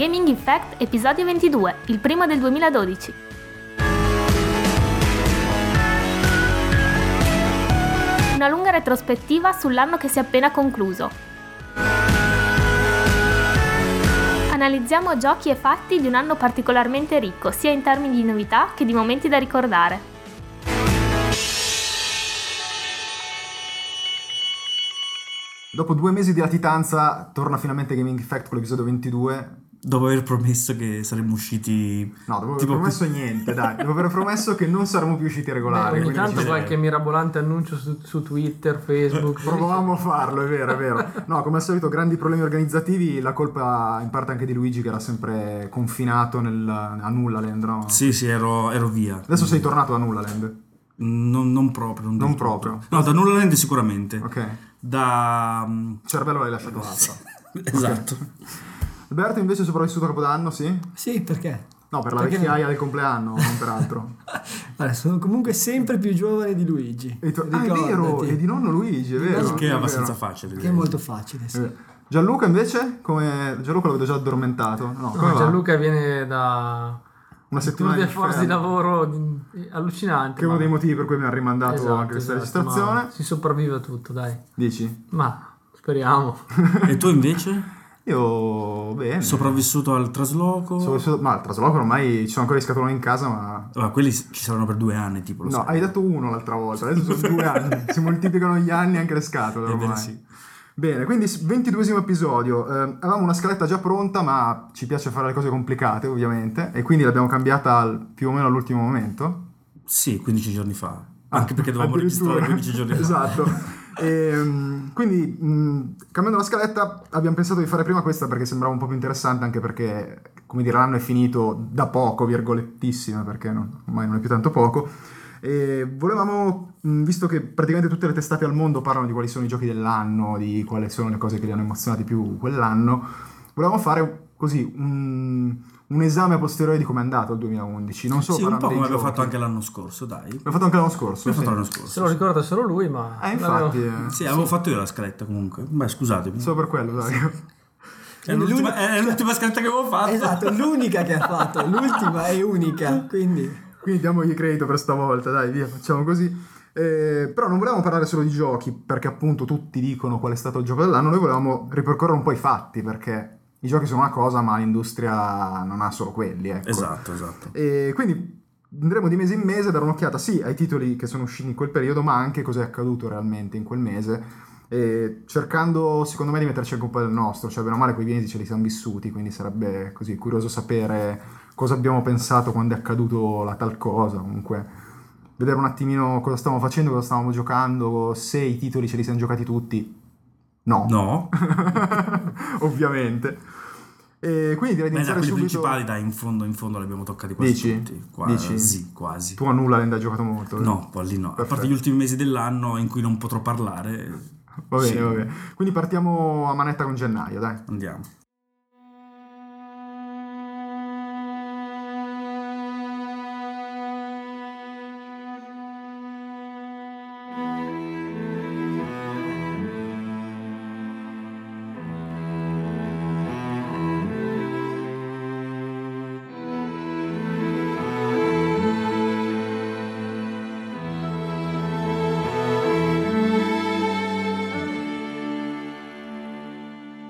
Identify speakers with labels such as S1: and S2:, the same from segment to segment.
S1: Effect, episodio 22, il primo del 2012. Una lunga retrospettiva sull'anno che si è appena concluso. Analizziamo giochi e fatti di un anno particolarmente ricco, sia in termini di novità che di momenti da ricordare.
S2: Dopo due mesi di latitanza torna finalmente Gaming Effect con l'episodio 22.
S3: Dopo aver promesso che saremmo usciti...
S2: No, dopo aver
S3: Tipo-
S2: promesso niente, dai. Dopo aver promesso che non saremmo più usciti regolari.
S4: Beh, ogni
S2: quindi
S4: tanto
S2: ci-
S3: direi.
S4: qualche mirabolante annuncio su, su Twitter, Facebook.
S2: Eh, Provavamo a farlo, è vero, è vero. No, come al solito, grandi problemi organizzativi. La colpa in parte anche di Luigi, che era sempre confinato nel, a Nullaland, no?
S3: Sì, sì, ero, ero via.
S2: Adesso sei tornato a Nullaland.
S3: Non, non proprio. Non,
S2: Non
S3: del
S2: proprio.
S3: tutto. No, da nulla rende sicuramente.
S2: Ok.
S3: Da... mm,
S2: Il cervello l'hai lasciato l'altro.
S3: Esatto.
S2: Alberto invece è sopravvissuto a Capodanno, sì?
S5: Sì, perché?
S2: No, per la
S5: Perché
S2: vecchiaia del compleanno, non per altro.
S5: Guarda, sono comunque sempre più giovane di Luigi.
S2: E tu- ah, è
S5: Ricordati.
S2: vero, e di nonno Luigi, è vero.
S3: Che è
S2: vero.
S3: abbastanza facile.
S5: Che è
S3: direi.
S5: molto facile,
S2: È
S5: sì.
S2: vero. Gianluca invece? Come... Gianluca lo vedo già addormentato. No, come
S4: No,
S2: va?
S4: Gianluca viene da
S2: Una
S4: uno
S2: settimana
S4: dei
S2: di
S4: forze di
S2: inferno.
S4: lavoro di- allucinante.
S2: Che è uno
S4: ma-
S2: dei motivi per cui abbiamo rimandato
S4: Esatto,
S2: anche questa
S4: esatto,
S2: registrazione.
S4: ma Si sopravvive a tutto, dai.
S2: Dici?
S4: Ma speriamo.
S3: E tu invece?
S2: Io bene.
S3: Sopravvissuto al trasloco?
S2: Sopravvissuto- Ma il trasloco ormai ci sono ancora i scatoloni in casa, ma.
S3: Ma quelli s- ci saranno per due anni, tipo. Lo
S2: No,
S3: sai.
S2: hai dato uno l'altra volta, adesso sono due anni. Si moltiplicano gli anni e anche le scatole
S4: Eh
S3: Ebbene
S2: ormai.
S3: sì.
S2: Bene, quindi s- 22esimo episodio. Eh, avevamo una scaletta già pronta, ma ci piace fare le cose complicate, ovviamente, e quindi l'abbiamo cambiata al- più o meno all'ultimo momento.
S3: Sì, 15 giorni fa. Anche perché dovevamo
S2: Ah, Addirittura.
S3: registrare 15 giorni fa.
S2: Esatto. Ehm, quindi, mh, cambiando la scaletta, abbiamo pensato di fare prima questa perché sembrava un po' più interessante, anche perché, come dire, l'anno è finito da poco, virgolettissima, perché no, ormai non è più tanto poco. E volevamo, mh, visto che praticamente tutte le testate al mondo parlano di quali sono i giochi dell'anno, di quali sono le cose che li hanno emozionati più quell'anno, volevamo fare così un, un esame a posteriori di come è andato il 2011. Non solo
S3: Sì, un
S2: parlando
S3: po' come
S2: dei
S3: abbiamo
S2: giochi.
S3: fatto anche l'anno scorso, dai. Abbiamo
S2: L'abbiamo fatto anche l'anno scorso.
S3: fatto
S2: sì.
S3: l'anno
S4: Se
S3: scorso.
S4: lo ricorda solo lui, ma...
S2: Eh, infatti,
S4: l'avevo-
S2: eh.
S3: Sì, avevo fatto io la scaletta comunque. Beh, scusatemi.
S2: solo per quello, dai.
S3: È l'ultima, è l'ultima scaletta che avevo fatto.
S5: Esatto, l'unica che ha fatto, l'ultima e unica, quindi...
S2: Quindi diamogli credito per stavolta, dai, via, facciamo così. Eh, però non volevamo parlare solo di giochi, perché appunto tutti dicono qual è stato il gioco dell'anno, noi volevamo ripercorrere un po' i fatti, perché i giochi sono una cosa, ma l'industria non ha solo quelli, ecco.
S3: Esatto, esatto.
S2: E quindi andremo di mese in mese a dare un'occhiata sì ai titoli che sono usciti in quel periodo, ma anche cos'è accaduto realmente in quel mese. E cercando, secondo me, di metterci anche un po' del nostro, cioè, bene o male, quei mesi ce li siamo vissuti, quindi sarebbe così curioso sapere cosa abbiamo pensato quando è accaduto la tal cosa. Comunque, vedere un attimino cosa stavamo facendo, cosa stavamo giocando, se i titoli ce li siamo giocati tutti. No,
S3: No,
S2: ovviamente. E quindi direi di
S3: beh, da
S2: iniziare
S3: Eh,
S2: subito.
S3: quelli principali, dai, in fondo, in fondo li abbiamo toccati quasi
S2: Dici?
S3: tutti. Quasi,
S2: Dici?
S3: quasi.
S2: Tu a nulla ne hai giocato molto.
S3: No, poi lì no. A
S2: Perfetto.
S3: parte gli ultimi mesi dell'anno in cui non potrò parlare,
S2: Va bene,
S3: Sì.
S2: va bene. Quindi partiamo a manetta con gennaio, dai.
S3: andiamo.
S2: Esatto.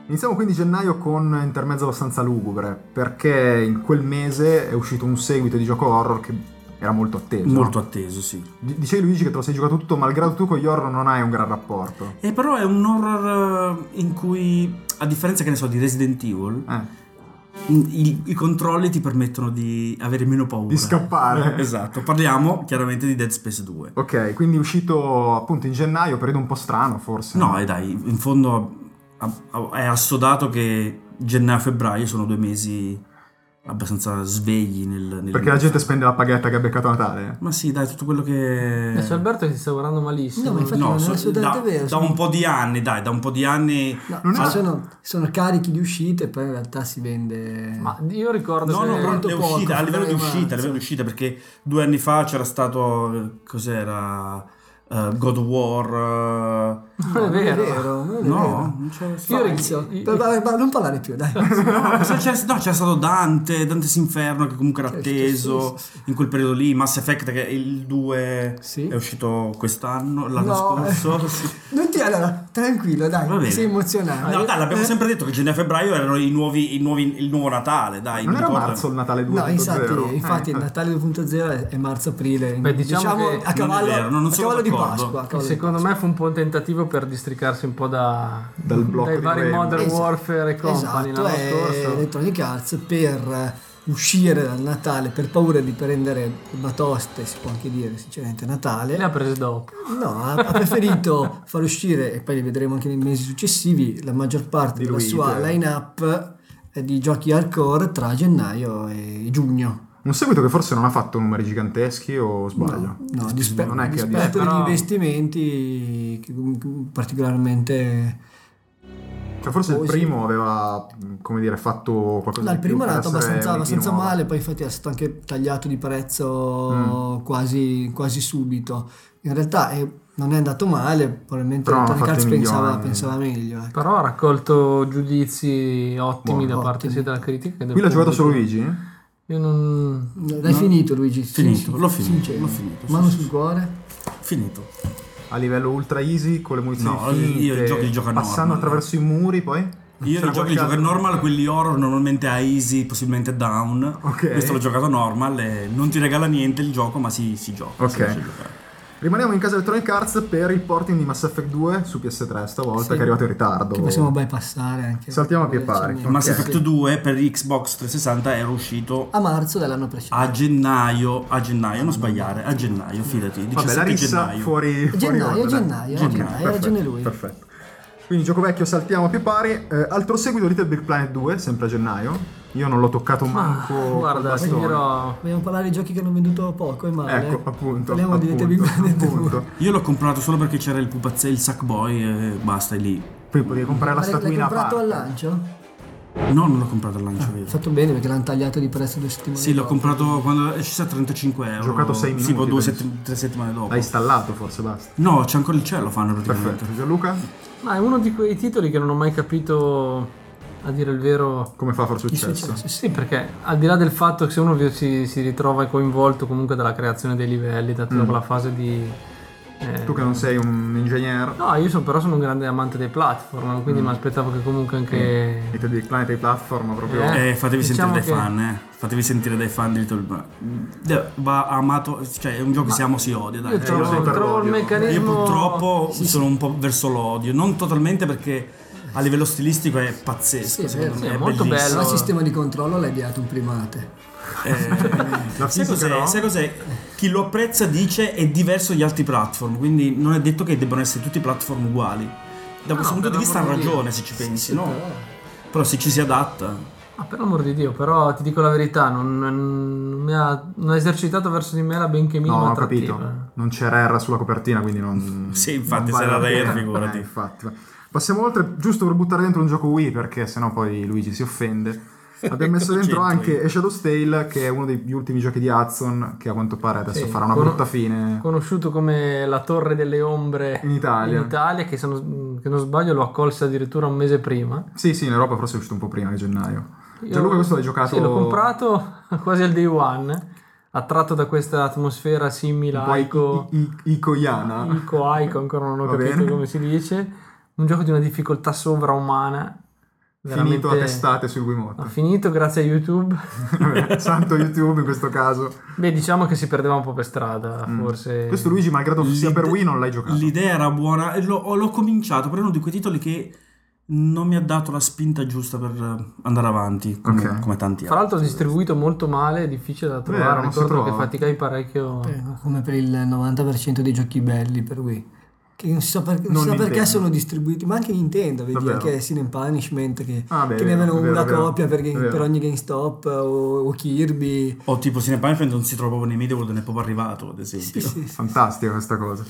S2: Iniziamo quindi gennaio con Intermezzo abbastanza lugubre, perché in quel mese è uscito un seguito di gioco horror che era molto atteso.
S3: Molto
S2: no?
S3: atteso, sì.
S2: D- Dicevi Luigi che te lo sei giocato tutto, malgrado tu con gli horror non hai un gran rapporto.
S3: E però è un horror eh, in cui, a differenza che ne so di Resident Evil,
S2: Eh,
S3: i, i controlli ti permettono di avere meno paura.
S2: di scappare.
S3: Esatto, parliamo chiaramente di Dead Space 2.
S2: Ok, quindi è uscito appunto in gennaio, periodo un po' strano forse.
S3: No, e dai, in fondo a- a- è assodato che gennaio e febbraio sono due mesi abbastanza svegli nel... nel-
S2: Perché la gente spende la paghetta che ha beccato a Natale.
S3: Ma sì, dai, tutto quello che...
S2: eh.
S4: Adesso Alberto che si sta guardando malissimo.
S5: No, ma infatti-
S3: No,
S5: cioè, non è
S3: so-
S5: assolutamente
S3: da,
S5: vero,
S3: da
S5: sono-
S3: un po' di anni, dai, da un po' di anni...
S5: No,
S2: Non è-
S5: ma sono, sono carichi di uscite, poi in realtà si vende...
S4: Ma io ricordo
S3: No,
S4: che...
S3: no, però
S5: molto
S3: le
S5: poco,
S3: uscite, a livello di
S5: febbraio,
S3: uscita,
S5: marzo.
S3: a livello di uscita, perché due anni fa c'era stato, eh, cos'era, eh, God of War, eh,
S4: Non è vero.
S5: non è
S3: No,
S5: vero.
S3: non c'è
S4: Io
S3: stato.
S4: ringrazio.
S5: Dai, dai, dai, non parlare più, dai.
S3: No, se Ah, c'è, no, c'è stato Dante, Dante's Inferno che comunque era
S5: Sì,
S3: atteso
S5: sì, sì,
S3: in quel periodo lì, Mass Effect che è il 2
S5: Sì.
S3: è uscito quest'anno, l'anno
S5: No.
S3: scorso. Sì.
S5: Non ti allora, tranquillo, dai,
S3: Va bene.
S5: sei emozionato.
S3: No, dai, l'abbiamo sempre detto che gennaio e febbraio erano i nuovi, i nuovi- il nuovo Natale, dai.
S2: Non
S3: Eh, mi
S2: era
S3: ricordo.
S2: marzo il Natale 2.0?
S5: No, infatti,
S2: Eh,
S5: infatti il Natale 2.0 è- è marzo-aprile,
S4: Beh, diciamo che
S5: a cavallo,
S3: non è vero, non
S5: a
S3: sono
S5: cavallo di
S3: d'accordo.
S5: Pasqua. a cavallo di
S4: Secondo me fu un po' un tentativo per districarsi un po' da,
S2: Dal blocco
S4: dai
S2: di
S4: vari
S2: Rainbow.
S4: Modern
S5: Esatto,
S4: Warfare e compagni
S5: esatto,
S4: l'anno
S5: è
S4: scorso.
S5: Electronic Arts per eh, uscire dal Natale per paura di prendere il batoste, si può anche dire sinceramente a
S4: Le ha
S5: Natale.
S4: prese dopo.
S5: No, ha, ha preferito far uscire, e poi li vedremo anche nei mesi successivi, la maggior parte della
S2: Diluite.
S5: sua line-up eh, di giochi hardcore tra gennaio e giugno.
S2: Un seguito che forse non ha fatto numeri giganteschi o sbaglio?
S5: No, no dispe-
S2: Non è che ha detto-
S5: dispetto degli
S4: eh, però-
S5: investimenti che comunque particolarmente...
S2: Cioè, forse il
S5: Poi sì.
S2: primo aveva, mh, come dire, fatto qualcosa
S5: No, il
S2: di più eh,
S5: primo è
S2: per
S5: andato
S2: essere
S5: abbastanza,
S2: un
S5: abbastanza
S2: continuo.
S5: male, poi infatti è stato anche tagliato di prezzo
S2: Mm.
S5: quasi, quasi subito. In realtà eh, non è andato male, probabilmente
S2: Però hanno
S5: Electronic Arts
S2: fatto i
S5: pensava,
S2: milioni.
S5: pensava meglio. ecco.
S4: Però ha raccolto giudizi ottimi
S5: Buono,
S4: da parte
S5: ottimi.
S4: sia della critica che del
S2: Qui l'ha giocato solo
S4: pubblico.
S2: Luigi?
S4: Io non...
S5: L'hai finito Luigi? Sì,
S3: Finito,
S5: sì,
S3: l'ho finito,
S5: sincero.
S3: l'ho finito, sì,
S5: Mano
S3: sì,
S5: sul
S3: sì.
S5: cuore.
S3: Finito.
S2: A livello ultra easy, con le munizioni
S3: No,
S2: finite,
S3: io i giochi li gioco a
S2: passando
S3: normal.
S2: attraverso i muri poi?
S3: Io
S2: C'era
S3: i giochi li gioco
S2: qualche
S3: a
S2: altro?
S3: normal, quelli horror normalmente a easy, possibilmente down.
S2: Ok.
S3: Questo l'ho giocato a normal e non ti regala niente il gioco, ma si, si gioca.
S2: Ok.
S3: si lascia giocare.
S2: Rimaniamo in casa Electronic Arts per il porting di Mass Effect 2 su PS3 stavolta,
S5: Sì.
S2: che è arrivato in ritardo.
S5: Che possiamo bypassare anche.
S2: Saltiamo a pie
S5: Velocemente.
S2: pari.
S3: Mass
S2: Ok.
S3: Effect 2 per Xbox 360 era uscito
S5: A marzo dell'anno precedente.
S3: a gennaio, a gennaio, non sbagliare, a gennaio, fidati, 17
S2: Vabbè, la rissa
S3: gennaio.
S2: fuori, fuori
S5: Gennaio,
S2: onda, dai.
S5: gennaio,
S2: Ok,
S5: gennaio, ha
S2: perfetto,
S5: ragione lui.
S2: Perfetto. Quindi gioco vecchio saltiamo a più pari. Eh, altro seguito Little Big Planet 2, sempre a gennaio. Io non l'ho toccato manco.
S4: Ah,
S2: col
S4: guarda, ti
S2: bastone.
S4: dirò...
S5: Vogliamo parlare di giochi che hanno venduto poco e male. eh.
S2: Ecco, appunto.
S5: Parliamo di
S2: appunto,
S5: Little Big Planet
S2: appunto.
S5: 2.
S3: Io l'ho comprato solo perché c'era il pupazzetto, il Sackboy e basta, è lì.
S2: Poi potevi comprare la
S5: Ma l'hai- L'hai
S2: statuina a
S5: comprato
S2: parte.
S5: al lancio?
S3: No, non l'ho comprato al
S2: Ah,
S3: lancio,
S5: Ho
S3: vero?
S5: fatto bene perché l'hanno tagliato di prezzo due settimane.
S3: Sì, l'ho
S5: dopo.
S3: comprato quando è sceso a 35 euro.
S2: Ho giocato sei
S3: Sì,
S2: minuti,
S3: due
S2: penso.
S3: sett- tre settimane dopo.
S2: L'ha installato forse, basta.
S3: No, c'è ancora il cielo, fanno praticamente.
S2: Perfetto. Gianluca,
S4: Ma è uno di quei titoli che non ho mai capito, a dire il vero...
S2: come fa a far
S5: Il
S2: successo?
S5: successo, sì.
S4: Sì, perché al di là del fatto che se uno vi- si, si ritrova coinvolto comunque dalla creazione dei livelli, da tutta
S2: Mm.
S4: quella fase di... eh,
S2: Tu che non sei un ingegnere,
S4: No, io sono- però sono un grande amante dei platform,
S2: Mm.
S4: quindi mi aspettavo che comunque anche...
S2: Little Big Planet e platform proprio...
S4: Eh.
S3: Eh, fatevi
S4: Diciamo
S3: sentire dai
S4: che-
S3: fan, eh. Fatevi sentire dai fan di Little Bra- Va amato, cioè è un gioco che si ama o si odia, dai.
S4: Io
S2: Eh, io sono
S4: trovo,
S2: per
S4: trovo il
S2: l'odio.
S3: Io
S4: meccanismo...
S3: purtroppo sono un po' verso l'odio, non totalmente perché a livello stilistico è pazzesco,
S5: Sì, è
S3: secondo me
S5: vero,
S4: sì,
S3: è
S4: è molto
S5: Allora,
S3: bellissimo.
S5: il
S4: Allora-
S5: sistema di controllo l'hai ideato un primate.
S3: Eh,
S2: La
S3: sai,
S2: fisica
S3: cos'è,
S2: no?
S3: sai cos'è? Chi lo apprezza dice è diverso dagli altri platform, quindi non è detto che debbano essere tutti platform uguali. Da questo punto di
S4: per
S3: vista ha
S4: l'amor di Dio.
S3: ragione se ci pensi, no? Però se ci si adatta.
S4: Ah, per l'amor di Dio, però ti dico la verità, non, non mi ha, non ha esercitato verso di me la benché minima
S2: No, ho
S4: attrattiva.
S2: capito. Non c'era R sulla copertina, quindi non.
S3: Sì, infatti,
S2: non
S3: se era
S2: la pena.
S3: R, figurati.
S2: Eh, infatti. Passiamo oltre, giusto per buttare dentro un gioco Wii, perché sennò poi Luigi si offende. Abbiamo messo
S3: Cosa
S2: dentro
S3: c'entra
S2: anche
S3: io?
S2: A Shadow's Tale, che è uno degli ultimi giochi di Hudson, che a quanto pare adesso
S4: Sì,
S2: farà una
S4: con-
S2: brutta fine.
S4: Conosciuto come la Torre delle Ombre
S2: In Italia.
S4: in Italia, che se non, che non sbaglio lo accolse addirittura un mese prima.
S2: Sì, sì, in Europa forse è uscito un po' prima che gennaio.
S4: Io-
S2: Gianluca questo l'hai giocato...
S4: Sì, l'ho comprato quasi al day one, attratto da questa atmosfera simile
S2: un
S4: a
S2: po'
S4: Ico,
S2: i- i- Icoiana.
S4: Ico, Ico, ancora non ho
S2: Va
S4: capito
S2: bene.
S4: come si dice, un gioco di una difficoltà sovraumana.
S2: Finito a
S4: veramente-
S2: testate sul
S4: Ho
S2: Wiimote.
S4: finito grazie a YouTube.
S2: Vabbè, Santo YouTube in questo caso.
S4: Beh, diciamo che si perdeva un po' per strada,
S2: Mm.
S4: forse.
S2: Questo Luigi, malgrado sia
S3: L'ide-
S2: per Wii, non l'hai giocato.
S3: L'idea era buona, e l'ho, l'ho cominciato, però è uno di quei titoli che non mi ha dato la spinta giusta per eh, andare avanti, come,
S2: Ok.
S3: come tanti
S4: Fra l'altro
S3: altri.
S4: distribuito molto male, difficile da
S2: Vero,
S4: trovare,
S2: non si
S4: ricordo che
S2: trova.
S4: faticai parecchio.
S5: Eh, Come per il 90% dei giochi belli per Wii. Che non si sa, per- non
S2: Non
S5: si sa perché
S2: Nintendo.
S5: sono distribuiti, ma anche Nintendo, vedi,
S2: Davvero?
S5: anche Sin Punishment che,
S2: Ah, beh,
S5: che ne
S2: vero,
S5: avevano
S2: vero,
S5: una
S2: vero,
S5: copia per, game-
S2: vero.
S5: per ogni GameStop o, o Kirby.
S3: O tipo Cine Punishment non si trova proprio nei media world, ne è proprio arrivato, ad esempio.
S5: Sì, sì, sì.
S2: Fantastica questa cosa.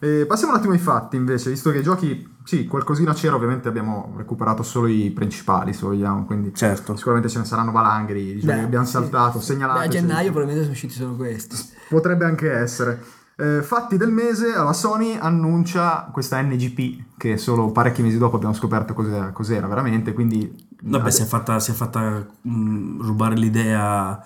S2: Eh, passiamo un attimo ai fatti invece, visto che i giochi, sì, qualcosina c'era, ovviamente abbiamo recuperato solo i principali, se vogliamo, quindi
S3: Certo.
S2: sicuramente ce ne saranno valanghe di di giochi
S5: Beh,
S2: che abbiamo
S5: sì.
S2: saltato,
S5: Beh,
S2: segnalati.
S5: a gennaio probabilmente sono usciti solo questi.
S2: Potrebbe anche essere. Eh, fatti del mese, allora Sony annuncia questa NGP che solo parecchi mesi dopo abbiamo scoperto cos'era, cos'era veramente, quindi...
S3: Vabbè, si è fatta, si è fatta mh, rubare l'idea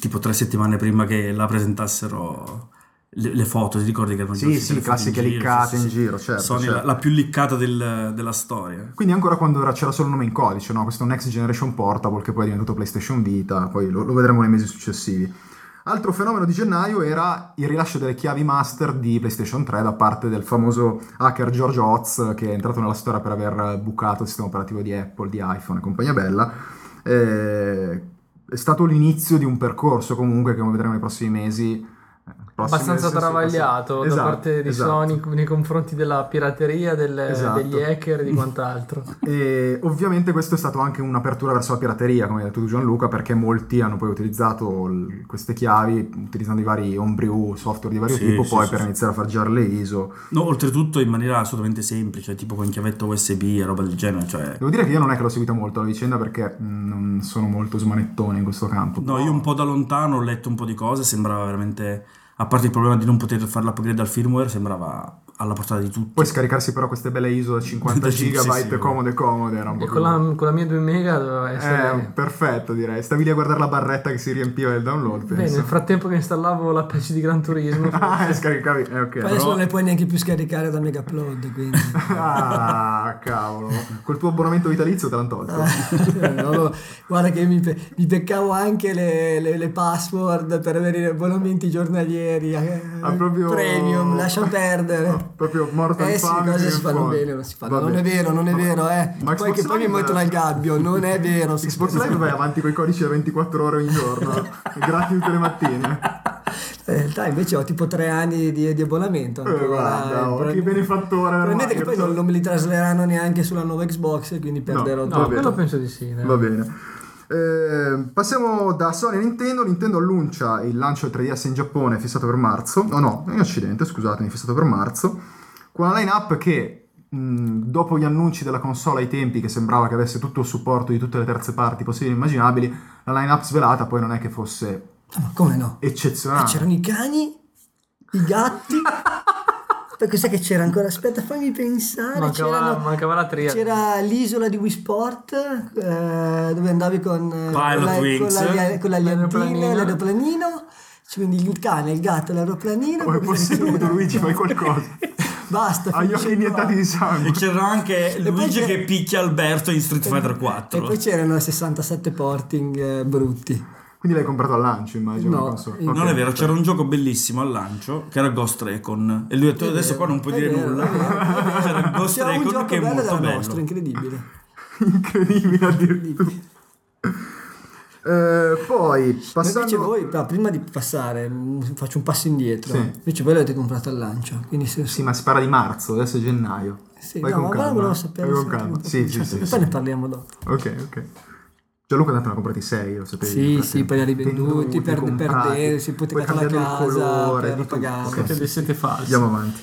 S3: tipo tre settimane prima che la presentassero le, le foto, ti ricordi che erano
S2: Sì,
S3: uscite
S2: sì,
S3: le foto
S2: classiche
S3: in giro,
S2: liccate
S3: sì, sì,
S2: in
S3: sì.
S2: giro, certo,
S3: Sony,
S2: certo.
S3: La, la più liccata del- della storia.
S2: Quindi ancora quando era- c'era solo il nome in codice, no? questo Next Generation Portable che poi è diventato PlayStation Vita, poi lo, lo vedremo nei mesi successivi. Altro fenomeno di gennaio era il rilascio delle chiavi master di PlayStation 3 da parte del famoso hacker George Oz che è entrato nella storia per aver bucato il sistema operativo di Apple, di iPhone e compagnia bella. Eh, è stato l'inizio di un percorso comunque che come vedremo nei prossimi mesi. eh, prossimi nel
S4: abbastanza
S2: senso-
S4: travagliato da
S2: Esatto,
S4: parte di
S2: esatto.
S4: Sony nei confronti della pirateria, del-
S2: Esatto.
S4: degli hacker e di quant'altro.
S2: E ovviamente questo è stato anche un'apertura verso la pirateria, come hai detto tu Gianluca, perché molti hanno poi utilizzato l- queste chiavi, utilizzando i vari homebrew, software di vario
S3: Sì,
S2: tipo,
S3: sì,
S2: poi
S3: sì,
S2: per
S3: sì.
S2: iniziare a far girare le ISO.
S3: No, oltretutto in maniera assolutamente semplice, tipo con chiavetta USB e roba del genere. Cioè...
S2: Devo dire che io non è che l'ho seguita molto la vicenda perché mh, non sono molto smanettone in questo campo.
S3: No, io un po' da lontano ho letto un po' di cose, sembrava veramente... A parte il problema di non poter fare l'upgrade al firmware, sembrava alla portata di tutti.
S2: Poi scaricarsi però queste belle ISO da 50
S3: Da sì,
S2: GB
S3: sì, sì.
S2: comode comode era un po'
S4: E con
S2: così.
S4: la, con la mia 2 mega doveva essere...
S2: Eh, perfetto direi. Stavi lì a guardare la barretta che si riempiva del download,
S4: Bene,
S2: penso.
S4: nel frattempo che installavo la patch di Gran Turismo,
S2: ah, e scaricavi. Eh, ok.
S5: Poi adesso non le puoi neanche più scaricare da Mega Upload, quindi...
S2: Ah, cavolo. Col tuo abbonamento vitalizio te l'hanno tolto.
S5: Ah, no, no. guarda che mi, pe- mi peccavo anche le, le- le password per avere gli abbonamenti giornalieri eh,
S2: Ah, proprio- Ah,
S5: premium lascia perdere
S2: Proprio morto di
S5: eh sì,
S2: fame,
S5: cose
S2: viene
S5: si fanno
S2: fuori.
S5: bene, non si fanno.
S2: Vabbè.
S5: Non è vero, non è
S2: Ma-
S5: vero, eh.
S2: ma
S5: poi
S2: Xbox
S5: che poi mi
S2: Live-
S5: mettono al gabbio, non è vero. sto
S2: Xbox Live vai avanti con i codici da 24 ore ogni giorno, gratis tutte le mattine.
S5: Eh, In realtà invece ho tipo tre anni di, di abbonamento.
S2: Eh, guarda, oh, che benefattore.
S5: Probabilmente
S2: ormai,
S5: che poi non, non me li trasleranno neanche sulla nuova Xbox, e quindi perderò
S2: no,
S5: tutto.
S4: no,
S2: bene.
S4: quello penso di sì. dai.
S2: Va bene. Eh, passiamo da Sony a Nintendo. Nintendo annuncia il lancio del 3DS in Giappone fissato per marzo. No, no, in Occidente, scusatemi, fissato per marzo. Con una line-up che mh, dopo gli annunci della console ai tempi, che sembrava che avesse tutto il supporto di tutte le terze parti possibili e immaginabili, la line-up svelata poi non è che fosse
S5: Ah, Ma come no?
S2: eccezionale.
S5: C'erano i cani, i gatti. Poi cos'è che c'era ancora? Aspetta, fammi pensare.
S4: Mancava,
S5: c'erano-
S4: mancava la tria.
S5: C'era l'isola di Wii Sport eh, dove andavi con, eh,
S3: Pilot
S5: con, la,
S3: Wings.
S5: con, la, con la
S4: L'aeroplanino.
S5: liantina, l'aeroplanino, cioè, quindi il cane, il gatto, l'aeroplanino.
S2: Come
S5: poi
S2: posseduto,
S5: c'era-
S2: Luigi, fai qualcosa.
S5: Basta.
S2: Ha gli
S5: finisce
S2: occhi iniettati
S5: qua.
S2: di
S3: E
S2: sangue.
S3: c'era anche
S5: poi
S3: Luigi
S5: c'è-
S3: che picchia Alberto in Street Fighter 4.
S5: E poi c'erano 67 porting eh, brutti.
S2: Quindi l'hai comprato al lancio, immagino.
S5: No,
S2: la console.
S5: no,
S2: Ok.
S3: Non è vero, c'era un gioco bellissimo al lancio che era Ghost Recon e lui ha detto
S5: È
S3: adesso
S5: vero,
S3: qua non puoi
S5: è
S3: dire
S5: vero,
S3: nulla.
S5: è vero.
S3: C'era Ghost
S5: C'era un
S3: Recon
S5: gioco
S3: che è
S5: bello
S3: molto
S5: della
S3: bello.
S5: nostra, incredibile.
S2: Incredibile a dir tutto. Eh, poi,
S5: Ma Invece
S2: passando...
S5: voi, no, prima di passare, mh, faccio un passo indietro.
S2: Sì.
S5: Invece voi l'avete comprato al lancio. Quindi se,
S2: Sì, ma si parla di marzo, adesso è gennaio.
S5: Sì,
S2: Vai
S5: no,
S2: con
S5: ma
S2: calma. eh.
S5: volevo sapere.
S2: Vai con
S5: se-
S2: calma. Sì, sì,
S5: Certo,
S2: sì.
S5: Poi
S2: sì.
S5: ne parliamo dopo.
S2: Ok, ok. Gianluca tanto ne ha comprati 6, lo sapevi.
S5: Sì,
S2: nel
S5: sì,
S2: frattempo.
S5: poi li ha rivenduti, per-
S2: comprati,
S5: perdere, si poteva
S2: poi
S5: cambiare la
S2: cambiando il
S5: casa,
S2: colore,
S5: per
S2: di tutto.
S5: pagare.
S2: Ok,
S4: Siete dei- siete falsi.
S2: Andiamo avanti.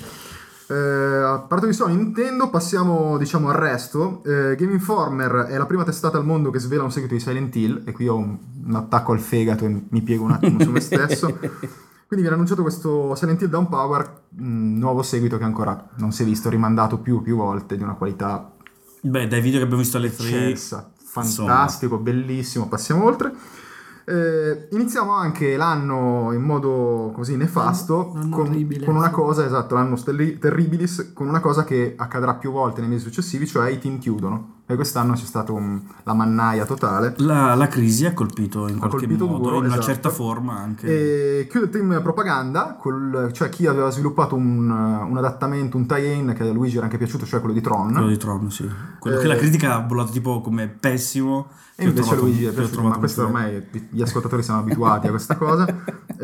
S2: Eh, a parte di Sony Nintendo, passiamo diciamo al resto. Eh, Game Informer è la prima testata al mondo che svela un seguito di Silent Hill. E qui ho un, un attacco al fegato e mi piego un attimo su me stesso. Quindi viene annunciato questo Silent Hill Down Power, mm, nuovo seguito che ancora non si è visto, rimandato più più volte, di una qualità
S3: Beh, dai video che abbiamo visto alle 3.
S2: Eccelsa, fantastico, bellissimo. Passiamo oltre. Eh, iniziamo anche l'anno in modo così nefasto
S5: L'anno- l'anno
S2: con,
S5: orribile,
S2: con una
S5: sì.
S2: cosa, esatto, l'anno stelli- terribilis, con una cosa che accadrà più volte nei mesi successivi, cioè i team chiudono. E quest'anno c'è stata un- la mannaia totale.
S3: La, la crisi ha colpito in
S2: Ha
S3: qualche
S2: colpito
S3: modo,
S2: duro,
S3: in una
S2: esatto.
S3: certa forma anche.
S2: E chiude il team propaganda, col- cioè chi aveva sviluppato un, un adattamento, un tie-in che a Luigi era anche piaciuto, cioè quello di Tron.
S3: Quello di Tron, sì. Quello
S2: Eh.
S3: che la critica ha bollato tipo come pessimo.
S2: E
S3: che ho
S2: invece
S3: trovato-
S2: Luigi è
S3: che ho
S2: piaciuto,
S3: trovato
S2: ma questo
S3: molto bene.
S2: ormai gli ascoltatori sono abituati a questa cosa.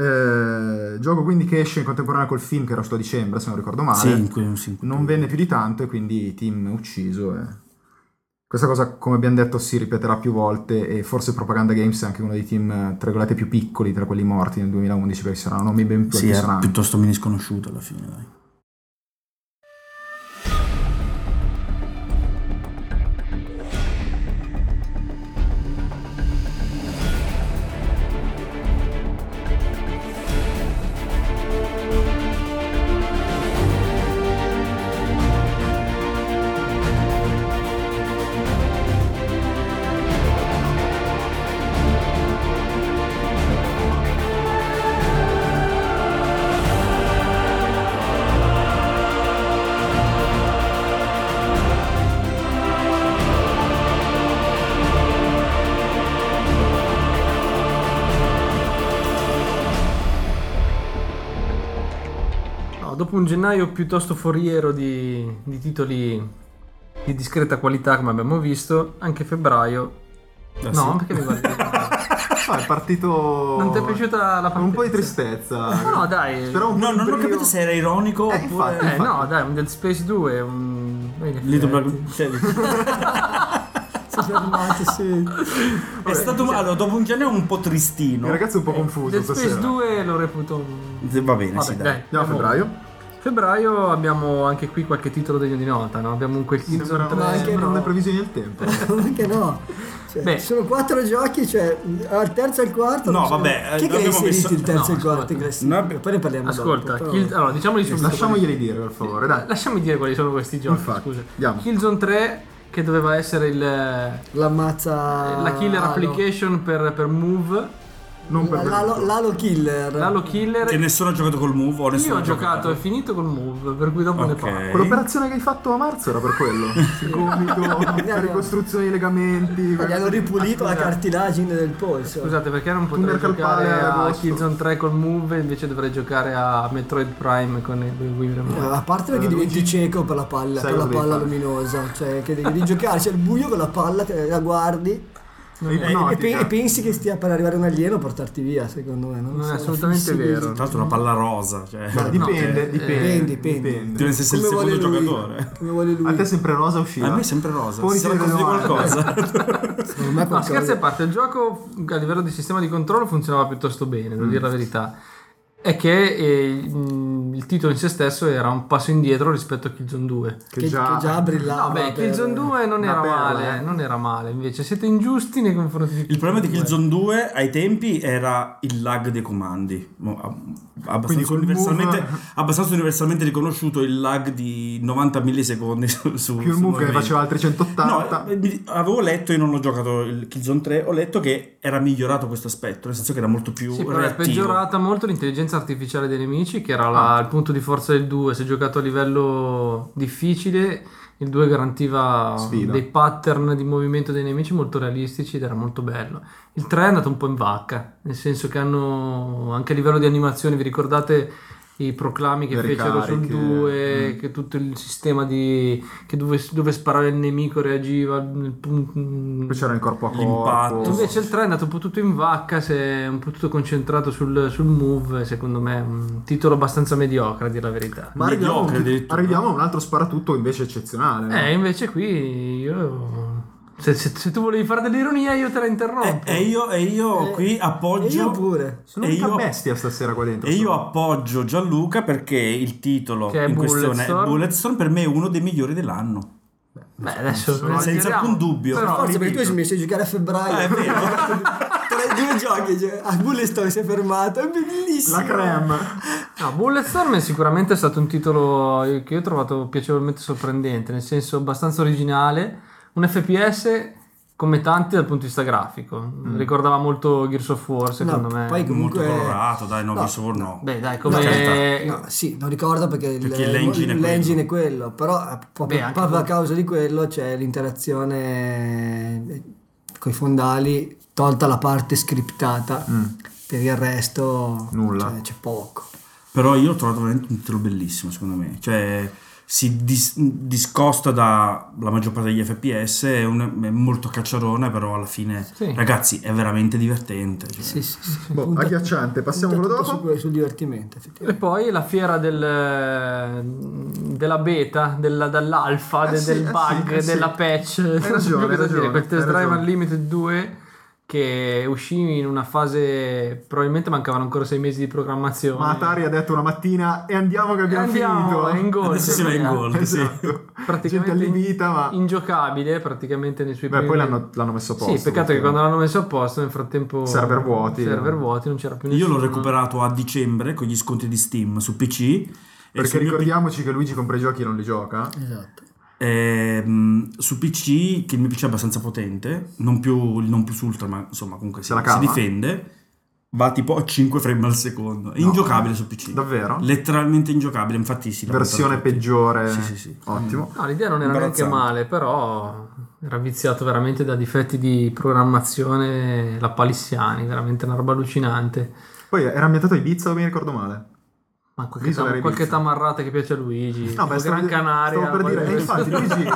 S2: Eh, gioco quindi che esce in contemporanea col film che era uscito a dicembre, se non ricordo male.
S3: Sì, in cui- sì, in cui-
S2: Non venne più di tanto e quindi team ucciso. e- Questa cosa, come abbiamo detto, si ripeterà più volte e forse Propaganda Games è anche uno dei team, eh, tra virgolette, più piccoli tra quelli morti nel 2011 perché c'erano nomi ben più
S3: Sì, eh, era
S2: altisonanti.
S3: piuttosto meno sconosciuto alla fine, dai.
S4: dopo un gennaio piuttosto foriero di, di titoli di discreta qualità come abbiamo visto, anche febbraio...
S3: Ah,
S4: no,
S3: sì.
S4: perché mi guardi?
S2: No, Ah, è partito.
S4: Non ti è piaciuta la
S2: Con un po' di
S4: partenza?
S2: tristezza.
S4: No, dai.
S2: Speravo un po'
S3: No,
S2: di
S3: non ho
S2: brio.
S3: capito se era ironico
S2: Eh,
S3: oppure...
S2: infatti.
S4: Eh no, dai, un Dead Space 2, un...
S3: Little
S4: Eh,
S3: Black... cioè,
S5: Fermate, sì.
S3: è stato male, dopo un genere un po' tristino.
S2: Il ragazzo è un po' confuso
S4: Dead Eh, Space
S2: stasera.
S4: 2 lo reputo... un-
S3: Va bene,
S4: Vabbè,
S3: sì, dai.
S4: dai.
S2: Andiamo a febbraio.
S4: Febbraio abbiamo anche qui qualche titolo degno di nota, no? Abbiamo un quel
S2: Sembrano-
S4: Killzone 3...
S5: Ma
S3: eh,
S5: anche
S2: sembrano
S5: no.
S2: le previsioni del tempo.
S5: Anche no. Cioè,
S4: Beh.
S5: sono quattro giochi, cioè al terzo e al quarto.
S3: No,
S5: non so-
S3: vabbè, eh,
S5: Chi è che ha
S3: abbiamo
S5: inserito
S3: messo-
S5: il terzo
S4: no,
S5: e il quarto in
S4: ascolta.
S5: classifica?
S3: No,
S5: Poi ne parliamo
S4: Ascolta,
S5: dopo, però-
S4: Kill... allora diciamoli subito.
S2: Lasciamoglieli dire per favore, dai.
S4: Lasciami dire quali sono questi giochi,
S2: Infatti,
S4: scusa.
S2: andiamo.
S4: Killzone 3 che doveva essere il, eh,
S5: L'ammazza...
S4: la killer
S2: Ah,
S5: Lalo.
S4: application per, per Move,
S2: Non
S5: La-
S2: per
S5: Lalo, Lalo
S2: Eh.
S5: Killer.
S4: l'Halo Killer.
S3: Che nessuno ha giocato col Move o
S4: Io
S3: nessuno
S4: ho
S3: ha
S4: giocato, è finito col Move, per cui dopo ne
S3: Ok.
S4: parlo.
S2: Quell'operazione che hai fatto a marzo era per quello. Il gomito, la ricostruzione dei legamenti.
S5: Gli hanno ripulito
S4: Ah,
S5: la cartilagine del polso.
S4: Scusate, perché non potrei
S2: Thunder
S4: giocare
S2: Calpale
S4: a
S2: agosto.
S4: Killzone 3 col Move invece dovrei giocare a Metroid Prime con il Wii
S5: Eh,
S4: Remote?
S5: A parte perché
S2: Eh,
S5: diventi cieco per la palla,
S2: Sai
S5: per
S2: cosa
S5: la
S2: devi
S5: palla
S2: fare.
S5: luminosa, cioè che devi devi giocarci al buio con la palla, che la guardi
S3: Eh,
S4: Eh,
S5: e, pe- e
S2: Ipnotica.
S5: pensi che stia per arrivare un alieno a portarti via, secondo me.
S4: Non
S5: So,
S4: è assolutamente
S5: fissi
S4: vero.
S3: Tra l'altro una palla rosa, cioè...
S2: Ma Dipende,
S4: No,
S2: dipende,
S5: eh, dipende.
S3: Dipende se sei il secondo
S5: Come vuole lui.
S3: giocatore.
S5: Come vuole lui.
S2: A te sempre rosa usciva.
S3: A me è sempre rosa.
S2: Fuori
S3: Si era
S2: tiro
S3: di
S2: davanti.
S3: qualcosa.
S5: Secondo me
S4: No,
S5: qualcosa-
S4: scherzi a parte, il gioco a livello di sistema di controllo funzionava piuttosto bene, devo dire la verità. È che eh, mh, il titolo in se stesso era un passo indietro rispetto a Killzone 2.
S5: che, che già, brillava.
S4: No, beh,
S5: per-
S4: Killzone 2 non
S2: una
S4: era
S2: perla,
S4: male,
S2: eh.
S4: non era male, invece siete ingiusti nei confronti di
S3: Il problema di
S4: 2.
S3: Killzone 2 ai tempi era il lag dei comandi. Mo- ab-
S2: Quindi
S3: Abbastanza
S2: col
S3: universalmente,
S2: move-
S3: abbastanza universalmente riconosciuto il lag di 90 millisecondi su, su
S2: Più il move che
S3: sul movimento.
S2: faceva altri 180.
S3: No, eh, mi- avevo letto, io non ho giocato il Killzone 3, ho letto che era migliorato questo aspetto, nel senso che era molto più
S4: Sì, però è
S3: reattivo.
S4: peggiorata molto l'intelligenza artificiale dei nemici, che era la-
S2: Ah.
S4: il punto di forza del 2. Se giocato a livello difficile, il 2 garantiva
S2: Sfida.
S4: dei pattern di movimento dei nemici molto realistici ed era molto bello. Il 3 è andato un po' in vacca, nel senso che hanno anche a livello di animazione, vi ricordate i proclami che
S2: Le
S4: fecero sul
S2: ricariche,
S4: 2,
S2: mm.
S4: che tutto il sistema di che dove, dove sparare il nemico reagiva mm, nel punto
S2: Poi c'era il corpo a
S3: L'impatto.
S2: corpo.
S4: Invece il 3 è andato un po' tutto in vacca, si è un po' tutto concentrato sul, sul move, secondo me è un titolo abbastanza mediocre a dire la verità.
S2: Ma arriviamo, a un-
S3: Mediocre addirittura.
S2: arriviamo a un altro sparatutto invece eccezionale. no?
S4: Eh, invece qui io... Se, se- se tu volevi fare dell'ironia io te la
S3: E,
S4: interrompo.
S3: Eh, e io, e io
S5: Eh,
S3: qui
S5: E
S3: appoggio...
S5: io pure.
S2: Sono
S3: e
S2: una
S3: io-
S2: bestia stasera qua dentro.
S3: E io
S2: sono.
S3: appoggio Gianluca perché il titolo
S4: Che è
S3: in questione è
S4: Bulletstorm.
S3: Bulletstorm, per me è uno dei migliori dell'anno.
S4: Beh, adesso...
S2: Sono-
S4: ne
S3: senza
S4: parliamo.
S3: alcun dubbio.
S4: Però-
S5: Forse perché tu hai
S2: ripeto.
S5: smesso di giocare a febbraio.
S3: Ah, è vero.
S5: Tra i due giochi, cioè, a Bulletstorm si è fermato, è bellissimo.
S2: La creme.
S4: No, Bulletstorm è sicuramente stato un titolo che io ho trovato piacevolmente sorprendente, nel senso abbastanza originale, un FPS come tanti dal punto di vista grafico, ricordava molto Gears of War secondo
S5: No,
S4: me.
S5: poi
S3: Molto
S5: Comunque-
S3: colorato, dai, no,
S5: no,
S3: Gears of War no.
S4: Beh dai,
S5: No, certo.
S4: come...
S5: no, sì, non ricordo perché,
S3: Perché
S5: il-
S3: l'engine è
S5: l'engine è quello, però eh, proprio,
S4: Beh, anche
S5: proprio a
S4: quello.
S5: causa di quello c'è l'interazione con i fondali, tolta la parte scriptata, per il resto
S2: Mm. Nulla.
S5: cioè, c'è poco.
S3: Però io ho trovato veramente un titolo bellissimo, secondo me. Cioè, si dis- discosta dalla maggior parte degli FPS, è, un- è molto cacciarona, però alla fine,
S4: Sì.
S3: ragazzi, è veramente divertente. cioè.
S5: Sì, sì, sì.
S2: Boh,
S5: Punta-
S2: agghiacciante, passiamo
S5: punta
S2: quello
S5: tutto
S2: dopo?
S5: Su, sul divertimento,
S4: E
S5: effettivamente.
S4: poi la fiera del, della beta, della- dall'alfa,
S2: Eh
S4: de-
S2: sì,
S4: del
S2: eh
S4: bug,
S2: sì, eh sì.
S4: della patch.
S2: Hai ragione, hai ragione,
S4: Quel Test
S2: hai
S4: Drive
S2: ragione.
S4: Unlimited 2 che uscì in una fase... Probabilmente mancavano ancora sei mesi di programmazione.
S2: Ma Atari ha detto una mattina e andiamo che
S4: E
S2: abbiamo
S4: Andiamo, è in
S2: finito.
S4: gol.
S3: Adesso si va in
S4: via.
S3: gol, sì.
S2: Esatto. Gente
S4: Praticamente
S2: allibita, ma...
S4: ingiocabile praticamente nei suoi
S2: Beh, poi
S4: primi-
S2: l'hanno, l'hanno messo a posto.
S4: Sì, peccato che quando l'hanno messo a posto nel frattempo...
S2: Server vuoti. eh.
S4: Server vuoti, non c'era più
S3: Io
S4: nessuno.
S3: l'ho recuperato a dicembre con gli sconti di Steam su PC. e
S2: Perché
S3: sul mio
S2: ricordiamoci che Luigi compra i giochi e non li gioca.
S5: Esatto.
S3: Ehm, su PC, che il mio PC è abbastanza potente, non più il non plus ultra, ma insomma comunque si,
S2: Se la
S3: si
S2: cava?
S3: difende, va tipo a 5 frame al secondo. È
S2: No.
S3: ingiocabile su PC.
S2: Davvero?
S3: Letteralmente ingiocabile, infatti sì. la
S2: Versione
S3: buttano tutti.
S2: peggiore.
S3: Sì, sì, sì.
S2: Ottimo.
S4: No, Ah, l'idea non era neanche
S3: Imbarazzante.
S4: male, però era viziato veramente da difetti di programmazione la palissiani, veramente una roba allucinante.
S2: Poi era ambientato a Ibiza, o mi ricordo male.
S4: Ma qualche,
S2: L'isola
S4: tam-
S2: era
S4: qualche
S2: Ibiza.
S4: tamarrata che piace a Luigi.
S2: No,
S4: tipo
S2: beh, stavo,
S4: Gran Canaria.
S2: stavo per dire,
S4: qualche-
S2: eh, infatti Luigi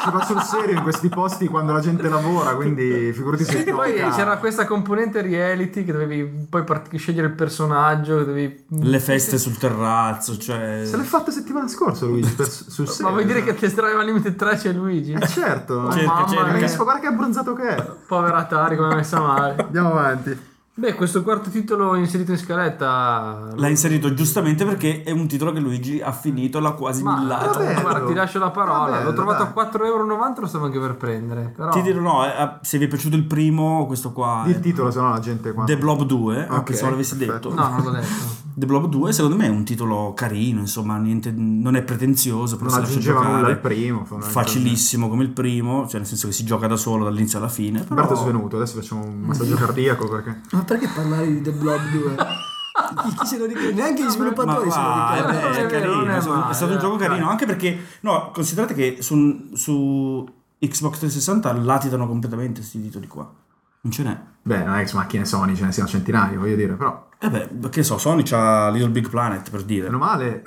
S2: ci va sul serio in questi posti quando la gente lavora, quindi figurati se
S4: Sì, poi
S2: tocca.
S4: c'era questa componente reality che dovevi poi part- scegliere il personaggio, che dovevi...
S3: Le feste sul terrazzo, cioè...
S2: Mm. Se l'è fatta settimana scorsa Luigi, per, sul serio.
S4: Ma vuoi dire
S2: cioè.
S4: che Cioè, a Test Drive Unlimited 3 c'è Luigi?
S2: Eh certo,
S3: Cerca,
S4: Mamma
S3: cerca.
S2: Ma
S4: mia.
S2: che- guarda che abbronzato che è.
S4: Povera Atari come è messa male.
S2: Andiamo avanti.
S4: Beh, questo quarto titolo inserito in scaletta...
S3: L'ha inserito giustamente perché è un titolo che Luigi ha finito la quasi
S4: Ma
S3: millata.
S2: vabbè,
S4: guarda, ti lascio la parola.
S2: Vabbè,
S4: L'ho trovato
S2: dai.
S4: a 4,90€, lo stavo anche per prendere. Però...
S3: Ti dirò no, eh, se vi è piaciuto il primo, questo qua
S2: Di il
S3: è
S2: titolo, se no la gente qua.
S3: The Blob 2,
S2: Ok,
S3: anche se non l'avessi
S2: perfetto.
S3: detto.
S4: No, non l'ho detto.
S3: The Blob 2 secondo me è un titolo carino, insomma, niente- non è pretenzioso, però
S2: non
S3: si lascia
S2: aggiungeva
S3: giocare.
S2: nulla al primo. fondamentalmente.
S3: facilissimo come il primo, cioè nel senso che si gioca da solo dall'inizio alla fine. Però...
S2: Roberto è svenuto, adesso facciamo un massaggio cardiaco perché...
S5: Ma perché parlare di The Blob 2? Chi- Chi se lo ricorda? Neanche gli
S3: Ma
S5: sviluppatori se lo
S3: va,
S5: ricordano.
S3: eh beh, è
S4: Non è vero,
S3: carino,
S4: non è
S3: insomma,
S4: male,
S3: è stato un
S4: eh,
S3: gioco
S4: dai.
S3: carino anche perché no, considerate che su, su Xbox 360 latitano completamente questi titoli qua. Non ce n'è.
S2: Beh, non è che su macchine Sony ce ne siano centinaia, voglio dire, però...
S3: Eh beh, che so, Sony c'ha Little Big Planet per dire.
S2: Meno male...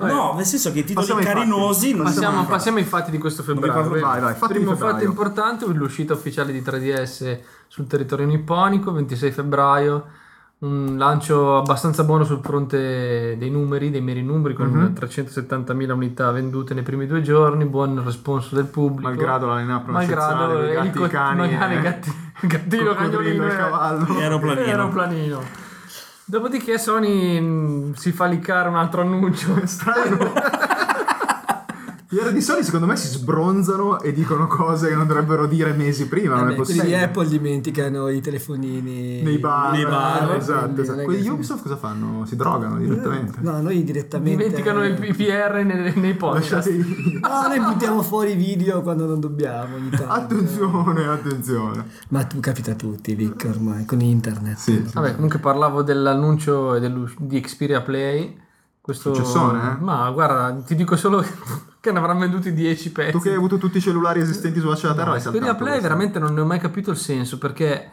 S3: No, nel senso che i titoli
S2: Passiamo ai fatti.
S3: carinosi
S2: Passiamo
S3: non
S4: Passiamo,
S2: ai fatti.
S4: passiamo ai fatti di questo febbraio.
S2: Vai, vai, fatti di
S4: Primo
S2: febbraio.
S4: fatto importante, l'uscita ufficiale di 3DS sul territorio nipponico, 26 febbraio. Un lancio abbastanza buono sul fronte dei numeri, dei meri numeri, con
S2: Mhm.
S4: 370.000 unità vendute nei primi due giorni, buon responso del pubblico.
S2: Malgrado la linea
S4: Malgrado
S2: pronazionale, i
S4: eh, i
S2: gatti,
S4: co-
S2: i cani,
S4: magari
S2: eh,
S4: gatti-
S2: coccodrillo,
S4: gattino, cagnolino,
S2: il
S4: eh.
S2: cavallo.
S3: Aeroplanino.
S4: Aeroplanino. Dopodiché Sony mh, si fa liccare un altro annuncio.
S2: Strano. Gli eredi Sony secondo me si sbronzano e dicono cose che non dovrebbero dire mesi prima, non è
S5: Vabbè, quelli di
S2: possibile.
S5: Apple dimenticano i telefonini
S2: Nei bar,
S3: Nei bar.
S2: eh, esatto.
S5: quindi
S2: esatto.
S5: non è
S2: Quelli
S5: che-
S2: di Ubisoft cosa fanno? Si drogano direttamente.
S5: No, noi direttamente
S4: Dimenticano i i PR nei, nei podcast.
S2: Lasciate i-
S5: No, noi buttiamo fuori i video quando non dobbiamo ogni tanto.
S2: Attenzione, attenzione.
S5: Ma tu capita a tutti, Vic, ormai, con internet.
S2: Sì.
S4: Vabbè, comunque parlavo dell'annuncio e dell'us- di Xperia Play. Questo...
S2: Successone, eh?
S4: Ma guarda, ti dico solo che ne avranno venduti 10 pezzi.
S2: Tu che hai avuto tutti i cellulari esistenti sulla faccia della terra,
S4: Eh No,
S2: hai saltato.
S4: Xperia Play
S2: questo.
S4: veramente non ne ho mai capito il senso perché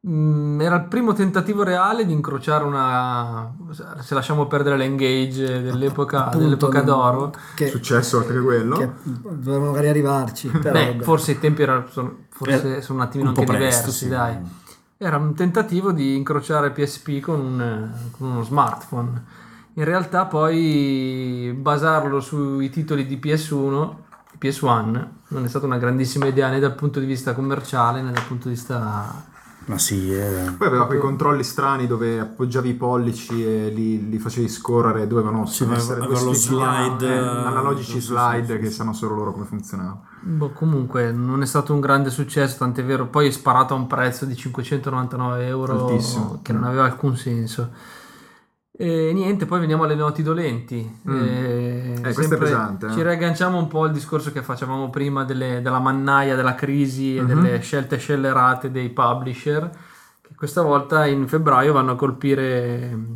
S4: mh, era il primo tentativo reale di incrociare una se lasciamo perdere l'engage dell'epoca,
S5: Appunto,
S4: Ah, dell'epoca
S5: non-
S4: d'oro
S5: Che,
S2: Successo oltre che quello.
S5: che dovevamo magari arrivarci. Però,
S4: Beh,
S5: vabbè.
S4: forse i tempi erano, sono, forse
S3: Eh,
S4: sono un attimino
S3: un po'
S4: anche
S3: presto,
S4: diversi
S3: sì.
S4: dai era un tentativo di incrociare PSP con, un- con uno smartphone in realtà poi basarlo sui titoli di PS1 PS1 non è stata una grandissima idea né dal punto di vista commerciale né dal punto di vista
S3: Ma sì, eh.
S2: Poi aveva quei controlli strani dove appoggiavi i pollici e li, li facevi scorrere, dovevano
S3: Sì, aveva-
S2: essere due
S3: aveva lo
S2: specchi
S3: slide,
S2: eh,
S3: eh,
S2: analogici
S3: sì, sì,
S2: slide
S3: sì,
S2: che
S3: sì.
S2: sanno solo loro come funzionava.
S4: Boh, comunque non è stato un grande successo, tant'è vero, poi è sparato a un prezzo di 599 euro
S2: Altissimo.
S4: che non
S2: Mm.
S4: aveva alcun senso. E niente, poi veniamo alle noti dolenti.
S2: Mm.
S4: E
S2: questo è pesante, eh.
S4: Ci riagganciamo un po' al discorso che facevamo prima delle- della mannaia, della crisi e
S2: Mhm.
S4: delle scelte scellerate dei publisher, che questa volta in febbraio vanno a colpire mm,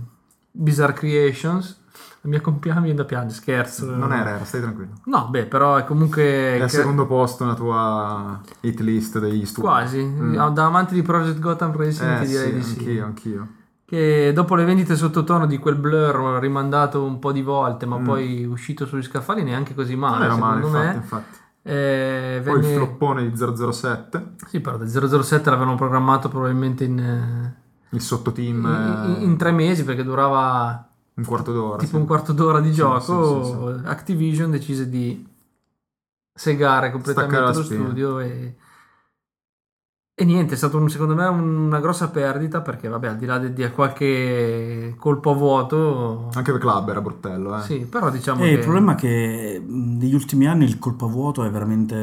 S4: Bizarre Creations. La mia compagna mi viene da piangere,
S3: Eh.
S4: scherzo.
S2: Non era, era, stai tranquillo.
S4: No, beh, però è comunque...
S2: È al
S4: Eh, che-
S2: secondo posto nella tua hit list degli studi.
S4: Quasi,
S2: Mm.
S4: da amante di Project Gotham Racing
S2: Eh,
S4: ti direi
S2: sì,
S4: di sì.
S2: anch'io, anch'io.
S4: Che dopo le vendite sottotono di quel blur rimandato un po' di volte, ma
S2: Mm.
S4: poi uscito sugli scaffali neanche così
S2: Non
S4: male,
S2: era male,
S4: Ah, secondo
S2: infatti,
S4: me.
S2: infatti.
S4: Eh,
S2: Poi il
S4: venne-
S2: floppone di 007,
S4: Sì, però del 007 l'avevano programmato probabilmente in, eh,
S2: il sottoteam
S4: in-
S2: eh,
S4: in tre mesi perché durava
S2: un quarto d'ora.
S4: tipo
S2: sì.
S4: un quarto d'ora di
S2: Sì,
S4: gioco.
S2: sì, sì,
S4: Activision decise di segare
S2: Staccare la
S4: completamente lo
S2: spina.
S4: studio e, e niente, è stata un- secondo me una grossa perdita perché vabbè, al di là di, di qualche colpo a vuoto,
S2: Anche per club era bruttello, eh.
S4: sì, però diciamo
S3: Eh,
S4: che
S3: il problema è che mh, negli ultimi anni il colpo a vuoto è veramente...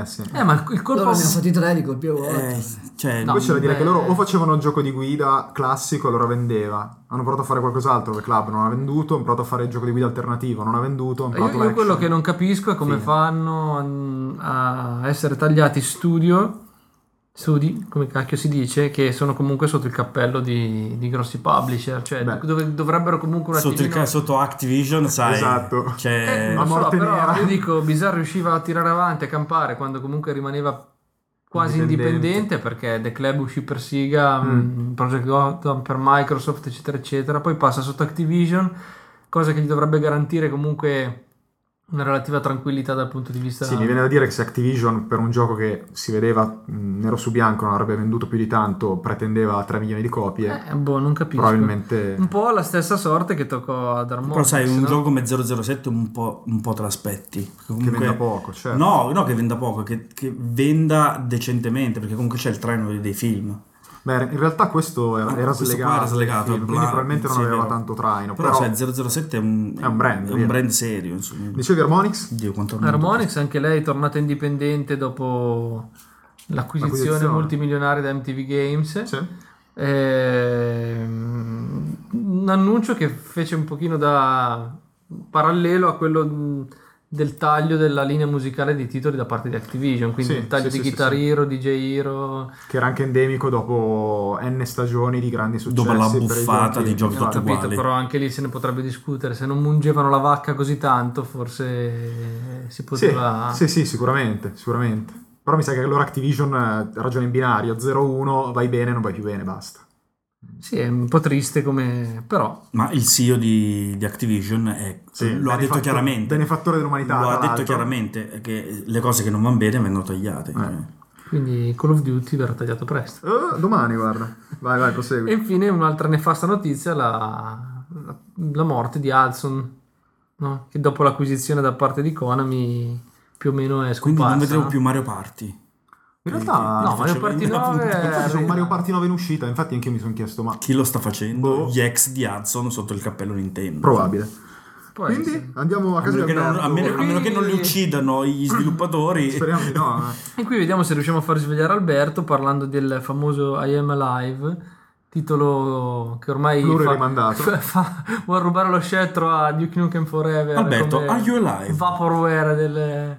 S2: Eh, sì.
S4: Eh, ma il colpo
S5: Loro ne hanno fatti tre di colpi a volte.
S3: eh, cioè,
S4: No.
S2: Poi c'era da dire
S4: beh.
S2: che loro o facevano il gioco di guida classico, allora vendeva. Hanno provato a fare qualcos'altro, il club non ha venduto, hanno provato a fare il gioco di guida alternativo, non ha venduto. Hanno
S4: Io,
S2: provato
S4: io
S2: l'action.
S4: quello che non capisco è come
S3: Sì.
S4: fanno mm, a essere tagliati studio, studi, come cacchio si dice, che sono comunque sotto il cappello di, di grossi publisher, cioè
S2: Beh.
S4: dove- dovrebbero comunque un
S3: sotto, il
S4: attimino...
S3: ca- sotto Activision, sai...
S2: Esatto.
S3: Cioè,
S4: Eh,
S2: a
S4: non so,
S2: morte
S4: però
S2: nera.
S4: io dico, Bizarre riusciva a tirare avanti, a campare, quando comunque rimaneva quasi
S3: Indipendente.
S4: indipendente perché The Club uscì per Sega,
S2: Mm.
S4: mh, Project Gotham per Microsoft, eccetera, eccetera. Poi passa sotto Activision, cosa che gli dovrebbe garantire comunque una relativa tranquillità dal punto di vista
S2: Sì, mi viene da dire che se Activision per un gioco che si vedeva mh, nero su bianco non avrebbe venduto più di tanto, pretendeva 3 milioni di copie,
S4: Eh, boh, non capisco. Mm.
S2: probabilmente...
S4: Un po' la stessa sorte che toccò ad Armor.
S3: Però sai, un gioco come 007 un po', un po' te l'aspetti. Perché
S2: Che
S3: comunque-
S2: venda poco, certo.
S3: No, no, che venda poco, che, che venda decentemente, perché comunque c'è il treno dei film.
S2: Beh, in realtà questo era, era
S3: Questo
S2: slegato,
S3: qua era slegato,
S2: sì, quindi
S3: bla-
S2: probabilmente non
S3: sì, è
S2: aveva
S3: vero.
S2: tanto traino. Però,
S3: Però, sai, 007 è un,
S2: È un brand,
S3: è
S2: via.
S3: un brand serio, insomma.
S2: dicevi Harmonix?
S3: Dio,
S4: Eh,
S3: quanto
S4: Harmonix, anche lei è tornata indipendente dopo l'acquisizione,
S2: L'acquisizione.
S4: multimilionaria da MTV Games.
S2: Sì.
S4: Ehm, un annuncio che fece un pochino da parallelo a quello mh, del taglio della linea musicale dei titoli da parte di Activision, quindi
S2: Sì,
S4: il taglio
S2: sì,
S4: di
S2: sì,
S4: Guitar
S2: sì, sì.
S4: Hero, DJ Hero,
S2: Che era anche endemico dopo N stagioni di grandi successi.
S3: Dopo la
S2: per i
S3: buffata di giochi
S2: Esatto.
S3: tutti
S4: capito,
S3: uguali.
S4: però anche lì se ne potrebbe discutere, se non mungevano la vacca così tanto forse si
S2: Sì,
S4: poteva...
S2: sì, sì, sicuramente, sicuramente. Però mi sa che allora Activision eh, ragiona in binario, 0-1, vai bene, non vai più bene, basta.
S4: Sì, è un po' triste come... però
S3: Ma il CEO di, di Activision è-
S2: Sì,
S3: lo ha detto
S2: benefatto-
S3: chiaramente.
S2: benefattore dell'umanità,
S3: Lo
S2: tra
S3: ha detto
S2: l'altro.
S3: chiaramente che le cose che non vanno bene vengono tagliate. cioè.
S4: quindi Call of Duty verrà tagliato presto.
S2: Eh, domani, guarda. Vai, vai,
S4: E
S2: prosegui.
S4: infine un'altra nefasta notizia, la, la- la morte di Hudson, no? che dopo l'acquisizione da parte di Konami più o meno è scomparsa.
S3: Quindi non vedremo
S4: no?
S3: più Mario Party.
S2: In realtà,
S4: eh. No,
S3: Ti
S4: Mario
S3: faccio
S4: Party
S3: vedere,
S4: 9
S3: appunto.
S2: infatti c'è un
S4: arriva.
S2: Mario Party 9 in uscita, infatti anche io mi sono chiesto, ma...
S3: Chi lo sta facendo?
S2: Boh.
S3: Gli ex di Hudson sotto il cappello Nintendo.
S2: Probabile.
S4: Può essere.
S2: Quindi andiamo a
S3: A
S2: casa di
S3: meno, che non,
S2: Alberto.
S3: a meno- a meno che non li uccidano gli
S2: Mm.
S3: sviluppatori.
S2: Speriamo di no. eh.
S4: E qui vediamo se riusciamo a far svegliare Alberto parlando del famoso I Am Alive, titolo che ormai
S2: Pluririmandato.
S4: fa, fa- vuol rubare lo scettro a Duke Nukem Forever.
S3: Alberto,
S4: come
S3: are you alive?
S4: Vaporware del...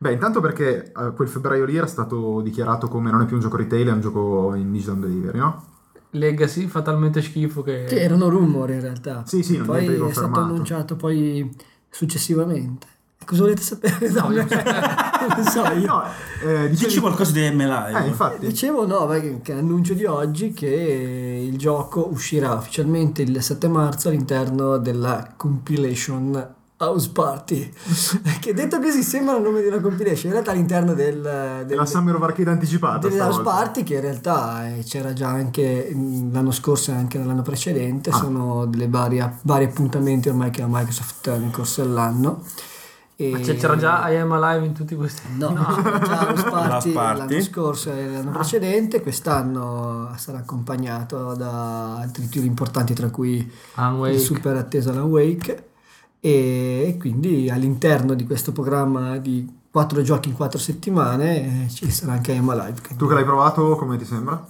S2: Beh, intanto perché eh, quel febbraio lì era stato dichiarato come non è più un gioco retail, è un gioco in digital delivery, no?
S4: Legacy fa talmente schifo che...
S5: Che erano rumori in realtà.
S2: Sì, sì, non
S5: poi
S2: niente di
S5: è stato
S2: confermato.
S5: annunciato poi successivamente. Cosa volete sapere? da me? non so, io.
S2: No, eh, dicevi-
S3: Dici qualcosa di MLI.
S2: Eh, infatti.
S5: Dicevo no, perché che annuncio di oggi che il gioco uscirà ufficialmente il 7 marzo all'interno della compilation House Party. che detto così sembra il nome di una compilation, in realtà all'interno del,
S2: Della
S5: del,
S2: Summer of Arcade anticipata.
S5: della House
S2: stavolta.
S5: Party che in realtà eh, c'era già anche mh, l'anno scorso e anche nell'anno precedente,
S4: Ah.
S5: sono delle varie, vari appuntamenti ormai che la Microsoft ha nel corso dell'anno. E-
S4: Ma c'è- c'era già I Am Alive in tutti questi...
S5: Ehm, No, c'era già lo Sparti
S3: House Party.
S5: l'anno scorso e l'anno precedente, quest'anno sarà accompagnato da altri titoli importanti tra cui
S4: Alan Wake.
S5: il super atteso Alan Wake e quindi all'interno di questo programma di quattro giochi in quattro settimane eh, ci sarà anche Emma Live. quindi-
S2: Tu che l'hai provato, come ti sembra?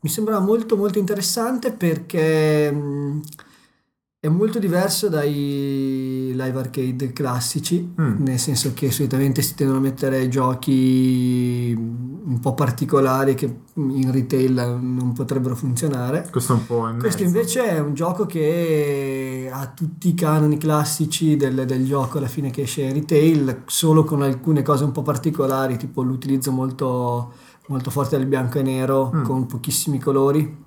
S5: mi sembra molto molto interessante perché mh, è molto diverso dai live arcade classici,
S2: Mm.
S5: nel senso che solitamente si tendono a mettere giochi mh, un po' particolari che in retail non potrebbero funzionare.
S2: Questo è un po' in
S5: Questo
S2: mezzo.
S5: invece è un gioco che ha tutti i canoni classici del, del gioco alla fine che esce in retail, solo con alcune cose un po' particolari, tipo l'utilizzo molto, molto forte del bianco e nero
S2: Mm.
S5: con pochissimi colori.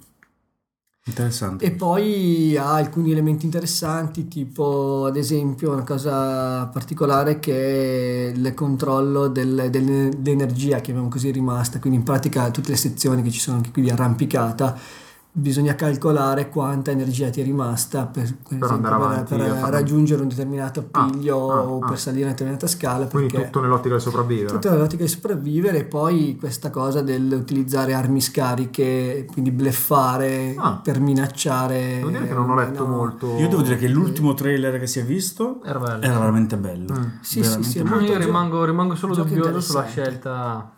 S3: Interessante.
S5: E poi ha alcuni elementi interessanti, tipo ad esempio una cosa particolare che è il controllo del- dell'energia, chiamiamo così, rimasta. Quindi in pratica tutte le sezioni che ci sono anche qui di arrampicata bisogna calcolare quanta energia ti è rimasta per, per esempio,
S2: andare
S5: per-
S2: avanti,
S5: per
S2: a fare-
S5: raggiungere un determinato
S2: Ah,
S5: appiglio
S2: ah,
S5: o
S2: ah.
S5: per salire una determinata scala.
S2: Quindi
S5: perché-
S2: tutto nell'ottica del sopravvivere.
S5: tutta l'ottica di sopravvivere e poi questa cosa dell'utilizzare armi scariche, quindi bleffare
S2: Ah.
S5: per minacciare. eh,
S2: Devo dire che non ho letto
S5: No.
S2: molto.
S3: Io devo dire che l'ultimo trailer che si è visto
S4: Era bello.
S3: era veramente bello.
S2: Eh. Mm.
S5: Sì, sì, sì, è
S3: Veramente
S5: molto
S4: io
S5: gio-
S4: rimango, rimango solo
S5: giochi
S4: dubbioso sulla
S5: interessanti.
S4: scelta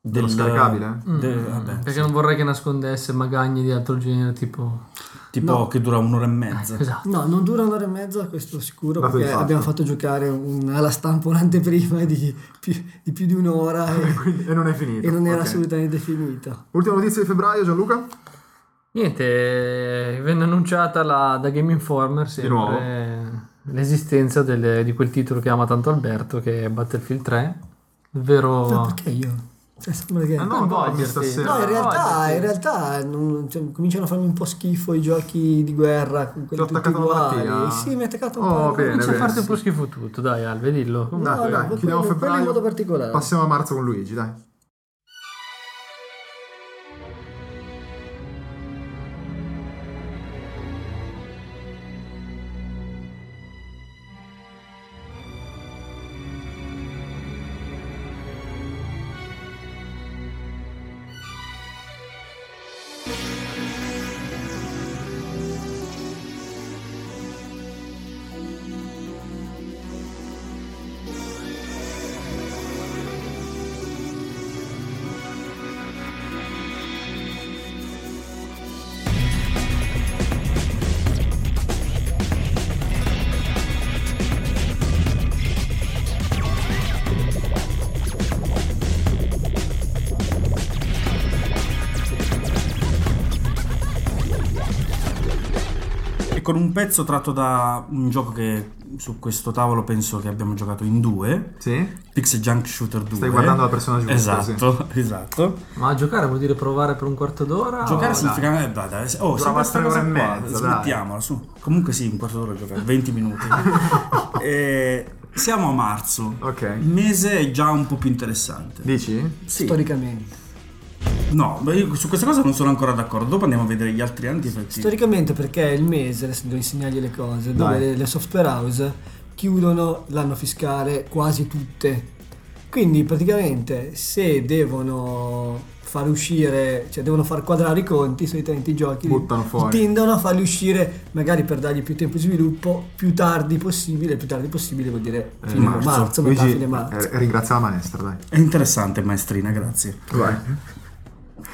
S2: Dello
S3: Del-
S2: scaricabile?
S4: Mm,
S3: de- vabbè,
S4: perché
S3: sì.
S4: non vorrei che nascondesse magagne di altro genere tipo
S3: Tipo
S5: No.
S3: che dura un'ora e
S5: Eh,
S3: mezza.
S4: esatto
S5: No, non dura un'ora e mezza, questo sicuro,
S2: Dato di
S5: perché
S2: fatto.
S5: abbiamo fatto giocare un- alla stampa un'anteprima di più di, più di un'ora e,
S2: Ah, Quindi- e non è finito.
S5: e non era
S2: ok.
S5: assolutamente finito.
S2: Ultima notizia di febbraio, Gianluca?
S4: niente venne annunciata la- da Game Informer
S2: nuovo?
S4: sempre l'esistenza del- di quel titolo che ama tanto Alberto che è Battlefield 3 ovvero
S5: Ma perché io? Cioè, sembra che...
S2: Oh. Ah, no,
S4: Non
S2: no,
S4: voglio
S2: stasera.
S4: dirti.
S5: No, in
S4: no,
S5: realtà,
S4: perché-
S5: in realtà non- cioè, cominciano a farmi un po' schifo i giochi di guerra, con quelli
S2: Ti ho
S5: tutti
S2: attaccato la
S5: uguali.
S2: malattia?
S5: Sì, mi ha attaccato un
S2: Oh,
S5: po'.
S2: bene,
S4: Comincia a
S2: bene,
S4: farti un
S2: sì.
S4: po' schifo tutto, dai Alve, dillo. Comunque,
S2: Dai, dai,
S5: quello-
S2: chiudiamo
S5: quello in
S2: febbraio.
S5: modo particolare.
S2: Passiamo a marzo con Luigi, dai.
S3: E con un pezzo tratto da un gioco che su questo tavolo penso che abbiamo giocato in due,
S2: Sì?
S3: Pixel Junk Shooter 2.
S2: Stai guardando la persona giusta,
S3: Esatto, esatto.
S4: Ma giocare vuol dire provare per un quarto d'ora?
S3: Giocare
S4: o-
S3: significa... eh, dai, dai, oh,
S2: Ah, Durava
S3: sempre sta
S2: tre ore
S3: cosa
S2: e
S3: qua,
S2: mezza, dai.
S3: Smettiamola, su. Comunque sì, un quarto d'ora giocare, 20 minuti. Eh, siamo a marzo.
S2: Ok.
S3: Il mese è già un po' più interessante.
S2: Dici?
S3: Sì.
S5: Storicamente.
S3: No, beh, io su questa cosa non sono ancora d'accordo. Dopo andiamo a vedere gli altri anni. perché-
S5: Storicamente perché è il mese, adesso devo insegnargli le cose, dove
S2: Vai.
S5: le, le software house chiudono l'anno fiscale quasi tutte. Quindi praticamente se devono far uscire, cioè devono far quadrare i conti, solitamente i giochi
S2: Buttano fuori.
S5: tendono a farli uscire magari per dargli più tempo di sviluppo più tardi possibile, più tardi possibile vuol dire fine marzo,
S3: marzo.
S5: metà
S2: Eh, Luigi,
S5: fine marzo.
S2: eh, ringrazia la maestra, dai.
S3: È interessante, maestrina, grazie.
S2: Vai.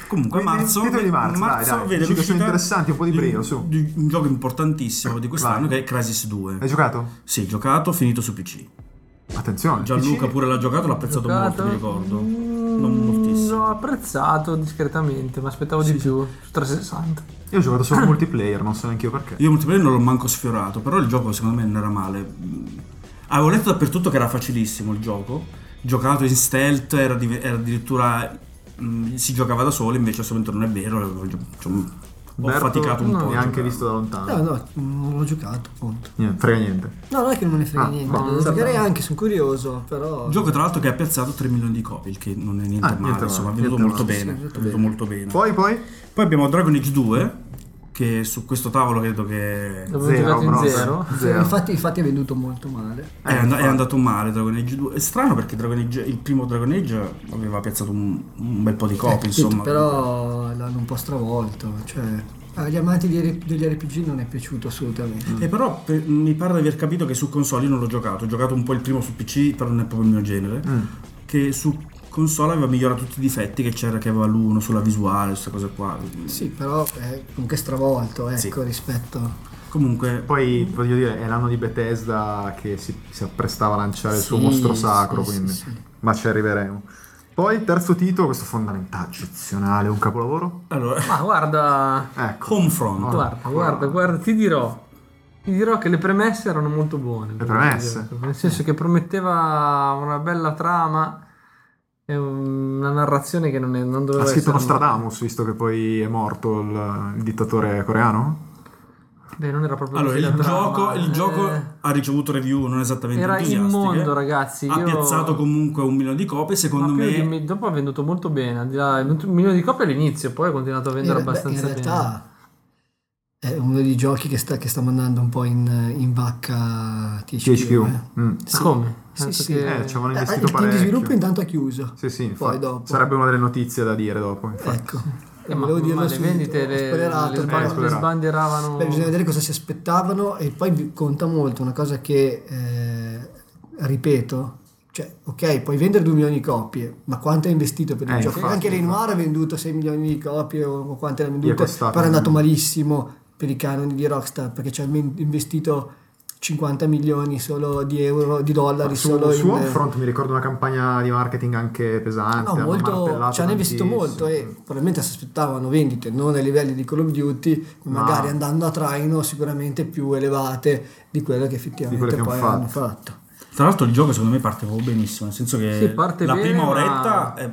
S3: Comunque,
S2: Quindi,
S3: marzo,
S2: titoli di marzo, dai, dai, dici che sono
S3: l'uscita
S2: interessanti, un po' di brio, su.
S3: di un gioco importantissimo di quest'anno
S2: Vai.
S3: che è Crisis 2.
S2: Hai giocato?
S3: Sì, giocato, finito su PC.
S2: Attenzione.
S3: Gianluca
S2: PC.
S3: pure l'ha giocato, l'ha apprezzato molto,
S4: Giocato?
S3: mi ricordo.
S4: Mm,
S3: Non moltissimo.
S4: L'ho apprezzato discretamente, mi aspettavo di più. Su 360.
S2: Io ho giocato solo multiplayer, non so neanche io perché.
S3: Io multiplayer non l'ho manco sfiorato, però il gioco secondo me non era male. Mm. Avevo letto dappertutto che era facilissimo il gioco, giocato in stealth, era, div- era addirittura mm, si giocava da solo, invece assolutamente non è vero, gio- cioè, ho
S2: Berto
S3: faticato un
S4: non
S3: po'. a
S4: ne
S2: Neanche
S3: giocare.
S2: visto da lontano.
S5: No, no, non l'ho giocato, appunto.
S2: Niente, frega niente.
S5: No, non è che non me ne frega
S2: Ah,
S5: niente,
S2: boh,
S5: devo giocare anche, sono curioso, però...
S3: Un gioco tra l'altro che ha piazzato 3 milioni di copie, il che non è niente
S2: Ah,
S3: male,
S2: niente
S3: insomma, è
S2: male,
S3: venuto
S2: niente
S3: molto
S2: male,
S5: sì,
S3: bene, è
S5: sì, molto
S3: venuto
S5: bene.
S3: molto bene. Poi,
S2: Poi, poi?
S3: abbiamo Dragon Age 2, che su questo tavolo credo che è,
S4: L'avevo giocato in
S2: bronzo.
S4: zero.
S2: Zero.
S5: Infatti, infatti è venduto molto male.
S3: Eh, and- è andato male Dragon Age 2. È strano perché Dragon Age- il primo Dragon Age aveva piazzato un, un bel po' di
S4: Eh,
S3: copie,
S5: Sì,
S3: insomma.
S5: Eh, però l'hanno un po' stravolto. Cioè, agli amanti di- degli RPG non è piaciuto assolutamente.
S2: Mm.
S3: E però per- mi pare di aver capito che su console io non l'ho giocato, ho giocato un po' il primo su PC, però non è proprio il mio genere,
S4: Mm.
S3: che su console aveva migliorato tutti i difetti che c'era che aveva l'uno sulla visuale, queste cose qua.
S5: Sì, però è comunque stravolto, ecco,
S3: Sì.
S5: rispetto...
S3: Comunque
S2: Poi, voglio dire, è l'anno di Bethesda che si, si apprestava a lanciare il suo
S5: Sì,
S2: mostro sacro,
S5: sì,
S2: quindi...
S5: sì, sì.
S2: Ma ci arriveremo. Poi, terzo titolo, questo fondamentale, eccezionale, un capolavoro.
S3: allora
S4: Ma guarda,
S2: Ecco.
S3: Homefront.
S2: Allora,
S4: guarda, guarda, guarda, ti dirò. Ti dirò che le premesse erano molto buone.
S2: Le premesse?
S4: Nel senso che prometteva una bella trama e una narrazione che non, è, non doveva
S2: Ha scritto
S4: essere.
S2: Nostradamus, visto che poi è morto il, il dittatore coreano?
S4: Beh, non era proprio
S3: Allora,
S4: così
S3: il
S4: la trama,
S3: gioco, il
S4: eh.
S3: gioco ha ricevuto review non esattamente
S4: Era
S3: entusiastiche.
S4: immondo, ragazzi,
S3: Ha
S4: io-
S3: piazzato comunque un milione di copie.
S4: Ma
S3: Secondo
S4: poi
S3: me,
S4: dimmi- dopo ha venduto molto bene, al di là, è venuto un milione di copie all'inizio, poi ha continuato a
S5: In,
S4: vendere
S5: re-
S4: abbastanza
S5: in realtà è uno dei giochi che sta, che sta mandando un po' in, in vacca THQ. eh.
S2: THQ. Mm.
S4: bene. Ma Ah, come?
S5: Sì,
S4: Penso
S5: sì.
S4: che-
S2: Eh, ci avevano
S5: Eh,
S2: investito
S5: il team di
S2: parecchio.
S5: sviluppo intanto ha chiuso.
S2: Sì, sì,
S5: Poi
S2: infatti.
S5: dopo.
S2: sarebbe una delle notizie da dire dopo. infatti. Eh,
S5: Ecco.
S4: Eh, ma,
S5: Volevo dirlo
S4: ma le
S5: subito,
S4: vendite
S5: ho
S4: le,
S5: spoilerato,
S4: le,
S5: però-
S4: sban- le
S2: spoilerato.
S4: sbandieravano.
S5: Beh, bisogna vedere cosa si aspettavano e poi vi- conta molto una cosa che, eh, ripeto, cioè, ok, puoi vendere 2 milioni di copie, ma quanto hai investito per il
S2: Eh,
S5: gioco?
S2: infatti,
S5: Anche
S2: infatti.
S5: Renoir ha venduto 6 milioni di copie o, o quante ne ha vendute,
S2: costato.
S5: però è andato malissimo per i canoni di Rockstar perché ci ha men- investito 50 milioni solo di euro, di dollari
S2: Su,
S5: solo
S2: su
S5: in...
S2: Homefront mi ricordo una campagna di marketing anche pesante.
S5: No,
S2: hanno
S5: molto, cioè,
S2: martellato
S5: ci hanno investito
S2: tantissimo.
S5: molto eh. e probabilmente si aspettavano vendite non ai livelli di Call of Duty, ma
S2: Ma-
S5: magari andando a traino sicuramente più elevate di quelle che effettivamente
S2: Di quelle che
S5: poi
S2: hanno
S5: hanno fatto.
S3: tra l'altro, il gioco secondo me parte proprio benissimo. Nel senso che
S4: Sì, parte
S3: la
S4: bene,
S3: prima
S4: ma-
S3: oretta è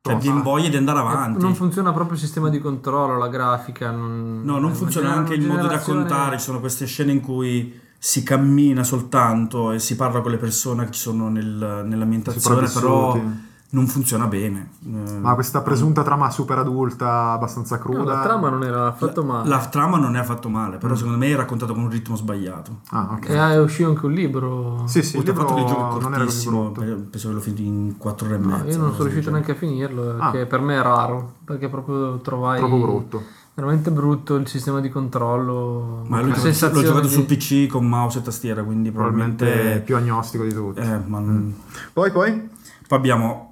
S3: Cioè, ti invoglia di andare avanti.
S4: Non funziona proprio il sistema di controllo, la grafica. Non...
S3: No, non
S4: eh,
S3: funziona
S4: una
S3: anche il modo di
S4: generazione-
S3: raccontare, ci sono queste scene in cui si cammina soltanto e si parla con le persone che ci sono nel- nell'ambientazione, però
S2: sopravvissuti.
S3: non funziona bene. Eh,
S2: Ma questa presunta trama super adulta, abbastanza
S4: No,
S2: cruda.
S4: la trama non era affatto male. Mm.
S3: la trama non ne ha fatto male, però secondo me è raccontata con un ritmo sbagliato.
S2: Ah, ok.
S4: E
S5: Eh,
S4: ah, uscì anche un libro.
S2: Sì, sì, il
S3: Oltre al fatto che il
S2: libro
S3: gioco è
S2: non era così
S3: cortissimo, eh.
S2: brutto.
S3: pe- penso che l'ho finito in 4 ore e
S4: No,
S3: mezza.
S4: Ah, io non sono riuscito neanche a finirlo, eh,
S2: Ah.
S4: che per me è raro, perché proprio trovai
S2: Proprio brutto.
S4: veramente brutto il sistema di controllo.
S3: Ma
S4: la
S3: l'ho giocato, l'ho
S4: sensazione
S3: giocato
S4: di-
S3: sul PC con mouse e tastiera, quindi
S2: Probabilmente
S3: probabilmente...
S2: è più agnostico di tutti.
S3: eh, ma non-
S2: Poi, poi?
S3: Poi abbiamo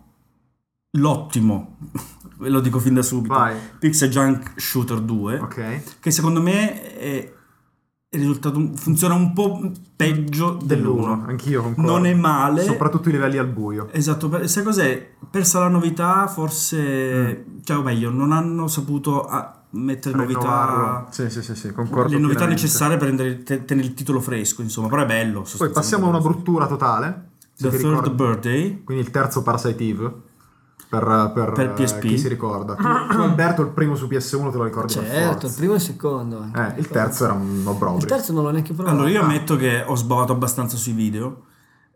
S3: l'ottimo, ve lo dico fin da subito,
S2: Vai.
S3: Pixel Junk Shooter 2,
S2: Ok.
S3: che secondo me è è risultato un- funziona un po' peggio
S2: Dell'uno,
S3: dell'uno.
S2: anch'io concordo.
S3: Non è male.
S2: Soprattutto i livelli al buio.
S3: Esatto, per- sai cos'è? Persa la novità, forse...
S2: Mm.
S3: Cioè, o meglio, non hanno saputo ah, mettere novità...
S2: Rinnovarlo. Sì, sì, sì, sì, concordo.
S3: le novità
S2: pienamente.
S3: necessarie per rendere- te- tenere il titolo fresco, insomma, però è bello.
S2: Poi passiamo a una bruttura totale. se
S3: The
S2: ti
S3: Third
S2: ricordi.
S3: Birthday.
S2: Quindi il terzo Parasite Eve. Per, per,
S3: Per
S2: eh,
S3: PSP.
S2: chi si ricorda. Tu, tu, Alberto il primo su PS1 te lo ricordi per
S5: Certo, il
S2: forza.
S5: primo e il secondo. anche.
S2: Eh, il terzo era un
S5: Il
S2: obbrobrio.
S5: terzo non l'ho neanche provato.
S3: Allora, io ammetto che ho sbavato abbastanza sui video.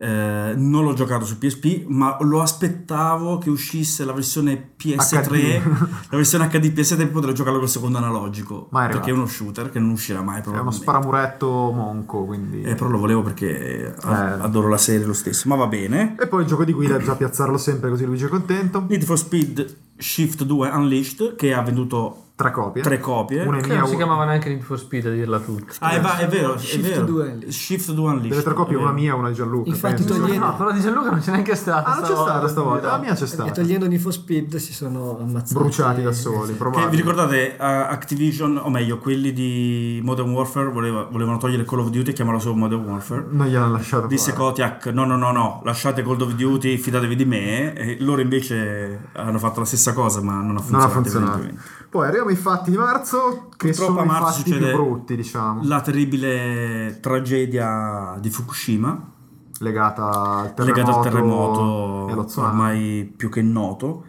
S3: eh, non l'ho giocato su PSP, ma lo aspettavo che uscisse la versione PS3,
S2: HD.
S3: la versione HD PS3 per poter giocarlo col secondo analogico.
S2: Ma è arrivato.
S3: perché è uno shooter che non uscirà mai
S2: È uno
S3: probabilmente.
S2: sparamuretto monco, quindi...
S3: Eh, però lo volevo perché a-
S2: Eh.
S3: adoro la serie lo stesso, ma va bene.
S2: E poi il gioco di guida, bisogna piazzarlo sempre così Luigi è contento.
S3: Need for Speed Shift 2 Unleashed che ha venduto
S2: Tre copie.
S3: tre copie.
S2: Una in
S4: Che non si
S2: mia,
S4: chiamava neanche Need for Speed a dirla tutta.
S3: Ah, è, va- è vero, è
S5: Shift
S3: vero.
S5: 2 Unleashed.
S3: Shift 2 Unleashed. Eh.
S2: delle tre copie,
S3: è
S2: una
S3: vero.
S2: mia e una di Gianluca.
S5: Infatti
S2: penso.
S5: togliete-
S4: No, però di Gianluca non c'è neanche stata.
S2: Ah, non c'è stata stavolta. La mia c'è
S5: E
S2: stata.
S5: togliendo Need for Speed si sono ammazzati.
S2: Bruciati da soli,
S3: Che vi
S2: probabile.
S3: ricordate eh, Activision, o meglio, quelli di Modern Warfare voleva- volevano togliere Call of Duty e chiamarlo solo Modern Warfare.
S2: Non gliel'hanno lasciato
S3: Disse
S2: fare.
S3: Kotiak: No, no, no, no, lasciate Call of Duty, fidatevi di me. E loro invece hanno fatto la stessa cosa, ma non ha funzionato.
S2: Non ha funzionato.
S3: evidentemente.
S2: Poi arriviamo ai fatti di marzo, che
S3: Purtroppo
S2: sono
S3: a marzo
S2: i fatti
S3: succede-
S2: più brutti, diciamo,
S3: La terribile tragedia di Fukushima,
S2: legata al terremoto,
S3: legata al
S2: e allo
S3: terremoto
S2: tsunami.
S3: ormai più che noto.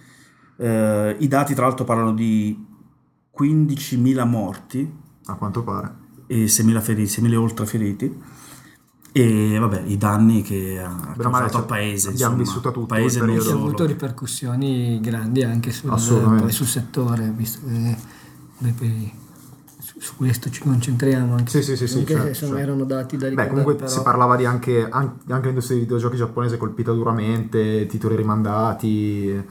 S3: Eh, I dati, tra l'altro, parlano di 15.000 morti.
S2: A quanto pare.
S3: e 6.000 feriti, 6.000 oltre feriti. E vabbè, i danni che ha
S2: Bene o male,
S3: causato al
S2: cioè,
S3: paese.
S2: abbiamo
S3: insomma.
S2: vissuto tutto
S3: paese
S2: il
S3: non
S5: Che ha
S2: periodo.
S3: solo.
S5: Eh, avuto ripercussioni grandi anche sul,
S2: Assolutamente.
S5: poi sul settore, visto che noi poi su, su questo ci concentriamo. Anche
S2: Sì, sì, sì, sì,
S5: anche
S2: certo,
S5: se sono-
S2: certo.
S5: erano dati da
S2: Beh,
S5: ricordare.
S2: comunque
S5: però-
S2: si parlava di anche, an- anche l'industria dei videogiochi giapponese colpita duramente, titoli rimandati.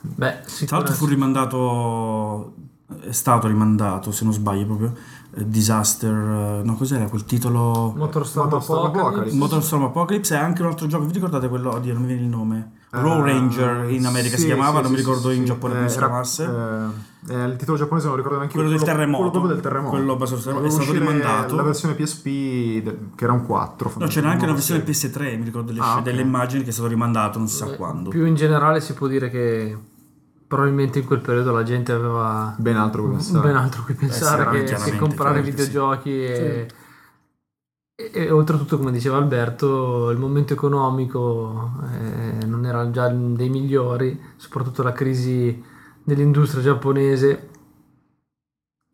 S4: Beh, sì,
S3: Tra l'altro fu rimandato, è stato rimandato, se non sbaglio proprio, eh, Disaster, eh, no cos'era quel titolo?
S4: Motorstorm
S2: Motorstorm
S4: Apocalypse.
S2: Apocalypse.
S3: Motorstorm Apocalypse e anche un altro gioco, vi ricordate quello? Oddio, non mi viene il nome. Row
S2: Eh,
S3: Ranger in America
S2: sì,
S3: si chiamava,
S2: sì,
S3: non mi
S2: sì,
S3: ricordo
S2: sì,
S3: in
S2: sì.
S3: Giappone
S2: Eh,
S3: come si
S2: era-
S3: chiamasse.
S2: eh, eh, il titolo giapponese non lo ricordo neanche io,
S3: Quello del terremoto.
S2: Quello proprio del terremoto.
S3: Quello basato sul terremoto.
S2: Doveva
S3: È stato
S2: uscire
S3: rimandato.
S2: La versione PSP del- che era un 4.
S3: No, c'era anche una versione
S2: PS
S3: PS3, mi ricordo le
S2: Ah,
S3: scene
S2: ok.
S3: delle immagini che è stato rimandato non si sa quando.
S4: Eh, Più in generale si può dire che probabilmente in quel periodo la gente aveva
S2: Ben altro che pensare.
S4: ben altro a cui pensare
S3: chiaramente,
S4: che, che
S3: chiaramente,
S4: comprare
S3: chiaramente, sì.
S4: videogiochi e, e- e oltretutto come diceva Alberto il momento economico eh, non era già dei migliori soprattutto la crisi dell'industria giapponese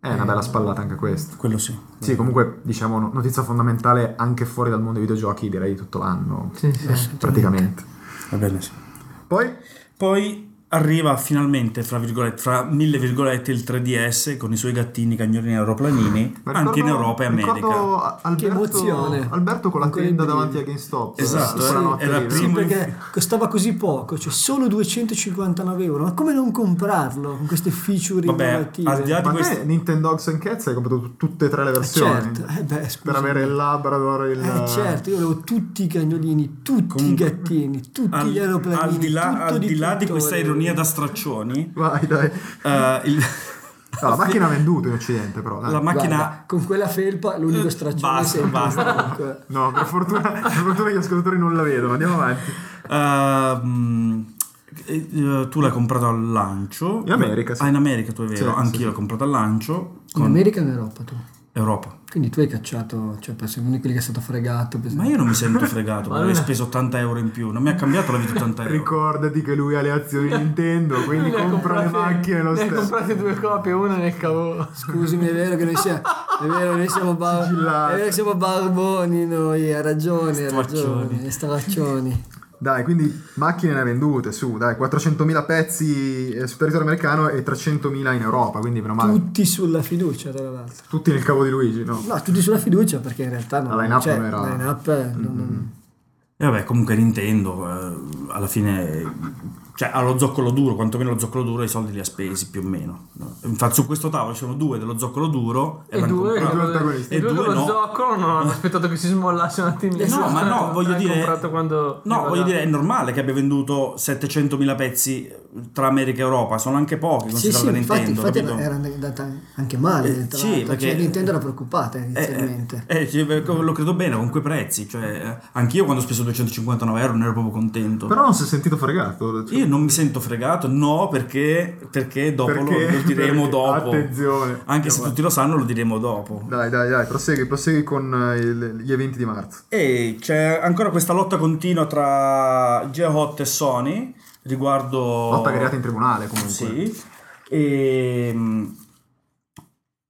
S2: È una bella spallata anche questa.
S3: Quello sì.
S5: Mm.
S2: Sì, comunque, diciamo, no- notizia fondamentale anche fuori dal mondo dei videogiochi, direi tutto l'anno,
S4: Sì, sì.
S2: praticamente.
S3: Va bene, sì.
S2: Poi,
S3: Poi arriva finalmente, fra, virgolette, fra mille virgolette, il 3DS con i suoi gattini, cagnolini e aeroplanini,
S2: ma
S3: anche in
S2: ricordo-
S3: Europa e America.
S2: ricordo A- Alberto,
S5: Che emozione.
S2: Alberto con la
S5: Ancora in
S2: tenda
S5: brividi.
S2: davanti a GameStop.
S3: Esatto,
S2: quella
S3: era-
S2: notte
S3: era
S2: lì, no?
S5: Sì,
S3: primo
S5: perché costava così poco, cioè solo 259 euro. Ma come non comprarlo con queste feature
S3: Vabbè,
S5: innovative?
S3: al di là-
S2: Ma te
S3: questo-
S2: Nintendo Dogs and Cats hai comprato tut- tutte e tre le versioni.
S5: certo, eh beh, scusa.
S2: per avere il Labrador, il...
S5: Eh certo, io avevo tutti i cagnolini, tutti
S3: Comunque,
S5: i gattini, tutti
S3: Al,
S5: gli aeroplanini.
S3: al di là,
S5: tutto
S3: al di, là di
S5: tutto,
S3: questa
S5: volevo
S3: ironia
S5: dire.
S2: eh.
S3: da straccioni,
S2: Vai, dai.
S3: eh, il-
S2: No, la macchina ha venduto in Occidente, però. dai.
S3: la macchina...
S5: Guarda, con quella felpa l'unico
S3: Eh,
S5: straccione
S3: basta,
S5: sempre
S3: basta.
S5: stato.
S2: No, per fortuna, per fortuna gli ascoltatori non la vedono. Andiamo avanti.
S3: eh, mm, eh, eh, tu l'hai comprato al lancio
S2: In America, sì.
S3: ah in America tu è vero
S2: Sì, sì,
S3: anch'io
S2: sì.
S3: l'ho comprato al lancio
S5: In
S3: con-
S5: America e in Europa tu.
S3: eh, Europa.
S5: Quindi tu hai cacciato, cioè per essere uno di quelli che è stato fregato. per
S3: Ma io non mi sento fregato,
S4: Ma
S3: avrei
S4: non è-
S3: speso 80 euro in più, non mi ha cambiato la vita 80 euro.
S2: Ricordati che lui ha le azioni Nintendo, quindi
S4: Ne ha
S2: compra le
S4: comprate-
S2: macchine lo
S4: ne ha
S2: stesso.
S4: comprate due copie, una nel cavo.
S5: Scusami, è vero che noi siamo, è vero, noi siamo, bar-
S2: Sigillato.
S5: è vero che siamo barboni, noi ha ragione, eh, ha
S3: Stravaccioni.
S5: ragione, stravaccioni.
S2: Dai, quindi macchine ne ha vendute, su, dai, 400.000 pezzi eh, sul territorio americano e 300.000 in Europa, quindi meno male.
S5: Tutti sulla fiducia, tra l'altro.
S2: Tutti nel cavo di Luigi, no?
S5: No, tutti sulla fiducia perché in realtà non
S2: La line-up
S5: cioè,
S2: non era-
S5: la line-up eh, non- non-
S3: E vabbè, comunque Nintendo eh, alla fine cioè ha lo zoccolo duro, quantomeno lo zoccolo duro i soldi li ha spesi più o meno. no? Infatti su questo tavolo ci sono due dello zoccolo duro
S4: E
S3: l'hanno
S4: due,
S2: Eh, due
S3: comprato.
S4: quello-
S2: antagonisti.
S4: E
S3: E
S4: due
S3: due
S4: con lo
S3: no. Eh.
S4: zoccolo non hanno aspettato che si smollasse un attimino.
S3: No, ma no, voglio
S4: L'hanno
S3: dire-
S4: esatto, comprato quando...
S3: No, voglio dire, è normale che abbia venduto 700.000 pezzi eh, tra America e Europa, sono anche pochi,
S5: Sì,
S3: considerando
S5: sì, infatti,
S3: Nintendo.
S5: infatti
S3: capito?
S5: era andata anche male,
S3: Eh,
S5: tra
S3: sì,
S5: l'altro.
S3: perché-
S5: Cioè, Nintendo era preoccupata
S3: Eh,
S5: inizialmente.
S3: Eh, eh, cioè, lo credo bene con quei prezzi, cioè eh, anch'io quando ho speso 259 euro non ero proprio contento.
S2: Però non si è sentito fregato. cioè,
S3: Io non mi sento fregato, no, perché, perché dopo lo-
S2: perché-
S3: lo, diremo
S2: perché-
S3: dopo.
S2: Attenzione.
S3: Anche se tutti lo sanno, lo diremo dopo.
S2: Dai, dai, dai, prosegui, prosegui con eh, il- gli eventi di marzo.
S3: E c'è ancora questa lotta continua tra Geohot e Sony riguardo.
S2: Lotta aggregata in tribunale, comunque.
S3: Sì. E,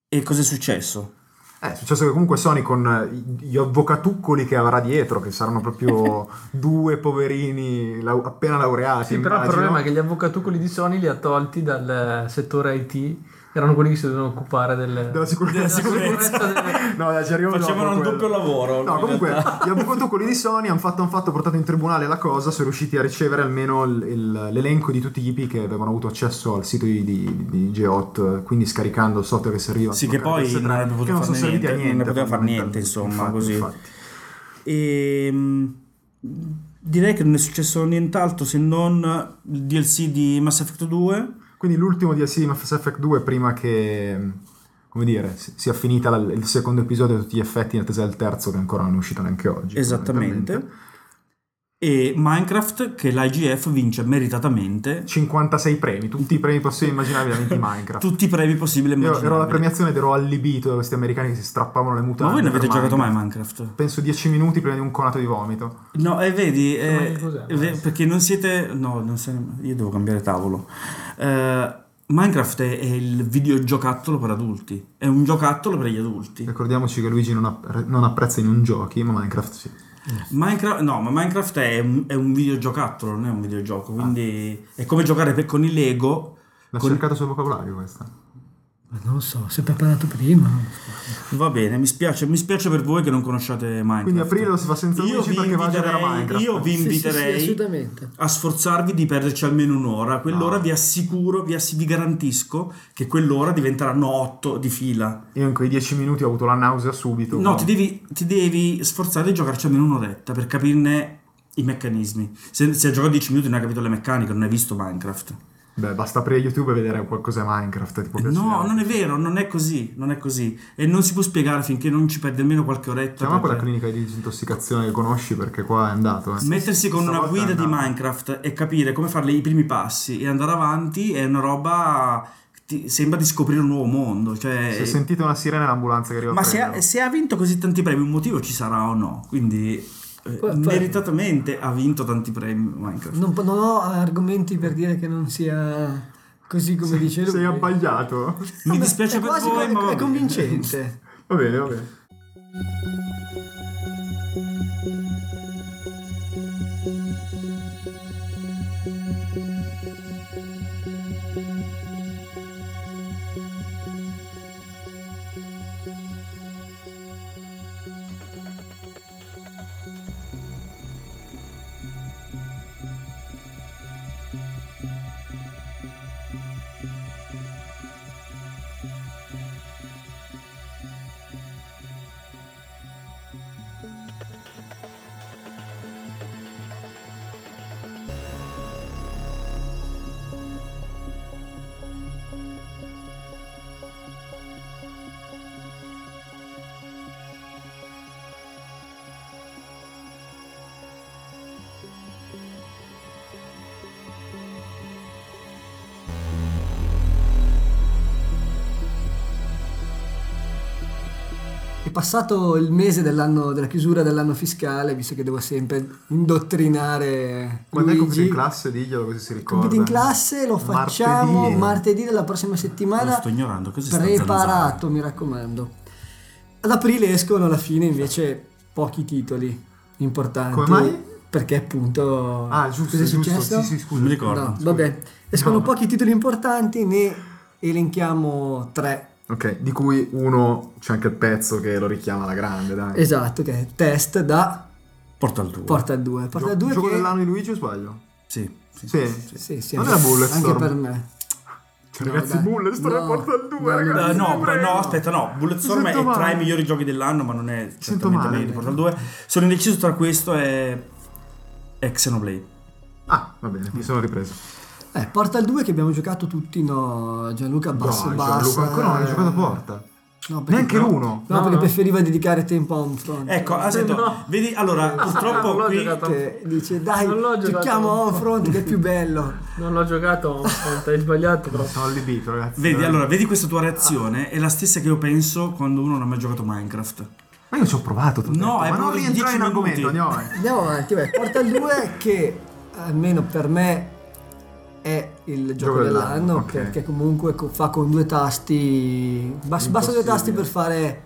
S3: e cos'è successo?
S2: Eh, è successo che comunque Sony con eh, gli avvocatuccoli che avrà dietro, che saranno proprio due poverini lau- appena laureati.
S4: Sì, però il
S2: immagino.
S4: problema è che gli avvocatucoli di Sony li ha tolti dal eh, settore IT, erano quelli che si dovevano occupare del...
S2: Della sicurezza.
S3: Della
S4: sicurezza delle-
S2: no, dai, ci arrivo dopo
S3: Facevano un
S2: quello.
S3: doppio lavoro.
S2: No,
S3: in
S2: comunque
S3: realtà.
S2: gli avvocatuccoli di Sony hanno fatto un fatto, portato in tribunale la cosa, sono riusciti a ricevere almeno il- il- l'elenco di tutti gli IP che avevano avuto accesso al sito di, di, di Geot, quindi scaricando il software che serviva.
S3: Sì,
S2: a
S3: che
S2: sbloccare
S3: poi
S2: PS3,
S3: non avrebbe
S2: che
S3: potuto
S2: non sono
S3: farne
S2: serviti a
S3: niente,
S2: niente.
S3: non ne poteva far
S2: fondamentalmente.
S3: niente, insomma,
S2: Infatti,
S3: così.
S2: infatti.
S3: Ehm, direi che non è successo nient'altro se non il DLC di Mass Effect 2.
S2: Quindi l'ultimo DLC di Mass Effect 2 prima che come dire, si- sia finita la- il secondo episodio a tutti gli effetti in attesa del terzo che ancora non è uscito neanche oggi.
S3: Esattamente.
S2: fondamentalmente.
S3: E Minecraft che l'IGF vince meritatamente
S2: 56 premi, tutti i premi possibili e immaginabili da 20 Minecraft.
S3: tutti i premi possibili e
S2: Io ero alla
S3: immaginabili.
S2: premiazione ed ero allibito da questi americani che si strappavano le mutande.
S3: Ma voi non
S2: per
S3: avete giocato mai
S2: Minecraft.
S3: a Minecraft?
S2: Penso 10 minuti prima di un conato di vomito.
S3: No, e vedi, eh,
S4: che cos'è,
S3: eh, ve- perché non siete... No, non se- io devo cambiare tavolo. Eh, Minecraft è, è il videogiocattolo per adulti, è un giocattolo per gli adulti.
S2: Ricordiamoci che Luigi non, app- non apprezza i non giochi, ma Minecraft sì.
S3: Minecraft, no, ma Minecraft è un, è un videogiocattolo, non è un videogioco, quindi è come giocare per- con i Lego.
S2: L'ha
S3: Con-
S2: cercato sul vocabolario questa.
S5: Ma non lo so, si è preparato prima.
S3: Va bene, mi spiace, mi spiace per voi che non conosciate Minecraft.
S2: Quindi aprile lo si fa senza
S3: Io
S2: Luigi
S3: vi
S2: perché va a giocare a
S3: inviterei-
S2: Minecraft.
S3: Io vi
S5: Sì, sì, sì,
S3: inviterei
S5: assolutamente.
S3: a sforzarvi di perderci almeno un'ora. Quell'ora
S2: No.
S3: vi assicuro, vi, ass- vi garantisco che quell'ora diventeranno otto di fila.
S2: Io in quei 10 minuti ho avuto la nausea subito.
S3: No, ti devi, ti devi sforzare di giocarci almeno un'oretta per capirne i meccanismi. Se, se hai giocato 10 minuti non hai capito le meccaniche, non hai visto Minecraft. Eh,
S2: Beh, basta aprire YouTube e vedere qualcosa Minecraft. Tipo
S3: No, non è vero, non è così, non è così. E non si può spiegare finché non ci perde almeno qualche oretta.
S2: Chiama quella
S3: perché-
S2: clinica di disintossicazione che conosci perché qua è andato. Eh.
S3: Mettersi con una
S2: Stavolta è
S3: guida di
S2: andato.
S3: Minecraft e capire come fare i primi passi e andare avanti è una roba. Ti, sembra di scoprire un nuovo mondo. Cioè,
S2: Se sentite una sirena è l'ambulanza che arriva
S3: ma
S2: a
S3: se ha,
S2: prenderlo.
S3: se ha vinto così tanti premi, un motivo ci sarà o no. Quindi, eh,
S5: Poi- poi-
S3: meritatamente ha vinto tanti premi Minecraft.
S5: Non, non ho argomenti per dire che non sia così come dice lui.
S2: Sei abbagliato?
S3: Mi dispiace
S5: è
S3: per
S5: quasi
S3: voi,
S5: co-
S3: ma. va
S5: è
S3: bene.
S5: convincente.
S2: Va bene, va bene.
S5: È passato il mese dell'anno- della chiusura dell'anno fiscale, visto che devo sempre indottrinare.
S2: Quando è il compito in
S5: Luigi.
S2: classe, diglielo così si ricorda.
S5: Compito in classe lo facciamo martedì, della prossima
S3: Lo
S5: settimana.
S3: sto ignorando, così sta zanzara.
S5: Preparato, mi raccomando. Ad aprile escono alla fine invece pochi titoli importanti.
S2: Come mai?
S5: Perché appunto...
S2: Ah, giusto,
S5: Cos'è
S2: sì, giusto.
S5: successo?
S2: Sì, sì, scusa.
S3: Non mi ricordo.
S5: No, vabbè. Escono
S2: No.
S5: pochi titoli importanti, ne elenchiamo tre.
S2: Ok, di cui uno c'è anche il pezzo che lo richiama alla grande, dai.
S5: Esatto, che è test da
S3: Porta al tuo.
S5: Porta 2. Porta
S2: Gio-
S5: 2
S2: gioco
S5: che...
S2: dell'anno di Luigi o sbaglio?
S3: Sì, sì,
S2: Sì.
S5: Sì, sì,
S2: Non
S5: anche-
S2: era Bulletstorm?
S5: Anche per me.
S2: Cioè,
S5: No,
S2: ragazzi,
S5: dai.
S2: Bulletstorm
S5: No,
S2: è Porta al 2,
S5: no,
S3: Eh,
S2: ragazzi.
S3: no,
S2: vi
S3: beh,
S2: prego.
S3: no, aspetta, no, Bulletstorm
S2: Mi
S3: è
S2: sento
S3: tra i
S2: male.
S3: migliori giochi dell'anno, ma non è
S2: sento
S3: certamente
S2: male.
S3: meglio di Portal 2. Sono indeciso tra questo e, e Xenoblade.
S2: Ah, va bene, mi sono ripreso.
S5: Eh, Portal 2 che abbiamo giocato tutti, no? Gianluca Basso
S2: no,
S5: Basso.
S2: Gianluca, ancora non hai
S5: eh,
S2: giocato a Porta.
S5: No, perché,
S2: Neanche
S5: no,
S2: l'uno. ah,
S5: No,
S4: No,
S5: perché
S4: no.
S5: preferiva dedicare tempo a un front.
S3: Ecco, aspetta,
S4: no.
S3: vedi, allora, purtroppo
S4: Non l'ho
S3: qui...
S4: giocato.
S5: Che dice dai,
S4: Non l'ho giocato.
S5: giochiamo a un front che è più bello.
S4: Non l'ho giocato, hai sbagliato però.
S2: Sono allibito, ragazzi.
S3: Vedi,
S2: veramente.
S3: allora, vedi questa tua reazione? È la stessa che io penso quando uno non ha mai giocato Minecraft.
S2: Ma io ci ho provato. t'ho
S3: No,
S2: detto,
S3: è
S2: ma non
S3: proprio
S2: rientrare
S3: 10
S2: in argomento,
S3: minuti.
S2: andiamo avanti.
S5: Andiamo avanti, vai. Portal 2 che almeno per me è il gioco
S2: Gioco dell'anno,
S5: dell'anno
S2: ok.
S5: perché comunque co- fa con due tasti bas- basta due tasti per fare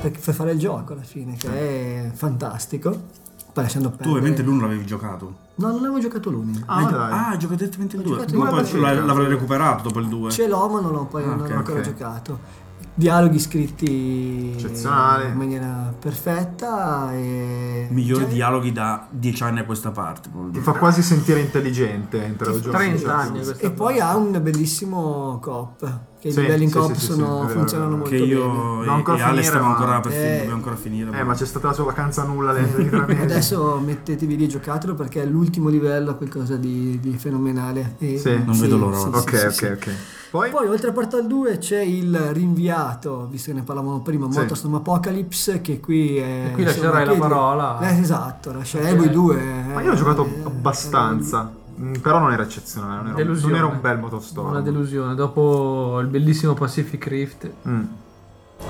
S5: per, per fare il gioco alla fine che è fantastico. Poi lasciando
S3: Tu
S5: perdere.
S3: ovviamente l'uno l'avevi giocato.
S5: No, non avevo giocato l'uno.
S2: Ah,
S3: Mentre-
S2: dai.
S3: ah, gioco direttamente il
S5: Ho
S3: 2.
S5: giocato
S3: Ma
S5: il
S3: poi
S5: due.
S3: ce l'hai- l'avrai recuperato dopo il 2.
S5: Ce l'ho, ma non l'ho poi
S3: Ah,
S5: non
S3: ok,
S5: ho ancora
S2: ok.
S5: giocato. Dialoghi scritti
S2: Eccezionale.
S5: in maniera perfetta e
S3: Migliori
S5: cioè,
S3: dialoghi da 10 anni a questa parte.
S2: Ti fa quasi sentire intelligente entro il gioco.
S4: 30 anni
S2: Cioè,
S4: questa
S5: E poi
S4: cosa.
S5: ha un bellissimo co-op, che i
S2: Sì,
S5: livelli in
S2: sì,
S5: co-op
S2: sì, sì,
S5: sono-
S2: sì, è vero,
S5: funzionano
S2: è vero.
S5: molto
S3: Che
S5: bene.
S3: io
S2: Devo
S3: e,
S2: ancora
S3: e Ale
S2: finire,
S3: stavamo
S2: ma-
S3: ancora per
S5: Eh.
S3: finire. Dobbiamo ancora finire.
S2: Eh, ma c'è stata la sua vacanza nulla le- di tre mesi.
S5: Adesso mettetevi lì e giocatelo perché è l'ultimo livello, qualcosa di, di fenomenale. E-
S2: Sì, non
S3: vedo l'ora.
S5: sì, sì,
S2: Ok,
S5: sì,
S2: ok,
S5: sì.
S2: ok. Poi,
S5: Poi oltre a Portal 2 c'è il rinviato, visto che ne parlavamo prima,
S2: Sì.
S5: Motorstorm Apocalypse, che qui è...
S4: E qui
S5: insomma,
S4: lascerai la
S5: chiedi-
S4: parola.
S5: Eh, esatto, lascerai voi
S4: Ok.
S5: due.
S2: ma io l'ho giocato
S5: eh,
S2: abbastanza, mm, però non era eccezionale, non era, un- non
S4: Delusione.
S2: era un bel motostorm.
S4: Una delusione, dopo il bellissimo Pacific Rift,
S2: Mm.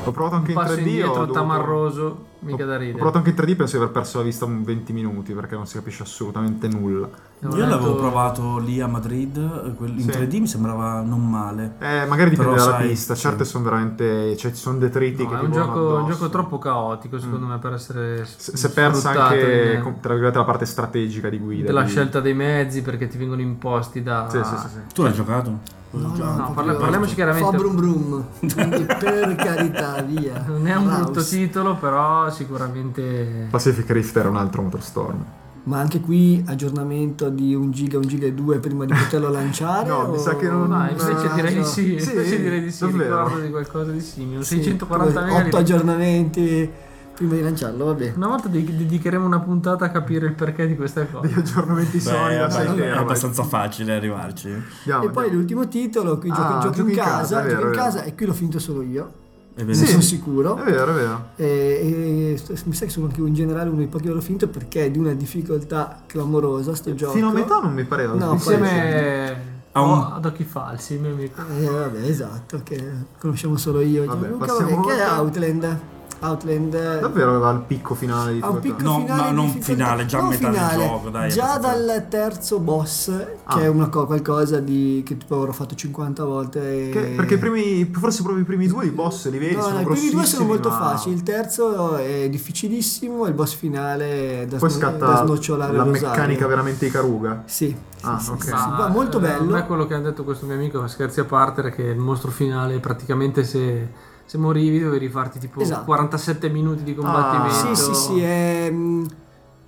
S2: Ho provato anche
S4: un
S2: in 3D.
S4: passo
S2: ho
S4: indietro,
S2: dovuto-
S4: tamarroso, mica
S2: ho-
S4: da
S2: Ho
S4: ridere.
S2: provato anche in 3D, penso di aver perso la vista un 20 minuti perché non si capisce assolutamente nulla.
S4: Non
S3: Io
S4: ho
S3: l'avevo
S4: letto-
S3: provato lì a Madrid, eh, quel- in
S2: Sì.
S3: 3D mi sembrava non male.
S2: Eh, magari dipende
S3: Però
S2: dalla
S3: sai,
S2: pista,
S3: sì.
S2: certe sono veramente. cioè ci sono detriti
S4: No,
S2: che
S4: è
S2: ti
S4: un
S2: volano
S4: gioco, un
S2: addosso. Mm.
S4: gioco troppo caotico secondo me per essere
S2: S- Si è persa
S4: sfruttato
S2: anche,
S4: in-
S2: com- tra virgolette, la parte strategica di guida.
S4: della
S2: di-
S4: eh. scelta dei mezzi perché ti vengono imposti da
S2: Sì, sì, sì, sì.
S3: Tu l'hai giocato?
S5: No, no,
S4: No,
S5: proprio-
S4: parla- parliamoci chiaramente.
S5: Fa brum brum, quindi per carità, via.
S4: Non è un
S5: Raus.
S4: brutto titolo, però sicuramente
S2: Pacific Rift era un altro Motorstorm.
S5: Ma anche qui aggiornamento di 1 giga, 1 giga e 2 prima di poterlo lanciare?
S2: No, mi sa che non-
S4: No, invece
S5: Ah,
S4: direi
S5: no.
S4: di sì,
S2: Sì,
S4: invece direi di sì,
S2: davvero?
S4: ricordo di qualcosa di simile, un
S5: Sì,
S4: 640
S5: poi
S4: mega
S5: otto aggiornamenti prima di lanciarlo, vabbè.
S4: Una volta ded- dedicheremo una puntata a capire il perché di questa
S2: Degli
S4: cosa.
S2: aggiornamenti
S3: Beh,
S2: Sony da
S3: vabbè,
S2: 6
S3: è
S2: terabyte.
S3: abbastanza facile arrivarci.
S2: Andiamo,
S5: e poi
S2: andiamo.
S5: l'ultimo titolo, qui gioco,
S2: Ah,
S5: gioco in casa,
S2: è vero,
S5: gioco in
S2: è vero.
S5: casa e qui l'ho finito solo io,
S3: Ebbene,
S5: ne
S2: Sì.
S5: sono
S2: È
S5: sicuro.
S2: vero, è vero.
S5: E, e st- mi sa che sono anche in generale uno dei pochi che l'ho finito perché è di una difficoltà clamorosa sto gioco.
S2: Fino a metà non mi pareva.
S5: No,
S4: Insieme
S3: A
S4: a
S3: un-
S5: Oh,
S4: ad occhi falsi, mio amico.
S5: Eh, vabbè, esatto, che conosciamo solo io e
S2: Vabbè,
S5: Gianluca,
S2: passiamo
S5: vabbè, che è
S2: oltre.
S5: Outland. Outland eh,
S2: Davvero aveva il picco finale di
S5: ha un
S2: tutto.
S5: picco
S3: No,
S5: finale
S3: ma
S5: di
S3: non
S5: difficoltà-
S3: finale, già a
S5: non
S3: metà del
S5: finale,
S3: gioco, dai,
S5: già
S3: abbastanza.
S5: dal terzo boss,
S2: Ah.
S5: che è una co- qualcosa di, che tipo avrò fatto 50 volte. e-
S2: Che- perché i primi, forse proprio i primi due di boss li vedi,
S5: No,
S2: sono
S5: no, i primi due sono
S2: grossissimi,
S5: molto
S2: ma-
S5: facili, il terzo è difficilissimo e il boss finale è da,
S2: Poi
S5: sno- da
S2: scatta
S5: snocciolare.
S2: la
S5: il rosario.
S2: meccanica veramente di Caruga.
S5: Sì, sì,
S2: Ah,
S5: sì,
S2: ok.
S5: sì, sì,
S4: Ma,
S5: va molto
S4: eh,
S5: bello.
S4: a me quello che ha detto questo mio amico, scherzi a parte, era che il mostro finale praticamente se, se morivi dovevi farti tipo
S5: Esatto.
S4: 47 minuti di
S2: Ah.
S4: combattimento.
S5: Sì, sì, sì, è, mm,
S2: Il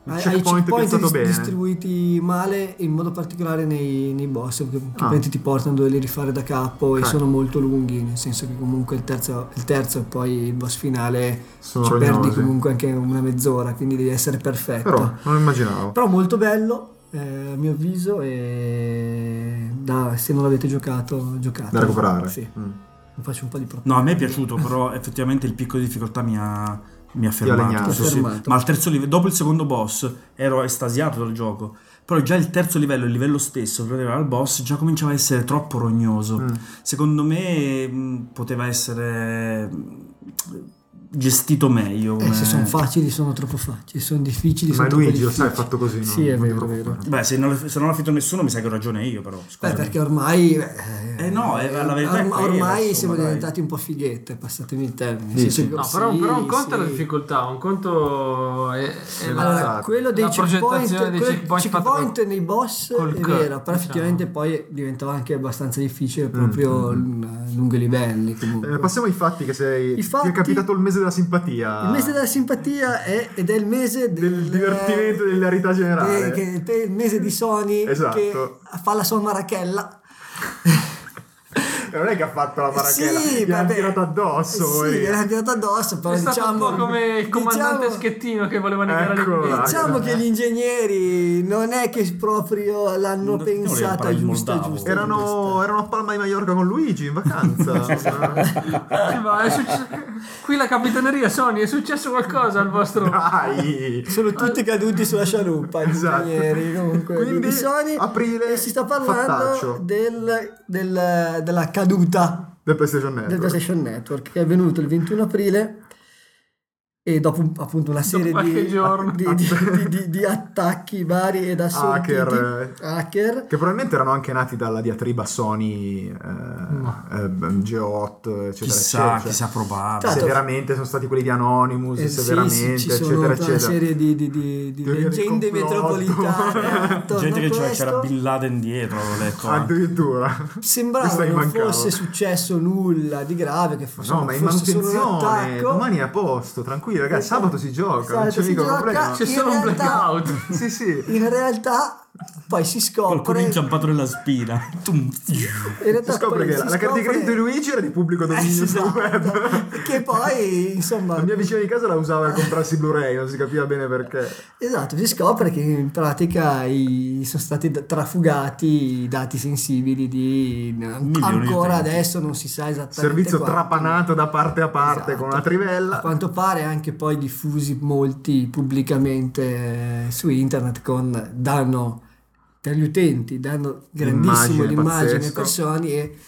S5: hai- hai
S2: checkpoint è
S5: checkpoint
S2: pensato
S5: dis-
S2: bene.
S5: distribuiti male e in modo particolare nei, nei boss che, che
S2: Ah.
S5: ovviamente ti portano dove li rifare da capo
S2: Ok.
S5: e sono molto lunghi, nel senso che comunque il terzo, il terzo e poi il boss finale
S2: Sono
S5: ci perdi
S2: rognosi.
S5: comunque anche una mezz'ora, quindi devi essere perfetto.
S2: Però non lo immaginavo.
S5: Però molto bello, eh, a mio avviso, e da- se non l'avete giocato, giocate.
S2: da recuperare.
S5: Sì,
S2: Mm.
S5: faccio un po' di propaganda.
S3: No, a me è piaciuto, però effettivamente il picco di difficoltà mi ha, mi ha fermato.
S2: legnato.
S3: sì, sì.
S5: Fermato.
S3: Ma al terzo livello, dopo il secondo boss, ero estasiato dal gioco. Però già il terzo livello, il livello stesso, prima di arrivare al boss, già cominciava a essere troppo rognoso.
S2: Mm.
S3: Secondo me mh, poteva essere mh, mm, gestito meglio.
S5: Eh,
S3: come-
S5: se sono facili sono troppo facili, sono difficili
S2: Ma
S5: sono troppo
S2: Luigi lo sai, è
S5: difficili.
S2: fatto così. no?
S5: Sì, è
S2: Non ti
S5: vero, è
S2: preoccupare.
S5: vero.
S3: Beh, se non, se non l'ha fatto nessuno, mi sa che ho ragione io, però.
S5: Beh,
S3: scusami.
S5: perché ormai... eh,
S3: Eh no, eh, la verità è
S5: orm-
S3: quella,
S5: Ormai
S3: insomma,
S5: siamo
S3: dai.
S5: diventati un po' fighette, passatemi il termine.
S2: Dici?
S5: Sì, sì,
S4: No, però, però un
S5: sì,
S4: conto è la
S5: sì.
S4: difficoltà, un conto è, è la-
S5: Allora,
S2: Esatto.
S5: quello dei
S4: La
S5: checkpoint,
S4: progettazione dei
S5: quello
S4: checkpoint
S5: checkpoint
S4: fatta col-
S5: nei boss
S4: col C,
S5: è vero, però
S4: diciamo.
S5: effettivamente poi diventava anche abbastanza difficile proprio l- lungo i livelli comunque.
S2: Mm, Eh, passiamo ai fatti che sei...
S5: I fatti-
S2: Ti è capitato il mese della simpatia.
S5: Il mese della simpatia è, ed è il mese del,
S2: Del divertimento e dell'arità generale.
S5: eh, che- che è il mese di Sony
S2: Esatto.
S5: che fa la sua marachella.
S2: Eh, Non è che ha fatto la marachella,
S5: Sì,
S2: gli ha
S5: vabbè.
S2: tirato addosso.
S5: Sì,
S2: poi.
S5: gliel'hanno tirato addosso, però
S4: È
S5: diciamo...
S4: stato un po' come il comandante
S5: diciamo-
S4: Schettino che voleva negare
S2: Ecco.
S4: le
S2: Eccola.
S5: Diciamo che gli ingegneri non è che proprio l'hanno
S3: Non dobbiamo
S5: pensata
S3: parlare di
S5: giusta,
S3: Moldavo.
S5: giusta.
S2: Erano, erano a Palma di Mallorca con Luigi in vacanza.
S4: Eh, ma è succe- Qui la capitaneria Sony è successo qualcosa al vostro
S2: Dai!
S5: Sono tutti caduti sulla scialuppa, gli
S2: Esatto.
S5: ingegneri comunque.
S2: Quindi,
S5: Quindi Sony
S2: aprile,
S5: e si sta parlando
S2: fattaccio.
S5: del- del- della caduta
S2: Del PlayStation Network.
S5: del PlayStation Network che è venuto il 21 aprile e dopo appunto una serie
S4: qualche
S5: di,
S4: giorno.
S5: di, di- di- di- di attacchi vari ed assolutiti
S2: Hacker, eh.
S5: hacker
S2: Che probabilmente erano anche nati dalla diatriba Sony, eh, eh, Geot, eccetera,
S3: Chissà,
S2: eccetera. Cioè,
S3: chissà, probabile.
S5: Tanto-
S2: Se veramente sono stati quelli di Anonymous,
S5: Eh,
S2: se
S5: sì,
S2: veramente,
S5: sì, ci sono
S2: eccetera,
S5: tutta una
S2: eccetera.
S5: serie di, di- di- di
S2: Teorie del
S5: leggende
S2: complotto.
S5: metropolitane attorno
S3: Gente
S5: a
S3: che c'era,
S5: questo.
S3: c'era Bin Laden dietro, avevo letto.
S2: Ah,
S3: eh. anche.
S2: Addirittura.
S5: sembrava
S2: Questa gli
S5: non
S2: mancava.
S5: fosse successo nulla di grave che fosse,
S2: No, ma in
S5: fosse solo un
S2: manutenzione,
S5: attacco
S2: domani è a posto, tranquilli ragazzi,
S5: Esatto.
S2: sabato si gioca, non
S5: Esatto,
S2: c'è
S5: si
S2: mica
S5: gioca.
S2: problema.
S4: c'è
S5: In
S4: solo un
S5: realtà-
S4: blackout
S2: Sì, sì.
S5: in realtà poi si
S3: Qualcuno
S5: scopre in
S3: inciampato nella spina. Tum.
S5: realtà
S2: Si scopre
S5: poi
S2: che
S5: si
S2: la, la carta di
S5: scopre-
S2: credito di Luigi era di pubblico
S5: Eh,
S2: dominio sul
S5: esatto.
S2: web.
S5: che poi insomma
S2: La mia vicina di casa la usava per comprarsi i Blu-ray, non si capiva bene perché.
S5: Esatto, si scopre che in pratica i- sono stati d- trafugati i dati sensibili di
S3: di
S5: ancora
S3: utenti.
S5: adesso non si sa esattamente
S2: Servizio
S5: quanti.
S2: trapanato da parte a parte
S5: Esatto.
S2: con una
S5: A
S2: trivella.
S5: quanto pare anche poi diffusi molti pubblicamente eh, su internet con danno per gli utenti, danno grandissimo
S2: Immagine,
S5: l'immagine,
S2: pazzesco.
S5: persone e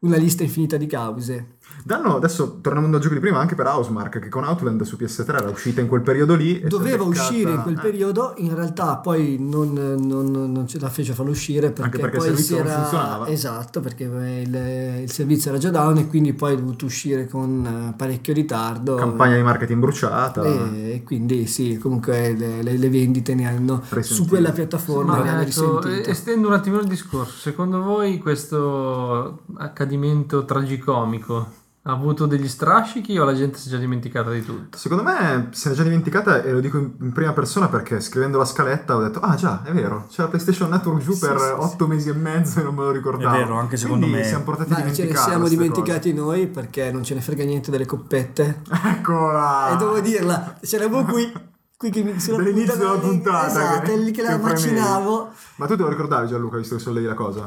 S5: una lista infinita di cause.
S2: Danno, adesso tornando al gioco di prima, anche per Housemark, che con Outland su PS3 era uscita in quel periodo lì. e si è
S5: Doveva
S2: beccata-
S5: uscire in quel
S2: eh,
S5: periodo, in realtà poi non, non- non ce la fece farlo uscire perché,
S2: Anche perché il
S5: poi
S2: servizio
S5: si
S2: non
S5: era,
S2: funzionava.
S5: Esatto, perché il, il servizio era già down e quindi poi è dovuto uscire con eh, parecchio ritardo.
S2: Campagna di marketing bruciata.
S5: E, e quindi sì, comunque le, le- le vendite ne hanno su
S2: Risentite.
S5: quella piattaforma
S4: Ma
S5: ne hanno
S4: ecco,
S5: risentite.
S4: estendo un attimino il discorso secondo voi questo accadimento tragicomico ha avuto degli strascichi o la gente si è già dimenticata di tutto
S2: Secondo me se n'è già dimenticata e lo dico in, in prima persona perché scrivendo la scaletta ho detto ah già è vero c'è la PlayStation Network giù
S5: Sì,
S2: per
S5: sì, sì.
S2: 8 mesi e mezzo e non me lo ricordavo.
S3: È vero, anche secondo
S2: Quindi
S3: me.
S2: siamo portati a
S5: Ma ce
S2: dimenticare.
S5: ne siamo
S2: queste
S5: dimenticati noi perché non ce ne frega niente delle coppette.
S2: cose. Eccola.
S5: E devo dirla, ce l'avevo qui, qui che mi sulla
S2: Dall'inizio
S5: punta
S2: della puntata
S5: Esatto,
S2: che-
S5: è lì che
S2: che
S5: la
S2: premevi.
S5: macinavo.
S2: Ma tu te lo ricordavi Gianluca visto che sollevi la cosa?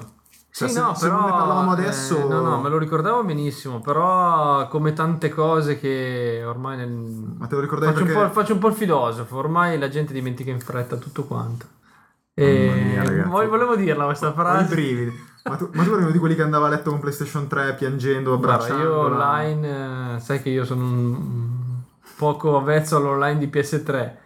S2: Cioè,
S4: Sì,
S2: se,
S4: no,
S2: se
S4: però
S2: non ne parlavamo
S4: eh,
S2: adesso
S4: no, no, me lo ricordavo benissimo, però come tante cose che ormai nel...
S2: Ma te lo ricordavi
S4: faccio, un
S2: perché
S4: po', faccio un po' il filosofo, ormai la gente dimentica in fretta tutto quanto. E
S2: Mamma mia, ragazzi.
S4: vo- volevo dirla questa
S2: ho i
S4: frase.
S2: brividi. Ma tu, ma tu eri uno di quelli che andava a letto con PlayStation 3 piangendo,
S4: Guarda,
S2: abbracciando.
S4: io online, eh, sai che io sono un poco avvezzo all'online di PS3,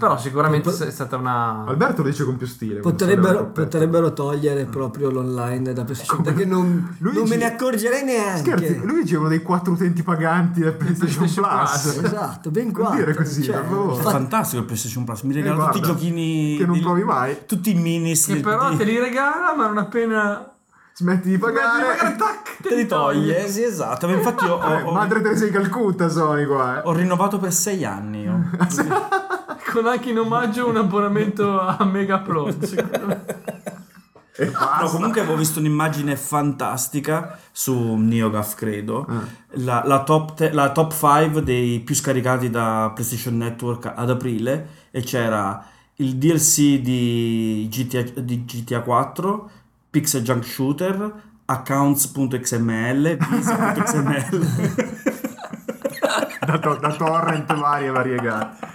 S4: però sicuramente
S5: Po-
S4: è stata
S2: Ah.
S4: una...
S2: Alberto lo dice con più stile. quando solleva
S5: Potrebbero,
S2: la coppetta.
S5: potrebbero togliere proprio l'online da PlayStation perché non,
S2: Luigi-
S5: non me ne accorgerei neanche.
S2: Scherzi, Luigi è uno dei quattro utenti paganti del PlayStation,
S4: PlayStation
S2: Plus.
S4: Plus.
S5: Esatto, ben cioè,
S2: Non
S5: qua.
S2: dire così, per favore.
S3: È fantastico il PlayStation Plus, mi
S2: Eh,
S3: regala tutti i
S2: guarda,
S3: giochini.
S2: Che non
S3: del-
S2: provi mai.
S3: Tutti i minis.
S4: Che
S3: del-
S4: però
S3: di-
S4: te li regala, ma non appena...
S2: Smetti di pagare.
S4: Smetti di pagare,
S2: tac.
S3: te li toglie. Sì, esatto. ma Infatti, io ho,
S2: Eh,
S3: ho-
S2: Madre Teresa di Calcutta, Sony qua. eh.
S3: ho rinnovato per sei anni.
S2: Mm.
S3: io.
S4: Con anche in omaggio un abbonamento a Mega Upload, secondo me.
S2: E
S3: No,
S2: basta.
S3: comunque avevo visto un'immagine fantastica su Neogaf, credo.
S2: Ah.
S3: La, la top te- la top 5 dei più scaricati da PlayStation Network ad aprile. E c'era il DLC di GTA, di GTA 4, Pixel Junk Shooter, accounts.xml, visa.xml.
S2: Da, to- da torrent varie variegate.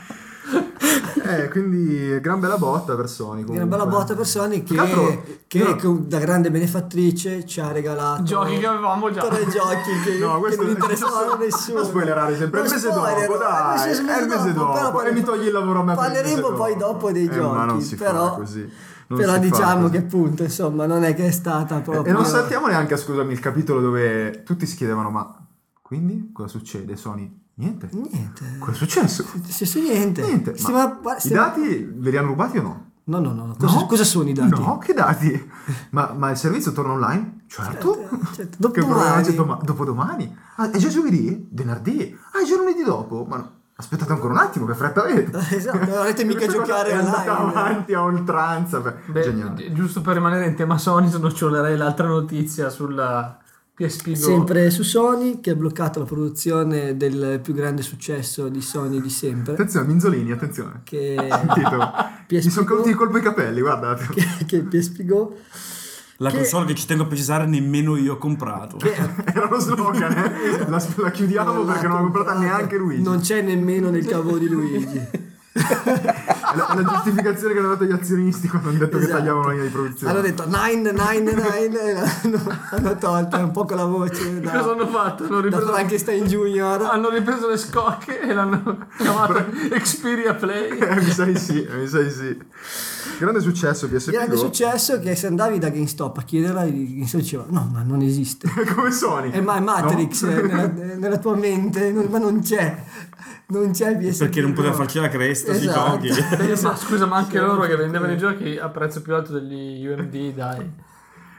S2: Eh, quindi gran bella botta per Sony.
S5: Una
S2: comunque.
S5: bella botta per Sony che,
S2: Tra l'altro,
S5: che
S2: io-
S5: con- da grande benefattrice ci ha regalato
S4: Giochi che avevamo già.
S5: tre giochi che,
S2: No,
S5: che
S2: questo
S5: non interessavano a nessuno.
S2: Non spoilerare sempre. È il
S5: Non
S2: mese
S5: spoilerò,
S2: dopo, dai.
S5: è il mese dopo, però
S2: E mi togli il lavoro a me. per il mese
S5: Parleremo poi dopo dei
S2: Eh, Ma non
S5: giochi,
S2: si
S5: però-
S2: fa così. Non
S5: Però
S2: si fa
S5: diciamo
S2: così.
S5: che appunto, insomma, non è che è stata proprio...
S2: E non saltiamo neanche, scusami, il capitolo dove tutti si chiedevano, ma quindi cosa succede, Sony? Niente.
S5: Niente.
S2: Cosa è successo?
S5: Sì, sì, niente.
S2: Niente. Ma
S5: Stiamo- guarda,
S2: I
S5: stiamo-
S2: dati ve li hanno rubati o no?
S5: No, no, no. no. Cosa,
S2: No?
S5: cosa sono i dati?
S2: No, che dati? Ma, ma il servizio torna online? Certo.
S5: Cioè, dopo
S2: che problema c'è
S5: domani.
S2: doma- dopodomani? Ah, è già giovedì? Venerdì? Ah, è già lunedì dopo? Ma no, aspettate ancora un attimo, che fretta avete?
S5: Esatto, non avete mica
S2: Questa cosa
S5: giocare
S2: è andata
S5: online.
S2: avanti a oltranza. beh,
S4: Beh,
S2: Geniale.
S4: gi- giusto per rimanere in tema Sony, nocciolerei l'altra notizia sulla PSP Go.
S5: Sempre su Sony che ha bloccato la produzione del più grande successo di Sony di sempre.
S2: Attenzione, Minzolini, attenzione.
S5: Che,
S2: Sentito? Mi
S5: PSP
S2: sono caduti di
S5: Go,
S2: colpo i capelli, guardate.
S5: che, che PSP Go
S3: La
S5: Che-
S3: console che ci tengo a precisare nemmeno io ho comprato.
S2: Era uno slogan, eh. La, la chiudiamo
S5: l'ha
S2: perché non l'ha comprata
S5: comprata.
S2: neanche Luigi.
S5: Non c'è nemmeno nel cavo di Luigi.
S2: È la, è la giustificazione che hanno dato gli azionisti quando hanno detto
S5: Esatto.
S2: che tagliavano la linea di produzione.
S5: Hanno detto 999 e l'hanno- l'hanno tolta un po' con la voce. Da,
S4: Cosa hanno fatto? Hanno
S5: da
S4: ripreso,
S5: Frankenstein
S2: Ah,
S5: Junior.
S4: hanno ripreso le scocche e l'hanno chiamata Xperia Play.
S2: Eh, mi sa di sì, eh, mi sa di sì. Grande successo PSP
S5: Grande
S2: Go.
S5: successo che se andavi da GameStop a chiederla, il GameStop diceva no, ma non esiste.
S2: Come Sony.
S5: Eh, ma è Matrix
S2: No?
S5: eh, nella, nella tua mente, non- ma non c'è. Non c'è il PSP.
S3: Perché non poteva
S5: no.
S3: farci la cresta
S5: Esatto.
S3: sui giochi.
S4: Eh, ma scusa, ma anche
S5: Sì,
S4: loro che
S5: sì.
S4: vendevano i giochi a prezzo più alto degli UMD, dai.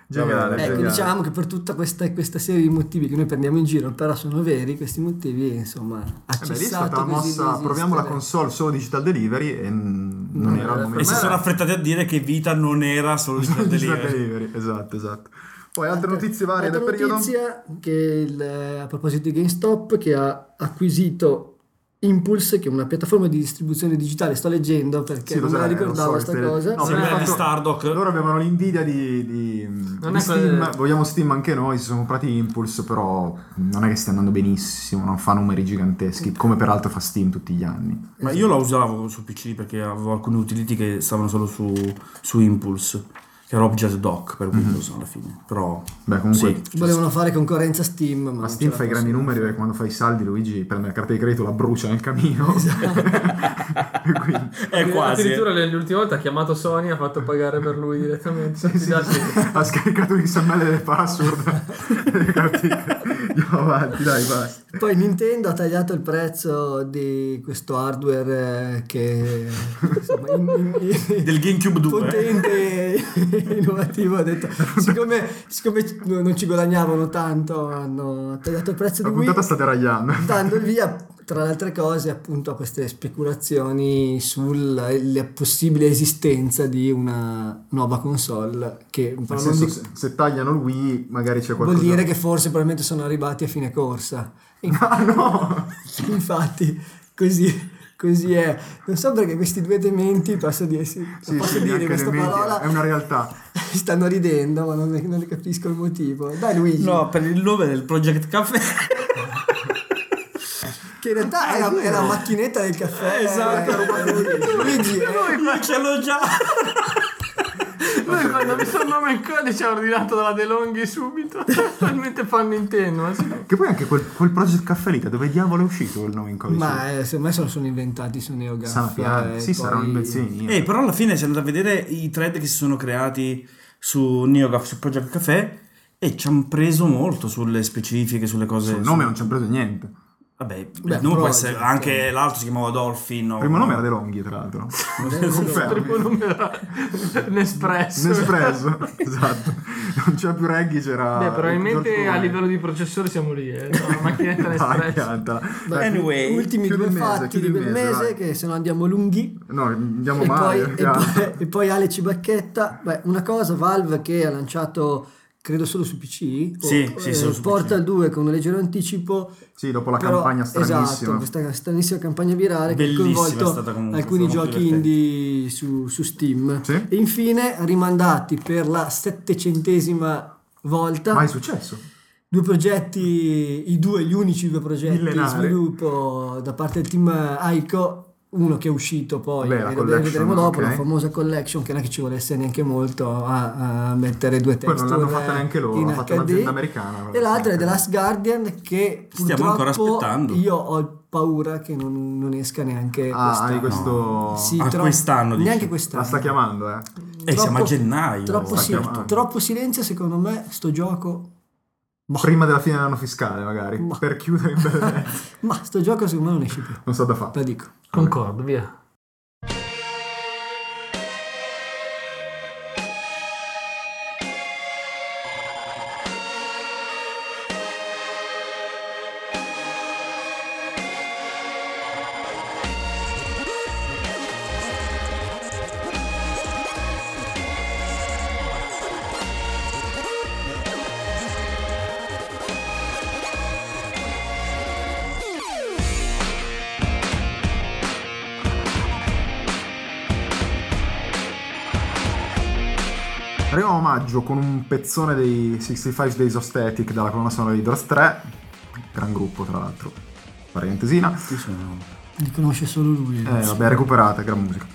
S2: Geniale,
S5: Ecco,
S2: geniale.
S5: diciamo che per tutta questa, questa serie di motivi che noi prendiamo in giro, però sono veri, questi motivi, insomma,
S2: Eh beh,
S5: accessati
S2: lì è stata la
S5: così da
S2: mossa, proviamo la
S5: esistere.
S2: console solo digital delivery e mm, non
S4: Non
S2: era
S4: era
S2: il
S4: per
S2: momento.
S3: E si
S4: me
S3: sono
S4: era-
S3: affrettati a dire che Vita non era solo
S2: Solo
S3: digital
S2: digital
S3: delivery.
S2: delivery, esatto, esatto. Poi altre
S5: Ecco,
S2: notizie varie
S5: Altra
S2: del periodo.
S5: notizia che il, eh, a proposito di GameStop che ha acquisito Impulse, che è una piattaforma di distribuzione digitale, sto leggendo perché
S2: Sì, lo
S5: non me la
S2: sai,
S5: ricordavo
S2: lo so,
S5: sta
S2: queste-
S5: cosa.
S2: no,
S3: Sì,
S2: perché
S3: quella di
S2: tanto-
S3: Stardock.
S2: Loro avevano l'invidia di, di-
S4: Non
S2: di
S4: è
S2: Steam,
S4: quelle-
S2: vogliamo Steam anche noi, si sono comprati Impulse, però non è che stia andando benissimo, non fa numeri
S5: Mm.
S2: giganteschi, come peraltro fa Steam tutti gli anni.
S3: Ma io la usavo su PC perché avevo alcune utility che stavano solo su, su Impulse, che era Object Doc per Windows alla fine. Però
S2: Beh, Mm-hmm. comunque...
S3: Sì.
S5: Volevano fare concorrenza a Steam, ma,
S2: Ma
S5: non
S2: Steam
S5: ce la
S2: fa i grandi
S5: possono
S2: numeri
S5: fare.
S2: perché quando fai i saldi Luigi prende la carta di credito, la brucia nel camino.
S5: Esatto.
S2: E quindi-
S3: è quasi.
S4: Addirittura le- l'ultima volta ha chiamato Sony e ha fatto pagare per lui direttamente.
S2: Sì, sì,
S5: Esatto.
S4: Dati-
S2: ha scaricato XML delle password. Le carte di credito. Andiamo avanti, dai, basta.
S5: Poi Nintendo ha tagliato il prezzo di questo hardware eh, che insomma, in- in-
S3: eh. Del GameCube 2.
S5: potente e innovativo ha detto siccome, siccome ci- no- non ci guadagnavano tanto hanno tagliato il prezzo di
S2: La
S5: Wii
S2: puntata state ragliando.
S5: dando il via tra le altre cose appunto a queste speculazioni sulla la possibile esistenza di una nuova console che però
S2: Nel
S5: non
S2: senso,
S5: dico-
S2: se, se tagliano il Wii, magari c'è
S5: vuol
S2: qualcosa.
S5: dire che forse probabilmente sono arrivati a fine corsa
S2: Ah, no!
S5: Infatti, così, così è. Non so perché questi due dementi, posso, dire, sì,
S2: Sì,
S5: posso
S2: sì,
S5: dire
S2: neanche
S5: questa
S2: nei media,
S5: parola,
S2: È una realtà.
S5: stanno ridendo, ma non ne, non ne capisco il motivo. Dai Luigi,
S3: No, per il nome del Project Cafe.
S5: che in
S2: Eh,
S5: realtà è la, è la macchinetta del caffè.
S3: Esatto.
S5: eh, che ha rubato Luigi. Luigi, eh,
S3: Ma ce l'ho già.
S4: Lui quando mi sono in codice ha ordinato dalla DeLonghi subito. Talmente fanno Nintendo. ma sì.
S2: Che poi anche quel, quel Project Caffè lì, da dove diavolo è uscito il nome in codice?
S5: ma eh, secondo me se lo sono inventati su NeoGAF.
S2: Sana pianta.
S5: eh,
S2: Sì, saranno
S5: poi-
S2: invenzioni mie.
S3: Eh, però alla fine si è andato a vedere i thread che si sono creati su NeoGAF, su Project Cafe e ci hanno preso molto sulle specifiche, sulle cose.
S2: Sul nome non ci hanno preso niente.
S3: Vabbè,
S5: Beh,
S3: il nome può
S5: Project,
S3: essere anche l'altro si chiamava Dolphin. No?
S2: Il primo nome era De Longhi, tra l'altro.
S4: Il
S2: Confermo.
S4: primo nome era Nespresso.
S2: Nespresso, esatto. Non c'era più Reggie, c'era...
S5: Ah,
S4: Beh, probabilmente
S2: Giorgio
S4: a livello di processore siamo lì, eh. No, la
S5: Ah,
S4: macchinetta
S2: Vai,
S4: Nespresso.
S2: pianta. Eh,
S5: Dai,
S3: Anyway,
S5: ultimi
S2: chiudi
S5: due
S2: il mese,
S5: fatti
S2: chiudi
S5: di
S2: il
S5: quel
S2: mese,
S5: mese,
S2: vai.
S5: che se no andiamo lunghi.
S2: No, andiamo
S5: e,
S2: male.
S5: poi, e,
S2: pianta.
S5: poi, e poi Ale Cibacchetta. Beh, una cosa, Valve che ha lanciato, credo solo su PC, o,
S3: Sì,
S5: eh,
S3: sì, solo su
S5: Portal
S3: PC.
S5: 2 con un leggero anticipo.
S2: Sì, dopo la
S5: però-
S2: campagna
S5: Esatto,
S2: stranissima.
S5: questa stranissima campagna virale che ha
S3: Bellissima è
S5: coinvolto
S3: stata comunque,
S5: alcuni
S3: sono molto
S5: giochi
S3: divertente.
S5: indie su, su Steam.
S2: Sì.
S5: E infine, rimandati per la settecentesima volta
S2: Ma è successo.
S5: due progetti, i due, gli unici due progetti
S2: Millenari.
S5: di sviluppo da parte del team Aiko uno che è uscito poi,
S2: Beh, la
S5: vedremo-
S2: collection,
S5: vedremo dopo,
S2: ok.
S5: la famosa collection che non è che ci volesse neanche molto a, a mettere due
S2: Poi
S5: texture
S2: non l'hanno fatta neanche loro,
S5: in
S2: l'ha fatta
S5: HD.
S2: un'azienda americana.
S5: E l'altra è The Last Guardian che
S3: Stiamo
S5: purtroppo
S3: ancora aspettando.
S5: Io ho paura che non, non esca neanche
S2: Ah, hai
S5: quest'anno.
S2: questo...
S5: Sì,
S3: Ah, quest'anno, dici?
S5: neanche
S2: La
S5: quest'anno.
S2: sta chiamando, eh.
S3: E siamo a gennaio.
S5: Troppo,
S3: sta
S5: sì,
S3: chiamando.
S5: troppo silenzio, secondo me, sto gioco. Boh.
S2: Prima della fine dell'anno fiscale, magari.
S5: Ma-
S2: Per chiudere in belle...
S5: Ma sto gioco secondo me non esce più,
S2: non so da fare.
S5: la dico.
S4: Concordo, via.
S2: Arriviamo a maggio con un pezzone dei 65 Days of Static dalla colonna sonora di Doors 3, gran gruppo tra l'altro, parentesina.
S3: Sì, sono-
S5: Li conosce solo lui.
S2: Eh, vabbè, recuperate, gran musica.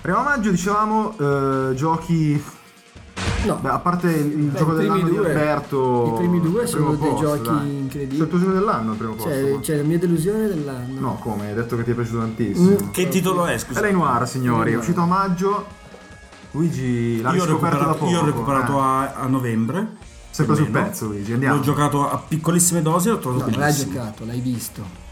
S2: Arriviamo a maggio, dicevamo, eh, giochi...
S5: No.
S2: Beh, a parte il
S5: Beh,
S2: gioco
S5: i primi
S2: dell'anno
S5: due-
S2: di Alberto...
S5: i primi due
S2: il
S5: sono
S2: primo
S5: dei
S2: posto,
S5: giochi
S2: dai.
S5: incredibili.
S2: È il tuo gioco dell'anno il primo
S5: Cioè,
S2: posto.
S5: cioè, la mia delusione dell'anno.
S2: No, come? Hai detto che ti è piaciuto tantissimo.
S5: Mm.
S3: Che titolo è, scusa?
S2: L.A. Noir, signori, è uscito a maggio. Luigi l'ha
S3: Io ho
S2: riscoperto da
S3: recuperato,
S2: poco.
S3: io ho recuperato
S2: eh.
S3: a, a novembre.
S2: Sempre
S3: più o
S2: sul
S3: meno.
S2: pezzo, Luigi, andiamo.
S3: L'ho giocato a piccolissime dosi e l'ho trovato
S5: No, l'hai
S3: bellissimo.
S5: giocato, l'hai visto.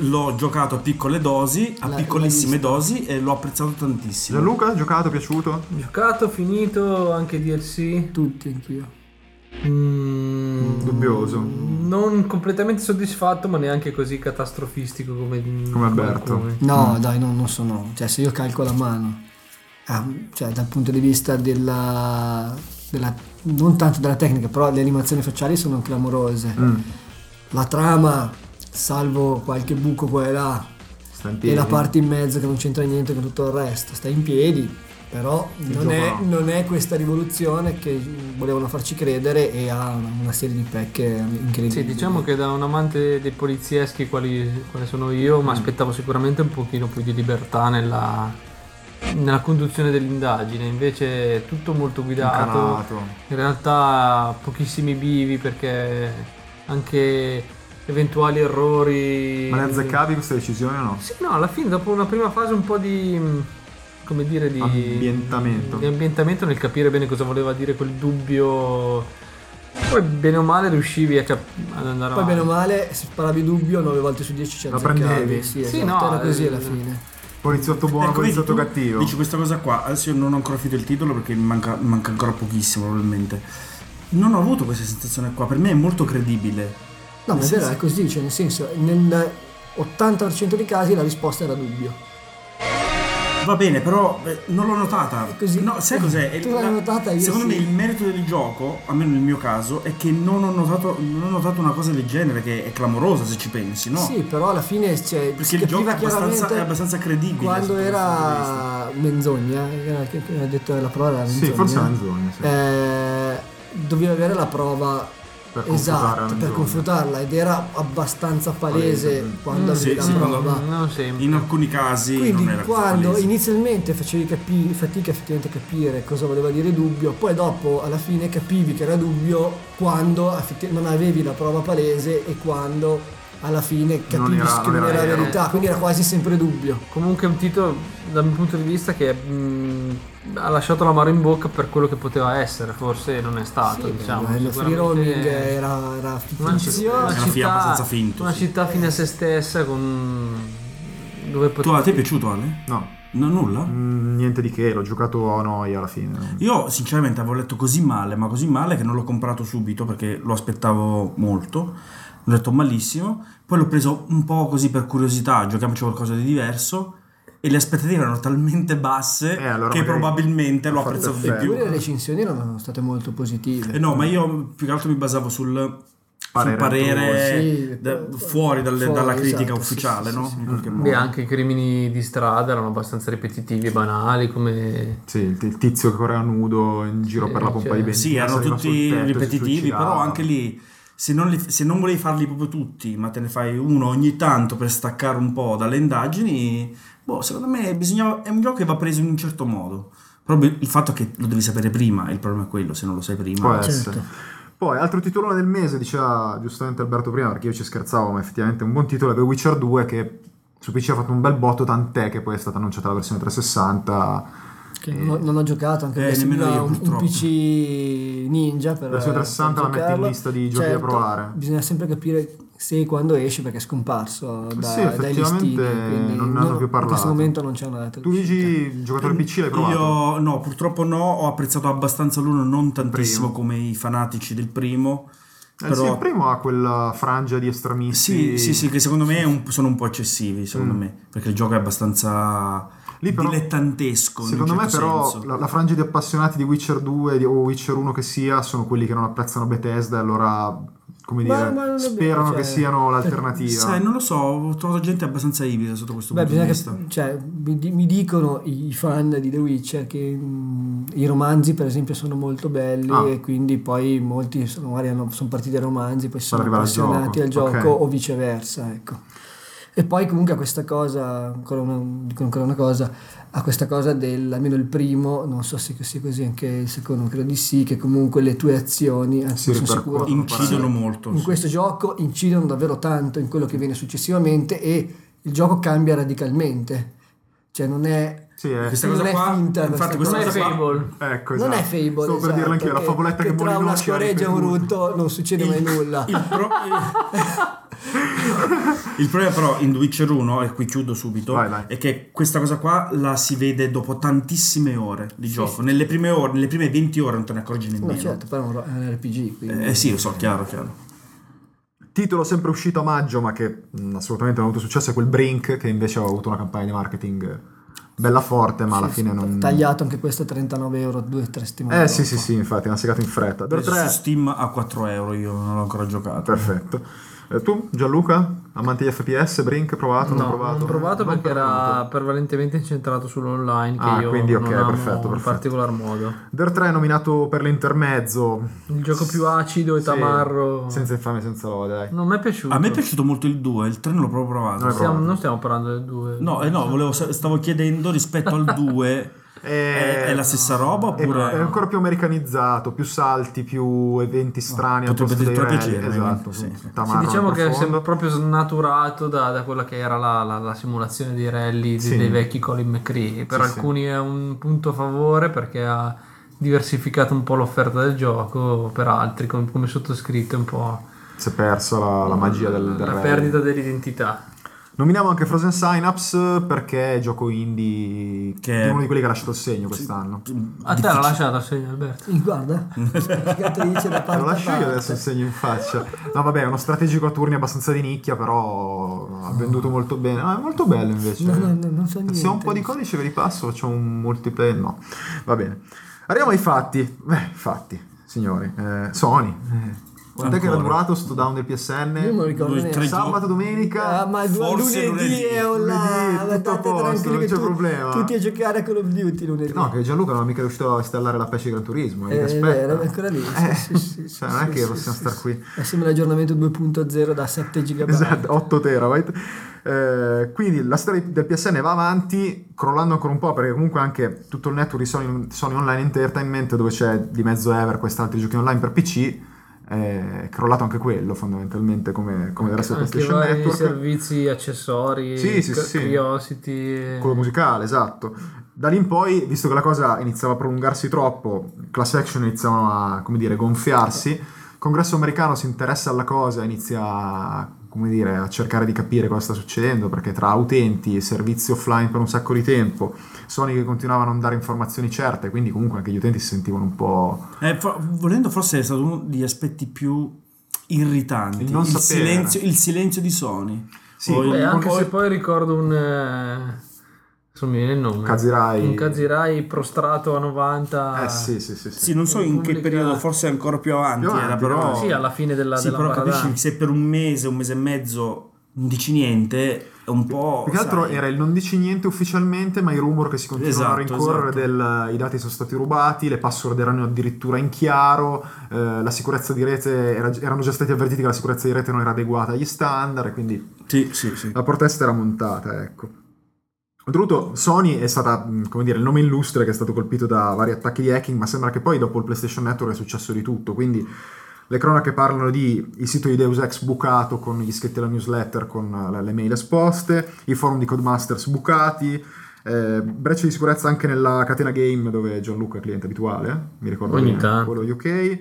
S3: L'ho giocato a piccole dosi, a
S5: La-
S3: piccolissime
S5: l'hai visto?
S3: dosi e l'ho apprezzato tantissimo.
S2: Gianluca, giocato, piaciuto?
S4: Giocato, finito, anche DLC.
S5: Tutti, anch'io.
S4: Mm,
S2: Dubbioso.
S4: Non completamente soddisfatto, ma neanche così catastrofistico come,
S2: Come Alberto.
S4: come-
S5: No,
S2: Mm.
S5: dai, no, non sono. Cioè, se io calcolo a mano, ah, cioè, dal punto di vista della, della- non tanto della tecnica, però le animazioni facciali sono clamorose.
S2: Mm.
S5: La trama, salvo qualche buco qua e là,
S2: Sta in
S5: e
S2: piedi.
S5: la parte in mezzo che non c'entra niente con tutto il resto, sta in piedi. Però non
S2: gioco
S5: è,
S2: no.
S5: non è questa rivoluzione che volevano farci credere e ha una, una serie di pecche incredibili.
S4: Sì, diciamo che da un amante dei polizieschi quali, quale sono io,
S2: Mm.
S4: mi aspettavo sicuramente un pochino più di libertà nella, nella conduzione dell'indagine, invece è tutto molto guidato,
S2: Incanato.
S4: in realtà pochissimi bivi perché anche eventuali errori...
S2: Ma le azzeccavi questa decisione o no?
S4: Sì, no, alla fine dopo una prima fase un po' di mh, come dire di
S2: Ambientamento.
S4: di ambientamento nel capire bene cosa voleva dire quel dubbio poi bene o male riuscivi a cap- ad andare
S5: Poi bene o
S4: avanti.
S5: male, se paravi dubbio, 9 volte su 10 ci
S2: La
S5: azzeccavi.
S2: prendevi?
S5: Sì,
S4: Sì,
S5: esatto,
S4: no,
S5: era così
S4: eh,
S5: alla fine.
S2: Poliziotto buono,
S3: Ecco, vedi,
S2: poliziotto
S3: tu
S2: cattivo.
S3: Dici questa cosa qua, adesso io non ho ancora finito il titolo perché mi manca, manca ancora pochissimo probabilmente. Non ho avuto questa sensazione qua, per me è molto credibile.
S5: No, ma è
S3: Nel
S5: vero,
S3: senso-
S5: è così, cioè nel senso, nel 80% dei casi la risposta era dubbio.
S3: Va bene, però eh, non l'ho notata.
S5: È così.
S3: No, sai cos'è? È
S5: Tu l'hai notata, io
S3: Secondo
S5: sì.
S3: me il merito del gioco, almeno nel mio caso, è che non ho notato, non ho notato una cosa del genere che è clamorosa se ci pensi, no?
S5: Sì, però alla fine cioè,
S3: Perché
S5: si
S3: il gioco
S5: capiva
S3: è abbastanza,
S5: chiaramente
S3: è abbastanza credibile.
S5: quando
S3: sotto questo punto di vista.
S5: era menzogna, era che, che ha detto la parola era menzogna.
S2: Sì, forse è una menzogna, sì.
S5: eh, dovevi avere la prova
S2: Per confutare la
S5: esatto per
S2: menzogna.
S5: confutarla ed era abbastanza palese
S2: Palese, sì.
S5: quando
S4: Mm,
S5: avevi
S3: sì,
S5: la
S3: sì,
S5: prova.
S4: non sempre
S3: In alcuni casi non
S5: Quindi
S3: era così
S5: quando
S3: palese.
S5: inizialmente facevi capi- fatica effettivamente a capire cosa voleva dire dubbio, poi dopo alla fine capivi che era dubbio quando effetti- non avevi la prova palese e quando alla fine capivi
S2: era-
S5: che
S2: non era
S5: non era la
S2: vero.
S5: verità, quindi era quasi sempre dubbio.
S4: comunque è un titolo dal mio punto di vista che mh, ha lasciato la mano in bocca per quello che poteva essere forse non è stato diciamo
S5: il eh, free
S4: sicuramente-
S5: roaming era, era
S4: una città,
S5: fittizio.
S3: Era
S4: una
S3: fi-
S4: città-
S3: abbastanza finto,
S4: una
S3: sì.
S4: città fine a se stessa con dove
S3: Tu a te è
S4: potevi
S3: piaciuto Ale?
S2: No,
S3: No, nulla?
S2: Mm, niente di che, l'ho giocato a noia alla fine.
S3: Io sinceramente avevo letto così male, ma così male che non l'ho comprato subito perché lo aspettavo molto. L'ho letto malissimo, poi l'ho preso un po' così per curiosità, giochiamoci qualcosa di diverso e le aspettative erano talmente basse
S2: Eh, allora
S3: che
S2: magari
S3: probabilmente
S2: ha
S3: l'ho
S2: fatto
S3: apprezzato di
S2: effetto.
S3: più.
S5: Eppure le recensioni erano state molto positive.
S3: Eh no, ma io più che altro mi basavo sul sul
S2: Parere
S3: parere,
S5: altrui, sì.
S3: da- fuori, dalle-
S5: Fuori,
S3: dalla critica
S5: esatto, sì,
S3: ufficiale,
S5: sì,
S3: no?
S5: sì, sì.
S3: In qualche modo.
S4: Beh, anche i crimini di strada erano abbastanza ripetitivi e banali, come
S2: Sì, il il tizio che correva nudo in giro
S4: Sì,
S2: per la pompa
S4: cioè-
S2: di benzina.
S3: Sì, erano
S2: saliva sul
S3: tutti
S2: tetto, si
S3: ripetitivi,
S2: suicidava.
S3: però anche lì se non, li- se non volevi farli proprio tutti, ma te ne fai uno ogni tanto per staccare un po' dalle indagini, boh, secondo me bisogna, è un gioco che va preso in un certo modo. Proprio il fatto che lo devi sapere prima, il problema è quello, se non lo sai prima.
S2: Può
S5: certo.
S2: essere. Poi, altro titolone del mese, diceva giustamente Alberto prima, perché io ci scherzavo, ma effettivamente è un buon titolo è The Witcher 2 che su PC ha fatto un bel botto, tant'è che poi è stata annunciata la versione 360.
S5: Che non, ho- non ho giocato anche
S3: Eh,
S5: perché
S3: nemmeno
S5: sembra
S3: io,
S5: un, un
S3: purtroppo.
S5: PC ninja per
S2: La sua 360
S5: per
S2: la metti in
S5: giocarlo. Certo,
S2: lista di giochi da provare.
S5: bisogna sempre capire se e quando esce perché è scomparso da,
S2: Sì,
S5: dai listini
S2: effettivamente
S5: quindi
S2: non ne hanno più
S5: in questo
S2: parlato.
S5: momento non c'è una
S2: Tu Luigi, giocatore PC, l'hai provato?
S3: Io no, purtroppo no, ho apprezzato abbastanza l'uno, non tantissimo come i fanatici del primo.
S2: Eh sì, il
S3: Però
S2: primo ha quella frangia di estremisti.
S3: sì, sì, sì, che secondo me è un- sono un po' eccessivi, secondo
S2: Mm.
S3: me, perché il gioco è abbastanza
S2: Lì però-
S3: dilettantesco. in un
S2: Secondo me
S3: certo
S2: però
S3: senso.
S2: la, la frangia di appassionati di Witcher 2 di- o Witcher 1 che sia sono quelli che non apprezzano Bethesda e allora, come
S5: Ma-
S2: dire,
S5: ma non dobbiamo-
S2: sperano
S5: cioè-
S2: che siano l'alternativa.
S3: Sai, non lo so, ho trovato gente abbastanza ibrida sotto questo
S5: Beh,
S3: punto di
S5: bisogna
S3: vista.
S5: che, cioè, mi, di- mi dicono i i fan di The Witcher che mh, i romanzi, per esempio, sono molto belli
S2: Ah.
S5: e quindi poi molti sono, magari hanno- sono partiti dai romanzi, poi si sono
S2: arrivare al
S5: appassionati al
S2: gioco,
S5: gioco,
S2: ok.
S5: o viceversa, ecco. E poi comunque a questa cosa, ancora una, dico ancora una cosa, a questa cosa del, almeno il primo, non so se sia così anche il secondo, credo di sì, che comunque le tue azioni,
S2: Si
S5: anzi sono
S2: ripercuotono.
S5: sicuro,
S3: Incidono molto.
S5: in questo gioco incidono davvero tanto in quello che viene successivamente e il gioco cambia radicalmente. Cioè non è...
S2: Sì, eh.
S3: Questa
S5: non
S3: cosa
S5: è
S3: qua,
S5: finta
S3: infatti,
S5: questa
S4: Non
S3: questa
S4: è
S5: cosa.
S3: cosa qua
S4: Fable.
S2: Ecco,
S5: Non
S2: esatto.
S5: è Fable.
S2: Stavo per
S5: esatto,
S2: dirla anch'io, la
S5: che-
S2: favoletta che,
S5: che
S2: muore
S5: tra
S2: in
S5: una
S2: notte,
S5: scoreggia e un
S2: ripetuto.
S5: rutto non succede mai nulla.
S3: Il, pro- il problema però in The Witcher 1, e qui chiudo subito,
S2: Vai, vai.
S3: è che questa cosa qua la si vede dopo tantissime ore di gioco. Nelle prime ore, nelle prime 20 ore non te ne accorgi nemmeno.
S5: No, certo, però è un ro- è un RPG, quindi...
S3: Eh sì, lo so, chiaro, chiaro.
S2: Titolo sempre uscito a maggio, ma che mh, assolutamente non ha avuto successo, è quel Brink, che invece aveva avuto una campagna di marketing bella forte, ma alla
S5: Sì,
S2: fine
S5: sì,
S2: non...
S5: Tagliato anche questo a 39 euro, due, tre settimane.
S2: Eh sì,
S5: dopo.
S2: sì, sì, infatti, una segata in fretta. Per
S3: Preso
S2: tre...
S3: su Steam a 4 euro, io non l'ho ancora giocato.
S2: Perfetto. Eh, tu, Gianluca, amante di FPS, Brink, provato,
S4: No,
S2: non provato?
S4: non provato
S2: Non
S4: perché era
S2: provato.
S4: prevalentemente incentrato sull'online che
S2: Ah,
S4: io
S2: quindi, ok,
S4: non amo
S2: perfetto,
S4: in
S2: perfetto.
S4: particolar modo.
S2: Dirt 3 è nominato per l'intermezzo.
S4: Il gioco più acido e
S2: Sì,
S4: tamarro Mm.
S2: Senza infame, senza lode, dai.
S4: non mi è piaciuto.
S3: A me è piaciuto molto il 2, il 3 non l'ho proprio provato.
S2: No, è
S4: Stiamo-
S2: provato.
S4: non stiamo parlando del 2.
S3: No, eh no, volevo- stavo chiedendo rispetto al 2, è, è la stessa roba
S2: Eh, È,
S3: oppure...
S2: è ancora più americanizzato, più salti, più eventi strani. al
S3: potrebbe
S2: posto dei
S3: addirittura
S2: rally.
S3: piacere,
S2: Esatto,
S3: sì.
S2: un
S3: Sì,
S2: tamarro
S4: diciamo
S2: nel
S4: che
S2: profondo.
S4: sembra proprio snaturato da, da quella che era la, la- la simulazione dei rally di-
S2: Sì.
S4: dei vecchi Colin McCree. Per
S2: Sì, sì.
S4: alcuni è un punto a favore perché ha diversificato un po' l'offerta del gioco, per altri, com- come sottoscritto, è un po'
S2: Si è persa la, la magia del, del
S4: Mm, la
S2: rally.
S4: perdita dell'identità.
S2: Nominiamo anche Frozen Synapse perché è gioco indie
S3: Che-
S2: che è uno di quelli che ha lasciato il segno quest'anno.
S4: A te l'ha lasciata, segno Alberto.
S5: Ih, Guarda, cicatrice da
S2: Eh, Te
S5: parte
S2: lo
S5: a
S2: lascio io
S5: parte.
S2: adesso il segno in faccia. No, vabbè, è uno strategico a turni abbastanza di nicchia, però ha venduto molto bene. Ah, è molto bello invece.
S5: No, no, no, non
S2: Se
S5: so
S2: ho un
S5: niente.
S2: po' di codice ve li passo, faccio un multiplayer. No, va bene. Arriviamo ai fatti. Beh, fatti, signori. Eh, Sony. Eh. Quant'è che era
S3: Ancora.
S2: durato sto down del PSN?
S5: Io non ricordo
S3: Due,
S5: neanche.
S3: tre
S2: Sabato, domenica.
S5: Ah, ma il
S3: Forse
S5: lunedì,
S3: lunedì.
S5: è online,
S2: Lunedì, tutto a
S5: state
S2: posto,
S5: tranquilli
S2: non
S5: che
S2: c'è
S5: tu-
S2: problema.
S5: Tutti a giocare a Call of Duty lunedì.
S2: No, che Gianluca non è mica riuscito a installare la patch di Gran Turismo. eh,
S5: Eh,
S2: che aspetta.
S5: era ancora lì, sì,
S2: Eh,
S5: sì,
S2: cioè,
S5: sì, sì,
S2: non è
S5: sì,
S2: che
S5: sì,
S2: possiamo
S5: sì,
S2: star
S5: sì.
S2: qui.
S5: È sempre l'aggiornamento 2.0 da 7 GB.
S2: Esatto, 8 terabyte. Eh, quindi la storia del PSN va avanti, crollando ancora un po', perché comunque anche tutto il network di Sony, Sony Online Entertainment, dove c'è di mezzo Ever questi altri giochi online per PC, eh, è crollato anche quello fondamentalmente, come, come del resto del
S4: Anche
S2: PlayStation
S4: vari
S2: Network.
S4: servizi, accessori,
S2: Sì, sì,
S4: cu-
S2: sì.
S4: curiosity. e-
S2: quello musicale, esatto. Da lì in poi, visto che la cosa iniziava a prolungarsi troppo, class action iniziavano a, come dire, gonfiarsi, il congresso americano si interessa alla cosa, inizia, come dire, a cercare di capire cosa sta succedendo, perché tra utenti, servizi offline per un sacco di tempo, Sony che continuava a non dare informazioni certe, quindi comunque anche gli utenti si sentivano un po'...
S3: Eh, fo- volendo forse è stato uno degli aspetti più irritanti.
S2: Il non sapere.
S3: silenzio, il silenzio di Sony.
S2: Sì,
S3: O il-
S4: Beh, anche
S3: o-
S4: se poi ricordo un. eh, adesso mi viene il nome.
S2: Kazirai...
S4: Un Kazirai prostrato a 90.
S2: Eh sì, sì, sì. sì.
S3: Sì, non so in che
S4: Pubblica-
S3: periodo, forse ancora più avanti,
S2: Più avanti,
S3: era,
S2: più
S3: però...
S2: avanti.
S4: Sì, alla fine della,
S3: Sì,
S4: della
S3: però
S4: parada.
S3: capisci se per un mese, un mese e mezzo non dici niente, è un po'...
S2: Più che altro
S3: sai,
S2: era il non dici niente ufficialmente, ma i rumor che si continuano a
S3: Esatto,
S2: rincorrere
S3: esatto.
S2: del eh, i dati sono stati rubati, le password erano addirittura in chiaro, eh, la sicurezza di rete era- erano già stati avvertiti che la sicurezza di rete non era adeguata agli standard, e quindi
S3: Sì, sì, sì.
S2: la protesta era montata, ecco. Oltretutto Sony è stata, mh, come dire, il nome illustre che è stato colpito da vari attacchi di hacking, ma sembra che poi dopo il PlayStation Network è successo di tutto, quindi le cronache parlano di il sito di Deus Ex bucato con gli iscritti alla newsletter, con eh, le, le mail esposte, i forum di Codemasters bucati, eh, brecce di sicurezza anche nella catena game dove Gianluca è cliente abituale, eh, mi ricordo
S4: Ogni
S2: bene,
S4: tanto.
S2: quello UK.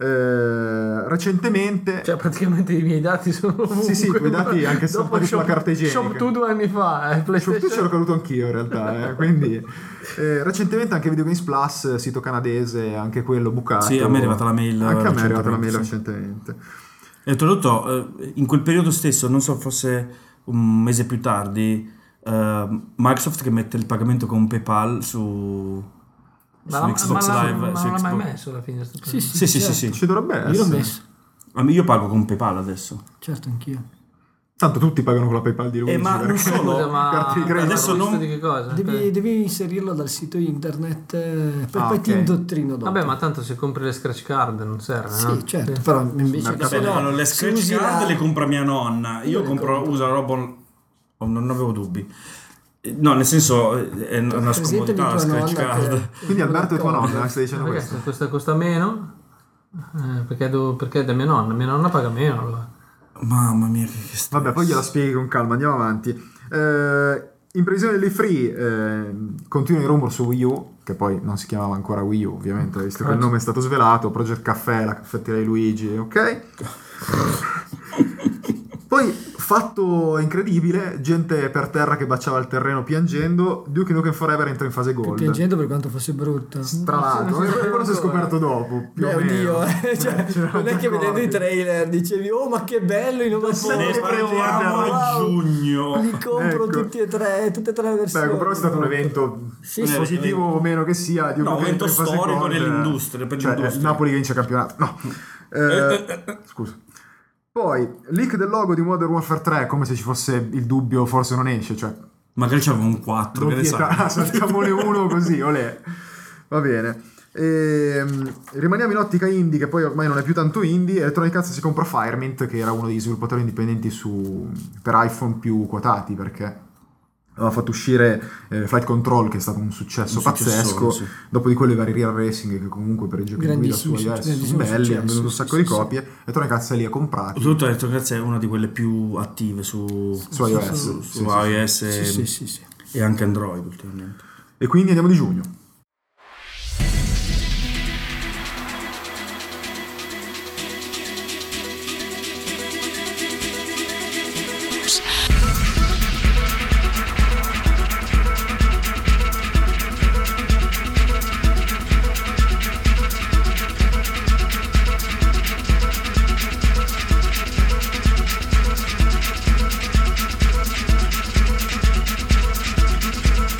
S2: Eh, recentemente...
S4: Cioè, praticamente i miei dati sono.
S2: Sì, sì,
S4: ovunque,
S2: quei dati
S4: ma-
S2: anche se
S4: dopo
S2: sono sulla
S4: Shop-
S2: carta igienica.
S4: Shop 2 due anni fa. Eh,
S2: Shop
S4: PlayStation.
S2: ce l'ho caduto anch'io in realtà, eh, quindi eh, recentemente anche Video Games Plus, eh, sito canadese, anche quello bucato.
S3: Sì, a me è arrivata la mail
S2: Anche a me è arrivata la
S3: recentemente,
S2: mail
S3: sì.
S2: recentemente.
S3: E tra l'altro, eh, in quel periodo stesso, non so, forse un mese più tardi, eh, Microsoft che mette il pagamento con PayPal su,
S4: Ma,
S3: su
S4: ma-
S3: Xbox
S4: ma-
S3: Live.
S4: ma
S3: su
S4: non l'ha mai
S3: Xbox.
S4: messo alla fine. sto
S5: Sì, sì,
S3: Sì, sì, sì,
S5: certo.
S3: sì.
S2: Ci dovrebbe essere.
S5: Io l'ho messo,
S3: Ah, Io pago con PayPal adesso. Eh,
S5: certo, anch'io.
S2: Tanto tutti pagano con la PayPal di Luigi.
S3: ma
S2: perché-
S3: non solo.
S4: Scusa, ma
S2: Carta di credito.
S3: Adesso
S4: adesso
S3: non-
S4: di che
S2: Eh,
S4: cosa?
S5: Devi, devi inserirlo dal sito internet, eh, per
S2: Ah,
S5: poi ti
S2: ok.
S5: indottrino dopo.
S4: Vabbè, ma tanto se compri le scratch card non serve,
S5: Sì,
S4: no?
S5: certo,
S4: Sì.
S5: però invece
S2: Vabbè,
S5: se
S3: Vabbè,
S5: no,
S3: no, le
S5: si
S3: scratch
S5: usi la-
S3: card le compra mia nonna. Io
S5: le
S3: compro,
S5: compro.
S3: uso la roba. on- oh, non avevo dubbi. Eh, No, nel senso, eh, è una
S5: Presentami
S3: scomodità la
S5: tua
S3: scratch
S5: nonna
S3: card.
S5: che-
S2: Quindi Alberto è tua
S5: d'accordo.
S2: nonna, stai dicendo
S4: Perché
S2: questo.
S4: se questa costa meno? eh, perché, devo- perché è da mia nonna, mia nonna paga meno. allora.
S3: Mamma mia, che, che stress.
S2: Vabbè, poi gliela spieghi con calma, andiamo avanti. Eh, in previsione delle free eh, continua il rumor su Wii U, che poi non si chiamava ancora Wii U, ovviamente, visto
S5: Certo.
S2: che il nome è stato svelato, Project Caffè, la caffetteria di Luigi, ok? Poi, fatto incredibile, gente per terra che baciava il terreno piangendo, Duke Nukem Forever entra in fase
S5: che
S2: gold.
S5: piangendo per quanto fosse brutto.
S2: Tra l'altro,
S4: Non
S2: eh,
S4: si sapeva
S2: quello si è
S4: ancora.
S2: scoperto dopo, più
S5: Beh,
S2: o meno.
S5: oddio, eh, cioè,
S2: ce l'hanno
S5: non è che
S2: accorti.
S5: vedendo i trailer dicevi "Oh, ma che bello
S2: Ne
S5: innovazione,
S3: Ne parliamo a
S5: wow,
S3: giugno.
S5: Li compro
S2: Ecco.
S5: tutti e tre, tutte e tre le
S2: Beh,
S5: versioni.
S2: ecco, però è stato un evento
S5: Sì, sì.
S2: positivo o meno che sia di un
S3: No,
S2: Duke
S3: evento
S2: che entra in fase
S3: storico
S2: gold, eh,
S3: nell'industria, per
S2: cioè, eh,
S3: l'industria.
S2: Napoli che vince il campionato no Eh, scusa poi leak del logo di Modern Warfare 3 come se ci fosse il dubbio forse non esce cioè
S3: Magari c'avevo un 4.
S2: non
S3: Che ne sai.
S2: pietà saltiamone uno così olè va bene Ehm, rimaniamo in ottica indie che poi ormai non è più tanto indie Electronic Arts si compra Firemint che era uno degli sviluppatori indipendenti su, per iPhone più quotati perché aveva fatto uscire eh, Flight Control che è stato un successo
S3: Un
S2: pazzesco
S3: successore, sì.
S2: Dopo di quello i vari Real Racing che comunque per i giochi di guida su
S5: Grandissimi
S2: iOS
S5: successi,
S2: sono belli, hanno
S5: successi,
S2: venduto un
S5: sì,
S2: sacco
S5: sì,
S2: di
S5: sì.
S2: copie e Tony Cazza li ha comprati.
S3: Soprattutto Electrocrazia è una di quelle più attive su,
S2: Su iOS,
S3: su,
S2: sì, sì, sì.
S3: su iOS
S5: Sì,
S3: e,
S5: sì, sì, sì.
S3: e anche Android ultimamente.
S2: E quindi andiamo di giugno.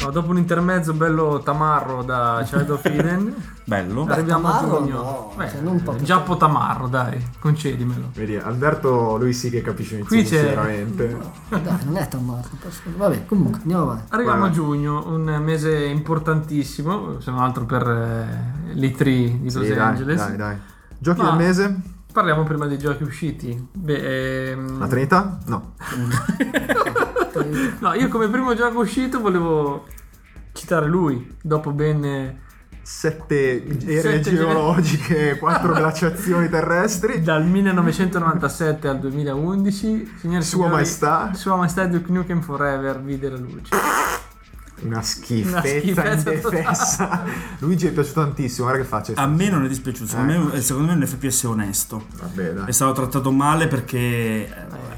S4: No, dopo un intermezzo bello tamarro da Child of Eden,
S3: Bello.
S4: arriviamo a
S5: tamarro
S4: giugno.
S5: no,
S4: Beh, eh,
S5: cioè, non proprio-
S4: Giappo tamarro, dai, concedimelo.
S2: Vedi, Alberto lui sì che capisce
S4: Qui c'è-
S2: veramente.
S5: Dai, non è tan morto, per favore. Vabbè, comunque andiamo avanti.
S4: Arriviamo
S2: Vai,
S4: a
S2: vai.
S4: giugno, un mese importantissimo, se non altro per eh, l'E3 di Los
S2: Sì, dai,
S4: Angeles.
S2: dai, dai. Giochi
S4: Ma-
S2: del mese?
S4: Parliamo prima dei giochi usciti. Beh, ehm,
S2: La Trinità? No.
S4: no, io come primo gioco uscito volevo citare lui, dopo ben... eh,
S2: Sette ere
S4: Sette
S2: geologiche, quattro glaciazioni terrestri.
S4: Dal 1997 al 2011, signore e
S2: Sua
S4: signori,
S2: Maestà.
S4: Sua Maestà Duke Nukem Forever vide la luce.
S2: Una
S4: Una
S2: schifezza
S4: schifezza
S2: indefessa. Luigi è piaciuto tantissimo, guarda che faccia.
S3: A me non è dispiaciuto, secondo
S2: Eh.
S3: me, secondo me è un FPS onesto.
S2: Vabbè,
S3: È
S2: dai.
S3: stato trattato male perché eh,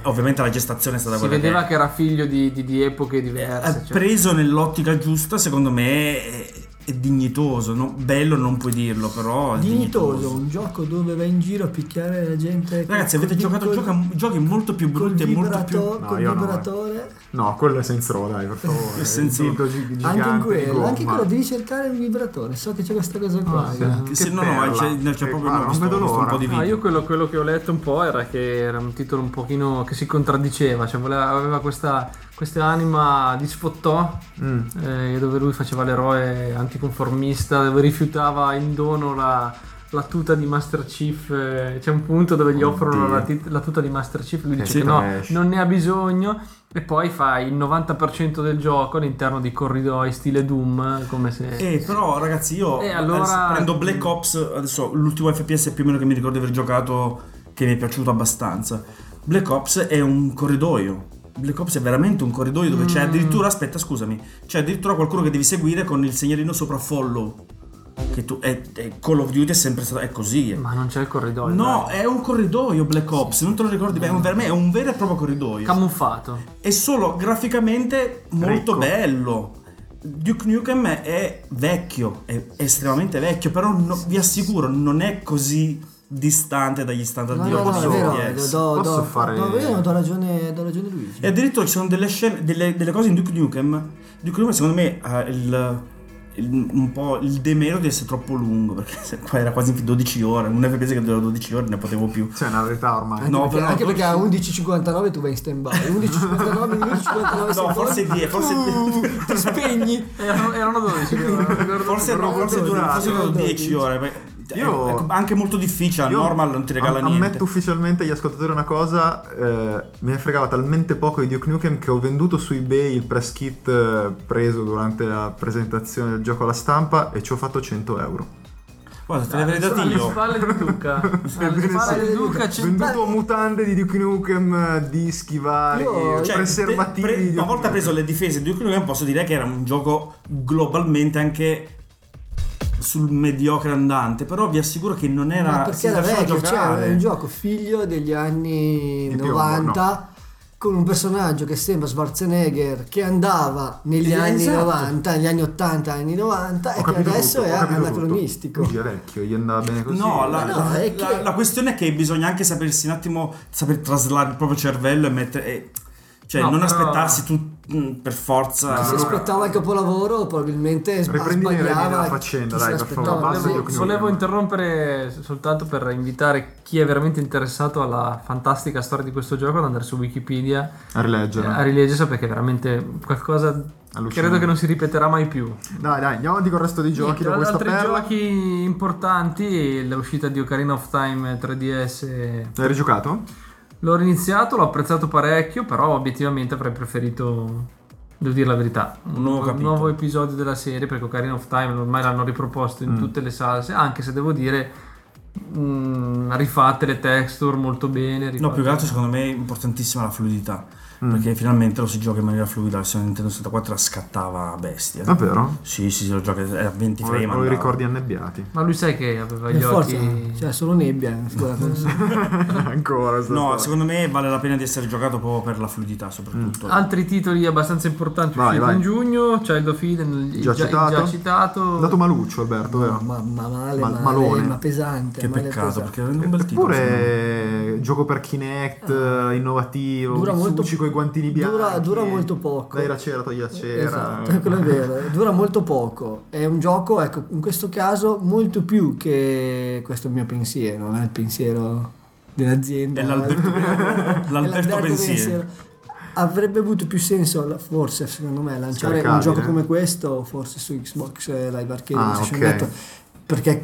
S3: ovviamente la gestazione è stata
S4: Si
S3: quella che
S4: vedeva
S3: è.
S4: che era figlio di, di- di epoche
S3: ha
S4: diverse. cioè.
S3: preso nell'ottica giusta, secondo me, eh, è dignitoso, no? bello non puoi dirlo, però... è
S5: Dignitoso, un gioco dove vai in giro a picchiare la gente.
S3: Ragazzi,
S5: col-
S3: avete
S5: col-
S3: giocato
S5: col-
S3: gioca- giochi molto più
S5: col
S3: brutti e molto più...
S5: vibrato-
S2: No,
S5: col
S2: io no, eh.
S5: vibratore.
S2: No, quello è senza roda, dai, per favore.
S3: È senza
S2: Il dito gi- gigante
S5: Anche in
S2: di
S5: quello,
S2: gomma.
S5: anche quello devi cercare un vibratore. So che c'è questa cosa qua.
S4: Ah, sì.
S5: eh.
S3: Che se no,
S2: perla.
S3: no, c'è, no, c'è
S2: Eh, guarda,
S3: proprio no,
S2: non
S3: ho visto-
S2: vedo
S3: ho visto un
S2: l'ora.
S3: po' di video.
S4: Ah, io quello, quello che ho letto un po' era che era un titolo un pochino che si contraddiceva, cioè voleva- aveva questa, questa anima di sfottò
S2: Mm.
S4: eh, dove lui faceva l'eroe anticonformista, dove rifiutava in dono la, la tuta di Master Chief. eh, C'è un punto dove gli offrono
S2: Oddio.
S4: la, tit- la tuta di Master Chief, lui
S2: Eh,
S4: dice
S2: sì,
S4: che no,
S2: trash.
S4: non ne ha bisogno. E poi fa il 90% del gioco all'interno di corridoi stile Doom, come se...
S3: Eh, però ragazzi, io
S4: Eh, allora-
S3: adesso prendo Black Ops, adesso l'ultimo FPS più o meno che mi ricordo di aver giocato, che mi è piaciuto abbastanza. Black Ops è un corridoio. Black Ops è veramente un corridoio dove
S4: Mm.
S3: c'è addirittura, aspetta scusami, c'è addirittura qualcuno che devi seguire con il segnalino sopra follow. Che tu, è, è- Call of Duty è sempre stato, è così. eh.
S4: Ma non c'è il corridoio.
S3: No, eh.
S4: dai.
S3: è un corridoio Black Ops, non te lo ricordi bene, è un- per me è un vero e proprio corridoio
S4: Camuffato.
S3: è solo graficamente molto
S2: Ricco.
S3: bello. Duke Nukem è vecchio, è estremamente vecchio, però no- vi assicuro non è così distante dagli standard
S5: No,
S3: di
S5: no,
S3: oggi.
S5: no, è
S2: posso-
S5: vero,
S3: Yes.
S5: do, do,
S2: posso
S5: do-
S2: fare-
S5: no, io do ragione, do ragione a Luigi.
S3: E addirittura ci sono delle, scene, delle, delle cose in Duke Nukem. Duke Nukem secondo me ha il, il- un po' il demero di essere troppo lungo, perché se- qua era quasi 12 ore, un FPS che durava 12 ore ne potevo più.
S2: Cioè, è una verità ormai.
S5: Anche
S3: no,
S5: perché,
S3: però-
S5: anche perché a 11.59 tu vai in stand by 11.59 11.59
S3: No,
S5: sei
S3: forse
S5: fuori.
S3: die- forse-
S5: Uh, ti spegni
S4: Erano, erano 12, io non ricordo
S3: Forse no,
S4: più.
S3: forse
S5: dodici,
S3: dura, forse
S5: erano
S3: durano 10
S5: dodici.
S3: ore. beh,
S2: Io-
S3: è- è anche molto difficile, al
S2: Io
S3: normal non ti regala
S2: am-
S3: niente.
S2: Ammetto ufficialmente agli ascoltatori una cosa, eh, me ne fregava talmente poco di Duke Nukem che ho venduto su eBay il press kit eh, preso durante la presentazione del gioco alla stampa e ci ho fatto 100 euro.
S3: Guarda, te l'avrei dato
S4: alle
S3: io. Cioè,
S4: spalle di Luca. Alle spalle di Luca c'è
S2: Venduto mutande di Duke Nukem, eh, dischi vari,
S5: Io-
S3: Cioè,
S2: preservativi.
S3: pre-
S2: di Duke
S3: una volta
S2: Nukem.
S3: preso le difese di Duke Nukem, posso dire che era un gioco globalmente anche sul mediocre andante. Però vi assicuro che non era.
S5: Ma
S3: si
S5: perché era
S3: lasciava
S5: vecchio, cioè
S3: giocare.
S5: è un gioco figlio degli anni
S2: Di più,
S5: 90 con un personaggio che sembra Schwarzenegger che andava negli
S3: Eh,
S5: anni
S3: esatto.
S5: 90, negli anni 80, anni 90
S2: Ho
S5: e che
S2: capito
S5: adesso
S2: tutto,
S5: è
S2: ho capito tutto.
S5: anacronistico.
S2: Luigi è vecchio, gli andava bene così.
S3: No, la,
S5: Ma no,
S3: la-
S5: è che-
S3: la- la questione è che bisogna anche sapersi un attimo, saper traslare il proprio cervello e mettere. e- cioè,
S4: No,
S3: non
S4: però-
S3: aspettarsi tu mm, per forza.
S5: Chi si aspettava il capolavoro probabilmente sba-
S2: Riprendi le redini
S5: sbagliava
S2: della faccenda,
S5: chi se
S2: dai, per favore,
S5: l'aspettava.
S2: basta di
S4: Volevo,
S2: Duke Nukem.
S4: volevo interrompere soltanto per invitare chi è veramente interessato alla fantastica storia di questo gioco ad andare su Wikipedia
S2: A rileggere.
S5: Eh.
S4: a rileggersi perché è veramente qualcosa credo che non si ripeterà mai più.
S2: Dai, dai, andiamo avanti con il resto dei giochi da
S4: Niente,
S2: questa
S4: altri
S2: perla.
S4: giochi importanti, l'uscita di Ocarina of Time 3DS
S2: L'hai rigiocato?
S4: L'ho iniziato, l'ho apprezzato parecchio, però obiettivamente avrei preferito, devo dire la verità,
S3: Un nuovo capitolo.
S4: nuovo episodio della serie perché Ocarina of Time ormai l'hanno riproposto
S3: Mm.
S4: in tutte le salse, anche se devo dire mh, rifatte le texture molto bene.
S3: No,
S4: rifatte-
S3: più che altro secondo me è importantissima la fluidità.
S5: Mm.
S3: Perché finalmente lo si gioca in maniera fluida. La Nintendo 64 scattava a bestia.
S2: Davvero?
S3: Sì, sì, sì, lo gioca era a 20 frame.
S2: Ho i
S3: andava.
S2: ricordi annebbiati.
S4: Ma lui sai che aveva
S5: Per
S4: gli
S5: forza,
S4: occhi...
S5: cioè solo nebbia. scusate.
S2: Ancora. sta
S3: No,
S2: storia.
S3: secondo me vale la pena di essere giocato proprio per la fluidità, soprattutto.
S5: Ah,
S4: Altri titoli abbastanza importanti
S2: Vai,
S4: usciti
S2: vai.
S4: in giugno, Child of Eden, il
S2: Già
S4: il già, il
S2: citato.
S4: già citato.
S2: Dato maluccio, Alberto,
S5: ma,
S2: vero?
S5: ma- ma male,
S2: Ma-
S5: male,
S2: malone.
S5: ma pesante.
S3: che
S5: male
S3: peccato,
S5: pesante.
S3: perché era un bel titolo. secondo me.
S2: Eppure gioco per Kinect, eh, innovativo,
S5: Dura molto-
S2: con i guantini bianchi.
S5: dura- dura molto poco.
S2: Dai la cera, togli la cera.
S5: Esatto, quello è vero, dura molto poco. È un gioco, ecco, in questo caso molto più che questo è il mio pensiero, non è il pensiero dell'azienda.
S3: È l'Alberto- l'Alberto pensiero.
S5: Avrebbe avuto più senso, la- forse, secondo me, lanciare un
S2: Scaricabile.
S5: gioco come questo, forse su Xbox eh, Live Arcade,
S2: Ah,
S5: PlayStation
S2: ok.
S5: Network, perché è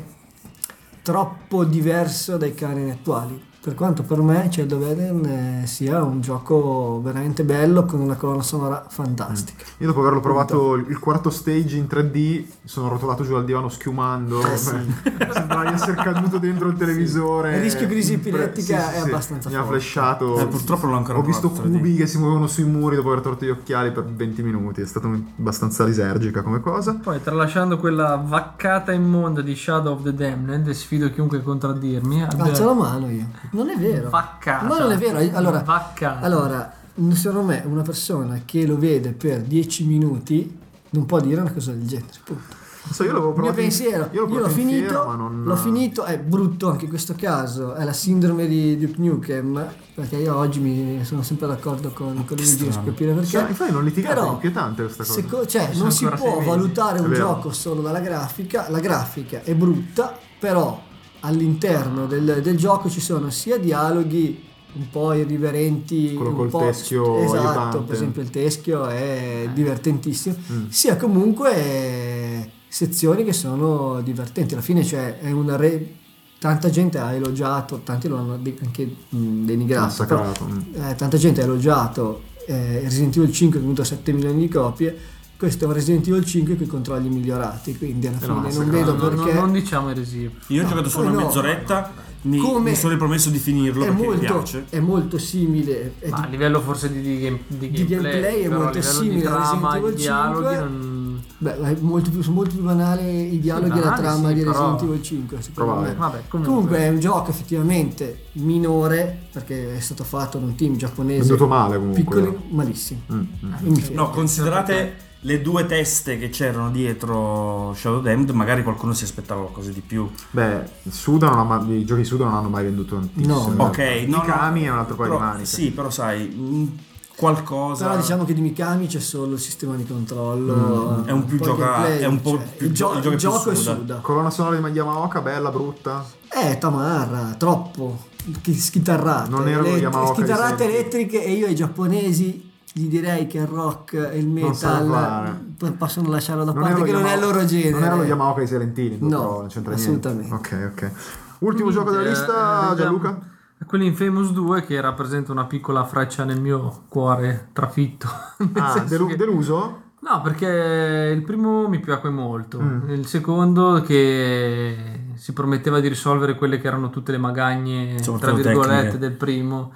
S5: troppo diverso dai canoni attuali. Per quanto per me Child of Eden eh, sia un gioco veramente bello con una colonna sonora fantastica.
S2: Io dopo averlo provato il quarto stage in 3D sono rotolato giù dal divano schiumando.
S5: Eh sì.
S2: Sembrava di essere caduto dentro il televisore.
S5: Il rischio crisi
S2: Pre-
S5: epilettica è abbastanza
S2: Mi ha
S5: forte.
S2: flashato.
S3: Eh, purtroppo non l'ho ancora
S2: Ho visto
S3: provato, 3D.
S2: cubi che si muovevano sui muri dopo aver tolto gli occhiali per 20 minuti. È stata un- abbastanza lisergica come cosa.
S4: Poi, tralasciando quella vaccata immonda di Shadow of the Damned, e sfido chiunque a contraddirmi. abbia-
S5: Alzo la mano io. Non è vero.
S4: Vaccata.
S5: Ma non è vero. Allora,
S4: Vaccata.
S5: allora, secondo me, una persona che lo vede per 10 minuti non può dire una cosa del genere. punto.
S2: So, io l'avevo
S5: Il mio
S2: provato. in-
S5: pensiero,
S2: io l'ho,
S5: io l'ho
S2: provato in
S5: finito,
S2: fiera, ma non-
S5: l'ho finito, è brutto anche in questo caso, è la sindrome di Duke Nukem, perché io oggi mi sono sempre d'accordo con, con Luigi, riesco a capire perché.
S2: Cioè, infatti non litigate,
S5: Però,
S2: è inquietante questa cosa.
S5: seco- cioè,
S4: Ci sono
S5: non si
S4: ancora
S5: può
S4: sei mesi.
S5: valutare
S2: È
S5: un
S2: vero.
S5: gioco solo dalla grafica, la grafica è brutta, però all'interno del, del gioco ci sono sia dialoghi un po' irriverenti,
S2: Quello
S5: un
S2: col
S5: po'
S2: teschio
S5: esatto,
S2: aiutante.
S5: per esempio il teschio è divertentissimo,
S2: Mm.
S5: sia comunque eh, sezioni che sono divertenti. Alla fine, cioè, è una re- tanta gente ha elogiato, tanti lo hanno de- anche mh, denigrato, però
S2: Massacrato, mm.
S5: eh, tanta gente ha elogiato eh, Resident Evil 5 che ha venduto 7 milioni di copie. Questo è un Resident Evil 5 con i controlli migliorati, quindi alla
S2: Eh
S5: fine
S2: no,
S5: non
S2: massacrato.
S5: vedo
S4: No, no,
S5: perché
S4: non diciamo eresie.
S3: Io ho
S5: No,
S3: giocato solo
S5: come
S3: una
S5: no?
S3: mezz'oretta, mi,
S5: Come-
S3: mi sono ripromesso di finirlo
S5: è
S3: perché mi
S5: molto,
S3: piace.
S5: è molto simile. È
S4: Ma a
S5: di-
S4: livello forse di, di game- di
S5: Di
S4: gameplay,
S5: gameplay è
S4: però a
S5: molto
S4: livello
S5: simile
S4: di
S5: a
S4: trama,
S5: Resident Evil
S4: di dialoghi
S5: 5.
S4: non...
S5: beh, è molto più, sono molto più banali i dialoghi e la
S4: banali,
S5: trama
S4: sì,
S5: di
S4: però-
S5: Resident Evil 5. secondo
S2: Provare.
S5: me.
S4: Vabbè, comunque,
S5: Comunque è un gioco effettivamente minore perché è stato fatto da un team
S2: È
S5: giapponese
S2: venuto male comunque.
S5: piccoli, malissimo.
S2: Mm, mm.
S5: E mi fermo.
S3: Ah, No, considerate le due teste che c'erano dietro Shadow Damned, magari qualcuno si aspettava qualcosa di più.
S2: Beh, Suda non ha mai- i giochi Suda non hanno mai venduto tantissimo.
S5: No.
S3: Ok, no, no.
S2: Mikami è un altro paio
S3: Però-
S2: di maniche.
S3: Sì, però sai, mh, qualcosa...
S5: Però diciamo che di Mikami c'è solo il sistema di controllo.
S2: Mm.
S3: È un più
S5: po' il
S3: gioca-
S5: gameplay,
S3: è un po'
S5: cioè,
S3: più
S5: il,
S3: gio-
S5: gio-
S3: il gioco è più
S5: il gioco è
S3: suda.
S5: suda.
S2: Colonna sonora di Yamaoka, bella, brutta.
S5: Eh, Tamarra, troppo. Chi- Schitarrate.
S2: Non erano
S5: elett-
S2: Yamaoka
S5: Schitarrate
S2: esenti.
S5: elettriche e io ai giapponesi gli direi che il rock e il
S2: sanno
S5: metal
S2: fare.
S5: p- possono lasciarlo da parte
S2: erano
S5: che non è il
S2: Yamaoka-
S5: loro genere.
S2: Non erano Yamaoka i Salentini,
S5: No,
S2: però non c'entra
S5: assolutamente.
S2: niente. Ok, ok.
S4: Mm,
S2: Ultimo gioco
S4: eh,
S2: della lista,
S4: Ah,
S2: Gianluca?
S4: Quell'Infamous 2 che rappresenta una piccola freccia nel mio cuore trafitto. Nel
S2: Ah,
S4: senso
S2: delu-
S4: che-
S2: deluso?
S4: No, perché il primo mi piacque molto,
S2: Mm.
S4: il secondo che si prometteva di risolvere quelle che erano tutte le magagne, tra
S3: Soprattutto
S4: virgolette,
S3: tecniche.
S4: del primo.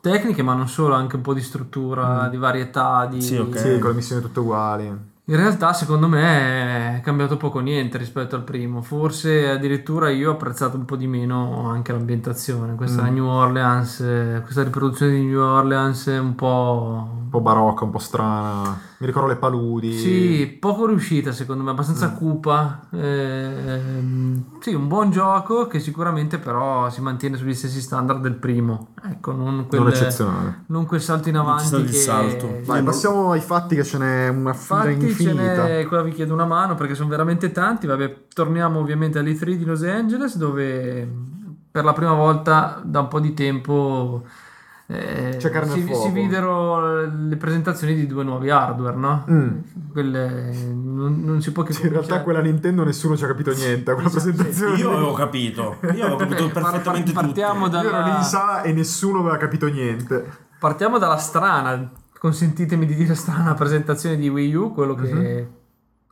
S4: Tecniche, ma non solo, anche un po' di struttura, di varietà, di...
S3: Mm. Sì, ok.
S2: Sì, con le missioni tutte uguali.
S4: In realtà, secondo me, è cambiato poco o niente rispetto al primo. Forse addirittura io ho apprezzato un po' di meno anche l'ambientazione. Questa
S3: Mm.
S4: New Orleans, eh, questa riproduzione di New Orleans è un po'.
S2: Un po' barocca, un po' strana. Mi ricordo le paludi.
S4: Sì, poco riuscita secondo me, abbastanza
S3: Mm.
S4: cupa. Ehm, sì, un buon gioco che sicuramente però si mantiene sugli stessi standard del primo. Ecco, non quel,
S2: Non eccezionale.
S4: non quel salto in
S3: Non c'è
S4: avanti.
S3: stato il
S4: che-
S3: salto.
S2: Vai, passiamo ai fatti che ce n'è una fila
S4: Infatti ce
S2: infinita.
S4: n'è, qua vi chiedo una mano perché sono veramente tanti, vabbè, torniamo ovviamente all'E3 di Los Angeles dove mh, per la prima volta da un po' di tempo eh,
S2: C'è carne al
S4: si,
S2: fuoco.
S4: si videro le presentazioni di due nuovi hardware, no?
S2: Mm.
S4: Quelle, non, non si può che cioè,
S2: Sì, in realtà
S4: cominciare-
S2: quella Nintendo nessuno ci ha capito niente a quella presentazione.
S3: Io avevo capito, io avevo capito
S4: Ok, par- par-
S3: perfettamente
S4: partiamo
S3: tutte.
S2: Io ero lì in
S4: dalla,
S2: sala e nessuno aveva capito niente.
S4: partiamo dalla strana, consentitemi di dire strana presentazione di Wii U, quello che
S2: Mhm.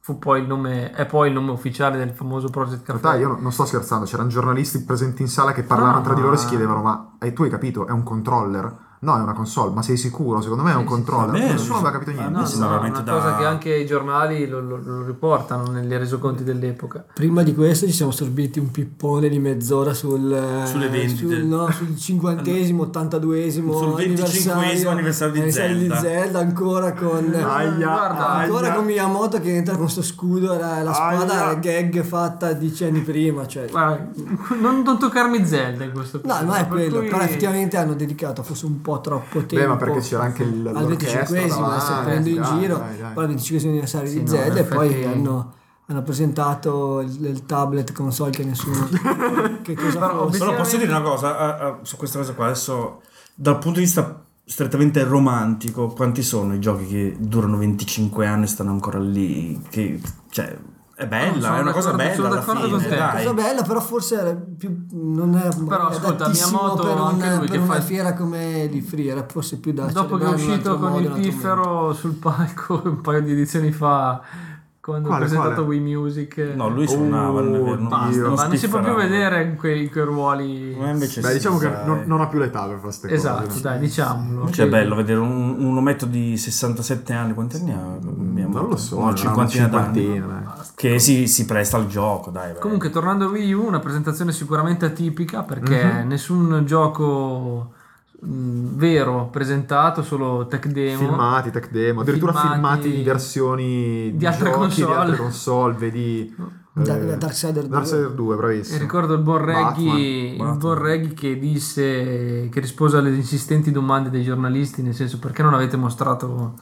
S4: fu poi il nome, è poi il nome ufficiale del famoso Project
S2: In
S4: Cafe.
S2: realtà io no- non sto scherzando, c'erano giornalisti presenti in sala che parlavano
S4: Ah.
S2: tra di loro e si chiedevano ma eh, tu hai capito, è un controller? No, è una console, ma sei sicuro? Secondo me è un
S4: Sì, sì,
S2: controller.
S3: va bene.
S2: Nessuno aveva capito
S3: Eh, Ma
S2: niente.
S4: No,
S3: Mi
S4: no,
S3: sembra veramente
S4: una
S3: da-
S4: cosa che anche i giornali lo, lo- lo riportano nei resoconti dell'epoca.
S5: Prima di questo ci siamo sorbiti un pippone di mezz'ora sul, eh,
S3: Sulle vendite.
S5: sul, no, sul cinquantesimo, ottantaduesimo
S3: Sul 25esimo anniversario di
S5: anniversario
S3: Zelda.
S5: Zelda, ancora con
S2: Aia,
S4: Guarda,
S2: aia.
S5: ancora con Miyamoto che entra con sto scudo e la, la spada
S2: Aia.
S5: gag fatta dieci anni prima cioè
S4: Guarda, non, non toccarmi Zelda in questo
S5: No,
S4: punto,
S5: non
S4: per
S5: è quello,
S4: cui-
S5: però effettivamente hanno dedicato forse un po' troppo tempo.
S2: Beh, ma perché c'era anche il-
S5: al
S2: l'orchestra
S5: 25esimo, adesso
S2: davanti,
S5: prendo in
S2: dai,
S5: giro,
S2: dai, dai.
S5: poi al 25esimo anniversario
S4: Sì,
S5: di
S4: no,
S5: Zelda
S4: in
S5: e poi
S4: effetti-
S5: hanno, hanno presentato il, il tablet console che nessuno... che cosa
S4: Però
S5: fosse.
S3: Però posso dire una cosa ah, ah, su questa cosa qua, adesso dal punto di vista strettamente romantico, quanti sono i giochi che durano 25 anni e stanno ancora lì? Che, cioè, è
S4: No,
S3: bella,
S4: sono
S3: è una cosa
S4: d'accordo-
S3: bella
S4: sono
S3: alla
S4: d'accordo
S3: fine,
S4: con te.
S3: dai.
S5: Cosa bella, però forse era più, non era
S4: Però, ascolta,
S5: adattissimo
S4: Miyamoto,
S5: per, un-
S4: anche lui
S5: per
S4: che
S5: una
S4: fa-
S5: fiera come di Free, era forse più da
S4: Dopo che è
S5: celebrare in un
S4: uscito
S5: altro
S4: con
S5: modo, in
S4: il
S5: un altro modo.
S4: piffero sul palco un paio di edizioni fa, quando
S2: Quale,
S4: ha presentato
S2: quale?
S4: Wii Music,
S3: No, lui suonava, non è vero, non-
S2: Oh, Basta,
S3: non
S4: ma non si può più
S3: spifferava.
S4: vedere in quei, in quei ruoli.
S3: Ma invece
S2: Beh,
S3: sì,
S2: diciamo che
S3: sai.
S2: non, non ha più l'età per fare queste cose.
S4: Esatto, dai, diciamolo.
S3: Cioè,
S4: che-
S3: è bello vedere un, un ometto di 67 anni, quanti anni ha?
S2: Non lo so,
S3: una
S2: era una
S3: cinquantina d'anni.
S2: cinquantina, dai.
S3: Che si, si presta al gioco, dai. vabbè.
S4: Comunque, tornando a Wii U, una presentazione sicuramente atipica perché
S2: Mhm.
S4: nessun gioco mh, vero presentato, solo tech demo.
S2: Filmati, tech demo, addirittura filmati, in versioni
S4: di altre
S2: giochi,
S4: console.
S2: di altre console, vedi
S5: Da-
S2: eh,
S5: Darksider 2.
S2: Darksider 2, bravissimo.
S4: E ricordo il buon
S2: Batman,
S4: Reggie, il
S3: Batman.
S4: buon Reggie che disse, che rispose alle insistenti domande dei giornalisti, nel senso perché non avete mostrato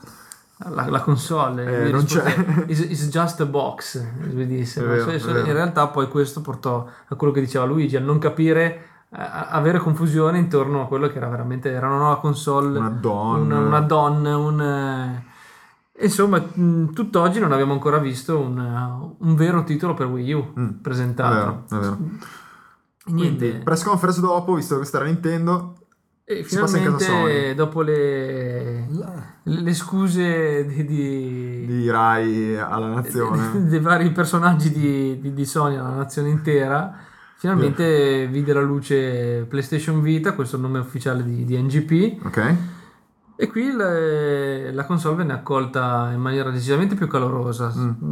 S4: la, la console?
S2: Eh,
S4: Lui
S2: non
S4: rispose,
S2: c'è.
S4: "It's- It's just a box, lui disse.
S2: È
S4: Ma
S2: vero,
S4: so-
S2: è
S4: so-
S2: vero.
S4: in realtà poi questo portò a quello che diceva Luigi, a non capire, a a avere confusione intorno a quello che era veramente, era una nuova console,
S2: Una
S4: un,
S2: donna.
S4: una donna, un... eh, Insomma, mh, tutt'oggi non abbiamo ancora visto un, eh, un vero titolo per Wii U
S2: Mm, È
S4: presentato.
S2: vero, è vero.
S4: Niente.
S2: Quindi, press conference dopo, visto che questa era Nintendo,
S4: e
S2: si passa in casa
S4: finalmente,
S2: Sony.
S4: dopo le,
S5: La-
S4: le scuse di, di-
S2: di Rai alla nazione.
S4: dei vari personaggi di, di, di Sony alla nazione intera, finalmente vide la luce PlayStation Vita, questo è il nome ufficiale di, di NGP,
S2: ok?
S4: e qui le- la console venne accolta in maniera decisamente più calorosa,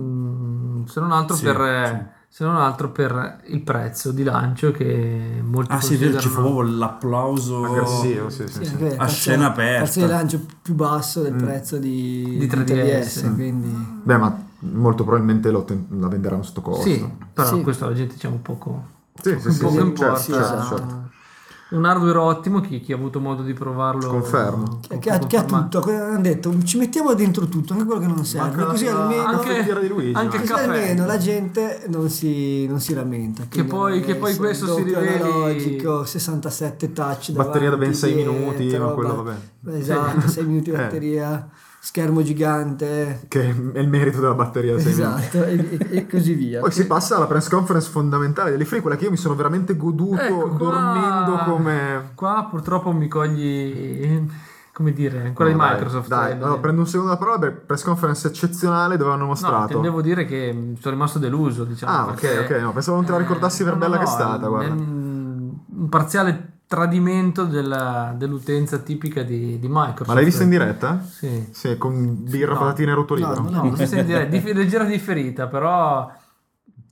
S4: Mm, se non altro
S3: Sì,
S4: per... eh,
S3: sì.
S4: Se non altro per il prezzo di lancio che molti
S3: Ah sì, è vero, ci fu
S4: considerano-
S3: proprio l'applauso.
S4: Oh,
S2: Aggressivo, sì, sì,
S5: sì,
S2: Eh, sì. Mm.
S5: anche
S3: A
S5: prezzo-
S3: scena aperta.
S5: prezzo di lancio più basso del prezzo di,
S4: Di 3DS,
S5: di quindi
S2: Beh, ma molto probabilmente lo ten- la venderanno sotto costo.
S4: Sì, però
S5: Sì.
S4: questo alla gente diciamo poco,
S2: sì, sì,
S4: un
S2: sì,
S4: poco
S2: sì,
S4: importa.
S2: certo, certo, certo.
S4: Un hardware ottimo, chi, chi ha avuto modo di provarlo.
S2: Confermo.
S5: che, che ha, che ha
S4: conferma-
S5: tutto cosa hanno detto ci mettiamo dentro tutto anche quello che non serve
S2: Manca la-
S5: così almeno
S2: la
S4: Anche-
S2: fettiera di Luigi.
S4: anche
S2: ma-
S5: così
S4: il caffè.
S5: almeno la gente non si, non si lamenta Quindi
S4: poi-
S5: hanno
S4: che poi
S5: messo
S4: questo si
S5: doppio
S4: riveli-
S5: analogico 67 touch
S2: Batteria da ben
S5: davanti,
S2: 6 minuti,
S5: dietro,
S2: ma quello
S5: ba-
S2: vabbè.
S5: esatto 6 minuti di
S2: Eh.
S5: batteria schermo gigante
S2: Che è il merito della batteria da 6 minuti.
S5: esatto e, e- e così via
S2: Poi si passa alla press conference fondamentale delle Free, quella che io mi sono veramente goduto
S4: Ecco qua.
S2: dormendo come...
S4: Qua purtroppo mi cogli, come dire, quella
S2: No,
S4: di
S2: dai,
S4: Microsoft.
S2: Dai,
S4: eh,
S2: allora, prendo un secondo la parola, per press conference eccezionale dove hanno
S4: No,
S2: mostrato...
S4: intendevo dire che mh, sono rimasto deluso, diciamo.
S2: Ah, ok,
S4: perché,
S2: ok, no, pensavo non te la ricordassi per bella che è stata, guarda.
S4: è un mm, un parziale tradimento della- dell'utenza tipica di, di Microsoft.
S2: ma l'hai vista in diretta?
S4: Sì.
S2: Sì, con birra,
S4: No.
S2: patatine e
S5: no,
S2: rotolino.
S5: no,
S4: No,
S5: no.
S4: questa è dire- dif- leggera differita, però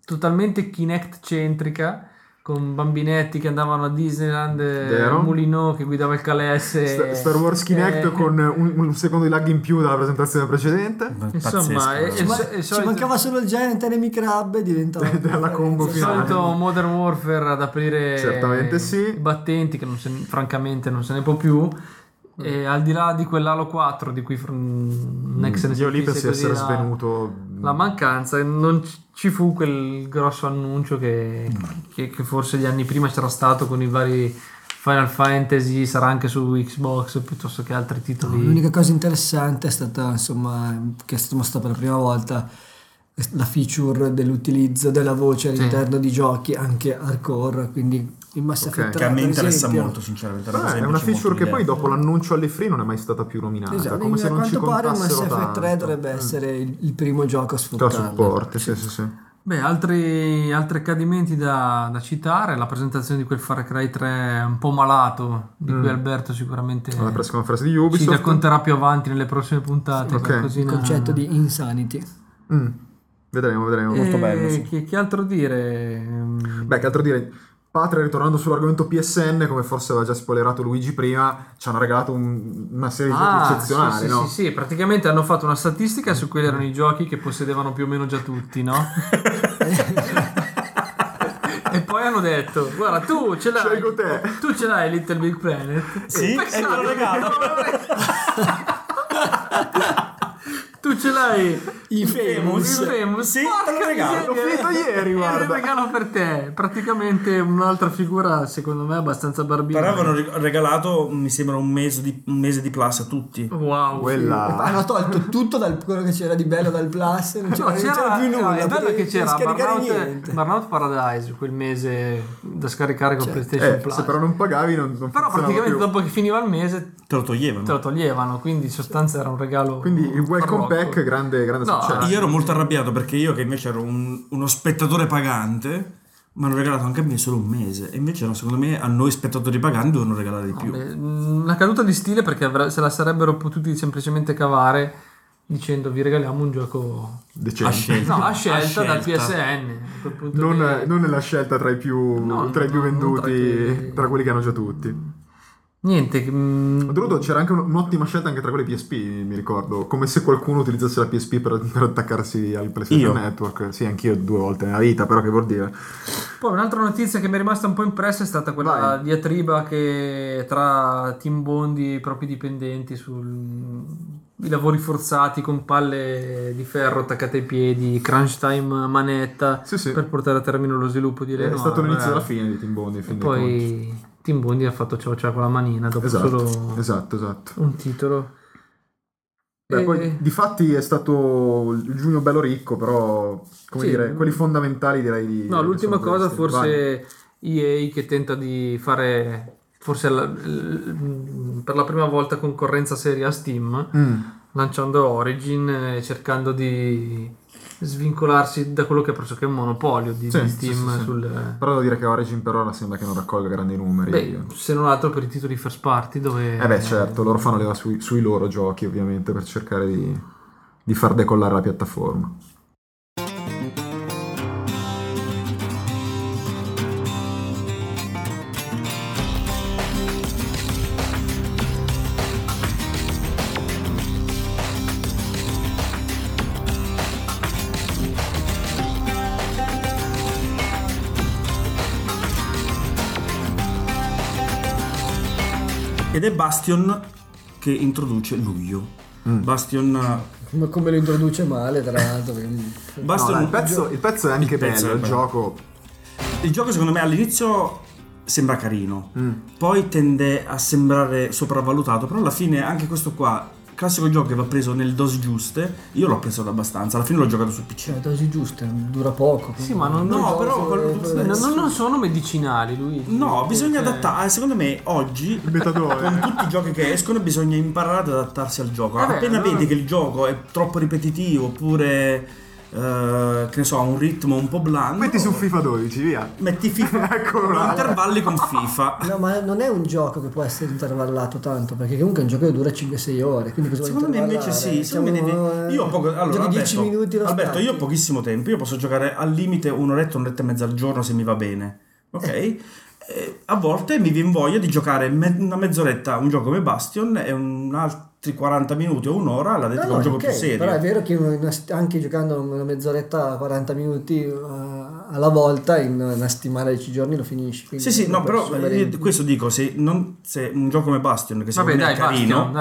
S4: totalmente Kinect centrica. Con bambinetti che andavano a Disneyland, eh,
S2: Vero.
S4: Mulino che guidava il calesse.
S2: Sta- Star Wars Kinect
S4: eh,
S2: con un, un secondo di lag in più dalla presentazione precedente.
S4: Insomma, è-
S3: Pazzesco.
S5: Ma
S4: e
S5: ci
S4: solito-
S5: mancava solo il Giant Enemy Crab e diventava Eh, esatto.
S2: Della combo
S4: Il
S2: finale.
S4: solito Modern Warfare ad aprire
S2: Certamente
S4: eh,
S2: sì.
S4: i battenti, che non se ne- francamente non se ne può più.
S2: Mm.
S4: E al di là di quell'Halo 4 di cui fr- Next
S2: Mm. Io lì
S4: NXT
S2: penso di
S4: così
S2: essere
S4: la-
S2: svenuto.
S4: la mancanza non ci- ci fu quel grosso annuncio che, che- che forse gli anni prima c'era stato con i vari Final Fantasy sarà anche su Xbox piuttosto che altri titoli
S5: L'unica cosa interessante è stata, insomma, che è stata mostrata per la prima volta la feature dell'utilizzo della voce all'interno di giochi anche hardcore, quindi in Mass
S2: Ok.
S5: Effect 3
S2: Che
S3: Che a me
S5: per
S3: interessa
S5: esempio.
S3: molto, sinceramente.
S2: Eh,
S3: cosa che
S2: è
S3: mi
S2: una
S3: piace molto
S2: feature che poi
S3: l'idea.
S2: dopo l'annuncio alle free non è mai stata più nominata.
S5: Esatto,
S2: come se
S5: a
S2: non ci
S5: quanto pare Mass
S2: contassero
S5: Effect
S2: tanto.
S5: 3 dovrebbe essere il, il primo gioco a
S2: Tra
S5: sfruttare.
S2: supporti, sì, sì, sì.
S4: Beh, altri, altri accadimenti da, da citare, la presentazione di quel Far Cry 3 un po' malato, di cui Alberto sicuramente
S2: Mm. Alla press
S4: ci
S2: conference di Ubisoft.
S4: racconterà più avanti nelle prossime puntate.
S2: Sì, ok.
S5: Il
S4: qualcosina-
S5: concetto di insanity.
S2: Mm. Vedremo, vedremo.
S4: Eh,
S3: Molto bello, sì.
S4: Che, che altro dire? Ehm,
S2: Beh, che altro dire, Patria, ritornando sull'argomento PSN, come forse aveva già spoilerato Luigi prima, ci hanno regalato un- una serie di
S4: ah,
S2: giochi eccezionali,
S4: sì, sì,
S2: no?
S4: sì, sì, praticamente hanno fatto una statistica su quelli erano i giochi che possedevano più o meno già tutti, no? e poi hanno detto, guarda, tu ce l'hai,
S2: Scelgo te.
S4: tu ce l'hai Little Big Planet.
S3: Sì, Eh,
S4: Pensate-
S3: e te lo regalo.
S4: tu ce l'hai
S5: I
S4: Famous,
S5: famous.
S4: famous.
S3: Sì, te lo
S4: Porca
S3: regalo.
S2: L'ho
S4: miseria.
S2: finito ieri,
S4: Era un
S2: guarda.
S4: regalo per te, praticamente un'altra figura secondo me abbastanza barbina.
S3: Però avevano reg- regalato, mi sembra, un mese di, un mese di plus a tutti.
S2: Oh.
S4: Wow.
S2: Quella...
S5: Hanno tolto tutto dal quello che c'era di bello dal plus, non c'era,
S4: No,
S5: non c'era più nulla.
S4: è eh, bello
S5: potevi
S4: che c'era
S5: scaricare
S4: Burnout,
S5: niente.
S4: Burnout Paradise quel mese da scaricare con
S5: Cioè,
S4: PlayStation
S2: Eh,
S4: Plus.
S2: se però non pagavi non, non
S4: Però
S2: funzionava
S4: praticamente
S2: più.
S4: dopo che finiva il mese
S3: Te lo toglievano.
S4: te lo toglievano, quindi in sostanza era un regalo.
S2: Quindi il welcome
S4: barocco.
S2: pack, grande, grande
S4: No,
S2: successo.
S3: Io ero molto arrabbiato perché io, che invece ero un- uno spettatore pagante, mi hanno regalato anche a me solo un mese. E invece, no, secondo me, a noi spettatori paganti dovevano regalare di più.
S4: Beh, mh, Eh, Una caduta di stile perché avre- se la sarebbero potuti semplicemente cavare dicendo vi regaliamo un gioco
S3: a
S2: Decente.
S3: scelta,
S4: No, a
S3: A
S4: scelta dal
S3: scelta.
S4: PSN. a quel punto
S2: Non,
S4: lì-
S2: non è la scelta tra i più,
S4: No,
S2: tra i
S4: no,
S2: più
S4: non tra
S2: venduti,
S4: quelli-
S2: tra quelli che hanno già tutti.
S4: Niente, mm,
S2: Oltretutto c'era anche un- un'ottima scelta anche tra quelle PSP, mi ricordo, come se qualcuno utilizzasse la PSP per, per attaccarsi al PlayStation
S3: Io.
S2: Network. Sì, anch'io due volte nella vita, però che vuol dire?
S4: Poi un'altra notizia che mi è rimasta un po' impressa è stata quella
S2: Vai.
S4: diatriba che tra Tim Bondi e i propri dipendenti sui lavori forzati con palle di ferro attaccate ai piedi, crunch time a manetta
S2: Sì, sì.
S4: per portare a termine lo sviluppo di
S2: È
S4: Lenovo.
S2: stato l'inizio
S4: vabbè.
S2: della fine di Tim Bondi, in
S4: E
S2: fin dei conti.
S4: poi Tim Bondi ha fatto ciao ciao con la manina dopo solo
S2: Esatto, esatto, esatto.
S4: un titolo.
S2: Beh,
S4: E-
S2: poi, difatti è stato il giugno bello ricco, però, come
S4: Sì.
S2: dire, quelli fondamentali direi di...
S4: No,
S2: che
S4: l'ultima
S2: sono
S4: cosa
S2: questi. Vai.
S4: forse EA che tenta di fare forse la- l- per la prima volta concorrenza seria a Steam,
S2: Mm.
S4: lanciando Origin e cercando di svincolarsi da quello che è pressoché un monopolio di,
S2: Sì,
S4: di
S2: sì,
S4: Steam
S2: sì, sì.
S4: sul...
S2: Però devo dire che Origin per ora sembra che non raccolga grandi numeri.
S4: Beh, se non altro per i titoli first party dove...
S2: Eh beh, certo, loro fanno leva sui, sui loro giochi ovviamente per cercare di, di far decollare la piattaforma.
S3: Ed è Bastion che introduce luglio. Bastion.
S5: Ma come lo introduce male, tra l'altro. quindi-
S2: No,
S3: Bastion
S2: dai, il, pezzo, il pezzo è anche
S3: Il pezzo
S2: bello,
S3: è
S2: il
S3: bello.
S2: gioco...
S3: Il gioco secondo me all'inizio sembra carino,
S2: Mm.
S3: poi tende a sembrare sopravvalutato, però alla fine anche questo qua, classico gioco che va preso nelle dosi giuste, io l'ho apprezzato abbastanza, alla fine l'ho giocato su PC.
S5: Cioè, dosi giuste, dura poco.
S4: Sì, ma non,
S3: No,
S4: non-
S3: però
S2: eh,
S3: quello-
S4: non- non- non sono medicinali lui.
S3: No,
S4: Perché-
S3: bisogna adattare, secondo me oggi con
S2: Metadone.
S3: tutti i giochi che escono bisogna imparare ad adattarsi al gioco.
S4: Vabbè,
S3: Appena
S4: allora-
S3: vedi che il gioco è troppo ripetitivo oppure eh, che ne so, ha un ritmo un po' blando,
S2: Metti su FIFA 12, via.
S3: metti FIFA,
S2: Eccolo là.
S3: intervalli con FIFA.
S5: No, ma non è un gioco che può essere intervallato tanto, perché comunque è un gioco che dura 5-6 ore. Quindi cosa vuoi
S3: Secondo me invece
S5: intervallare?
S3: sì, secondo me
S5: Diciamo,
S3: devi-
S5: eh,
S3: Io ho poco... Allora,
S5: giochi
S3: Alberto,
S5: 10 minuti lo
S3: Alberto,
S5: stacchi.
S3: io ho pochissimo tempo, io posso giocare al limite un'oretta, un'oretta e mezza al giorno se mi va bene, ok? Eh, a volte mi viene voglia di giocare me- una mezz'oretta a un gioco come Bastion e un altri 40 minuti o un'ora, l'ha detto che
S5: No,
S3: è
S5: no,
S3: un gioco
S5: ok,
S3: più serio.
S5: Però è vero che in una- anche giocando una mezz'oretta, 40 minuti eh, alla volta, in una settimana, 10 giorni lo finisci. quindi
S3: Sì, sì, no,
S5: per
S3: però eh,
S5: assumere-
S3: io questo dico, se, non- se un gioco come Bastion, che
S4: Vabbè,
S3: secondo me
S4: dai,
S3: è carino,
S4: Bastion,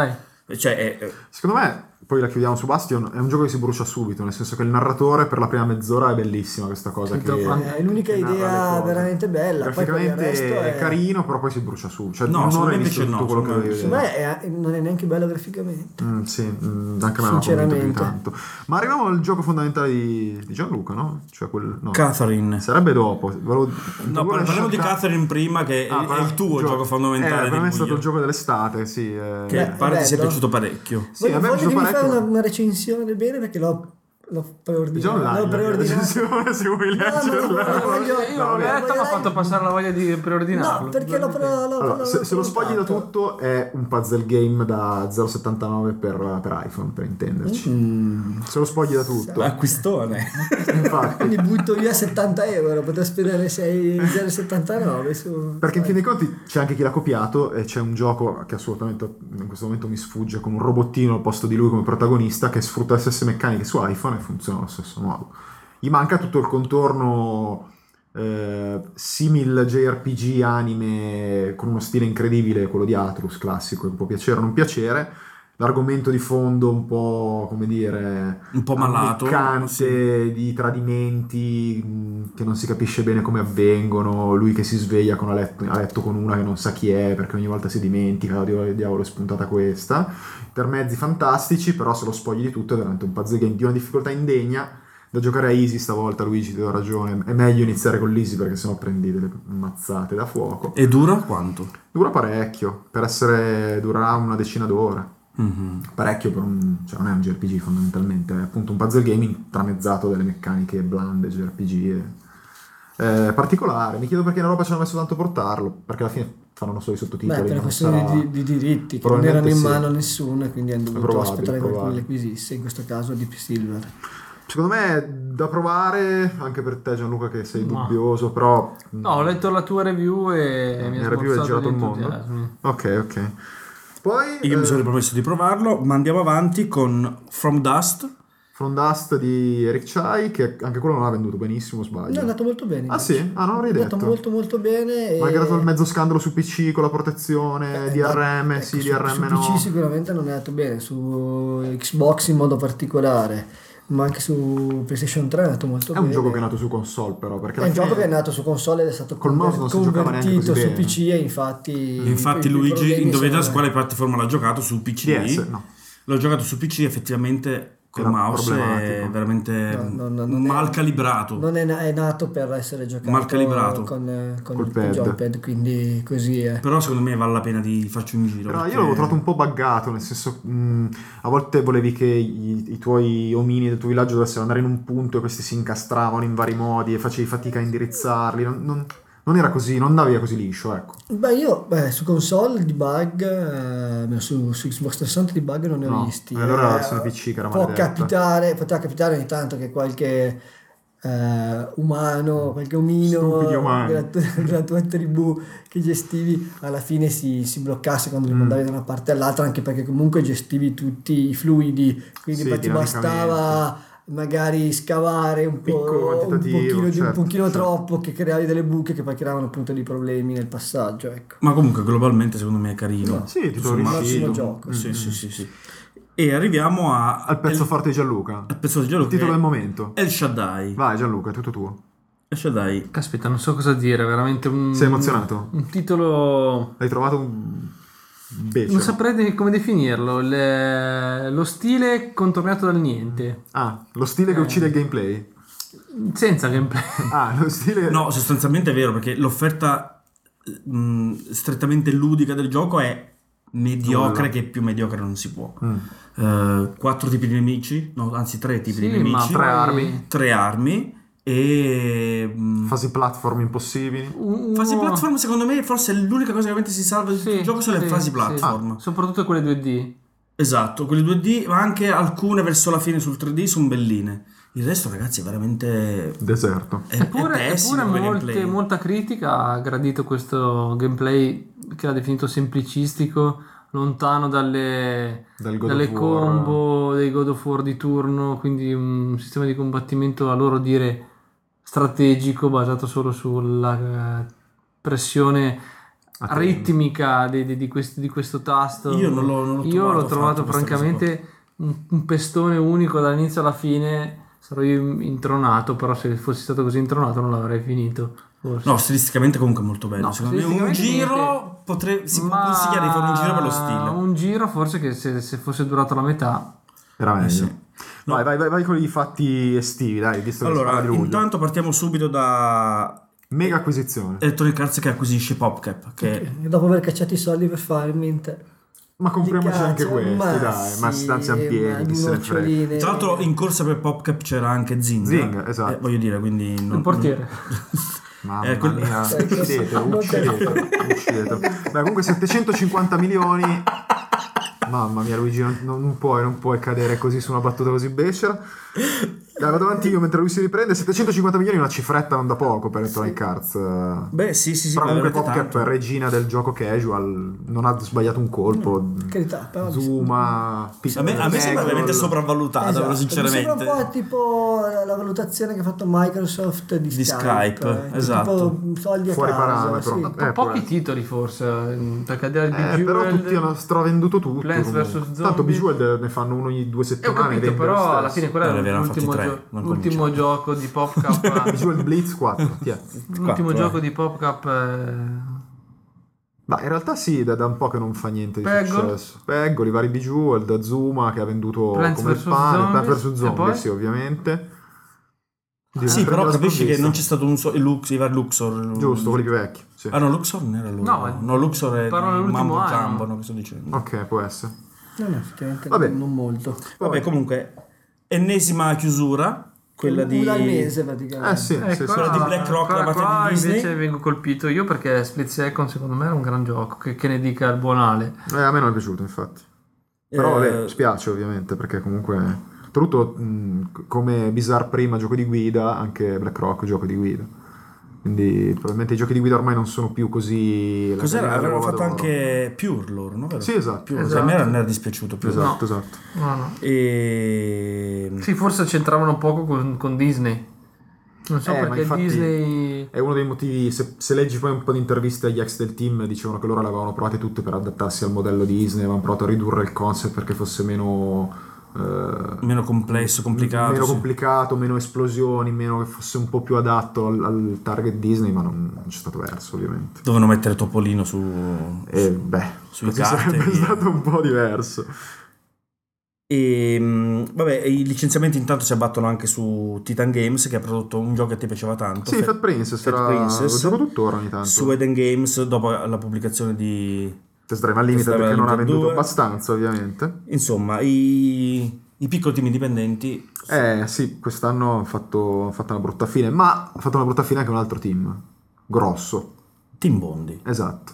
S4: dai.
S3: cioè è- è-
S2: Secondo me, poi la chiudiamo su Bastion, è un gioco che si brucia subito, nel senso che il narratore per la prima mezz'ora è bellissima questa cosa.
S4: Sì,
S2: Che,
S4: troppo-
S5: Eh, È l'unica
S2: che narra le
S5: idea
S2: cose.
S5: veramente bella. poi per il
S2: Graficamente
S5: resto
S2: è
S5: è-
S2: carino, però poi si brucia subito. Cioè,
S3: No,
S2: non
S3: secondo
S2: ho
S3: me
S2: visto
S3: invece
S2: tutto
S3: no,
S2: quello che
S3: secondo me-
S2: dovevi
S5: Secondo
S2: vedere.
S5: me è- non è neanche bello graficamente.
S2: Mm, sì, mm, anche a me non ha convinto più di
S5: Sinceramente.
S2: tanto. Ma arriviamo al gioco fondamentale di, di Gianluca, no? Cioè quel, no.
S3: Catherine.
S2: Sarebbe dopo. volevo-
S3: No,
S2: volevo
S3: parliamo di
S2: lasciare-
S3: Catherine prima, che
S2: Ah,
S3: è- è
S2: parla-
S3: il tuo gioco
S2: Eh,
S3: fondamentale.
S2: per me è
S3: di
S2: stato
S3: luglio.
S2: il gioco dell'estate, sì. eh.
S3: Che
S5: Beh,
S3: pare ti sia
S5: bello.
S3: piaciuto parecchio.
S2: Sì, a me è
S5: voglio
S2: piaciuto
S5: che mi fai
S2: parecchio.
S5: una, una recensione bene perché l'ho, l'ho
S2: Già
S5: preordinato.
S2: online la
S5: L'ho
S2: mia
S5: preordinato.
S2: Diciamo recensione, se vuoi
S5: ma no,
S2: leggerla.
S5: no, voglio-
S4: Io l'ho
S5: no,
S2: vabbè.
S4: letto, mi ha
S5: voglio-
S4: fatto passare la voglia di preordinarlo.
S5: No, perché l'ho preordinato.
S2: Allora, se, se lo spogli da tutto è un puzzle game da 0,79 per, per iPhone, per intenderci.
S5: Mm.
S2: Se lo spogli da tutto,
S3: L'acquistone.
S2: infatti.
S5: Quindi butto via 70 euro, potrei spendere 6,079 su...
S2: Perché in fin dei conti c'è anche chi l'ha copiato e c'è un gioco che assolutamente in questo momento mi sfugge con un robottino al posto di lui come protagonista che sfrutta le stesse meccaniche su iPhone e funziona allo stesso modo. Gli manca tutto il contorno eh, simil JRPG anime con uno stile incredibile, quello di Atlus classico, che può piacere o non piacere. L'argomento di fondo un po' come dire
S3: Un po' malato.
S2: ammiccante
S3: sì.
S2: di tradimenti mh, che non si capisce bene come avvengono lui che si sveglia con a letto, a letto con una che non sa chi è perché ogni volta si dimentica "Oh, Dio, diavolo è spuntata questa intermezzi fantastici però se lo spogli di tutto è veramente un puzzle game di una difficoltà indegna da giocare a easy stavolta Luigi ti do ragione è meglio iniziare con l'easy perché sennò prendi delle mazzate da fuoco
S3: E dura quanto?
S2: dura parecchio per essere durerà una decina d'ore
S3: Mhm.
S2: parecchio per un, cioè non è un JRPG fondamentalmente, è appunto un puzzle game intramezzato delle meccaniche blande, JRPG e- eh, particolare, mi chiedo perché in Europa ci hanno messo tanto a portarlo, perché alla fine faranno solo i sottotitoli.
S5: Beh, per una
S2: non
S5: questione
S2: sarà-
S5: di, di diritti che non erano
S2: Probabilmente
S5: in
S2: sì.
S5: mano a nessuno e quindi hanno dovuto
S2: Probabile,
S5: aspettare qualcuno
S2: probabile. Ah,
S5: li acquisisse, in questo caso Deep Silver.
S2: Secondo me è da provare anche per te Gianluca che sei
S4: Ma-
S2: dubbioso, però... mm,
S4: No, ho letto la tua review
S5: Eh,
S4: e mi ha
S2: La review è
S4: sbozzato
S2: girato
S4: gli
S2: il mondo.
S4: entusiasmi.
S2: Ok, ok. Poi...
S3: Io mi
S2: eh,
S3: sono promesso di provarlo, ma andiamo avanti con From Dust.
S2: From Dust di Eric Chai, che anche quello non ha venduto benissimo, sbaglio.
S5: No, è andato molto bene.
S2: Ah,
S5: invece.
S2: sì? Ah, non l'avrei
S5: È andato
S2: detto.
S5: molto molto bene. e-
S2: Malgrado il mezzo scandalo su PC con la protezione
S5: Eh,
S2: DRM,
S5: ecco,
S2: sì,
S5: su-
S2: DRM
S5: su
S2: no.
S5: PC sicuramente non è andato bene, su Xbox in modo particolare, ma anche su PlayStation 3 è andato molto
S2: È
S5: bene.
S2: un gioco che è nato su console, però. Perché
S5: È
S2: alla
S5: un gioco che
S2: fine-
S5: è nato su console ed è stato
S2: Col mouse non si giocava neanche
S5: convertito
S2: così
S5: su
S2: bene.
S5: PC e infatti...
S3: E infatti
S5: i- i
S3: Luigi
S5: problemi
S3: indovina
S5: sono-
S3: su quale piattaforma l'ha giocato, su PC.
S2: DS, no.
S3: L'ho giocato su PC effettivamente col
S2: Era
S3: mouse è
S2: problematico.
S3: veramente
S5: No, no, no, non è-
S3: mal calibrato.
S5: Non è, na- è nato per essere giocato
S3: Mal calibrato.
S5: con, con
S2: Col
S5: il
S2: pad.
S5: joypad, quindi così è.
S3: Però secondo me vale la pena di farci un giro.
S2: Però
S3: perché-
S2: io l'avevo trovato un po' buggato, nel senso, mh, a volte volevi che i, i tuoi omini del tuo villaggio dovessero andare in un punto e questi si incastravano in vari modi e facevi fatica a indirizzarli. Non, non- non era così, non andavi così liscio, ecco.
S5: Beh, io beh, su console di bug, eh, almeno su, su Xbox 360 di bug non ne ho
S2: No,
S5: visti.
S2: e allora la
S5: Eh,
S2: versione PC che era
S5: può
S2: maledetta.
S5: capitare, Poteva capitare ogni tanto che qualche eh, umano, qualche
S2: Stupidi
S5: omino
S2: umani.
S5: della, tu- della tua tribù che gestivi alla fine si, si bloccasse quando
S2: Mm.
S5: li mandavi da una parte all'altra, anche perché comunque gestivi tutti i fluidi, quindi
S2: Sì,
S5: ma ti
S2: dinamicamente.
S5: bastava magari scavare un po'
S2: Piccolo
S5: un
S2: quantitativo,
S5: pochino, di- un
S2: certo,
S5: pochino
S2: certo.
S5: troppo che creavi delle buche che poi creavano appunto dei problemi nel passaggio ecco
S3: Ma comunque globalmente secondo me è carino.
S5: No,
S2: Sì, ti
S3: Tutto
S2: trovo
S3: sommato.
S2: riuscito.
S5: Ottimo gioco.
S3: Sì, sì, sì, sì. E arriviamo a-
S2: Mm, Al pezzo
S3: El-
S2: forte di Gianluca.
S3: al pezzo di gioco
S2: Il titolo
S3: che-
S2: del momento.
S3: El Shaddai.
S2: Vai Gianluca, è tutto tuo.
S3: El Shaddai.
S4: Caspita, non so cosa dire, veramente un...
S5: Mm.
S2: Sei emozionato?
S4: Un titolo...
S2: L'hai trovato un... Becero.
S4: Non saprei de- come definirlo, le- lo stile contornato dal niente,
S2: Ah, lo stile che uccide il gameplay.
S4: senza gameplay.
S2: Ah, lo stile...
S3: No, sostanzialmente è vero perché l'offerta eh, mh, strettamente ludica del gioco è mediocre
S2: Nulla.
S3: che più mediocre non si può.
S2: Mm.
S3: Eh, quattro tipi di nemici, no, anzi tre tipi
S4: Sì,
S3: di
S4: ma
S3: nemici,
S4: tre
S3: tre...
S4: armi.
S3: armi e mh,
S2: Fasi platform impossibili.
S4: Un-
S3: fasi
S4: uno-
S3: platform secono me forse è l'unica cosa che veramente si salva di tutto
S4: Oh. Sì,
S3: il gioco sono
S4: sì,
S3: le fasi
S4: sì. Ah,
S3: platform.
S4: Soprattutto quelle 2D.
S3: Esatto, quelle 2D, ma anche alcune verso la fine sul 3D sono belline. Il resto ragazzi è veramente
S2: Deserto.
S3: è,
S4: Eppure,
S3: è pessimo
S4: eppure
S3: come
S4: molte-
S3: gameplay.
S4: molta critica ha gradito questo gameplay che l'ha definito semplicistico, lontano dalle,
S2: Dal God
S4: dalle
S2: of War.
S4: combo dei God of War di turno, quindi un sistema di combattimento a loro dire strategico basato solo sulla eh, pressione
S2: A te.
S4: ritmica di, di- di questi- di questo tasto.
S3: Io non l'ho- non l'ho
S4: Io
S3: trovato
S4: l'ho trovato
S3: affatto questa cosa
S4: francamente un, un pestone unico dall'inizio alla fine. Sarò io intronato, però se fossi stato così intronato non l'avrei finito. forse.
S3: No, stilisticamente comunque è molto bello.
S4: No,
S3: Secondo me un
S4: stilisticamente
S3: giro
S4: niente.
S3: potrei, si può
S4: Ma
S3: consigliare di fare un giro per lo stile.
S4: Un giro forse che se, se fosse durato la metà.
S2: Era meglio.
S3: Eh sì. No.
S2: Vai, vai, vai, vai con i fatti estivi, dai, visto che si
S3: Allora,
S2: parla di luglio.
S3: intanto partiamo subito da
S2: Mega acquisizione.
S3: Electronic Arts che acquisisce PopCap, che
S5: E dopo aver cacciato i soldi per Farmint
S2: Ma compriamoci
S5: Di
S2: anche
S5: cazzo,
S2: questi,
S5: ma
S2: dai. Ma
S5: sì,
S2: stanzi a
S5: ma
S2: piedi, chi se ne frega.
S5: noccioline.
S3: tra l'altro in corsa per PopCap c'era anche Zing.
S2: Zing, esatto.
S3: voglio dire, quindi... non-
S4: il portiere.
S2: Mamma
S3: Eh, quel-
S2: mia,
S5: Eh,
S2: uccidete,
S5: non te-
S2: uccidete, uccidete. Beh, comunque 750 milioni. Mamma mia, Luigi, non, non puoi, non puoi cadere così su una battuta così becera. Dai, vado avanti io mentre lui si riprende. 750 milioni è una cifretta non da poco per Electronic Arts. Però
S3: Beh, sì, sì, sì. ma
S2: comunque
S3: veramente
S2: Popcap
S3: tanto.
S2: è regina del gioco casual, non ha sbagliato un colpo.
S4: Mm,
S5: carità, però
S2: Zuma,
S3: A me, a me sembra veramente sopravvalutata,
S5: Esatto,
S3: però,
S5: mi sembra
S3: sinceramente.
S5: un po' tipo la, la valutazione che ha fatto Microsoft di,
S3: Di Skype,
S5: eh,
S3: esatto.
S5: tipo soldi a
S2: Fuori
S5: caso,
S2: parametro.
S5: sì.
S2: Eh,
S4: Pochi
S2: può-
S4: titoli forse. mm, mh, Perché del
S2: Eh, però tutti hanno stravenduto tutto.
S4: Plants
S2: comunque.
S4: vs. Zombies.
S2: Tanto Bejeweled ne fanno uno ogni due
S4: E ho
S2: settimane.
S4: capito,
S2: vende lo
S4: però alla
S2: stesso.
S4: fine quello
S3: No,
S4: era
S3: ne avevano
S4: l'ultimo,
S3: fatti tre,
S4: gio-
S3: non
S4: l'ultimo
S3: cominciamo.
S4: gioco di PopCap.
S2: Visual Blitz 4, ti è.
S4: l'ultimo
S3: Quattro,
S4: gioco
S3: eh.
S4: di PopCap. eh,
S2: Ma in realtà sì, da, da un po' che non fa niente di
S4: Peggle.
S2: successo. Peggoli, vari Bejeweled, Zuma che ha venduto
S4: Plants
S2: come il
S4: vs.
S2: pane, Plants
S4: Zombies,
S2: vs.
S4: e poi?
S2: Zombie, sì, ovviamente. Dio,
S3: Ah, Sì,
S2: prendo
S3: però
S2: la
S3: capisci che
S2: sprovvista.
S3: non c'è stato un so- il Lux, i vari Luxor.
S2: Giusto, quelli più vecchi, sì.
S3: Ah no, Luxor non era loro.
S4: No, eh,
S3: No, Luxor è
S4: parlo
S3: il
S4: dell'ultimo
S3: Mambo
S4: anno. Ah.
S3: Jumbo, no, che sto dicendo.
S2: Ok, può essere.
S5: No, no, effettivamente
S2: Vabbè.
S5: non molto.
S3: Vabbè, comunque, ennesima chiusura, quella di...
S5: Una al mese praticamente.
S2: Eh sì,
S4: eh,
S2: sì,
S4: qua-
S2: sì.
S3: di Black Rock
S4: qua-
S3: da parte
S4: qua
S3: di Disney.
S4: invece vengo colpito io perché Split Second secondo me era un gran gioco. Che, che ne dica il buonale.
S2: Eh, a me non è piaciuto, infatti. Però
S3: Eh,
S2: vabbè, spiace ovviamente, perché comunque... Tra l'altro, mh, come Bizarre prima gioco di guida, anche Black Rock gioco di guida. Quindi probabilmente i giochi di guida ormai non sono più così... la
S3: Cos'era?
S2: gallina
S3: Avevano
S2: dell'uovo
S3: fatto
S2: d'oro.
S3: anche Pure loro, no? Vero?
S2: Sì, esatto.
S3: Pure.
S4: Esatto.
S3: A me non era dispiaciuto Pure.
S2: Esatto,
S4: No.
S2: esatto.
S4: No, no.
S3: E...
S4: Sì, forse c'entravano poco con, con Disney. Non so
S2: Eh, ma
S4: perché
S2: infatti-
S4: Disney...
S2: È uno dei motivi, se, se leggi poi un po' di interviste agli ex del team, dicevano che loro le avevano provate tutte per adattarsi al modello di Disney, avevano provato a ridurre il concept perché fosse meno... eh,
S3: Meno complesso, complicato.
S2: meno
S3: sì.
S2: complicato, meno esplosioni, meno che fosse un po' più adatto al, al target Disney, ma non, non c'è stato verso ovviamente.
S3: Dovevano mettere Topolino su...
S2: E beh,
S3: Sui
S2: forse
S3: carte,
S2: sarebbe
S3: via.
S2: stato un po' diverso.
S3: E mh, vabbè, i licenziamenti intanto si abbattono anche su Titan Games che ha prodotto un gioco che ti piaceva tanto.
S2: Sì,
S3: Fe-
S2: Fat Princess,
S3: Fat
S2: era,
S3: Princess.
S2: lo gioco tuttora ogni tanto.
S3: Su Eden Games dopo la pubblicazione di...
S2: Test Drive al limite
S3: Test Drive
S2: perché non ha
S3: Unlimited
S2: venduto
S3: 2.
S2: abbastanza ovviamente.
S3: Insomma, i, i piccoli team indipendenti...
S2: Eh sì, quest'anno hanno fatto, hanno fatto una brutta fine, ma ha fatto una brutta fine anche un altro team, grosso,
S3: Team Bondi.
S2: esatto.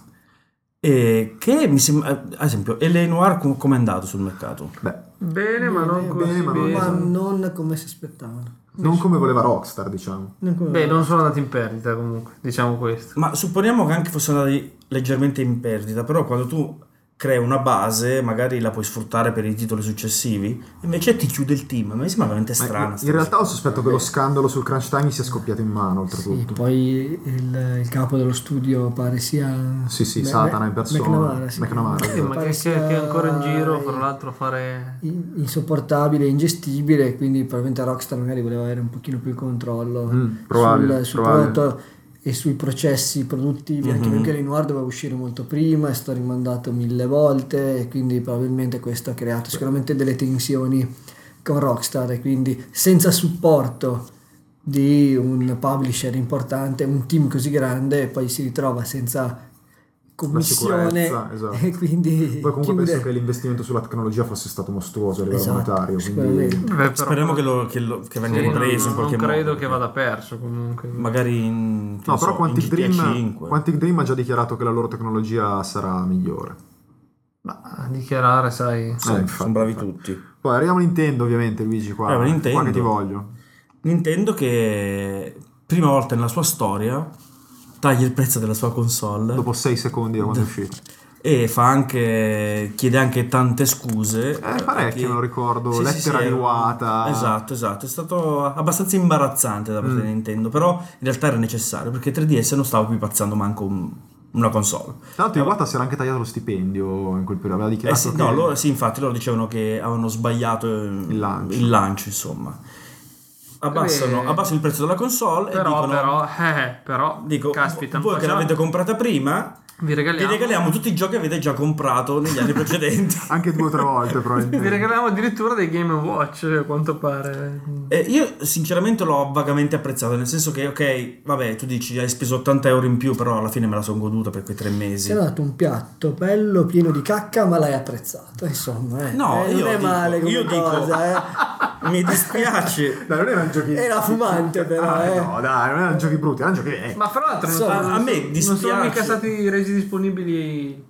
S3: E che mi sembra... Ad esempio, L.A. Noir com- com'è andato sul mercato?
S2: Beh,
S4: Bene, ma non
S5: Bene,
S4: così
S2: bene, ma non-
S4: bene.
S5: ma
S2: Esatto.
S5: non come si aspettavano.
S2: non come voleva Rockstar diciamo.
S5: Non come-
S4: Beh, non sono andati in perdita comunque, diciamo questo.
S3: Ma supponiamo che anche fossero andati leggermente in perdita, però quando tu crei una base magari la puoi sfruttare per i titoli successivi, invece ti chiude il team, ma mi sembra veramente
S2: Ma in-
S3: strana.
S2: Eh, in
S3: sta
S2: realtà ho
S3: cosa. Eh.
S2: sospetto che lo scandalo sul crunch time sia scoppiato in mano
S5: Sì,
S2: oltretutto.
S5: poi il, il capo dello studio pare sia...
S2: Sì, sì,
S5: Beh,
S2: Satana
S5: beh,
S2: in persona. esatto.
S5: McNamara, sì. Eh,
S2: McNamara,
S4: Sì, Eh, ma
S5: Pare
S4: che, che-
S5: sia-
S4: che è ancora in giro, fra l'altro, a fare...
S5: in- insopportabile, ingestibile, quindi probabilmente Rockstar magari voleva avere un pochino più il controllo
S2: Mm, probabile,
S5: sul, sul
S2: probabile. Mm-hmm.
S5: prodotto e sui processi produttivi, anche perché l'Enoir doveva uscire molto prima, è stato rimandato mille volte, e quindi probabilmente questo ha creato sicuramente delle tensioni con Rockstar e quindi senza supporto di un publisher importante, un team così grande, e poi si ritrova senza commissione
S2: sicurezza, esatto.
S5: e quindi
S2: Poi comunque
S5: chiude.
S2: penso che l'investimento sulla tecnologia fosse stato mostruoso a livello
S5: Esatto,
S2: monetario,
S5: sicuramente.
S2: quindi
S4: Beh, però-
S3: Speriamo che, lo- che lo- che venga
S4: Sì, non-
S3: ripreso in
S4: non,
S3: qualche modo.
S4: credo che
S3: perché
S4: vada perso comunque.
S3: Magari in, che
S2: No, però
S3: ne so, in
S2: Quantic
S3: GTA
S2: Dream,
S3: 5.
S2: Quantic Dream ha già dichiarato che la loro tecnologia sarà migliore.
S4: Ma a dichiarare, sai...
S3: Sì,
S2: Eh,
S3: sono
S2: infatti,
S3: bravi
S2: infatti.
S3: tutti.
S2: Poi arriviamo a Nintendo ovviamente Luigi qua,
S3: Arriva Eh, Nintendo.
S2: qua che ti voglio.
S3: Nintendo che prima volta nella sua storia taglia il prezzo della sua console
S2: Dopo 6 secondi da quando è uscito.
S3: e fa anche chiede anche tante scuse
S2: Eh,
S3: a chi-
S2: parecchio, me lo ricordo.
S3: Sì, sì,
S2: Lettera
S3: sì, era-
S2: riluata.
S3: Esatto, esatto, è stato abbastanza imbarazzante da parte
S2: Mm.
S3: di Nintendo, però in realtà era necessario perché 3DS non stava più piazzando manco un- una console.
S2: Tra l'altro, Iwata si era anche tagliato lo stipendio in quel periodo. Aveva
S3: Eh
S2: dichiarato
S3: sì,
S2: che-
S3: no, loro, sì, infatti loro dicevano che avevano sbagliato eh, il
S2: lancio.
S3: lancio, insomma. Abbassano,
S4: Eh.
S3: abbassano il prezzo della console e
S4: Però,
S3: dicono,
S4: però, eh, però,
S3: dico,
S4: caspita,
S3: voi che
S4: facciamo-
S3: l'avete comprata prima,
S4: vi
S3: vi
S4: regaliamo...
S3: regaliamo tutti i giochi che avete già comprato negli anni precedenti.
S2: Anche due o tre volte,
S4: Vi
S2: probabilmente.
S4: regaliamo addirittura dei Game Watch, a quanto pare.
S3: Eh, io sinceramente l'ho vagamente apprezzato, nel senso che, ok, vabbè, tu dici hai speso 80 euro in più, però alla fine me la sono goduta per quei tre mesi.
S5: Ti hanno dato un piatto bello pieno di cacca, ma l'hai apprezzato. Insomma, eh.
S3: No,
S5: Eh,
S3: io
S5: non è
S3: dico-
S5: male come
S3: io dico-
S2: ah.
S5: cosa,
S3: Mi dispiace.
S2: Dai, non erano giochi.
S5: eh. Era fumante, però,
S2: Ah,
S5: eh.
S2: No, dai, non erano giochi brutti, erano giochi. eh,
S4: Ma fra l'altro, non,
S5: Insomma,
S4: non
S3: a me
S4: sono- non sono
S3: dispiace.
S4: mica stati resi disponibili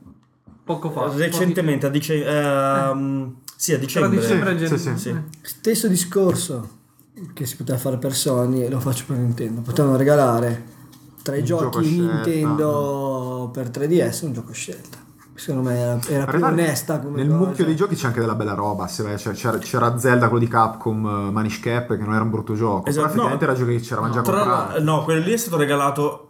S4: poco fa.
S3: Cioè, Recentemente, a dice- ehm, sì, a
S4: Tra
S3: dicembre.
S4: dicembre e
S2: Sì,
S4: gennaio.
S2: sì, sì.
S4: Eh.
S5: Stesso discorso che si poteva fare per Sony, e lo faccio per Nintendo. Potevano regalare tra i
S2: Un gioco a
S5: giochi
S2: scelta.
S5: Nintendo per 3DS un gioco a scelta. Secondo me era, era
S2: in
S5: più
S2: realtà
S5: onesta come
S2: nel
S5: cosa.
S2: mucchio dei giochi c'è anche della bella roba. se vai- cioè, c'era, c'era Zelda, quello di Capcom, eh, Manish Cap, che non era un brutto gioco.
S3: Esatto,
S2: Però effettivamente
S3: no. eh,
S2: era giochi che c'eravano già
S3: Tra
S2: comprati.
S3: no, quello lì è stato regalato.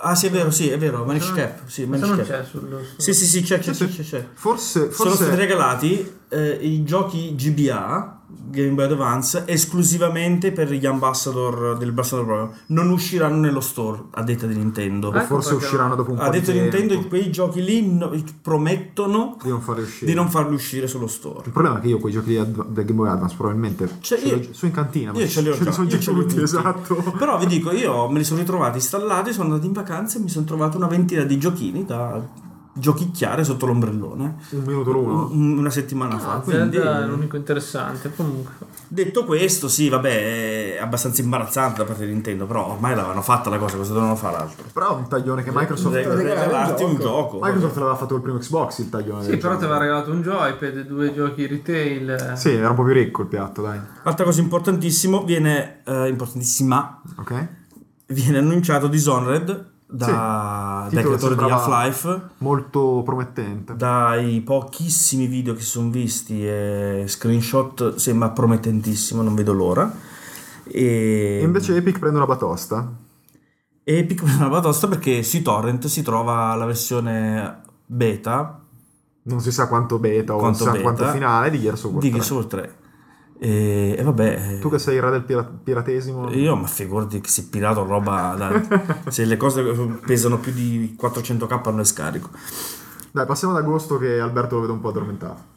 S3: Ah, sì, è vero, sì, è vero. Manish Cap. Sì,
S4: Questo
S3: Manish
S4: Cioè, non
S3: Cap.
S4: c'è sul...
S3: Sì, sì, sì, c'è, c'è,
S2: Sì,
S3: c'è,
S2: sì.
S3: c'è, c'è.
S2: Forse,
S3: Sono stati
S2: forse
S3: regalati eh, i giochi GBA, Game Boy Advance, esclusivamente per gli ambassador del Ambassador Program. Non usciranno nello store, a detta di Nintendo.
S2: o
S4: Ecco
S2: forse
S4: perché-
S2: usciranno dopo Ah, un po'
S3: Ha detto
S2: di
S3: Nintendo
S2: tempo
S3: quei giochi lì no- promettono
S2: di non farli uscire.
S3: di non farli uscire sullo store.
S2: Il problema è che io quei giochi di Adva- del Game Boy Advance probabilmente
S3: Cioè,
S2: ce li ho
S3: io-
S2: gi- sono in cantina, ma
S3: Io ce li ho
S2: li
S3: già,
S2: sono
S3: io
S2: già
S3: ce li ho
S2: tutti,
S3: tutti.
S2: esatto.
S3: Però vi dico, io me li sono ritrovati installati, sono andato in vacanza e mi sono trovato una ventina di giochini da giochicchiare sotto l'ombrellone
S2: Un minuto l'uno.
S3: un- una settimana fa.
S4: Ah,
S3: Quindi,
S4: Zelda è l'unico interessante. Comunque,
S3: detto questo, sì, vabbè, è abbastanza imbarazzante da parte di Nintendo, però ormai l'avevano fatta la cosa, cosa dovevano fare altro?
S2: Però un taglione che Microsoft...
S3: Re- Regalarti un gioco.
S2: Microsoft l'aveva fatto il primo Xbox il taglione.
S4: sì,
S2: del
S4: però ti
S2: gioco.
S4: aveva regalato un joypad, due giochi retail.
S2: Sì, era un po' più ricco il piatto, dai.
S3: Altra cosa importantissima, viene eh, importantissima,
S2: Ok?
S3: viene annunciato Dishonored da,
S2: Sì.
S3: dai
S2: Titolo
S3: creatori di
S2: sembrava-
S3: Half-Life,
S2: Molto promettente.
S3: dai pochissimi video che si sono visti e screenshot sembra promettentissimo, non vedo l'ora. E
S2: E invece Epic prende una batosta.
S3: Epic è una batosta perché su torrent si trova la versione beta
S2: Non si sa quanto beta o non
S3: Quanto
S2: si sa
S3: beta.
S2: quanto finale di Gears of War
S3: di
S2: 3.
S3: Gears of War 3. E, e vabbè, eh,
S2: Tu che sei il re del pira- piratesimo.
S3: io ma figurati che se pirato roba da- se le cose pesano più di 400k non le scarico.
S2: Dai, passiamo ad agosto che Alberto lo vedo un po' addormentato.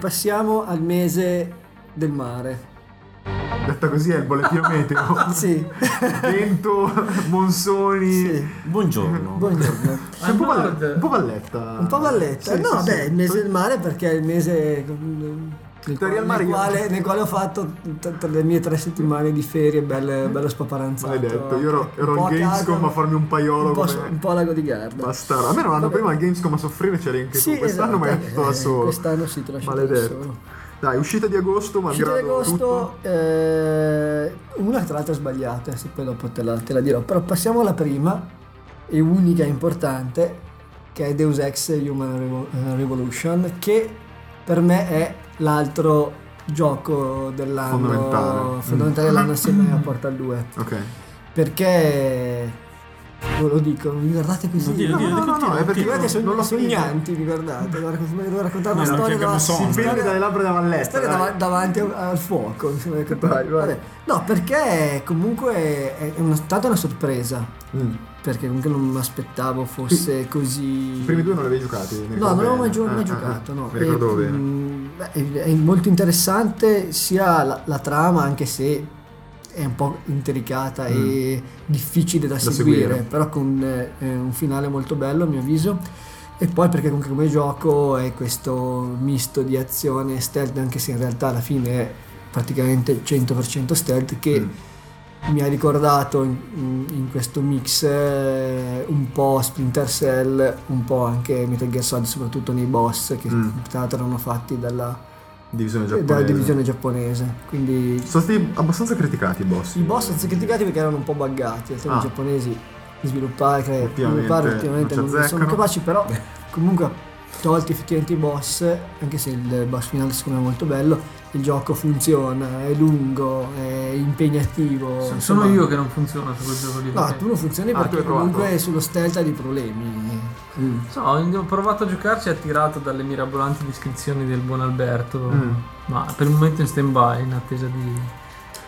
S5: Passiamo al mese del mare.
S2: Detta così è il bollettino meteo.
S5: Sì,
S2: Ah. Vento, monsoni.
S5: sì.
S3: Buongiorno.
S5: Buongiorno.
S2: Sei un, po
S4: Al
S2: valle-
S4: nord.
S2: un po' valletta.
S5: Un po' valletta.
S2: Sì,
S5: no,
S2: sì,
S5: beh,
S2: sì.
S5: il mese del mare perché è il mese mm, nel
S2: Teoria
S5: quale,
S2: al mare
S5: nel
S2: io-
S5: quale- nel quale ho fatto t- tra le mie tre settimane di ferie belle, bello spaparanzato. eh.
S2: Maledetto, io ero, ero
S5: Un po'
S2: al Gamescom
S5: caldo,
S2: a farmi un paiolo
S5: un po',
S2: come
S5: un po' a lago di Garda.
S2: bastardo. A me non hanno
S5: Vabbè.
S2: prima al Gamescom a soffrire, c'eri anche tu. Quest'anno mi hai
S5: esatto,
S2: fatto da
S5: eh,
S2: solo.
S5: Quest'anno sì, te l'ho lasciato da
S2: Maledetto.
S5: solo.
S2: Dai, uscita di agosto,
S5: Uscita
S2: malgrado
S5: di
S2: tutto.
S5: agosto, eh, una tra l'altro sbagliata, se poi dopo te la, te la dirò, però passiamo alla prima e unica importante che è Deus Ex Human Revo- eh, Revolution che per me è l'altro gioco dell'anno
S2: Fondamentale.
S5: fondamentale
S3: Mm.
S5: dell'anno assieme a Portal 2
S2: Ok.
S5: perché ve lo dico, non mi guardate così
S3: Non dire,
S2: No,
S3: dire,
S2: no,
S3: dire,
S2: no,
S3: continua,
S2: no, è perché
S3: continua.
S2: non
S5: guardate, sono
S2: l'ho finito.
S5: sognanti, mi guardate, devo raccont- devo raccontare una
S3: No, non
S5: storia
S3: che abbiamo
S5: da-
S3: sonno.
S5: sì,
S2: Impegni
S5: storia-
S2: dalle labbra da valletta.
S5: Stare
S2: dai.
S5: dav- davanti al- al fuoco. mi sembra che-
S2: Vai, vai.
S5: Vabbè. No, perché comunque è è una, stata una sorpresa.
S2: Mm.
S5: Perché comunque non mi aspettavo fosse così.
S2: I primi due non li avevi giocati? mi ricordo
S5: No, non avevo mai,
S2: bene.
S5: gio-
S2: Ah,
S5: mai
S2: ah,
S5: giocato.
S2: ah,
S5: no.
S2: Mi ricordo
S5: E,
S2: bene.
S5: mm, beh, è, è molto interessante sia la, la trama, anche se è un po' intricata e difficile da,
S2: Mm. Da
S5: seguire,
S2: seguire.
S5: però con eh, un finale molto bello a mio avviso. E poi perché comunque come gioco è questo misto di azione e stealth, anche se in realtà alla fine è praticamente 100% stealth, che
S2: Mm.
S5: mi ha ricordato in, in- in questo mix eh, un po' Splinter Cell, un po' anche Metal Gear Solid, soprattutto nei boss che
S2: Mm.
S5: tra l'altro erano fatti dalla,
S2: Divisione giapponese.
S5: dalla eh, divisione giapponese. Quindi
S2: Sono stati abbastanza criticati i boss.
S5: i boss sono stati criticati perché erano un po' buggati, altrimenti
S2: Ah.
S5: i giapponesi di sviluppare, cre-
S2: Ultimamente
S5: sviluppare ultimamente
S2: non
S5: non,
S2: ci
S5: sono
S2: azzeccano.
S5: capaci, però comunque tolti effettivamente i boss, anche se il boss finale secondo me è molto bello, il gioco funziona, è lungo, è impegnativo.
S4: Sono
S5: insomma-
S4: io che non funziona su quel gioco lì.
S5: No, tu non funzioni
S2: Ah, tu
S5: perché
S2: hai provato.
S5: comunque sullo stealth hai dei problemi.
S2: Mm.
S4: So, ho provato a giocarci attirato dalle mirabolanti descrizioni del buon Alberto,
S2: Mm.
S4: ma per il momento in stand by in attesa di...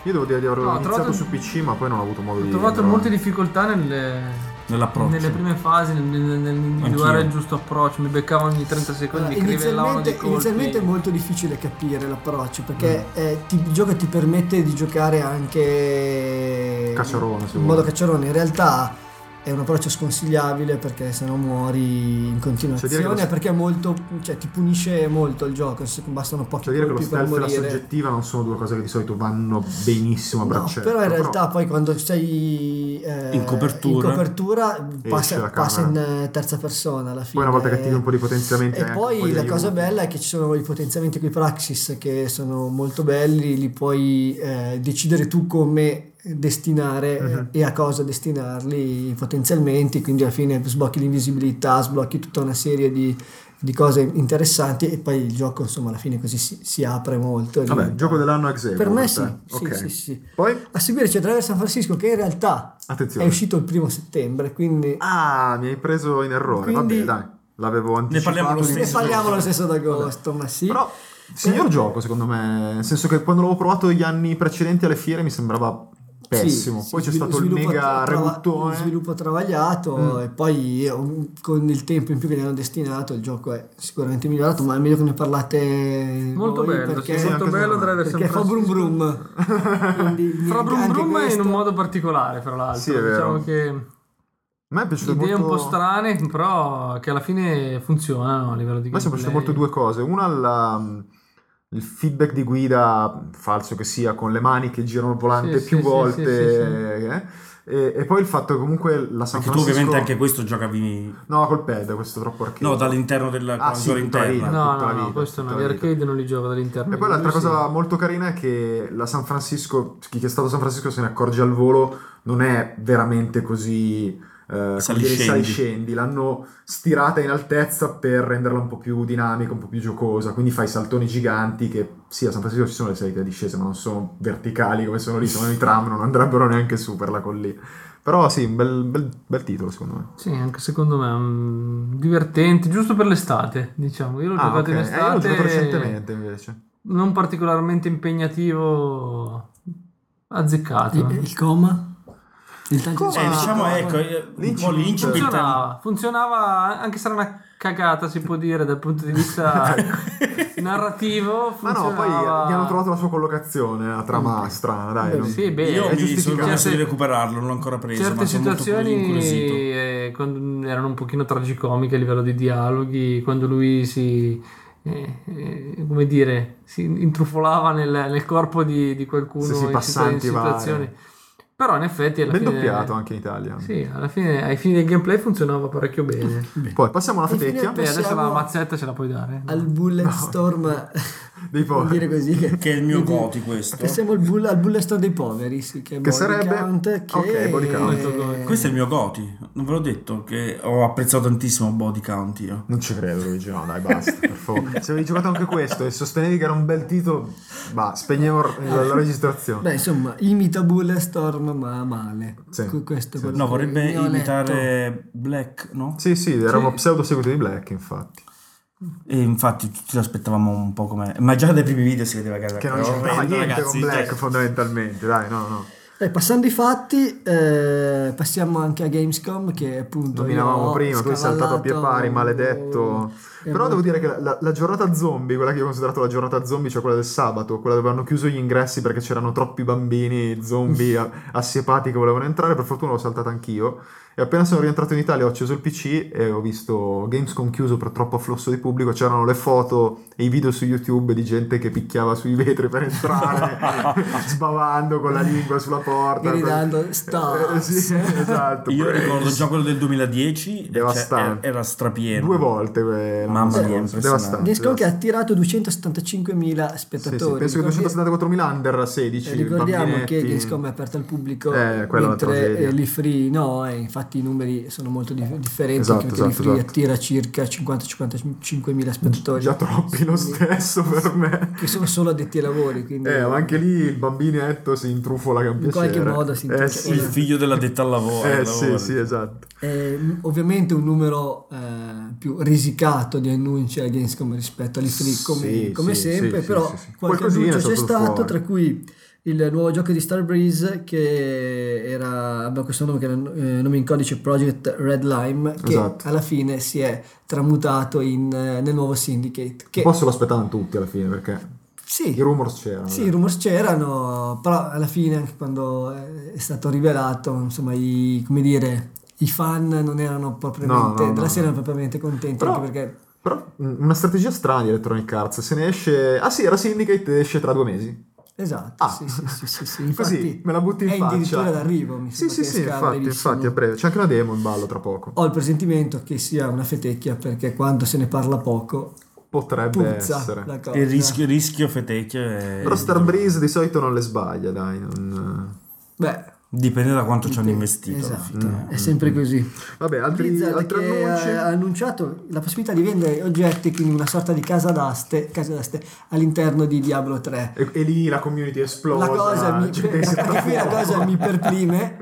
S2: Io devo dire di averlo
S4: No, ho
S2: iniziato
S4: trovato-
S2: su PC, ma poi non ho avuto modo
S4: Ho
S2: di.
S4: trovato
S2: però-
S4: molte difficoltà nelle,
S3: Nell'approccio.
S4: nelle prime fasi, nel- nel- nell'individuare
S3: Anch'io.
S4: il giusto approccio, mi beccavo ogni 30 secondi che rivelavano dei
S5: inizialmente,
S4: colpi.
S5: inizialmente è molto difficile capire l'approccio perché
S2: Mm.
S5: eh, ti- il gioco ti permette di giocare anche
S2: Cacciarone, se
S5: in modo
S2: vuoi.
S5: cacciarone. In realtà è un approccio sconsigliabile perché se no muori in
S2: Cioè, dire
S5: continuazione
S2: che lo-
S5: perché è molto, cioè, ti punisce molto il gioco, se- bastano pochi
S2: Cioè, dire che lo
S5: colpi per
S2: stealth e la
S5: morire.
S2: soggettiva non sono due cose che di solito vanno benissimo a
S5: No,
S2: braccetto.
S5: però in realtà poi quando sei eh,
S3: In copertura.
S5: in copertura
S2: la
S5: passa,
S2: camera.
S5: passa in eh, terza persona alla fine.
S2: Poi una volta che attivi un po' di potenziamenti.
S5: E
S2: hai anche un po'
S5: poi
S2: di
S5: la
S2: aiuto.
S5: cosa bella è che ci sono i potenziamenti con i Praxis che sono molto belli, li puoi eh, decidere tu come destinare
S2: Mhm.
S5: e a cosa destinarli potenzialmente, quindi alla fine sblocchi l'invisibilità, sblocchi tutta una serie di, di cose interessanti e poi il gioco insomma alla fine così si, si apre molto.
S2: Vabbè, gioco dell'anno a Xevo.
S5: Per me
S2: te.
S5: sì, sì,
S2: eh. Ok.
S5: sì, sì.
S2: Poi,
S5: A seguire c'è Driver San Francisco che in realtà è
S2: attenzione.
S5: uscito il primo settembre, quindi
S2: Ah, mi hai preso in errore.
S5: Quindi-
S2: Vabbè, dai. L'avevo
S3: Ne
S2: anticipato.
S3: parliamo lo
S2: di-
S5: ne
S3: stesso.
S5: parliamo lo stesso ad agosto, ma sì.
S2: Però, signor gioco, secondo me. Nel senso che quando l'avevo provato gli anni precedenti alle fiere mi sembrava pessimo.
S5: Sì,
S2: Poi
S5: sì,
S2: c'è
S5: svil-
S2: stato il
S5: sviluppo
S2: mega
S5: tra- trava-
S2: rebuttone.
S5: Sviluppo travagliato
S2: Mm.
S5: e poi eh, con il tempo in più che gli hanno destinato il gioco è sicuramente migliorato, ma è meglio che ne parlate
S4: Molto
S5: voi
S4: bello,
S5: perché,
S4: sì, molto
S2: anche
S4: bello
S2: secondo me.
S4: Driver San
S5: perché fa brum
S4: Francisco.
S5: brum. Quindi,
S4: Fra
S5: niente,
S4: brum
S5: anche
S4: brum in
S5: questo-
S4: un modo particolare, fra l'altro.
S2: Sì, è vero.
S4: Diciamo che
S2: A me è piaciuto
S4: idee un
S2: molto...
S4: po' strane, però che alla fine funzionano a livello di
S2: A me sono piaciute
S4: gameplay.
S2: molto due cose. Una, la- il feedback di guida, falso che sia, con le mani che girano il volante
S4: Sì,
S2: più
S4: sì, sì,
S2: volte.
S4: sì,
S2: eh? E, e poi il fatto che comunque la San
S3: Perché tu
S2: Francisco...
S3: ovviamente anche questo giocavi
S2: No, col pad, questo è troppo arcade.
S3: no, dall'interno della
S2: Ah, sì,
S3: console
S2: tutta la
S3: interna.
S2: vita.
S4: No,
S2: tutta
S4: no,
S2: la
S4: no,
S2: vita,
S4: questo no,
S2: tutta
S4: gli
S2: la
S4: arcade non li gioco dall'interno.
S2: E poi l'altra
S4: Lui sì.
S2: cosa molto carina è che la San Francisco, chi che è stato a San Francisco se ne accorge al volo, non è veramente così... eh, come
S3: Sali
S2: dire,
S3: scendi.
S2: sali scendi. l'hanno stirata in altezza per renderla un po' più dinamica, un po' più giocosa. Quindi fai saltoni giganti che sì, a San Francisco ci sono le salite e discese, ma non sono verticali come sono lì, sono i tram, non andrebbero neanche su per la collina. Però sì, un bel, bel- bel titolo secondo me.
S4: Sì, anche secondo me mm, divertente, giusto per l'estate, diciamo. Io l'ho giocato
S2: ok.
S4: in
S2: Eh, io l'ho
S4: estate.
S2: giocato recentemente invece.
S4: Non particolarmente impegnativo, azzeccato.
S5: Il, il coma? Il tanto
S2: Coma?
S5: di-
S3: Eh, diciamo,
S2: Ah,
S3: ecco, eh, un
S2: l'incipit.
S3: po' l'incipit.
S4: Funzionava, funzionava, anche se era una cagata, si può dire, dal punto di
S2: Ah.
S4: vista narrativo.
S2: Ma no, poi
S4: funzionava-
S2: gli hanno trovato la sua collocazione, la trama strana, dai.
S5: Beh,
S2: non-
S4: Mm. Sì, beh,
S3: Io
S2: È
S3: mi sono
S2: giustificato.
S3: promesso di
S4: Certe-
S3: recuperarlo, non l'ho ancora preso.
S4: Certe
S3: ma sono molto incuriosito.
S4: situazioni eh, quando- erano un pochino tragicomiche a livello di dialoghi, quando lui si, eh, eh, come dire, si intrufolava nel, nel corpo di, di qualcuno
S2: Sì, sì,
S4: in situa-
S2: passanti
S4: in
S2: vari.
S4: situazioni. Però in effetti alla
S2: ben
S4: fine...
S2: doppiato anche in Italia.
S4: Sì, alla fine, ai fini del gameplay funzionava parecchio bene.
S2: Poi passiamo alla
S5: Infine,
S2: fetecchia
S4: Beh, adesso
S5: Passiamo
S4: la mazzetta ce la puoi dare.
S5: Al bullet storm,
S2: dei
S5: vuol
S2: poveri.
S5: dire così che...
S3: Che è il mio
S5: quindi-
S3: goti questo.
S5: Che siamo al, bull- al bullet storm dei poveri, sì, che, è
S2: Che
S5: body
S2: sarebbe-
S5: count, che...
S2: ok, body count.
S4: Molto come-
S3: Questo è il mio goti. Non ve l'ho detto che ho apprezzato tantissimo Body Count io.
S2: Non ci credo, Luigi. No, dai, basta. Per favore. Se avevi giocato anche questo e sostenevi che era un bel titolo, bah, spegnevo r- la, la registrazione.
S5: Beh, insomma, imita Bullet Storm, ma male.
S2: Sì,
S5: Qu- questo è
S2: sì.
S5: quello
S3: No,
S5: che
S3: vorrebbe
S5: ne ho letto.
S3: imitare Black, no?
S2: Sì, sì, era uno
S4: Sì.
S2: pseudo seguito di Black, infatti.
S3: E infatti tutti ci aspettavamo un po' come... Ma già dai primi video si vedeva che era...
S2: Che non
S3: era
S2: c'entrava
S3: orrendo,
S2: niente
S3: ragazzi,
S2: con Black,
S3: cioè-
S2: fondamentalmente. Dai, no, no.
S5: Dai, Eh, passando i fatti, eh, passiamo anche a Gamescom, che appunto... io
S2: Dominavamo
S5: ho
S2: prima, tu sei saltato a pie
S5: scavallato-
S2: pari, maledetto.
S5: Eh,
S2: Però
S5: ma-
S2: devo dire che la, la giornata zombie, quella che io ho considerato la giornata zombie, cioè quella del sabato, quella dove hanno chiuso gli ingressi perché c'erano troppi bambini zombie a- assiepati che volevano entrare, per fortuna l'ho saltata anch'io. E appena sono rientrato in Italia ho acceso il PC e ho visto Gamescom chiuso per troppo afflusso di pubblico, c'erano le foto e i video su YouTube di gente che picchiava sui vetri per entrare, sbavando con la lingua sulla porta.
S5: Gridando, "Stop!"
S2: Eh, sì, esatto.
S3: Io
S2: Praise.
S3: ricordo già quello del 2010, cioè,
S2: Devastante.
S3: era strapieno.
S2: Due volte eh, l'anno
S3: Mamma mia,
S2: scorso.
S3: impressionante.
S2: devastante.
S5: Gamescom che ha
S2: devastante.
S5: attirato 275.000
S2: Sì,
S5: spettatori.
S2: sì, penso che
S5: Ricordi-
S2: 274.000 under 16
S5: eh, Ricordiamo che
S2: bambinetti.
S5: Gamescom è aperta al pubblico,
S2: Eh, quella è una
S5: mentre
S2: tragedia.
S5: eh, l'E3 no, e infatti i numeri sono molto di- differenti,
S2: Esatto,
S5: perché
S2: esatto,
S5: l'E3
S2: esatto.
S5: attira circa 50-55.000 spettatori.
S2: già troppi lo stesso per me
S5: che sono solo addetti ai lavori, quindi
S2: eh, ma anche lì il bambinetto si intrufola che è un
S5: In qualche
S2: piacere.
S5: modo si
S2: eh,
S5: intrufola.
S2: sì,
S3: Il figlio della detta al lavoro.
S2: eh,
S3: al
S2: sì,
S3: lavoro.
S2: sì, esatto
S5: è mm, ovviamente un numero eh, più risicato di annunci a Gamescom rispetto all'E3 come,
S2: Sì,
S5: come
S2: sì,
S5: sempre,
S2: sì,
S5: però
S2: sì, sì, sì.
S5: qualche
S2: Qualcosina è
S5: annuncio c'è
S2: saltato
S5: stato,
S2: fuori.
S5: tra cui il nuovo gioco di Starbreeze che era, aveva questo nome che era eh, nome in codice Project Red Lime che
S2: Esatto.
S5: alla fine si è tramutato in, eh, nel nuovo Syndicate che
S2: un po' se lo aspettavano tutti alla fine perché
S5: sì,
S2: i rumors c'erano
S5: Sì, i rumors c'erano, però alla fine, anche quando eh, è stato rivelato, insomma, i, come dire, i fan non erano propriamente,
S2: No, no, no,
S5: della serie
S2: no.
S5: non propriamente contenti,
S2: Però-
S5: anche perché
S2: però mh, una strategia strana di Electronic Arts se ne esce ah sì era Syndicate e esce tra due mesi
S5: Esatto,
S2: Ah.
S5: sì, sì, sì, sì, sì.
S2: Così,
S5: Infatti
S2: me la butti in
S5: è addirittura
S2: faccia.
S5: d'arrivo, mi
S2: sì
S5: sembra
S2: sì
S5: che
S2: sì
S5: esca
S2: infatti,
S5: brevissimo.
S2: infatti a breve c'è anche una demo in ballo tra poco
S5: Ho il presentimento che sia una fetecchia perché quando se ne parla poco
S2: potrebbe essere
S5: Oh, puzza la
S2: esatto.
S5: cosa.
S3: Il rischio, il rischio fetecchio è...
S2: Però Starbreeze di solito non le sbaglia, dai. non-
S5: Beh,
S3: Dipende da quanto ci hanno
S5: Dipende,
S3: investito. alla
S5: esatto.
S3: fine.
S5: è
S2: Mm,
S5: sempre così.
S2: Vabbè, altri,
S5: Blizzard
S2: altri
S5: che eh,
S2: annunci.
S5: ha annunciato la possibilità di vendere oggetti, quindi una sorta di casa d'aste, casa d'aste all'interno di Diablo 3.
S2: E, e lì la community esplosa.
S5: La cosa mi,
S2: gente che si
S5: anche
S2: trova
S5: qui la
S2: fuori.
S5: cosa mi perplime,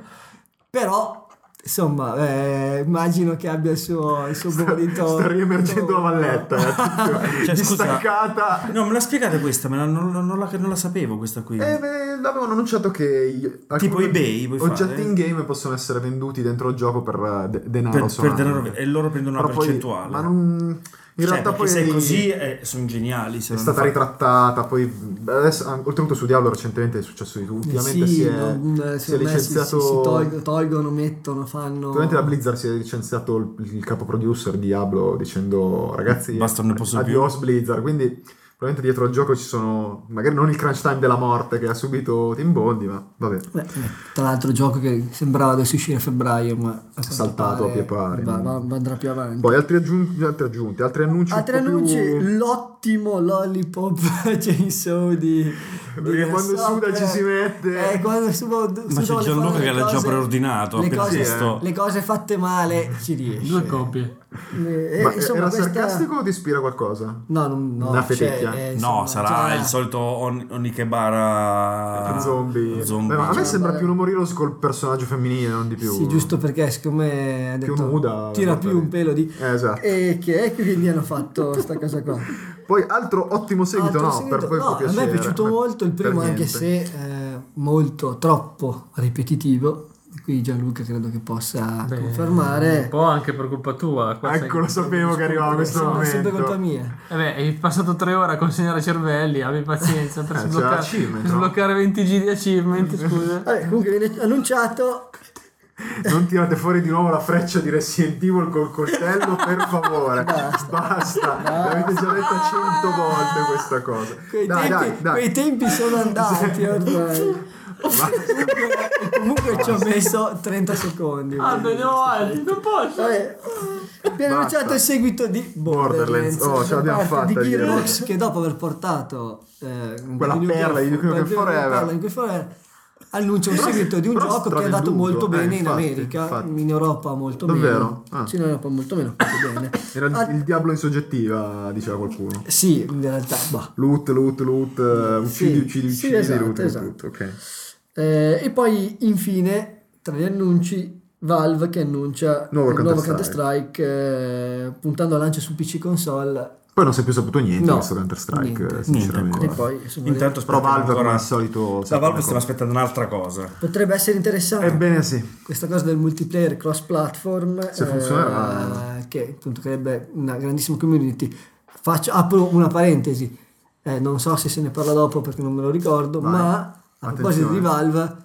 S5: però insomma eh, immagino che abbia il suo, il suo
S2: Sta-
S5: bonito...
S2: Sta riemergendo la valletta. eh,
S3: Cioè, scusa.
S2: Distaccata.
S5: esatto.
S3: No, me la spiegate questa, me la- non, non la, non la sapevo questa
S5: Mm.
S3: qui.
S2: Eh, beh, avevano annunciato che gli- alcuni
S3: eBay, vuoi
S2: oggetti
S3: fare?
S2: in game possono essere venduti dentro il gioco per eh, de- denaro.
S3: per, per
S2: solamente.
S3: denaro e loro prendono
S2: Però
S3: una
S2: poi-
S3: percentuale.
S2: ma non- in
S3: Cioè,
S2: realtà
S3: perché
S2: poi
S3: se è così eh, sono geniali. se
S2: è
S3: l'hanno
S2: stata
S3: fatto.
S2: ritrattata. Poi beh, adesso, ah, oltretutto su Diablo recentemente è successo di tutto. Ultimamente
S5: Eh, Sì,
S2: si è,
S5: non- eh,
S2: si è
S5: secondo me si-
S2: licenziato.
S5: Si, si tolg- tolgono, mettono, fanno...
S2: Ultimamente la Blizzard si è licenziato il, il capo producer di Diablo dicendo ragazzi
S3: Basta, non ne posso più."
S2: adios Blizzard quindi probabilmente dietro al gioco ci sono magari non il crunch time della morte che ha subito Tim Bondi ma vabbè
S5: Beh, eh, tra l'altro gioco che sembrava dovesse uscire a febbraio, ma a quanto
S2: Saltato a pie pari,
S5: va-
S2: no?
S5: va- va- andrà più avanti.
S2: Poi altri, aggiun- altri aggiunti, altri annunci. un
S5: Altri
S2: po' più-
S5: annunci, l'ottimo lollipop Chainsaw di... di
S2: Perché quando
S5: Microsoft,
S2: suda ci si mette.
S5: Eh, quando suda,
S3: Ma c'è Gianluca che l'ha già preordinato. ha
S5: Le
S3: appena
S5: cose,
S3: visto.
S5: le cose fatte male ci riesce.
S4: Due copie.
S5: Eh,
S2: Ma
S5: insomma,
S2: era
S5: questa-
S2: sarcastico o ti ispira qualcosa?
S5: No, non- no,
S2: Una
S5: cioè,
S2: fetecchia.
S5: eh,
S3: No,
S5: insomma,
S3: sarà
S5: cioè,
S3: il solito on- Onikebara
S2: zombie.
S3: zombie.
S2: Beh, ma a me
S5: cioè,
S2: sembra
S5: vabbè.
S2: più un Moriros col personaggio femminile, non di più.
S5: Sì, giusto perché siccome ha
S2: Più
S5: detto,
S2: nuda.
S5: tira più un pelo di...
S2: Eh, esatto.
S5: E che è che quindi hanno fatto sta cosa qua.
S2: Poi altro ottimo seguito,
S5: Altro
S2: no?
S5: seguito-
S2: per voi
S5: no,
S2: può
S5: a me
S2: piacere,
S5: è piaciuto
S2: ma
S5: molto il
S2: per
S5: primo, anche
S2: niente.
S5: se eh, molto troppo ripetitivo. Qui Gianluca credo che possa
S4: Beh, Un
S5: confermare.
S4: po' anche per colpa tua. qua sai-
S2: Ecco, lo sapevo che arrivava questo
S5: Sembra sempre colpa
S2: momento.
S5: mia.
S4: Eh beh, hai passato tre ore a consegnare cervelli, abbi pazienza per
S2: Eh, c'è
S4: sbloccare,
S2: l'achievement,
S4: per
S2: no?
S4: sbloccare 20 G di achievement, scusa.
S5: Vabbè, comunque viene annunciato
S2: Non tirate fuori di nuovo la freccia di Resident Evil col coltello, per favore. Basta. L'avete già detta cento volte questa cosa.
S5: quei,
S2: dai,
S5: tempi,
S2: dai, dai.
S5: quei tempi sono andati ormai. Comunque- Comunque ci ho messo 30 secondi.
S2: Ah,
S4: Aldo, andiamo
S2: eh,
S4: avanti, non posso.
S5: Vabbè, Abbiamo
S2: Basta.
S5: annunciato il seguito di Borderlands,
S2: Borderlands. Oh, ce
S5: da
S2: l'abbiamo
S5: parte
S2: fatta,
S5: di
S2: direi.
S5: Gearbox che dopo aver portato eh,
S2: Quella
S5: New Game-
S2: perla di Duke Nukem
S5: New Game
S2: Forever.
S5: perla di Duke Nukem Forever, annuncia un seguito di un
S2: però
S5: gioco che è andato
S2: stravenduto.
S5: molto
S2: Eh,
S5: bene
S2: infatti,
S5: in America
S2: infatti.
S5: in Europa molto
S2: Davvero?
S5: meno
S2: Ah.
S5: sì in Europa molto meno molto bene
S2: Era il-
S5: Ah,
S2: il diavolo in soggettiva, diceva qualcuno.
S5: sì in realtà bah.
S2: Loot, loot, loot, eh, uccidi,
S5: Sì,
S2: uccidi, uccidi,
S5: sì, esatto,
S2: loot,
S5: esatto.
S2: loot, ok.
S5: Eh, e poi infine tra gli annunci Valve che annuncia
S2: Nuovo
S5: il nuovo
S2: Counter
S5: Counter
S2: Strike.
S5: Strike eh, puntando a lancio su PC console
S2: Poi non si è più saputo niente di
S5: No,
S2: questo Counter Strike, eh,
S5: niente.
S2: sinceramente.
S3: Niente
S5: e poi insomma,
S3: Intanto
S2: Però
S3: aspettiamo
S2: Valve
S3: ancora-
S2: come al solito...
S3: Da
S2: sa
S3: Valve
S2: come
S3: stiamo aspettando un'altra cosa.
S5: potrebbe essere interessante
S2: cosa. Ebbene sì.
S5: questa cosa del multiplayer cross platform
S2: Se funzionerà.
S5: che appunto creerebbe una grandissima community faccio apro una parentesi eh, non so se se ne parla dopo perché non me lo ricordo
S2: Vai.
S5: ma a proposito
S2: Attenzione.
S5: di Valve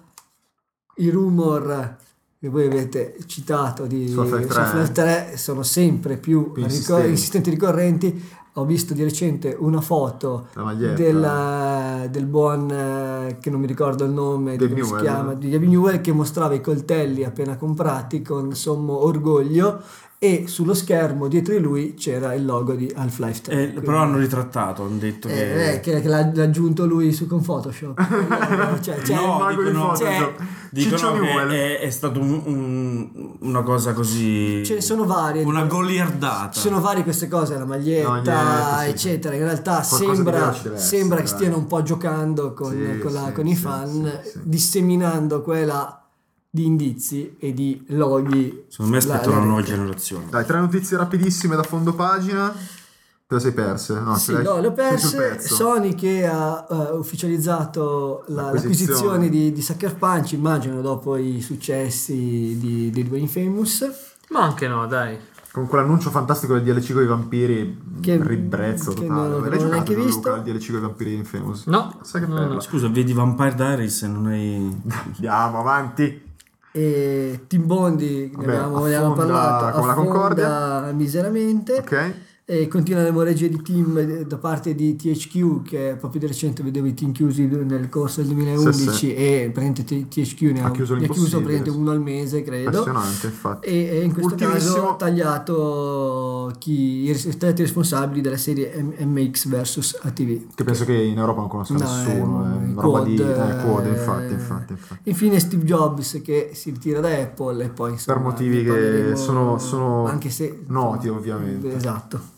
S5: i rumor che voi avete citato di
S2: Su Half-Life 3.
S5: Half-Life 3 sono sempre più,
S2: Più
S5: ricor-
S2: insistenti.
S5: insistenti ricorrenti ho visto di recente una foto
S2: La maglietta.
S5: della- del buon eh, che non mi ricordo il nome di
S2: Gabe
S5: come si
S2: Newell.
S5: chiama di Gabe Newell che mostrava i coltelli appena comprati con sommo orgoglio e sullo schermo dietro di lui c'era il logo di Half-Life 3
S3: Eh,
S5: quindi-
S3: però hanno ritrattato, hanno detto che...
S5: eh, eh, che, che l'ha, l'ha aggiunto lui su con Photoshop cioè, cioè,
S2: il
S3: no,
S2: mago di
S3: dicono,
S2: Photoshop. Ciccio
S3: dicono
S2: Newell.
S3: che è, è stata una cosa così...
S5: ce ne sono varie
S3: Una goliardata.
S5: Ci sono varie queste cose, la maglietta,
S2: No, niente, sì, sì.
S5: eccetera. In realtà
S2: Qualcosa di
S5: sembra,
S2: veloce deve essere,
S5: sembra che
S2: dai.
S5: stiano un po' giocando con,
S2: Sì,
S5: con la-
S2: sì,
S5: con i
S2: sì,
S5: fan,
S2: sì, sì.
S5: disseminando quella di indizi e di loghi.
S3: Secondo me
S5: sulla-
S3: aspettano una
S5: la-
S3: nuova generazione.
S2: Dai, tre notizie rapidissime da fondo pagina. Te le sei perse? No,
S5: Sì,
S2: ce le hai-
S5: no, le ho
S2: Ah, sei sul
S5: perse.
S2: pezzo.
S5: Sony che ha eh, ufficializzato la-
S2: L'acquisizione.
S5: l'acquisizione di, di Sucker Punch, immagino dopo i successi di, di Dwayne Famous.
S4: Ma anche no, dai.
S2: Con quell'annuncio fantastico del DLC con i vampiri, mm,
S5: Che-
S2: ribrezzo
S5: che
S2: totale.
S5: non- che
S2: L'hai
S5: non
S2: giocato,
S5: ho neanche visto.
S2: Luca, il DLC con i vampiri Infamous?
S4: No.
S2: Sai che
S4: No,
S2: bello.
S4: no.
S3: Scusa, vedi Vampire Diaries e non hai...
S2: Andiamo avanti.
S5: E Tim Bondi, ne
S2: Vabbè,
S5: abbiamo, ne abbiamo
S2: affonda
S5: parlato,
S2: con la
S5: affonda
S2: Concordia.
S5: miseramente.
S2: Ok?
S5: e continua le moregge di team eh, da parte di THQ che proprio di recente vedevo i team chiusi nel corso del 2011
S2: Sì, sì.
S5: e praticamente T- THQ ne
S2: Ha
S5: ha,
S2: chiuso
S5: ne ha chiuso
S2: l'impossibile,
S5: praticamente
S2: sì.
S5: uno al mese credo
S2: Impressionante, infatti.
S5: e, e in questo caso
S2: Ultimissimo.
S5: ha tagliato chi, i ris- stretti responsabili della serie M- MX vs ATV
S2: Che penso che in Europa non conosca
S5: No,
S2: nessuno.
S5: è
S2: È
S5: un-
S2: una roba di eh,
S5: Quad,
S2: Quad,
S5: eh,
S2: infatti, infatti, infatti.
S5: Infine Steve Jobs che si ritira da Apple e poi insomma,
S2: Per motivi
S5: ne
S2: che
S5: parleremo,
S2: sono- sono
S5: anche se,
S2: noti, ovviamente.
S5: Esatto.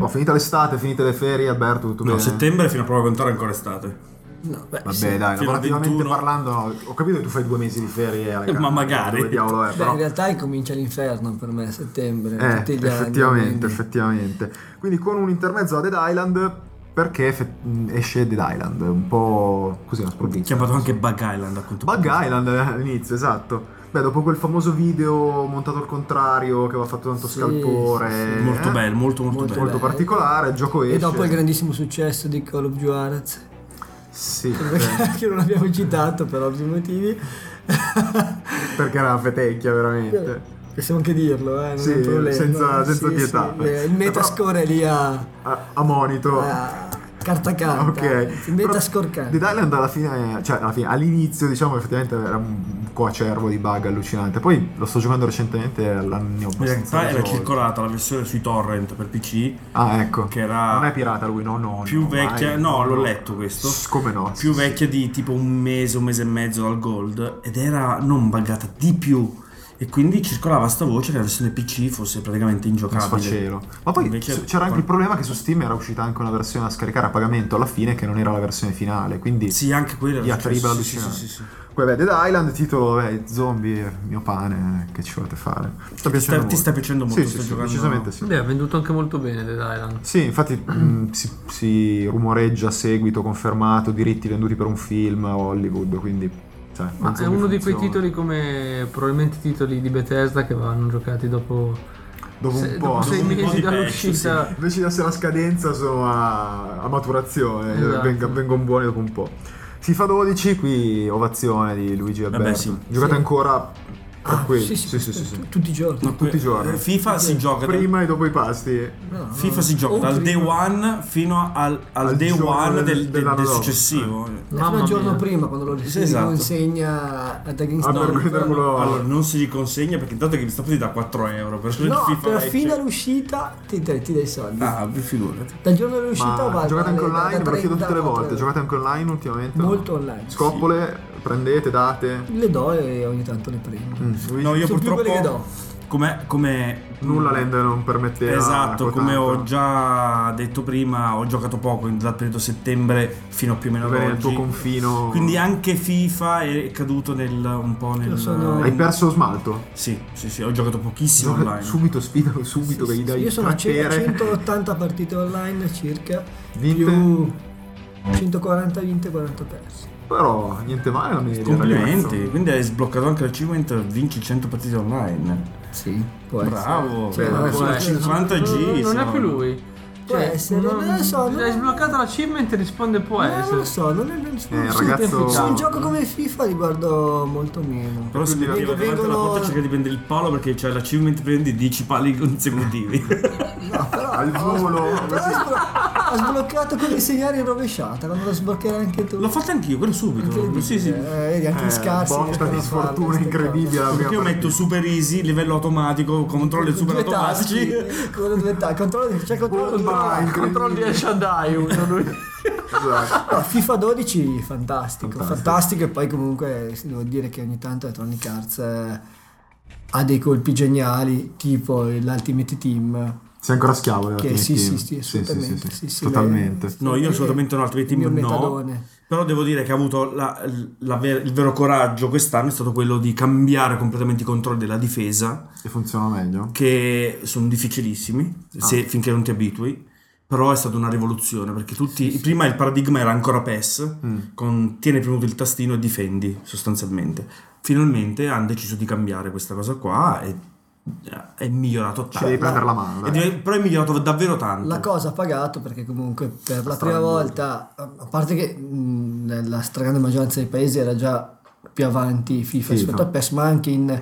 S2: Ho finita l'estate, finite le ferie, Alberto, tutto
S3: No,
S2: bene?
S3: settembre fino a prova a contare ancora estate.
S5: No, beh,
S2: Vabbè, dai,
S5: sì.
S3: Fino al
S2: lavorativamente
S3: 21.
S2: parlando, no, ho capito che tu fai due mesi di ferie alle
S3: Eh, ma
S2: Canarie,
S3: magari.
S2: dove diavolo è,
S5: Beh,
S2: Ah, però-
S5: in realtà incomincia l'inferno per me a settembre.
S2: Eh,
S5: tutti gli anni,
S2: effettivamente,
S5: quindi.
S2: effettivamente. Quindi con un intermezzo a Dead Island, perché fe- mh, esce Dead Island? Un po' così una sprovvista.
S3: Chiamato anche Bug Island a quanto
S2: Bug
S3: pare.
S2: Island eh, all'inizio, esatto. Beh, dopo quel famoso video montato al contrario che aveva fatto tanto
S5: Sì,
S2: scalpore,
S5: sì, sì.
S3: Molto
S2: eh,
S3: bello, molto molto,
S5: Molto
S3: bello.
S2: molto
S5: bello.
S2: particolare, il gioco esce.
S5: E dopo il grandissimo successo di Call of Juarez,
S2: Sì, eh,
S5: che non abbiamo citato per ovvi motivi.
S2: perché era una fetecchia veramente.
S5: Possiamo anche dirlo, eh, non
S2: Sì,
S5: è un problema.
S2: senza- senza
S5: Sì,
S2: pietà.
S5: sì, eh, il metascore è lì a,
S2: A, a monito.
S5: a carta
S2: Ah,
S5: canta.
S2: ok.
S5: Il metascore
S2: Però
S5: canta.
S2: Dead Island alla fine, cioè alla fine, all'inizio diciamo effettivamente era un coacervo di bug allucinante. Poi lo sto giocando recentemente e la- ne ho
S3: In
S2: abbastanza
S3: realtà era
S2: risolto.
S3: circolata la versione sui torrent per PC
S2: Ah, ecco.
S3: che era
S2: Non è pirata lui, no, no.
S3: più
S2: no,
S3: vecchia,
S2: mai.
S3: no, l'ho letto questo.
S2: S- Come no?
S3: più
S2: Sì,
S3: vecchia di tipo un mese, un mese e mezzo dal Gold ed era non buggata di più e quindi circolava sta voce che la versione PC fosse praticamente
S2: Un
S3: ingiocabile.
S2: sfacelo. Ma poi
S3: Invece-
S2: su- c'era anche il problema che su Steam era uscita anche una versione da scaricare a pagamento alla fine che non era la versione finale. Quindi
S3: Sì, anche quella
S2: Di
S3: era successo,
S2: Atriba
S3: sì, sì,
S2: allucinante.
S3: sì, sì, sì.
S2: poi beh, Dead Island, titolo beh, zombie, mio pane, che ci volete fare? Sta
S3: Ti,
S2: piacendo
S3: sta, ti
S2: molto.
S3: sta piacendo molto,
S2: Sì,
S3: sto
S2: sì, sì,
S3: giocando.
S2: decisamente sì.
S4: Beh, ha venduto anche molto bene Dead Island.
S2: Sì, infatti mh, si, si rumoreggia seguito, confermato, diritti venduti per un film a Hollywood, quindi... cioè,
S4: Ma
S2: non so
S4: è
S2: come
S4: uno di quei
S2: funziona.
S4: titoli come probabilmente i titoli di Bethesda che vanno giocati dopo,
S2: Dopo un
S4: se-
S2: po'...
S4: dopo
S2: no?
S4: sei
S3: dopo un po'
S4: mesi
S3: di
S4: dall'uscita.
S2: Invece di essere a scadenza sono a, a maturazione, eh,
S4: Esatto.
S2: venga- vengono buoni dopo un po'. Si fa 12, qui ovazione di Luigi Alberto.
S3: Eh beh, sì.
S2: Giocate
S5: Sì.
S2: ancora per
S5: Ah,
S2: quelli.
S5: sì, sì,
S2: sì, sì,
S5: tu-
S2: sì.
S5: Tutti i giorni.
S3: Ma
S2: Tutti i giorni.
S3: eh, FIFA si gioca da-
S2: Prima e dopo i pasti.
S5: No,
S3: FIFA
S5: no.
S3: si gioca
S5: O
S3: dal day
S5: prima-
S3: one fino al, al
S2: Al
S3: day
S2: giorno
S3: one
S2: del-
S3: del, del-
S2: dell'anno
S3: del
S2: dopo.
S3: successivo.
S5: Fino
S4: Mamma
S5: al giorno
S4: mia.
S5: prima quando lo,
S3: Sì,
S5: si
S3: esatto.
S5: consegna ad
S2: Ah, per
S5: Aginstown.
S2: guardarlo
S3: Allora, non si riconsegna perché intanto che vi sta da 4 euro per
S5: No,
S3: FIFA
S5: però
S3: Lite.
S2: eh,
S5: fino all'uscita ti dai, ti dai i soldi.
S3: Ah, vi figurati.
S5: Dal giorno
S2: Ma
S5: dell'uscita va.
S2: giocate anche
S5: vale da-
S2: online, ve
S5: da
S2: lo chiedo
S5: 30
S2: tutte le
S5: a
S2: volte.
S5: 3.
S2: Giocate anche online ultimamente?
S5: Molto online.
S2: Scopole, prendete, date.
S5: Le do e ogni tanto le prendo.
S2: Mm, Luigi,
S3: No, io
S5: Sono più quelle che
S3: purtroppo
S5: do.
S3: come come
S2: Nulla eh, Land non permetteva.
S3: Esatto, come ho
S2: oggi
S3: già detto prima, ho giocato poco in- dal periodo settembre fino più o meno ad
S2: Dove è il tuo
S3: oggi.
S2: confino?
S3: Quindi anche FIFA è caduto nel, un po' nel...
S5: sono-
S2: Hai perso lo smalto?
S3: Sì, sì, sì, ho giocato pochissimo
S2: Gioca-
S3: online.
S2: Subito sfida, subito che
S5: Sì,
S2: gli dai
S5: io sono a ce- a
S2: trattere.
S5: 180 partite online circa.
S2: Vinte?
S5: Più 140 vinte e 40 perse.
S2: Però niente male la media,
S3: Complimenti,
S2: ragazzo.
S3: quindi hai sbloccato anche l'achievement vinci 100 partite online.
S5: Sì, può
S3: Bravo,
S5: Cioè,
S3: bravo,
S5: vabbè,
S3: sono
S5: cioè,
S3: 50 G.
S4: Non, non è
S3: sono-
S4: più lui. Cioè,
S5: Può essere, non lo so, non-
S4: Hai sbloccato l'achievement e risponde può
S5: essere.
S4: essere.
S5: Non lo so, non è non- su-
S2: Eh,
S5: su-
S2: ragazzo-
S5: su un gioco come FIFA li guardo molto meno.
S3: Però se
S2: Quindi
S3: metteva
S5: vengono-
S3: davanti alla porta cerca di prendere il palo perché c'è l'achievement prendi 10 pali consecutivi.
S5: No, però
S2: Al volo.
S5: Però ha sblo- ha sbloccato con l'insegnare in rovesciata, quando lo sbloccherai anche tu.
S3: L'ho fatto anch'io, quello subito.
S5: Anche-
S3: sì, sì.
S5: eh, vedi, anche
S2: Eh,
S5: i scarsi.
S2: botta
S5: riescono
S2: di
S5: a farlo,
S2: sfortuna
S5: queste
S2: incredibile la
S3: Perché
S2: prima
S3: io metto
S2: partita.
S3: super easy, livello automatico, controlli
S5: cose.
S3: super
S5: Due tasti,
S3: automatici.
S5: eh, quello due tasti, controllo, c'è controllo di-
S2: Bomba,
S4: Controlli e
S2: incredibile.
S4: Shaddai uno lui.
S2: Esatto.
S5: No, FIFA 12 fantastico,
S2: Fantastico.
S5: fantastico, e poi comunque sì, devo dire che ogni tanto Electronic Arts eh, ha dei colpi geniali tipo l'Ultimate Team
S2: Sei ancora schiavo della
S5: Che
S2: TNT.
S5: sì, sì, sì, assolutamente, sì, sì,
S2: totalmente.
S3: No, io assolutamente no, altrimenti
S5: Il mio
S3: no.
S5: metadone.
S3: Però devo dire che ha avuto la- la ver- il vero coraggio quest'anno è stato quello di cambiare completamente i controlli della difesa,
S2: E funziona meglio.
S3: che sono difficilissimi
S2: Ah.
S3: se- finché non ti abitui. Però è stata una rivoluzione perché tutti. Prima il paradigma era ancora PES,
S2: Mm.
S3: con tieni premuto il tastino e difendi sostanzialmente. Finalmente hanno deciso di cambiare questa cosa qua e eh, è migliorato
S2: Ci devi
S3: tanto.
S2: prendere la mano.
S3: È
S2: dai.
S3: div- Però è migliorato davvero tanto.
S5: La cosa ha pagato perché comunque per la prima
S2: stragrande.
S5: volta, a a parte che mh, nella stragrande maggioranza dei paesi era già più avanti FIFA
S2: Sì,
S5: rispetto a
S2: no.
S5: PES, ma anche in,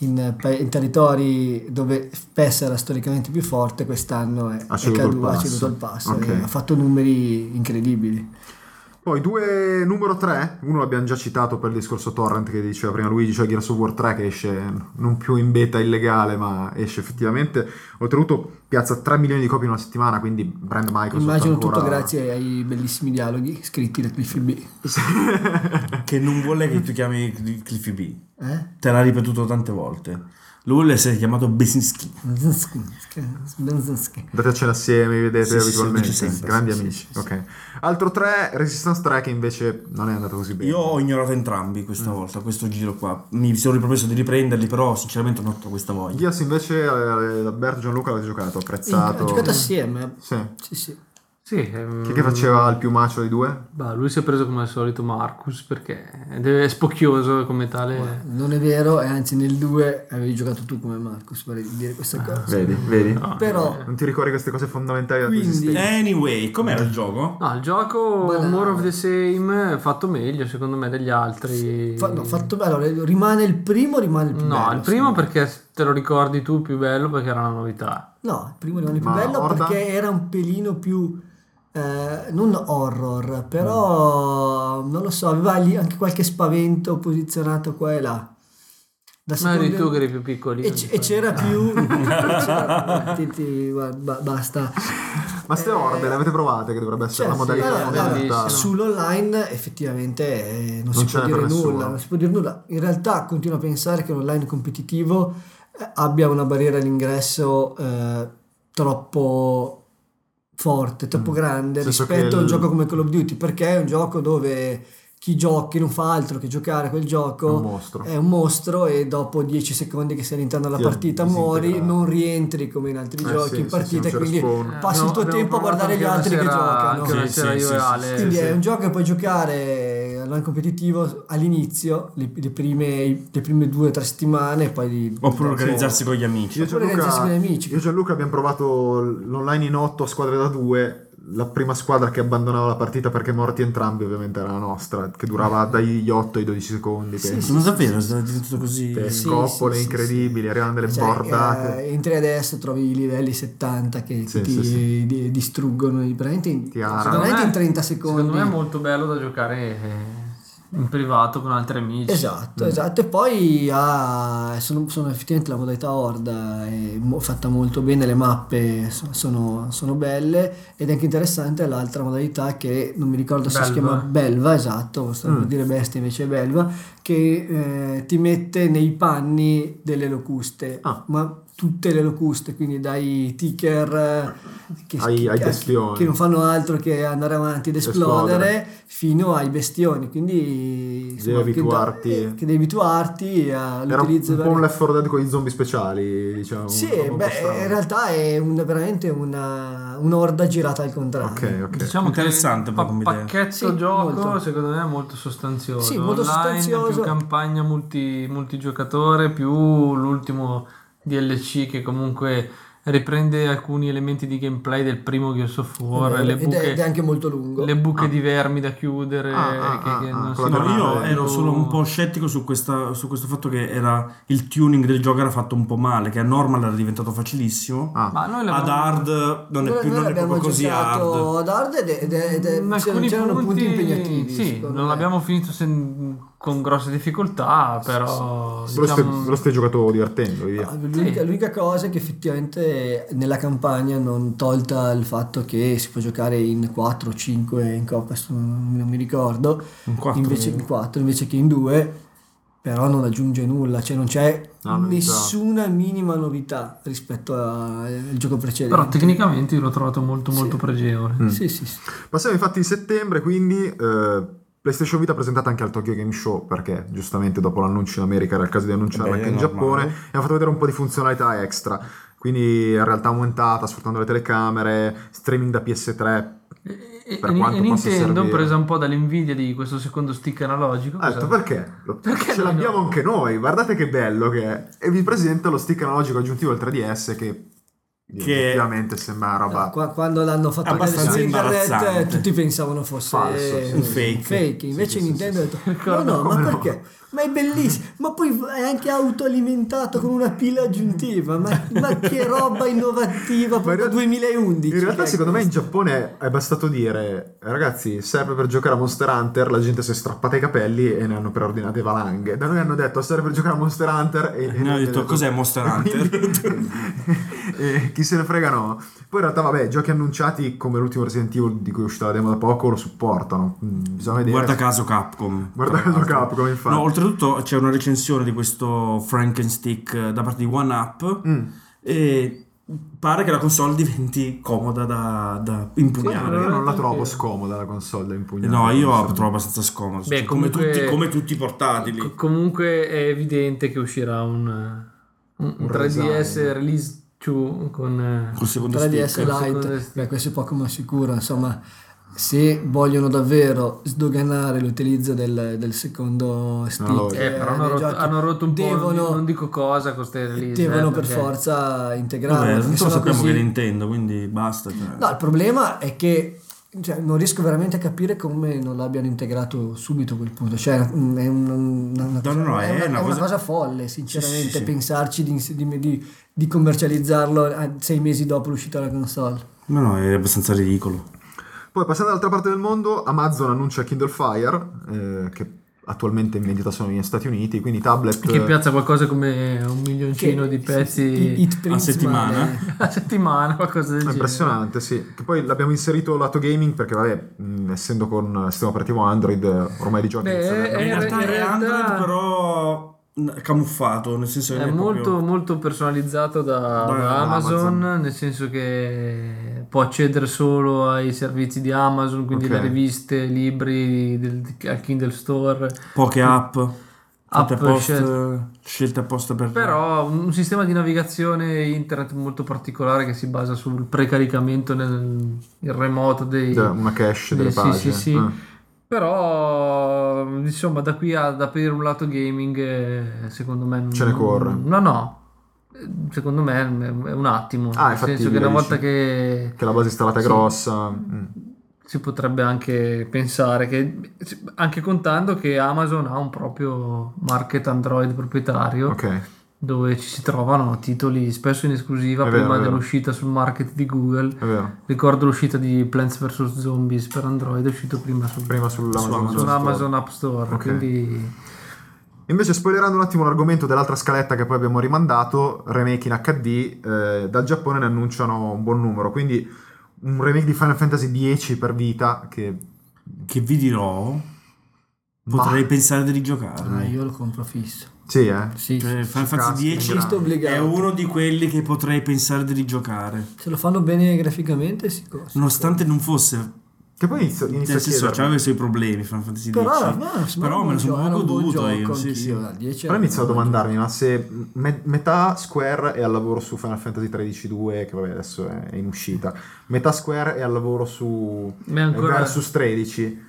S5: in pa- in territori dove PES era storicamente più forte, quest'anno è,
S2: Ha
S5: è
S2: ceduto il
S5: caduto, ha
S2: passo.
S5: ceduto il passo,
S2: Ok.
S5: e ha fatto numeri incredibili.
S2: Poi due numero 3, uno l'abbiamo già citato per il discorso torrent che diceva prima Luigi, cioè Gears of War 3 che esce non più in beta illegale ma esce effettivamente, oltretutto piazza 3 milioni di copie in una settimana, quindi brand Microsoft
S5: Immagino
S2: ancora...
S5: tutto grazie ai bellissimi dialoghi scritti da Cliffy B.
S3: Che non vuole che tu chiami Cl- Cliffy B.
S5: Eh?
S3: Te l'ha ripetuto tante volte. Lui vuole essere chiamato Besinski.
S5: Benzinski, Benzinski.
S2: Andate a cena assieme, vi vedete
S3: Sì, sì, sì,
S2: abitualmente,
S3: dice sempre,
S2: grandi
S3: sì,
S2: amici.
S3: sì, sì,
S2: ok. Altro 3, Resistance 3 che invece non è andato così bene.
S3: Io ho ignorato entrambi questa volta, questo giro qua. Mi sono ripromesso di riprenderli, però sinceramente non ho questa voglia.
S2: Gears invece, eh, Alberto Gianluca l'avete giocato, apprezzato.
S5: Ha giocato assieme.
S2: Sì.
S5: Sì, sì.
S4: Sì, ehm,
S2: Chi è che faceva il più macio dei due?
S4: bah, lui si è preso come al solito Marcus perché ed è spocchioso come tale.
S5: Non è vero, e anzi nel 2 avevi giocato tu come Marcus, vorrei dire questa cosa.
S2: Vedi, vedi.
S4: Ah, No,
S5: Però
S2: Non ti ricordi queste cose fondamentali della tua
S5: Quindi-
S2: esistenza?
S3: Anyway, com'era il gioco?
S4: No, il gioco
S5: Banale.
S4: More of the Same è fatto meglio secondo me degli altri.
S5: fa- no, fatto bene, allora, rimane il primo, rimane il più bello.
S4: No, il primo
S5: secondo me.
S4: perché te lo ricordi tu più bello perché era una novità.
S5: No, il primo rimane il più
S2: Ma
S5: bello
S2: Horda?
S5: perché era un pelino più... eh, non horror, però
S4: Mm.
S5: non lo so, aveva lì anche qualche spavento posizionato qua e là. Da
S4: Ma eri
S5: seconda-
S4: tu che eri più piccolino. diciamo.
S5: E, c- e c'era più... c'era- ti- ti- guarda, ba- basta.
S2: Ma ste
S5: Eh,
S2: orde le avete provate che dovrebbe essere
S5: Cioè,
S2: la
S5: sì, eh,
S2: modalità
S5: allora,
S4: modalità.
S5: allora,
S2: fondamentale.
S5: sull'online effettivamente eh,
S2: Non
S5: non, si
S2: ce
S5: può
S2: n'è
S5: dire
S2: per nessuno.
S5: nulla, non si può dire nulla. In realtà continuo a pensare che l'online competitivo eh, abbia una barriera all'ingresso eh, troppo forte, troppo
S2: Mm.
S5: grande
S2: Senso
S5: rispetto
S2: che
S5: a un
S2: il-
S5: gioco come Call of Duty, perché è un gioco dove chi giochi non fa altro che giocare a quel
S2: È un
S5: gioco.
S2: mostro.
S5: È un mostro e dopo 10 secondi che sei all'interno della
S2: Ti
S5: partita
S2: disintegra.
S5: muori, non rientri come in altri
S2: Eh,
S5: giochi
S2: sì,
S5: in
S2: sì, sì,
S5: partita,
S2: non c'è
S5: quindi
S2: respawn.
S4: Eh,
S5: passi il tuo
S4: abbiamo
S5: tempo a
S4: parlato
S5: guardare gli altri
S4: anche
S5: che
S4: una sera-
S5: giocano.
S4: Anche una
S3: Sì,
S4: sera
S3: sì,
S4: io
S3: sì,
S4: e
S3: sì.
S4: Ale.
S5: Quindi
S4: sì.
S5: è un gioco che puoi giocare all'anno competitivo all'inizio, le, le prime, le prime due o tre settimane, e poi.
S3: Oppure organizzarsi con gli amici.
S2: Io e
S5: Oppure organizzarsi con gli amici.
S2: Io e Gianluca abbiamo provato l- l'online in 8 a squadre da 2. La prima squadra che abbandonava la partita perché morti entrambi, ovviamente, era la nostra, che durava dagli 8 ai 12 secondi.
S5: Eh. Sì,
S2: penso.
S5: sì,
S3: Sono davvero, sono diventato così.
S2: Te,
S5: sì,
S2: scoppole
S5: sì, sì,
S2: incredibili, arrivano delle
S5: Cioè,
S2: bordate.
S5: eh, entri adesso, trovi i livelli 70 che
S2: Sì,
S5: ti
S2: sì, sì.
S5: di- distruggono. i- Veramente in,
S2: Ti arano.
S5: veramente
S4: Secondo me-
S5: in 30 secondi.
S4: Secondo me è molto bello da giocare eh, in privato con altri amici.
S5: Esatto,
S2: Mm.
S5: esatto. E poi ha- sono, sono effettivamente la modalità Horda, è mo- fatta molto bene, le mappe so- sono, sono belle ed è anche interessante l'altra modalità che non mi ricordo se si
S4: Belva.
S5: chiama Belva, esatto, stavo per
S2: Mm.
S5: dire bestia invece è Belva, che eh, ti mette nei panni delle locuste,
S2: Ah.
S5: ma tutte le locuste, quindi dai ticker eh, che,
S2: Ai-
S5: che-
S2: ai
S5: che-
S2: bestioni.
S5: che non fanno altro che andare avanti ed esplodere,
S2: Esplodere.
S5: fino ai bestioni, quindi insomma,
S2: Devi
S5: che do-
S2: abituarti.
S5: eh, che devi abituarti eh,
S2: Era un,
S5: all'utilizzo
S2: un po'
S5: vari-
S2: un Left 4 Dead con gli zombie speciali, diciamo.
S5: sì,
S2: una roba un po'
S5: beh,
S2: strana.
S5: in realtà è un- veramente una, un'orda girata al contrario.
S2: Ok, ok.
S4: Diciamo
S3: Interessante
S4: che
S3: poi
S4: pa-
S3: come idea.
S4: pacchetto
S5: Sì,
S4: gioco
S5: molto.
S4: secondo me è molto sostanzioso.
S5: Sì, molto
S4: Online,
S5: sostanzioso.
S4: Più campagna multi- multigiocatore, più l'ultimo DLC che comunque riprende alcuni elementi di gameplay del primo Gears of War,
S5: Ed-
S4: le
S5: ed,
S4: buche,
S5: è, ed è anche molto lungo. Ah.
S4: le buche di vermi da chiudere. eh,
S2: Ah, ah,
S4: che, che
S2: ah,
S4: non
S2: ah, quello che
S3: No,
S4: si trovano
S3: io
S2: Madonna,
S4: più.
S3: ero solo un po' scettico su, questa- su questo fatto che era il tuning del gioco era fatto un po' male, che a normal era diventato facilissimo.
S2: Ah.
S4: Ma noi
S3: Ad
S4: l'abbiamo-
S3: hard non è
S5: Noi-
S3: più
S5: noi
S3: non è
S5: l'abbiamo
S3: proprio così hard.
S5: giocato ad hard ed, ed, ed,
S4: In
S5: c'erano-
S4: Mm, alcuni
S5: c'erano punti,
S4: punti
S5: impegnativi.
S4: Sì,
S5: secondo
S4: non
S5: me.
S4: l'abbiamo finito sen- con grosse difficoltà, però
S2: Ve lo stai-
S4: diciamo-
S2: ve lo stai giocato divertendo, via.
S5: Ah, L'unica,
S4: Sì.
S5: l'unica cosa è che effettivamente nella campagna non tolta il fatto che si può giocare in 4 o 5 in coppa, adesso non, non mi ricordo,
S3: In quattro,
S5: invece
S3: eh.
S5: in 4 invece che in 2 però non aggiunge nulla, cioè non c'è
S6: No, novità.
S5: nessuna minima novità rispetto a- al gioco precedente.
S4: Però tecnicamente io l'ho trovato molto
S5: Sì.
S4: molto pregevole.
S2: Mm.
S5: Sì, sì, sì.
S2: Passiamo infatti in settembre, quindi eh, PlayStation Vita presentata anche al Tokyo Game Show, perché giustamente dopo l'annuncio in America era il caso di annunciarla
S6: Beh,
S2: anche in
S6: è
S2: Giappone,
S6: normale.
S2: e hanno fatto vedere un po' di funzionalità extra, quindi in realtà aumentata, sfruttando le telecamere, streaming da PS3.
S4: E, e-
S2: Per
S4: e-
S2: quanto
S4: e
S2: possa
S4: Nintendo,
S2: servire.
S4: presa un po' dall'invidia di questo secondo stick analogico,
S2: Ha detto
S4: cosa-
S2: perché? Lo-
S4: Perché
S2: Ce
S4: noi
S2: l'abbiamo
S4: no?
S2: anche noi, guardate che bello che è. E vi presento lo stick analogico aggiuntivo al 3DS che, effettivamente sembra una roba...
S5: Qua- quando l'hanno fatto vedere
S3: Abbastanza
S5: su internet eh,
S3: imbarazzante.
S5: tutti pensavano fosse
S2: Falso, sì.
S5: eh,
S3: Un fake.
S2: Sì,
S5: invece
S2: sì,
S5: Nintendo ha detto no
S4: Ricordo
S5: no ma
S2: come no.
S5: perché ma è bellissimo ma poi è anche autoalimentato con una pila aggiuntiva ma, ma che roba
S2: Ma
S5: innovativa
S2: in
S5: proprio
S2: realtà-
S5: 2011
S2: In realtà,
S5: Che è
S2: secondo me, in
S5: questo?
S2: Giappone è bastato dire: ragazzi, serve per giocare a Monster Hunter. La gente si è strappata i capelli e ne hanno preordinate valanghe. Da noi hanno detto: serve per giocare a Monster Hunter. E, e-
S3: Ne Eh, hanno detto, "Cos'è Monster Hunter?"
S2: Quindi- e chi se ne frega, no. Poi in realtà, vabbè, giochi annunciati come l'ultimo Resident Evil di cui è uscita la demo da poco lo supportano. Mm, Bisogna vedere.
S3: Guarda caso Capcom.
S2: Guarda
S3: tra
S2: caso
S3: l'altro.
S2: Capcom, infatti.
S3: No, oltretutto c'è una recensione di questo Frankenstick eh, da parte di One Up
S2: Mm.
S3: e pare che la console diventi comoda da, da
S2: Io
S3: impugnare. Eh,
S4: Sì,
S2: non la trovo
S4: Perché-
S2: scomoda la console da impugnare.
S3: No, io la
S2: Insomma.
S3: trovo abbastanza scomoda.
S4: Beh,
S3: cioè, come,
S4: comunque-
S3: tutti, come tutti i portatili.
S4: Co- comunque è evidente che uscirà un, un- un
S2: Un
S4: 3DS
S2: redesign.
S4: Release 2 con... eh,
S3: Col secondo
S5: 3DS
S3: stick.
S4: Secondo
S5: Lite,
S4: stick.
S5: beh, questo è poco ma sicuro, insomma, se vogliono davvero sdoganare l'utilizzo del, del secondo stick,
S2: Allora,
S4: eh, però
S5: eh,
S4: hanno,
S5: nei
S4: rotto,
S5: giochi,
S4: hanno rotto un po', non-
S5: devono,
S4: non dico cosa, con queste release.
S5: devono
S4: eh,
S5: per
S4: perché-
S5: forza
S3: Vabbè,
S5: integrarlo. perché
S3: tanto lo
S5: sennò
S3: sappiamo
S5: così-
S3: che Nintendo, quindi basta. cioè.
S5: No, il problema è che cioè, non riesco veramente a capire come non l'abbiano integrato subito a quel punto. Cioè, mm, è un- una, una-
S3: No, no, no, è
S5: è una-
S3: una
S5: è una
S3: cosa-
S5: cosa folle, sinceramente,
S3: Sì, sì, sì.
S5: pensarci di, di- di- di commercializzarlo a- sei mesi dopo l'uscita della console.
S3: No, no, è abbastanza ridicolo.
S2: Poi passando dall'altra parte del mondo, Amazon annuncia Kindle Fire, eh, che attualmente in vendita sono negli Stati Uniti, quindi tablet... eh,
S4: Che piazza qualcosa come un milioncino di pezzi
S5: I- It Prince eh.
S3: settimana?
S5: Male.
S4: a settimana, qualcosa del
S2: È
S4: genere.
S2: impressionante, sì. Che poi l'abbiamo inserito lato gaming perché, vabbè, mh, essendo con sistema operativo Android, eh, ormai di giochi
S4: Beh,
S2: iniziano a-
S4: Eh,
S3: in
S4: in
S3: realtà è
S4: realtà-
S3: Android, però mh, camuffato, nel senso che
S4: È
S3: non
S4: molto,
S3: Cioè, proprio-
S4: molto personalizzato da,
S3: Da-
S4: da Amazon,
S2: Amazon.
S4: nel senso che può accedere solo ai servizi di Amazon, quindi
S2: Ok.
S4: le riviste, i libri del, al Kindle Store.
S3: poche app, fatte
S4: App
S3: apposta-
S4: scel-
S3: scelte apposta per
S4: Però un sistema di navigazione internet molto particolare che si basa sul precaricamento nel il remoto dei,
S2: Cioè, una cache delle
S4: Sì, sì,
S2: pagine.
S4: sì, sì.
S2: Eh.
S4: Però, insomma, da qui ad aprire un lato gaming, eh, secondo me... non-
S2: Ce ne corre.
S4: No, no. Eh, Secondo me è un attimo.
S2: Ah, è
S4: nel senso che
S2: fattibile,
S4: una volta
S2: dici?
S4: che...
S2: Che la base installata è
S4: Sì.
S2: grossa. mm.
S4: Si potrebbe anche pensare che... Anche contando che Amazon ha un proprio market Android proprietario,
S2: Ok.
S4: dove ci si trovano titoli spesso in
S2: È
S4: esclusiva
S2: vero,
S4: prima
S2: è vero.
S4: dell'uscita sul market di Google.
S2: È vero.
S4: Ricordo l'uscita di Plants vs. Zombies per Android, è uscito prima sul
S2: Prima sull'Amazon.
S3: Amazon
S4: su
S2: Store.
S4: Amazon App Store.
S2: Ok.
S4: Quindi
S2: Invece, spoilerando un attimo l'argomento dell'altra scaletta che poi abbiamo rimandato, remake in HD, eh, dal Giappone ne annunciano un buon numero. Quindi un remake di Final Fantasy X per vita, che
S3: che vi dirò potrei pensare di rigiocarmi.
S5: Ah, io lo compro fisso.
S2: Sì, eh.
S5: Sì,
S3: Cioè, Final
S2: Caspita.
S3: Fantasy
S5: sì,
S2: Ci grande.
S5: sto
S3: X è
S5: obbligato.
S3: uno di quelli che potrei pensare di rigiocare.
S5: Se lo fanno bene graficamente, si costa.
S3: Nonostante non fosse cioè,
S2: Che poi inizio,
S3: nel
S2: inizio a
S3: senso,
S2: chiedermi.
S3: c'aveva i suoi problemi Final Fantasy
S5: Però,
S3: X.
S5: no, sembra
S3: però me lo
S5: un
S3: sono
S5: buon
S3: un
S5: gioco,
S3: po'
S5: era un buon
S3: dovuto
S5: gioco
S3: io, sì,
S5: anch'io,
S3: sì.
S5: da 10
S2: Però
S5: era
S2: inizio a
S5: un buon
S2: domandarmi, ma se me- metà Square è al lavoro su Final Fantasy XIII 2, che vabbè adesso è in uscita, metà Square è al lavoro su
S4: Ma è ancora-
S2: Versus 13,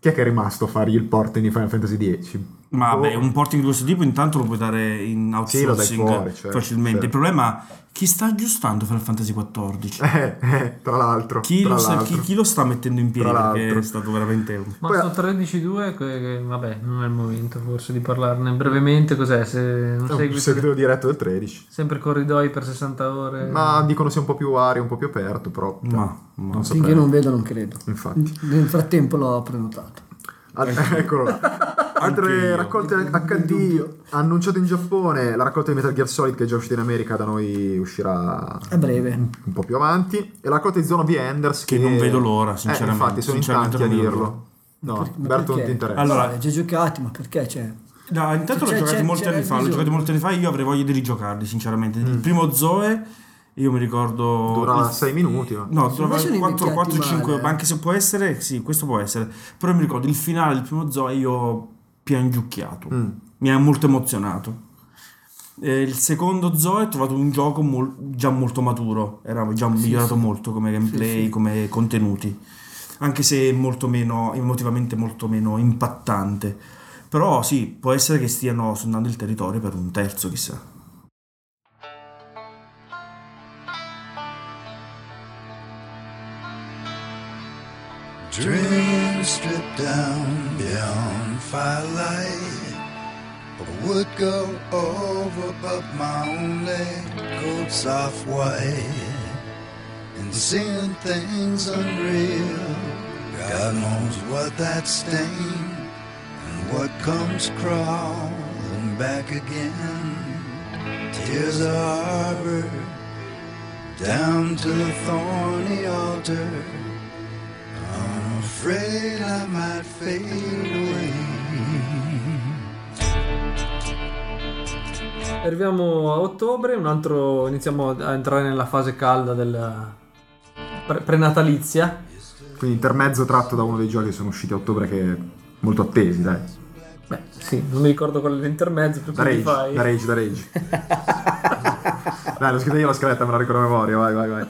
S2: chi è che è rimasto a fargli il porting di Final Fantasy X?
S3: Ma
S2: Oh.
S3: beh, un porting di questo tipo intanto lo puoi dare in
S2: Sì, lo dai
S3: outsourcing
S2: fuori, certo,
S3: facilmente.
S2: certo.
S3: Il problema è chi sta aggiustando Final Fantasy XIV?
S2: Eh, eh, tra l'altro,
S3: chi,
S2: tra
S3: lo sta,
S2: l'altro.
S3: chi- chi lo sta mettendo in piedi?
S2: Tra
S3: Perché
S2: l'altro.
S3: è stato veramente un-
S4: Ma
S2: Poi-
S4: sto 13.2, che- che- vabbè, non è il momento forse di parlarne brevemente. Cos'è? Se un
S2: È un
S4: seguito,
S2: seguito diretto del 13.
S4: sempre corridoi per 60
S5: Mm.
S4: ore.
S2: Ma dicono sia un po' più aria, un po' più aperto, però... eh,
S3: Ma, ma-
S2: Non
S5: Finché
S2: saprei.
S5: non vedo, non credo.
S2: Infatti.
S5: Nel frattempo l'ho prenotato.
S2: Al- eccolo là. Altre
S3: io.
S2: raccolte HD annunciate in Giappone, la raccolta di Metal Gear Solid che è già uscita in America, da noi uscirà
S5: A breve.
S2: un po' più avanti, e la raccolta di Zona di Enders
S3: Che
S2: che,
S3: non vedo l'ora,
S2: Eh,
S3: sinceramente.
S2: infatti sono in
S3: Sinceramente
S2: tanti a
S3: non vedo
S2: dirlo. No,
S5: Per- ma
S2: Berto non
S5: perché?
S2: ti interessa.
S3: Allora-
S5: Allora, già giocati, ma perché? Cioè,
S3: No, intanto l'ho
S5: C'è-
S3: giocato
S5: c'è-
S3: molti
S5: c'era
S3: anni
S5: il
S3: fa, l'ho
S5: bisogno.
S3: giocato molti anni fa e io avrei voglia di rigiocarli, sinceramente. Il primo Zoe, io mi ricordo...
S2: Mm. Durava
S3: il-
S2: sei minuti, ma-
S3: No,
S5: Ma sono
S3: durava 4,
S5: invecchiati
S3: 4, 5,
S5: male, eh.
S3: ma anche se può essere, sì, questo può essere. Però io mi ricordo il finale del primo Zoe, io ho piangiucchiato.
S2: Mm.
S3: Mi ha molto emozionato. Eh, il secondo Zoe ho trovato un gioco mol- già molto maturo, era già migliorato molto come gameplay,
S5: sì.
S3: come contenuti, anche se molto meno, emotivamente molto meno impattante. Però sì, può essere che stiano sondando il territorio per un terzo, chissà.
S6: Dreams stripped down beyond firelight. I would go over, but my only coat's off white. And seeing things unreal. God knows what that stain and what comes crawling back again. Tears are harbored down to the thorny altar. I'm afraid I might fade away.
S4: Arriviamo a ottobre, un altro iniziamo a entrare nella fase calda del pre- prenatalizia.
S2: Quindi intermezzo tratto da uno dei giochi che sono usciti a ottobre che molto attesi, dai.
S4: Beh, sì, non mi ricordo qual è l'intermezzo, tu
S2: Da
S4: come
S2: rage,
S4: fai?
S2: da rage, da rage. dai, l'ho scritta io la scaletta, me la ricordo a memoria, vai, vai, vai.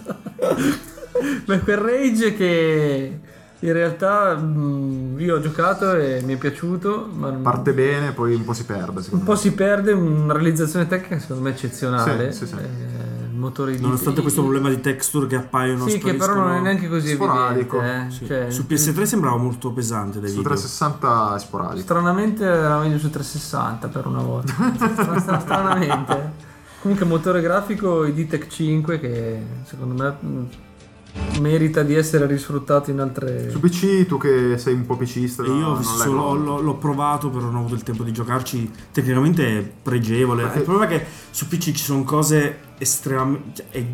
S4: Beh, quel rage che in realtà mh, io ho giocato e mi è piaciuto, ma non-
S2: Parte bene, poi un po' si perde,
S4: un
S2: secondo
S4: po'
S2: me.
S4: si perde una realizzazione tecnica secondo me eccezionale.
S2: Sì, sì, sì.
S4: Eh, il motore di...
S3: Nonostante questo problema di texture che appaiono
S4: Sì, che però non è
S3: spariscono-
S4: neanche così
S2: sporadico.
S4: evidente. eh.
S3: Sì.
S4: Cioè,
S3: Su PS3 sembrava molto pesante dai
S2: Su
S3: video.
S2: 360 è sporadico.
S4: Stranamente era meglio su 360 per una volta. Stra- stra- Stranamente. Comunque motore grafico ID Tech 5 che secondo me mh, merita di essere risfruttato in altre...
S2: Su PC, tu che sei un po' PCista,
S3: E io
S2: non
S3: solo-
S2: leggo.
S3: l'ho, l'ho provato, però non ho avuto il tempo di giocarci. Tecnicamente è pregevole.
S2: Perché-
S3: Il problema è che su PC ci sono cose estremamente. cioè, è-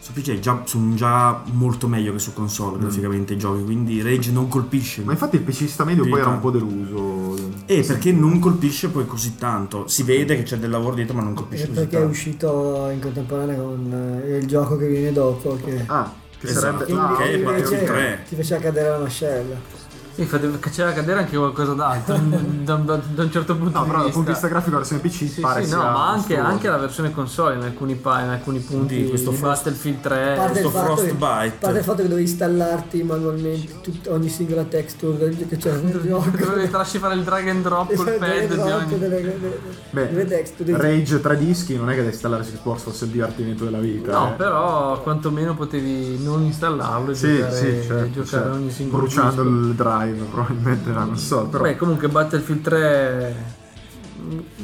S3: su PC è già- sono già molto meglio che su console graficamente i giochi. Quindi Rage non colpisce.
S2: Mm. Ma infatti il PCista medio poi
S3: Verità.
S2: era un po' deluso.
S3: E Eh, perché non colpisce poi così tanto? Si vede che c'è del lavoro dietro, ma non colpisce
S5: Eh,
S3: così
S5: perché è
S3: tanto.
S5: uscito in contemporanea con eh, il gioco che viene dopo che
S2: Ah, che
S3: Esatto.
S2: sarebbe... Ah,
S3: Ok,
S5: Quindi,
S2: ok,
S3: ma-
S2: ok.
S5: invece,
S3: il tre.
S5: ti faceva cadere la mascella
S4: Sì, fate- faceva cadere anche qualcosa d'altro da, da- da un certo punto
S2: No, però dal
S4: di vista.
S2: punto di vista grafico la versione PC
S4: Sì,
S2: pare
S4: sì,
S2: sia
S4: no, ma anche,
S2: mostruosa.
S4: anche la versione console in alcuni, pa- in alcuni punti
S3: Sì, questo
S4: di
S3: Frost-
S4: Battlefield 3
S5: parte il
S3: Eh, questo
S5: fatto che-
S3: Frostbite.
S5: parte il fatto che dovevi installarti manualmente tut- ogni singola texture del- che c'era nel gioco Esatto,
S4: dovevi trasci fare il drag and drop col
S5: Delle
S4: pad di
S5: drop,
S4: ogni-
S5: delle- delle- delle
S2: Beh,
S5: texture dei-
S2: Rage 3 dischi non è che da installare su Xbox fosse il divertimento della vita.
S4: No,
S2: eh.
S4: però quantomeno potevi non installarlo e
S2: Sì,
S4: giocare,
S2: sì, certo,
S4: giocare
S2: certo.
S4: ogni singolo
S2: bruciando
S4: disco.
S2: il drive probabilmente la console, però
S4: Beh, comunque Battlefield 3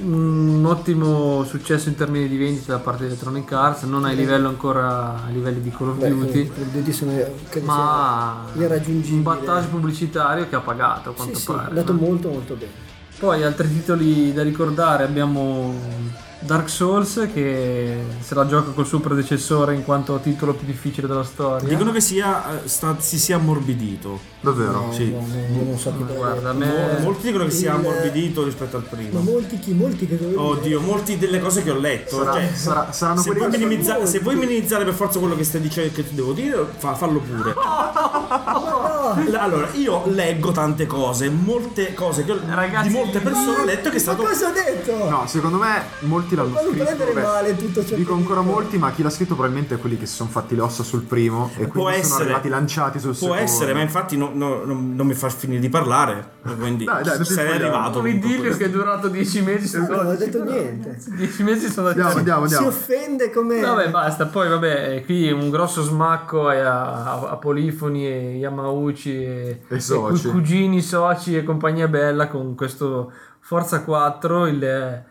S4: un ottimo successo in termini di vendite da parte di Electronic Arts, non ai livello ancora a livelli di Call of
S5: Beh,
S4: Duty,
S5: i prodotti sono credo
S4: ma
S5: sia irraggiungibile.
S4: un battage pubblicitario che ha pagato a
S5: sì,
S4: quanto
S5: sì,
S4: pare. eh.
S5: è andato
S4: no?
S5: molto molto bene
S4: Poi altri titoli da ricordare abbiamo Dark Souls che se la gioca col suo predecessore in quanto titolo più difficile della storia.
S3: Dicono che sia, eh, sta- si sia ammorbidito.
S2: davvero.
S3: Sì.
S5: No, no, io non so che
S4: Guarda, a me
S3: Mol- Molti dicono che sia
S5: Il-
S3: ammorbidito rispetto al
S5: ma
S3: primo.
S5: molti chi molti che dovevi
S3: Oddio, molte delle cose che ho letto.
S2: Sarà-
S3: cioè,
S2: sarà- saranno
S3: se,
S2: quelli
S3: vuoi
S2: che sono
S3: minimizza-
S5: molti.
S3: se vuoi minimizzare per forza quello che stai dicendo che ti devo dire, fa- fallo pure. L- Allora, io leggo tante cose, molte cose che ho-
S4: Ragazzi,
S3: di molte persone ho letto che è
S5: ma
S3: stato.
S5: cosa ho detto
S2: No, secondo me molti l'hanno
S5: Ma non
S2: scritto.
S5: prendere male tutto ciò
S2: dico
S5: che
S2: ancora
S5: dico.
S2: molti, ma chi l'ha scritto probabilmente è quelli che si sono fatti le ossa sul primo e
S3: Può
S2: quindi sono
S3: essere,
S2: arrivati lanciati sul
S3: può
S2: secondo.
S3: essere, ma infatti no- no- no- non mi fa finire di parlare. Quindi
S2: Dai, dai, non ti
S3: sarei
S2: spogliare.
S3: arrivato.
S4: un
S3: comunque
S4: idillio
S3: questo.
S4: che è durato 10 mesi.
S5: no, non ho detto niente
S4: 10 mesi sono
S2: Andiamo,
S4: andati.
S2: andiamo,
S5: si
S2: andiamo.
S5: offende come
S4: Vabbè, basta. Poi, vabbè, eh, qui un grosso smacco è a, a- a Polifoni e Yamauchi e,
S2: E soci.
S4: cu- cugini, soci e compagnia bella con questo Forza 4, il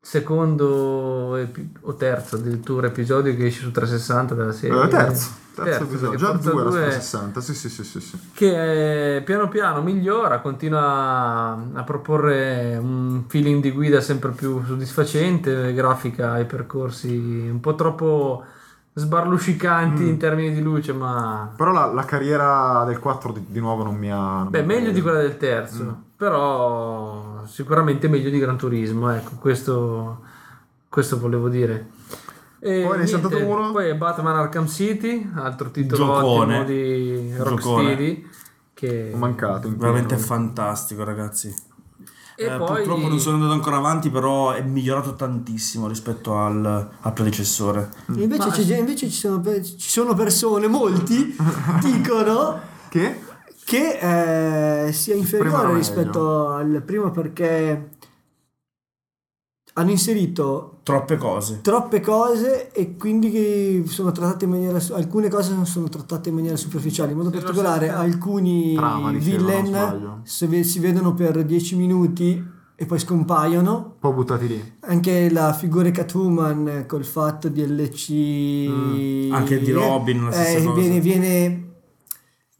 S4: secondo epi- o terzo addirittura episodio che esce su 360 della serie.
S2: Eh, terzo, terzo, episodio.
S4: perché
S2: Già
S4: Forza
S2: due era
S4: 2
S2: 60. Sì, sì, sì, sì, sì.
S4: che eh, piano piano migliora, continua a proporre un feeling di guida sempre più soddisfacente, grafica e percorsi un po' troppo sbarluscicanti
S2: Mm.
S4: in termini di luce, ma
S2: Però la, la carriera del 4 di, di nuovo non mi ha. non
S4: beh,
S2: mi ha- Mm.
S4: meglio di quella del terzo, però però sicuramente meglio di Gran Turismo, ecco, questo, questo volevo dire. E
S2: Poi ne è saltato
S4: niente,
S2: uno?
S4: poi Batman Arkham City, altro titolo
S3: Giocone.
S4: ottimo di
S3: Giocone.
S4: Rocksteady. Che...
S2: Ho mancato. in
S3: Veramente
S2: quello.
S3: fantastico, ragazzi.
S4: E
S3: Eh,
S4: poi-
S3: Purtroppo non sono andato ancora avanti, però è migliorato tantissimo rispetto al, al predecessore.
S2: Mm.
S5: E Invece,
S4: Ma-
S5: c'è gente- invece ci, sono, pe- ci sono persone, molti, dicono
S2: Che?
S5: che eh, sia
S2: primo era
S5: inferiore
S2: meglio.
S5: rispetto al primo perché hanno inserito
S3: Troppe cose.
S5: troppe cose e quindi sono trattate in maniera su- alcune cose non sono trattate in maniera superficiale in modo
S4: Sì, lo
S5: particolare
S4: so.
S5: alcuni
S2: Trama, dicevo, non sbaglio.
S5: villain se ve- si vedono per 10 minuti e poi scompaiono
S2: Un po' buttati lì.
S5: anche la figura di Catwoman eh, col fatto di LC
S3: Mm, anche di Robin, la stessa cosa.
S5: viene, viene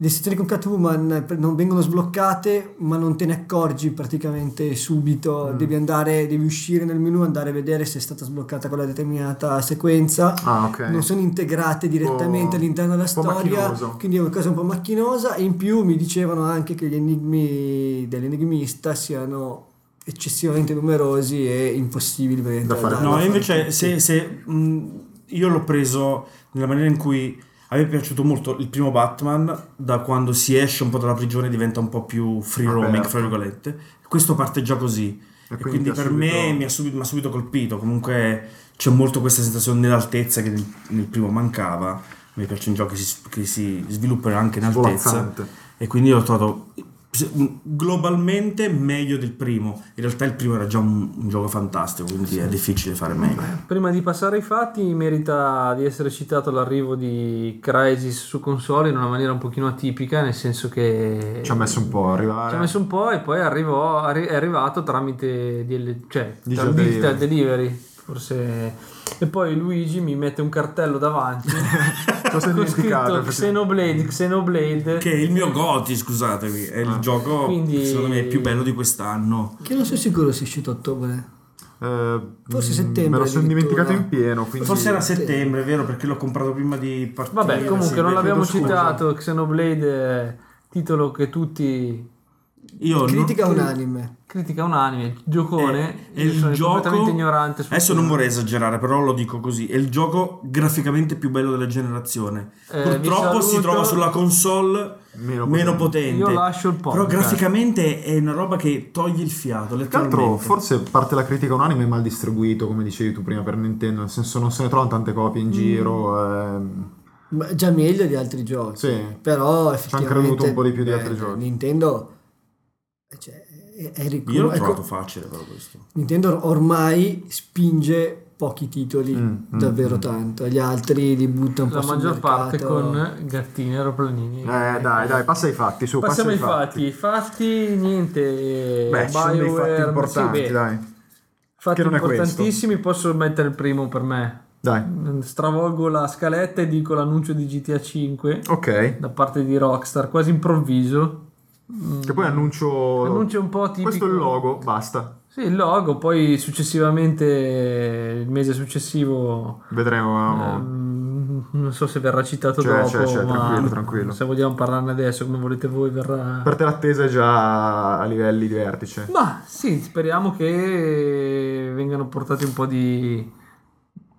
S5: le sezioni con Catwoman eh, pre- non vengono sbloccate ma non te ne accorgi praticamente
S3: Mm.
S5: subito devi andare devi uscire nel menu andare a vedere se è stata sbloccata quella determinata sequenza
S2: Ah, ok.
S5: non sono integrate direttamente
S2: po'-
S5: all'interno della
S2: un po'
S5: storia,
S2: macchinoso.
S5: quindi è una cosa un po' macchinosa. E in più mi dicevano anche che gli enigmi dell'enigmista siano eccessivamente numerosi e impossibili veramente
S2: Da fare.
S3: No,
S5: da
S3: invece
S5: fare.
S3: se, se, mh, io l'ho preso nella maniera in cui a me è piaciuto molto il primo Batman, da quando si esce un po' dalla prigione diventa un po' più free
S2: Aperto.
S3: roaming, fra virgolette. Questo parte già così.
S2: E
S3: E
S2: quindi
S3: quindi,
S2: ti ha
S3: per me
S2: subito-
S3: mi ha subito, mi ha subito colpito. Comunque c'è molto questa sensazione dell'altezza che nel, nel primo mancava. Mi piacciono i giochi che si, che si sviluppano anche in altezza.
S2: Svolazzante.
S3: E quindi l'ho trovato se- globalmente meglio del primo. In realtà il primo era già un, un gioco fantastico, quindi è difficile fare meglio.
S4: Prima di passare ai fatti, merita di essere citato l'arrivo di Crysis su console in una maniera un pochino atipica, nel senso che
S2: Ci ha messo un po' a arrivare.
S4: Ci ha messo un po' e poi arrivò- arri- è arrivato tramite DL, cioè,
S2: Digital
S4: tramite digital
S2: delivery.
S4: delivery. Forse. E poi Luigi mi mette un cartello davanti
S2: Cosa hai
S4: con
S2: dimenticato?
S4: scritto Xenoblade, Xenoblade.
S3: Che è il mio Goti, scusatemi, è il gioco
S4: Ah. Quindi-
S3: secondo me più bello di quest'anno.
S5: che non sono sicuro se è uscito a ottobre.
S2: Eh,
S5: Forse
S2: mm,
S5: settembre
S2: Me lo sono
S5: addirittura.
S2: dimenticato in pieno. Quindi...
S3: Forse era a settembre, vero? Perché l'ho comprato prima di partire.
S4: Vabbè, comunque
S3: sì,
S4: non
S3: chiedo
S4: l'abbiamo
S3: scusa.
S4: citato. Xenoblade, eh, titolo che tutti
S3: Io
S5: Critica
S3: non...
S5: unanime.
S4: critica unanime, giocone.
S2: Eh,
S3: È, è
S4: io
S3: il
S4: sono
S3: gioco.
S4: completamente ignorante. su-
S3: Adesso non vorrei esagerare, però lo dico così: è il gioco graficamente più bello della generazione.
S4: Eh,
S3: Purtroppo
S4: vi
S3: si
S4: saluto.
S3: trova sulla console
S2: Meno
S3: meno,
S2: potente.
S3: potente.
S4: Io lascio il
S3: Però
S4: podcast.
S3: graficamente è una roba che toglie il fiato.
S2: Tra l'altro,
S3: Letteralmente.
S2: forse parte la critica unanime è mal distribuito, come dicevi tu prima per Nintendo, nel senso non se ne trovano tante copie
S4: Mm.
S2: in giro. ehm,
S5: Ma già meglio di altri giochi.
S2: Sì.
S5: Però
S2: Ci hanno
S5: effettivamente...
S2: creduto un po' di più di
S5: eh,
S2: altri giochi.
S5: Nintendo... Cioè, è, è ricco-
S3: Io l'ho
S5: ecco,
S3: trovato facile, però questo.
S5: Nintendo ormai spinge pochi titoli,
S2: Mm, mm,
S5: davvero tanto. Gli altri li butta un
S4: La
S5: po' sul
S4: maggior parte
S5: mercato.
S4: con gattini, aeroplanini.
S2: Eh, dai, dai, passa ai fatti. Su,
S4: Passiamo ai
S2: passa
S4: fatti. I fatti, niente.
S2: Beh, ci sono dei fatti
S4: BioWare,
S2: importanti,
S4: sì, beh,
S2: dai.
S4: Fatti
S2: che non è questo.
S4: importantissimi, posso mettere il primo per me.
S2: Dai.
S4: Stravolgo la scaletta e dico l'annuncio di GTA 5
S2: Ok.
S4: da parte di Rockstar, quasi improvviso.
S2: Che poi annuncio.
S4: Mm. Annuncio un po' tipico.
S2: Questo è il logo, basta.
S4: Sì, il logo, poi successivamente, il mese successivo,
S2: Vedremo.
S4: ehm, non so se verrà citato
S2: Cioè,
S4: dopo,
S2: cioè, cioè,
S4: ma
S2: tranquillo, tranquillo.
S4: se vogliamo parlarne adesso, come volete voi, verrà...
S2: Per te l'attesa è già a livelli di vertice.
S4: Ma sì, speriamo che vengano portati un po' di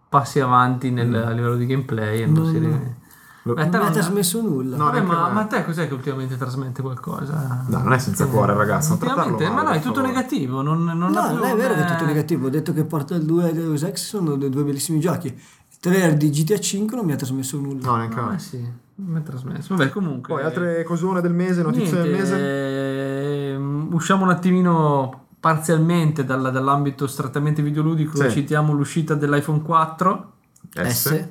S4: passi avanti nel, a livello di gameplay e non si ri-
S2: Mm. Lo-
S4: Ma te
S5: Non
S4: non-
S5: ha trasmesso nulla.
S2: No,
S4: Vabbè,
S2: neanche
S4: ma,
S2: me.
S4: ma te cos'è che ultimamente trasmette qualcosa?
S2: No, non è senza cuore, ragazzo. Non trattarlo
S4: Eh, Ultimamente,
S2: male,
S4: ma no, è
S2: per
S4: tutto
S2: favore.
S4: negativo. Non, non
S5: No,
S4: avevo-
S5: non è vero che è
S4: eh,
S5: tutto negativo. Ho detto che Portal 2 e Deus Ex sono due, due bellissimi giochi. Trailer di GTA 5 non mi ha trasmesso nulla.
S2: No, neanche a
S4: Ah,
S2: me.
S4: sì, eh. mi ha trasmesso. Vabbè, comunque.
S2: Poi altre cosone del mese, notizie
S4: niente,
S2: del mese.
S4: ehm, usciamo un attimino parzialmente dalla- dall'ambito strettamente videoludico.
S2: Sì.
S4: Citiamo l'uscita dell'iPhone 4.
S5: S.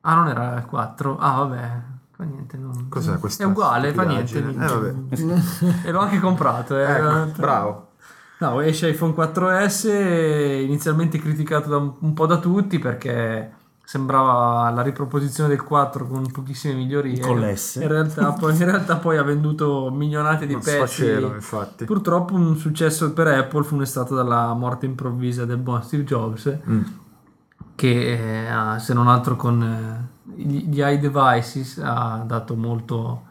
S4: Ah, non era il 4. Ah, vabbè. Fa niente. non-
S2: Cos'è questa?
S4: È uguale, fa niente.
S2: stupidaggine? Eh,
S4: e l'ho anche comprato. eh.
S2: vabbè. Ecco, bravo.
S4: No, esce iPhone 4S, inizialmente criticato da un, un po' da tutti perché sembrava la riproposizione del 4 con pochissime migliorie.
S3: Con l'S.
S4: In realtà, poi, in realtà poi ha venduto milionate di
S2: Non
S4: pezzi.
S2: sfacelo, infatti.
S4: Purtroppo un successo per Apple fu stato dalla morte improvvisa del buon Steve Jobs
S2: Mm.
S4: che eh, ha, se non altro con eh, gli, gli iDevices ha dato molto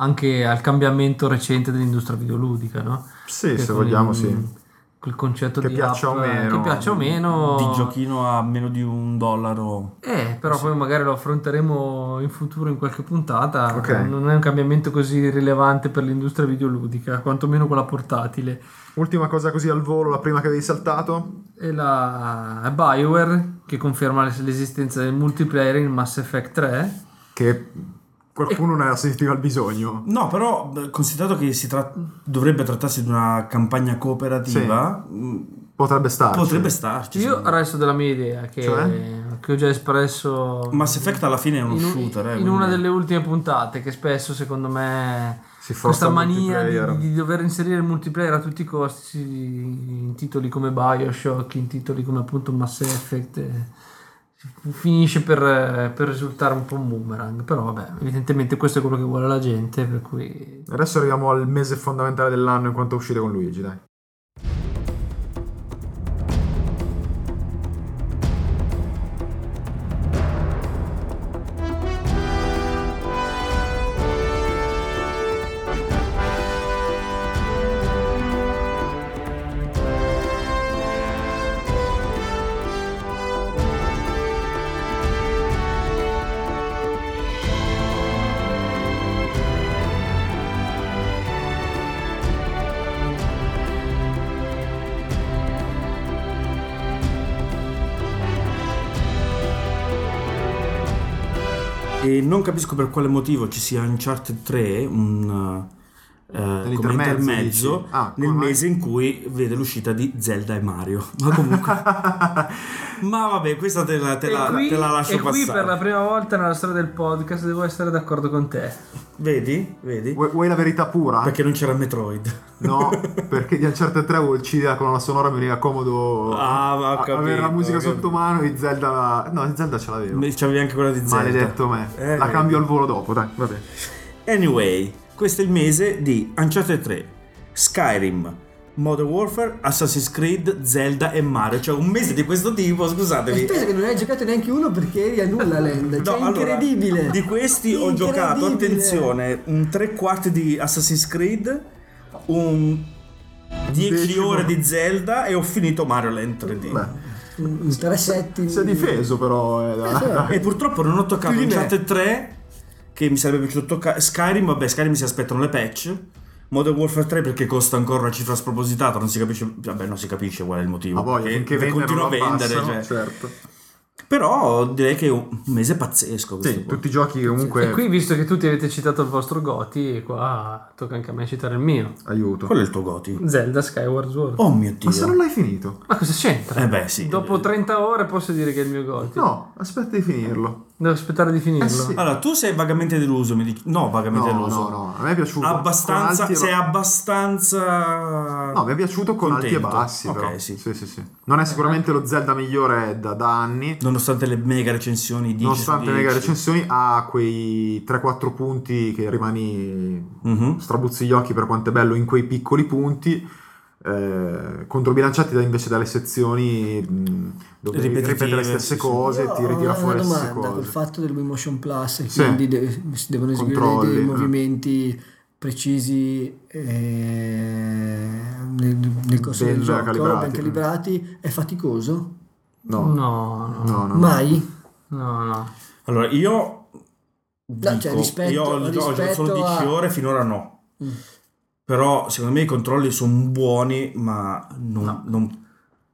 S4: anche al cambiamento recente dell'industria videoludica, no?
S2: Sì,
S4: Che
S2: se
S4: con
S2: vogliamo,
S4: il-
S2: sì.
S4: quel concetto
S2: Che
S4: di
S2: piaccia
S4: app,
S2: o meno.
S4: che piaccia o meno
S3: Di giochino a meno di un dollaro.
S4: Eh, però poi magari lo affronteremo in futuro in qualche puntata.
S2: Ok.
S4: Non è un cambiamento così rilevante per l'industria videoludica, quantomeno quella portatile.
S2: Ultima cosa così al volo, la prima che avevi saltato.
S4: E la BioWare che conferma l'es- l'esistenza del multiplayer in Mass Effect 3.
S2: Che qualcuno ne ha sentito il bisogno.
S3: No, però beh, considerato che si trat- dovrebbe trattarsi di una campagna cooperativa, mh,
S2: Potrebbe starci.
S3: potrebbe starci.
S4: Io
S3: secondo me.
S4: resto della mia idea, che,
S2: Cioè?
S4: che ho già espresso
S3: Mass Effect alla fine è uno
S4: in, un-
S3: shooter. eh,
S4: in
S3: quindi-
S4: una delle ultime puntate, che spesso secondo me
S2: Si forza
S4: questa
S2: il
S4: mania
S2: multiplayer.
S4: di, di dover inserire il multiplayer a tutti i costi si- in titoli come Bioshock, in titoli come appunto Mass Effect, eh, finisce per, eh, per risultare un po' un boomerang. Però vabbè, evidentemente questo è quello che vuole la gente, per cui...
S2: Adesso arriviamo al mese fondamentale dell'anno in quanto a uscite con Luigi, dai.
S3: E non capisco per quale motivo ci sia Uncharted 3, un eh, come
S2: intermezzo,
S3: intermezzo,
S2: dici? Ah,
S3: nel
S2: come mai?
S3: mese in cui vede l'uscita di Zelda e Mario. Ma comunque, ma vabbè, questa te la, te la-
S4: e qui,
S3: te la lascio
S4: e qui
S3: passare.
S4: per la prima volta nella storia del podcast devo essere d'accordo con te.
S3: Vedi? Vedi?
S2: Vuoi, vuoi la verità pura?
S3: Perché non c'era Metroid.
S2: No, perché di certo Uncharted 3 uccide la colonna sonora mi veniva comodo
S3: Ah, ma ho
S2: a-
S3: capito,
S2: avere la musica
S3: ho capito.
S2: sotto mano e Zelda la... No, Zelda ce l'avevo.
S3: Me- C'avevi anche quella di Zelda.
S2: Maledetto me.
S3: Eh,
S2: la
S3: vedi.
S2: cambio al volo dopo, dai, va bene.
S3: Anyway, questo è il mese di Uncharted 3, Skyrim, Modern Warfare, Assassin's Creed, Zelda e Mario. Cioè un mese di questo tipo,
S5: E
S3: scusatevi.
S5: pensa che non hai giocato neanche uno perché eri a nulla land.
S3: No,
S5: cioè,
S3: allora,
S5: incredibile.
S3: di questi ho
S5: Incredibile.
S3: giocato, attenzione, un tre quarti di Assassin's Creed, un 10
S2: Decimo.
S3: ore di Zelda e ho finito Mario Land 3D.
S2: Beh,
S5: Un 3 settimi.
S2: si è difeso però. eh, da-
S3: E purtroppo non ho toccato
S5: Più di me.
S3: Uncharted 3, che mi sarebbe piaciuto toccare. Skyrim, vabbè, Skyrim si aspettano le patch. Modern Warfare 3 perché costa ancora una cifra spropositata, non si capisce, vabbè, non si capisce qual è il motivo.
S2: Ma voglio,
S3: perché-
S2: finché
S3: perché
S2: vendono
S3: continua a
S2: lo
S3: vendere.
S2: abbassano,
S3: cioè.
S2: certo.
S3: Però direi che è un mese pazzesco. questo
S2: Sì,
S3: qua.
S2: tutti i giochi
S4: E
S3: Eh.
S2: comunque...
S4: qui, visto che tutti avete citato il vostro Goti, qua tocca anche a me citare il mio.
S2: Aiuto.
S3: Quello è il tuo goti.
S4: Zelda Skyward Sword.
S3: Oh mio dio.
S2: Ma se non l'hai finito?
S4: Ma cosa c'entra?
S3: Eh beh, sì.
S4: Dopo 30 ore posso dire che è il mio gol.
S2: No, aspetta di finirlo.
S4: Devo aspettare di finirlo.
S2: Eh sì.
S3: Allora, tu sei vagamente deluso, mi dici. No,
S2: No,
S3: vagamente
S2: no,
S3: deluso.
S2: no, a me è piaciuto.
S3: Abbastanza,
S2: con alti e ba-
S3: sei abbastanza.
S2: No, mi è piaciuto con alti e
S3: Contento.
S2: bassi.
S3: Ok,
S2: però.
S3: sì.
S2: Sì, sì, sì. Non è sicuramente lo Zelda migliore da, da anni.
S3: Nonostante le mega recensioni di
S2: Nonostante le mega recensioni, ha quei 3-4 punti che rimani
S3: Mhm.
S2: strabuzzi gli occhi per quanto è bello in quei piccoli punti. eh, controbilanciati da- invece dalle sezioni mh, dove
S3: Ripetitive,
S2: ripete le stesse
S3: sì, sì.
S2: cose,
S5: Io
S2: ti ritira
S5: ho
S2: fuori le
S5: una
S2: stesse
S5: domanda col
S2: cose.
S5: fatto del Wii Motion Plus e
S2: Sì.
S5: quindi de- si devono eseguire dei- dei,
S2: Controlli, eh.
S5: movimenti precisi eh, nel, nel corso
S2: Ben
S5: del gioco
S2: calibrati,
S5: ben
S2: eh.
S5: calibrati è faticoso
S2: No, no,
S4: No, no,
S2: no. no.
S5: mai
S4: no, no.
S3: Allora, io.
S5: No,
S3: dico,
S5: cioè, rispetto-
S3: io ho giocato solo
S5: rispetto
S3: 10
S5: a- Mm.
S3: ore, finora no. Però secondo me i controlli sono buoni, ma non, non-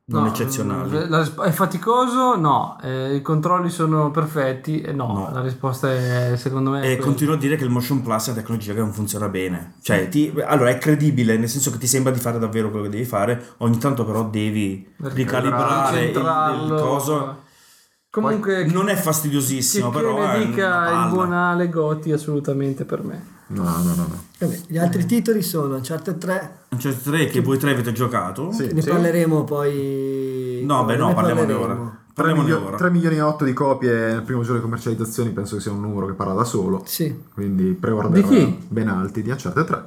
S3: non
S4: No,
S3: eccezionali.
S5: mm,
S4: eh, la risp- è faticoso? No. Eh, I controlli sono perfetti? Eh, no.
S3: No.
S4: La risposta è, secondo me... è
S3: E
S4: quella.
S3: continuo a dire che il Motion Plus è una tecnologia che non funziona bene. Cioè, ti- allora è credibile, nel senso che ti sembra di fare davvero quello che devi fare, ogni tanto però devi ricalibrare il, il
S4: Centrarlo.
S3: coso.
S4: Comunque...
S3: Non è
S4: che,
S3: fastidiosissimo,
S4: che
S3: però è
S4: ne
S3: una
S4: dica
S3: palla.
S4: il buon Ale Goti assolutamente per me.
S2: No, no, no, no.
S5: Vabbè, gli altri titoli sono Uncharted 3
S3: Cioè, tre che voi tre avete giocato.
S2: Sì,
S5: ne
S2: sì.
S5: parleremo poi
S3: No, beh, no,
S5: ne
S3: parliamo di
S5: parleremo.
S3: ora.
S2: 3,
S3: Parliamo di
S2: milio-
S3: ora.
S2: 3 milioni e 8 di copie nel primo giorno di commercializzazione penso che sia un numero che parla da solo
S5: sì
S2: quindi pre-order
S4: Di chi?
S2: ben alti di Uncharted 3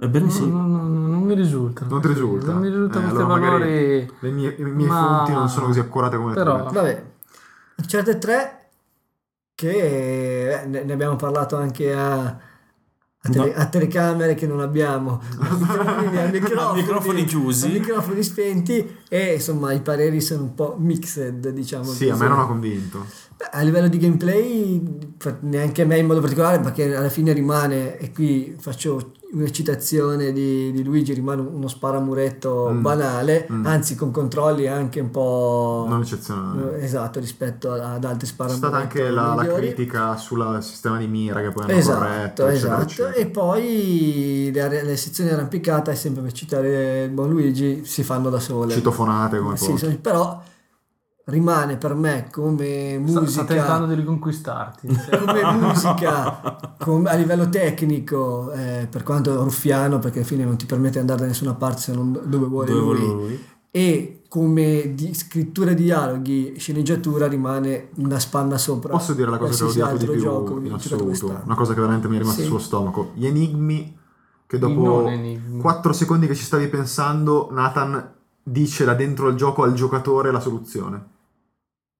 S3: Ebbene Eh, sì.
S4: Non, non- non mi risulta.
S2: non ti risulta
S4: Non mi risultano
S2: Eh,
S4: questi
S2: allora magari
S4: valori...
S2: le mie, le mie
S4: ma-
S2: fonti non sono così accurate come le
S4: Però-
S2: tue
S5: vabbè Uncharted 3 che eh, ne ne abbiamo parlato anche a, a a, tele- a telecamere che non abbiamo, quindi a microfoni,
S3: A microfoni chiusi.
S5: a microfoni spenti e insomma i pareri sono un po' mixed, diciamo.
S2: Sì, a
S5: così.
S2: me non ha convinto.
S5: Beh, A livello di gameplay, fa- neanche a me in modo particolare, perché alla fine rimane, e qui faccio una citazione di, di Luigi, rimane uno sparamuretto
S2: Mm.
S5: banale,
S2: Mm.
S5: anzi con controlli anche un po'...
S2: Non eccezionale.
S5: eh, Esatto, rispetto a- ad altri
S2: C'è
S5: sparamuretti.
S2: stata anche la, la
S5: migliori.
S2: critica sul sistema di mira che poi hanno corretto,
S5: Esatto,
S2: eccetera,
S5: esatto.
S2: eccetera.
S5: E poi le, le sezioni arrampicata, e sempre per citare il buon Luigi, si fanno da sole.
S2: Citofonate come
S5: Sì,
S2: poche.
S5: sì, però rimane per me come
S4: Sta, sta tentando
S5: musica,
S4: di riconquistarti.
S5: come musica come- a livello tecnico, eh, per quanto è ruffiano, perché alla fine non ti permette di andare da nessuna parte se non dove vuole
S3: Dove
S5: lui.
S3: vuole lui?
S5: E come di scrittura, dialoghi, sceneggiatura rimane una spanna sopra.
S2: Posso dire la cosa che ho
S5: qualsiasi
S2: odiato di
S5: altro
S2: più
S5: gioco
S2: in
S5: giocato
S2: assoluto?
S5: quest'anno.
S2: Una cosa che veramente mi è rimasta
S5: Sì.
S2: sullo stomaco. Gli enigmi che
S4: I non
S2: dopo
S4: enigmi.
S2: 4 secondi che ci stavi pensando, Nathan dice da dentro il gioco al giocatore la soluzione.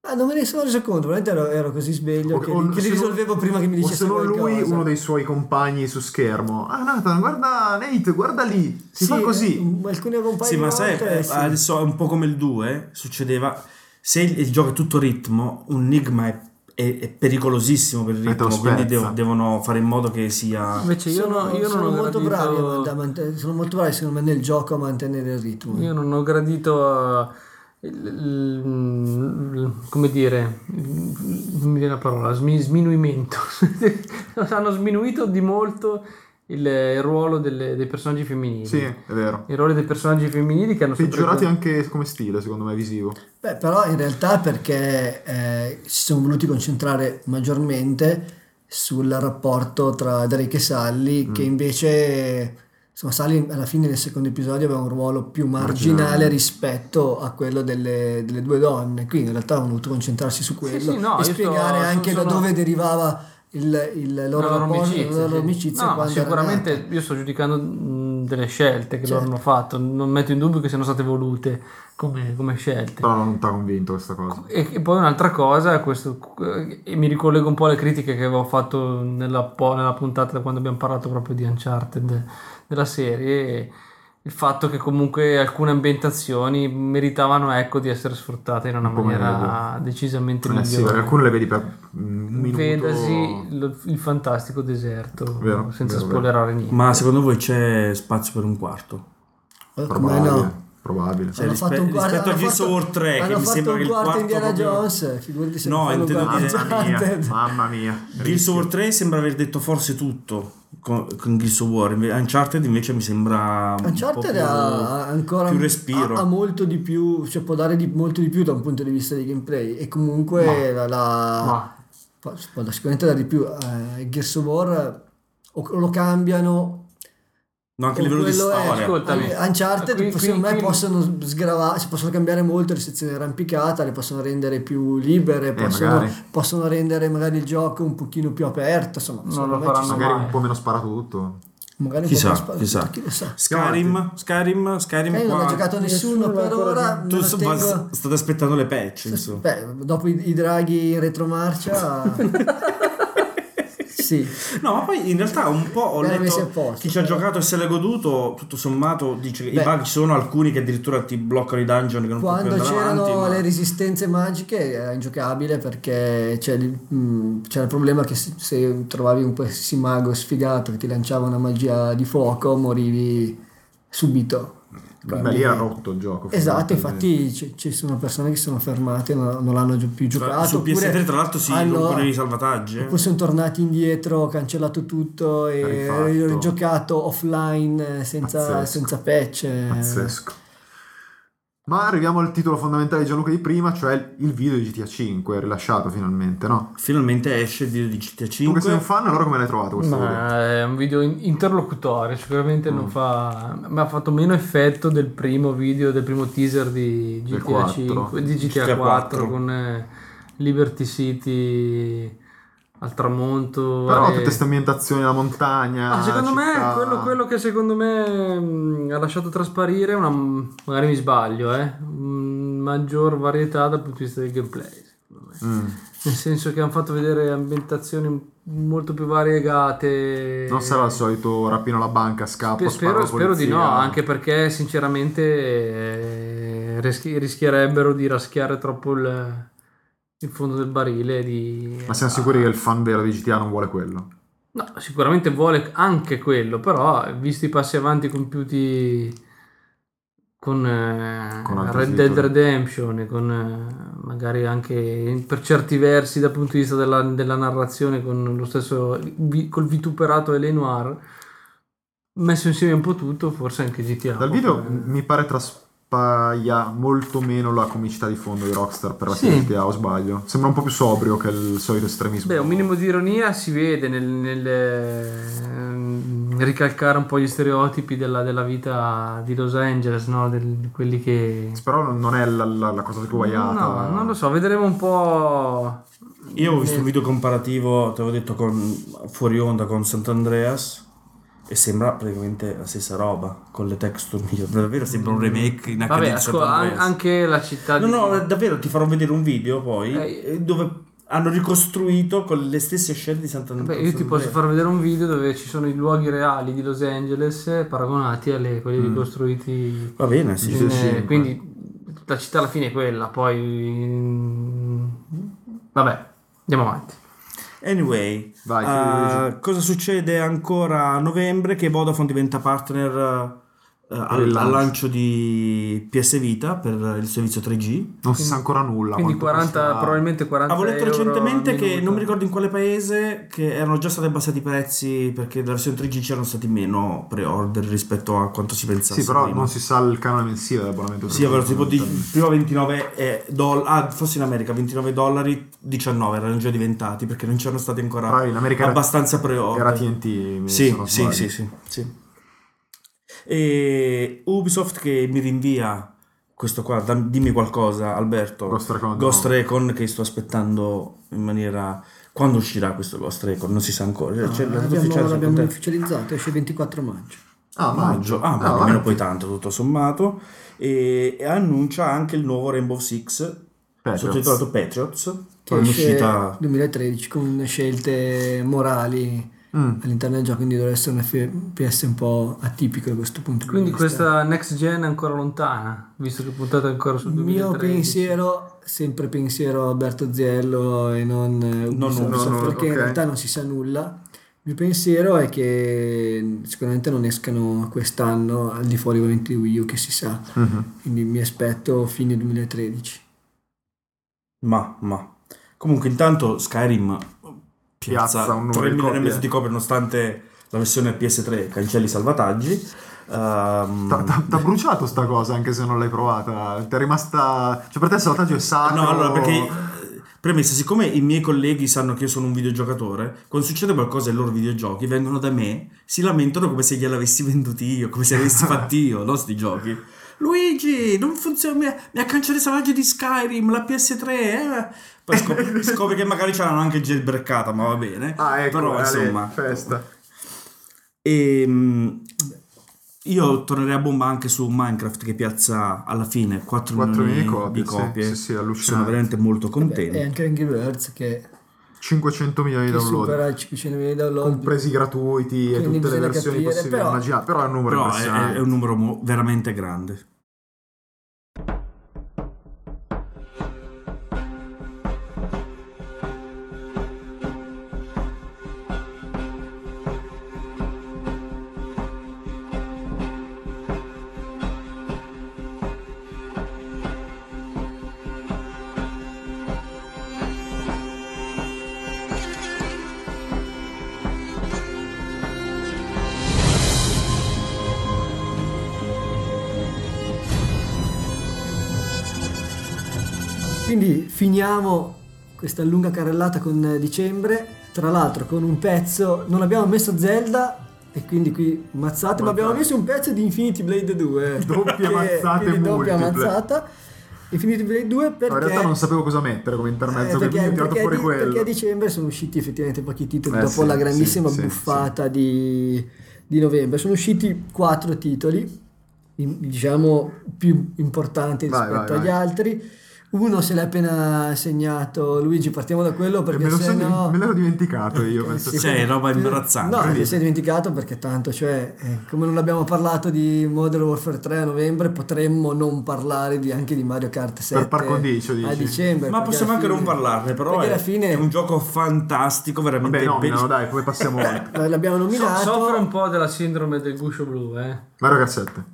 S5: Ah, non me ne sono reso conto, veramente ero, ero così sveglio
S2: O-
S5: che,
S2: o-
S5: che
S2: se
S5: li
S2: non-
S5: risolvevo prima che mi
S2: o
S5: dicesse
S2: se non
S5: qualcosa.
S2: lui, uno dei suoi compagni su schermo. Ah, Nathan, guarda Nate, guarda lì. Si
S5: Sì,
S2: fa così.
S5: eh, Alcune compagne
S3: Sì, ma sai, eh,
S5: sì.
S3: adesso è un po' come il 2, succedeva, se il, il gioco è tutto ritmo, un enigma è, è- è pericolosissimo per il
S2: Eh, te lo
S3: ritmo, quindi
S2: spezza.
S3: devo- devono fare in modo che sia...
S4: Invece cioè, io,
S5: sono,
S4: no- io
S5: sono
S4: non ho
S5: molto
S4: gradito-
S5: bravi a mant- a mant- sono molto bravi secondo me nel gioco a mantenere il ritmo.
S4: Io non ho gradito, eh, il- il- il- come dire, il- non mi viene la parola, smi- sminuimento. Hanno sminuito di molto il, il ruolo delle- dei personaggi femminili.
S2: Sì, è vero.
S4: I ruoli dei personaggi femminili che hanno sempre-
S2: Peggiorati anche come stile, secondo me, visivo.
S5: Beh, però in realtà perché eh, si sono voluti concentrare maggiormente sul rapporto tra Drake e Sally, che invece insomma, Sally alla fine del secondo episodio aveva un ruolo più marginale,
S2: Marginale.
S5: rispetto a quello delle, delle due donne. Quindi in realtà hanno voluto concentrarsi su quello
S4: sì, no,
S5: e
S4: io sto-
S5: spiegare
S4: sono-
S5: anche da
S4: sono-
S5: dove derivava il, il
S4: la
S5: loro
S4: loro
S5: rapporto,
S4: amicizia,
S5: la loro
S4: sì.
S5: amicizia
S4: No, ma
S5: quando era
S4: sicuramente
S5: nata.
S4: io sto giudicando mh, delle scelte che loro
S5: Certo.
S4: hanno fatto non metto in dubbio che siano state volute come, come scelte
S2: Però non ti ha convinto questa cosa.
S4: E, e poi un'altra cosa, questo, eh, e mi ricollego un po' alle critiche che avevo fatto nella, po- nella puntata quando abbiamo parlato proprio di Uncharted della serie, il fatto che comunque alcune ambientazioni meritavano ecco, di essere sfruttate in una
S2: Un po'
S4: maniera decisamente
S2: Eh sì, perché
S4: migliore.
S2: alcune le vedi per mm, un minuto.
S4: Vedasi il, il fantastico deserto,
S2: Vero,
S4: senza
S2: vero,
S4: spoilerare niente.
S3: Ma secondo voi c'è spazio per un quarto?
S5: Eh, come
S2: Probabile.
S5: no?
S2: Probabile.
S3: Cioè, rispe- rispetto a
S5: hanno
S3: Gears of
S5: fatto-
S3: War 3, che
S5: hanno
S3: mi
S5: fatto
S3: sembra
S5: un
S3: che il
S5: quarto
S3: quarto
S5: Indiana
S3: proprio-
S5: Jones figurati se
S3: No,
S5: fanno un
S3: intendo
S5: quarto
S3: dire-
S2: Mamma mia,
S5: Uncharted.
S2: mamma mia.
S3: Gears of War 3 sembra aver detto forse tutto con, con Gears of War, inve- Uncharted invece mi sembra... un po'
S5: Uncharted
S3: più-
S5: ha ha ancora
S3: più respiro.
S5: ha, ha molto di più cioè può dare di, molto di più da un punto di vista di gameplay e comunque la, la-
S4: Ma-
S5: può- può dare- sicuramente dare di più eh, Gears of War o lo cambiano
S3: No, anche a
S5: o
S3: livello di
S5: quello è- Eh,
S3: storia.
S4: Ascoltami.
S5: Uncharted
S4: Qui- qui-
S5: secondo me
S4: qui-
S5: possono sgravare, si possono cambiare molto le sezioni arrampicata, le possono rendere più
S3: Eh,
S5: libere, possono,
S2: magari.
S5: possono rendere magari il gioco un pochino più aperto, insomma, secondo
S4: lo
S5: me
S4: faranno
S5: ci sono-
S2: Magari
S4: mai.
S2: un po' meno sparatutto.
S5: magari un po'
S3: Chissà,
S5: più spazio,
S3: chissà.
S5: chi lo sa.
S3: Skyrim, Skyrim, Skyrim
S5: Eh, non
S3: qua-
S5: l'ha giocato nessuno, per ora. me
S3: Tu
S5: lo
S3: s-
S5: tengo-
S3: ma s- state aspettando le patch, insomma.
S5: Beh, dopo i, i draghi in retromarcia. sì.
S3: No, ma poi in realtà un po' ho
S5: Beh, messi a
S3: letto
S5: posto,
S3: chi ci ha
S5: però.
S3: giocato e se l'è goduto, tutto sommato dice che
S5: Beh.
S3: i bug ci sono alcuni che addirittura ti bloccano i dungeon che non
S5: Quando
S3: puoi più andare
S5: c'erano
S3: avanti, ma-
S5: le resistenze magiche era ingiocabile perché c'è il- mm, c'era il problema che se, se trovavi un qualsiasi mago sfigato che ti lanciava una magia di fuoco morivi subito.
S2: Beh, lì era rotto il gioco.
S3: eh.
S5: Esatto,
S2: fondamentalmente.
S5: infatti ci, ci sono persone che si sono fermate, non, non l'hanno gio- più giocato.
S3: su
S5: oppure
S3: PS3 tra l'altro si
S5: hanno-
S3: rompono i salvataggi. eh.
S5: Poi sono tornati indietro, ho cancellato tutto e
S2: Rifatto.
S5: ho giocato offline eh, senza,
S2: Pazzesco.
S5: senza patch. eh.
S2: Pazzesco. Ma arriviamo al titolo fondamentale di Gianluca di prima, cioè il video di GTA 5 rilasciato finalmente, no?
S3: Finalmente esce il video di GTA
S2: Tu
S3: 5.
S2: che sei un fan, allora come l'hai trovato questo video?
S4: Ma è un video in- interlocutorio, sicuramente
S2: Mm.
S4: non fa. Mi ha fatto meno effetto del primo video, del primo teaser di
S2: Del
S4: GTA
S2: 4.
S4: 5, di
S3: GTA
S4: GTA, 4
S3: 4.
S4: con eh, Liberty City al tramonto.
S2: Però
S4: varie-
S2: tutte queste ambientazioni, la montagna,
S4: Ah, secondo
S2: la città,
S4: me quello, quello che secondo me mh, ha lasciato trasparire mm, una magari mi sbaglio, eh, mh, maggior varietà dal punto di vista del gameplay. secondo me.
S2: Mm.
S4: Nel senso che hanno fatto vedere ambientazioni molto più variegate.
S2: Non sarà il solito rapino alla banca, scappo,
S4: Spe-
S2: sparo
S4: spero,
S2: alla
S4: spero di no,
S2: polizia.
S4: anche perché sinceramente eh, rischi- rischierebbero di raschiare troppo il, il fondo del barile. Di,
S2: Ma siamo sicuri che il fan vero di GTA non vuole quello?
S4: No, sicuramente vuole anche quello, però eh, visti i passi avanti compiuti con, eh,
S2: Con altri
S4: Red Dead
S2: titoli.
S4: Redemption, e con eh, magari anche per certi versi dal punto di vista della, della narrazione con lo stesso vi- col vituperato Elenoir messo insieme un po' tutto, forse anche GTA.
S2: Dal
S4: può
S2: video
S4: fare-
S2: mi pare traspaia molto meno la comicità di fondo di Rockstar per la
S4: Sì.
S2: serie GTA, o sbaglio? Sembra un po' più sobrio che il solito estremismo.
S4: Beh, un minimo di ironia si vede nel, nel, ehm, ricalcare un po' gli stereotipi della, della vita di Los Angeles, no? Del- di quelli che...
S2: Però non- non è la, la- la cosa sguaiata.
S4: No, non lo so, vedremo un po'...
S3: Io ho visto un video comparativo, te l'avevo detto, con, fuori onda con Sant'Andreas e sembra praticamente la stessa roba, con le texture migliori. Davvero sembra un remake in HD
S4: Vabbè,
S3: di
S4: ascol- an-
S3: Sant'Andreas.
S4: anche la città
S3: No,
S4: di...
S3: no, davvero ti farò vedere un video poi
S4: Ah, Eh,
S3: eh, dove hanno ricostruito con le stesse scene di Sant'Andrea.
S4: Beh, io ti posso far vedere un video dove ci sono i luoghi reali di Los Angeles eh, paragonati a quelli ricostruiti
S3: Va bene, Mm. sì.
S4: in- eh,
S2: cinque.
S4: quindi la città alla fine è quella, poi... mm, Vabbè, andiamo avanti.
S3: Anyway,
S2: Vai,
S3: eh,
S2: chiudi,
S3: cosa succede ancora a novembre? Che Vodafone diventa partner eh, al,
S2: il
S3: al
S2: lancio.
S3: lancio di PS Vita per il servizio 3G.
S2: Non si sa ancora nulla.
S4: Quindi
S2: quanto
S4: 40,
S2: costerà.
S4: probabilmente 40
S3: Avevo letto
S4: euro
S3: recentemente
S4: al
S3: che
S4: minuto.
S3: non mi ricordo in quale paese che erano già stati abbassati i prezzi perché nella versione 3G c'erano stati meno pre-order rispetto a quanto si pensasse.
S2: Sì, però
S3: prima.
S2: non si sa il canale mensile dell'abbonamento.
S3: Sì, avevano tipo di- prima 29 dollari, ah, forse in America 29 dollari, 19 erano già diventati perché non c'erano stati ancora
S2: Però Ah, in America era-
S3: abbastanza pre-order.
S2: Era TNT. mi- se
S3: Sì,
S2: non
S3: sì,
S2: sbaglio.
S3: sì, sì, sì. E Ubisoft che mi rinvia questo qua, dam- dimmi qualcosa Alberto.
S2: Ghost Recon.
S3: Ghost Recon che sto aspettando in maniera... Quando uscirà questo Ghost Recon? Non si sa ancora. Cioè, c'è la data ufficiale
S5: Ah, l'abbiamo,
S3: sul
S5: l'abbiamo
S3: contesto.
S5: ufficializzato, esce il 24 maggio.
S2: Ah,
S3: maggio, ah, ma
S2: Ah,
S3: nemmeno
S2: avanti.
S3: poi tanto tutto sommato, e, e annuncia anche il nuovo Rainbow Six
S2: Patriots.
S3: sottotitolato Patriots, che è
S5: esce
S3: un'uscita
S5: 2013 con scelte morali
S2: Mm.
S5: all'interno del gioco, quindi dovrebbe essere un FPS un po' atipico da questo punto di
S4: Quindi
S5: vista.
S4: questa next gen è ancora lontana, visto che puntate ancora sul
S5: Il mio
S4: 2013.
S5: pensiero, sempre pensiero Alberto Ziello e non eh, Ubisoft,
S2: Ubisoft,
S5: perché in
S2: ok.
S5: realtà non si sa nulla. Il mio pensiero è che sicuramente non escano quest'anno, al di fuori ovviamente di Wii U che si sa,
S2: Mhm.
S5: quindi mi aspetto fine 2013.
S3: ma, ma. Comunque intanto Skyrim piazza,
S2: Piazza un numero
S3: 3
S2: di
S3: milioni e
S2: copie.
S3: mezzo di copie nonostante la versione PS3 cancelli i salvataggi. Ehm,
S2: T'ha- T'ha t'ha bruciato sta cosa anche se non l'hai provata. Ti è rimasta. Cioè, per te il salvataggio è sacro.
S3: No, allora perché eh, premessa, siccome i miei colleghi sanno che io sono un videogiocatore, quando succede qualcosa ai loro videogiochi vengono da me, si lamentano come se gliel'avessi venduti io, come se li avessi fatti io, no, sti giochi. Luigi, non funziona, mi ha, mi ha cancellato il salvaggio di Skyrim, la PS3, eh. Poi scop- scopri che magari ce l'hanno anche jailbreakata, ma va bene.
S2: Ah, ecco,
S3: Però,
S2: Ale,
S3: insomma,
S2: festa.
S3: e, mh, Ehm, io tornerei a bomba anche su Minecraft che piazza alla fine 4,
S2: Quattro
S3: milioni
S2: milioni di
S3: di
S2: copie, sì,
S3: copie.
S2: sì, sì, allucinante.
S3: Sono veramente molto contento.
S5: E anche Angry Birds che,
S2: 500 milioni di
S5: che
S2: download.
S5: supera i 500.000 download.
S2: Compresi i gratuiti e
S5: Quindi
S2: tutte le
S5: bisogna
S2: versioni
S5: capire,
S2: possibili.
S5: però-
S2: immaginate. Però è un numero
S3: Però è,
S2: impressionante.
S3: è un numero mo- veramente grande.
S5: Quindi finiamo questa lunga carrellata con eh, dicembre, tra l'altro con un pezzo, non abbiamo messo Zelda e quindi qui mazzate, ma abbiamo messo un pezzo di Infinity Blade 2.
S2: Doppie
S5: che-
S2: mazzate
S5: quindi doppia
S2: multiple.
S5: mazzata. Infinity Blade 2 perché...
S2: No, in realtà non sapevo cosa mettere come intermezzo,
S5: eh,
S2: che quindi ho tirato
S5: perché
S2: fuori
S5: di-
S2: quello.
S5: perché a dicembre sono usciti effettivamente pochi titoli
S2: Eh,
S5: dopo
S2: sì,
S5: la grandissima
S2: sì, sì,
S5: buffata Di, di novembre. Sono usciti quattro titoli, in- diciamo più importanti
S2: Vai,
S5: rispetto
S2: vai,
S5: agli
S2: vai.
S5: altri. Uno se l'ha appena segnato Luigi, partiamo da quello perché
S2: me, lo
S5: se
S2: so-
S5: no... Eh,
S2: me l'ero dimenticato io. penso.
S5: sì.
S3: Cioè, roba imbarazzante.
S5: No,
S3: quindi-
S5: ti sei dimenticato perché tanto, cioè, eh, come non abbiamo parlato di Modern Warfare 3 a novembre, potremmo non parlare di- anche di Mario Kart 7
S2: par condicio,
S5: a
S2: dici?
S5: dicembre.
S3: Ma
S5: perché
S3: possiamo
S5: alla
S3: anche non
S5: fine-
S3: parlarne, però
S5: perché
S3: è,
S5: alla fine
S3: è un gioco fantastico, veramente
S2: Vabbè, no,
S3: belli-
S2: no, dai, poi passiamo. Mario
S5: eh, l'abbiamo
S4: So-
S5: nominato.
S4: soffre un po' della sindrome del guscio blu, eh.
S2: Cazzette.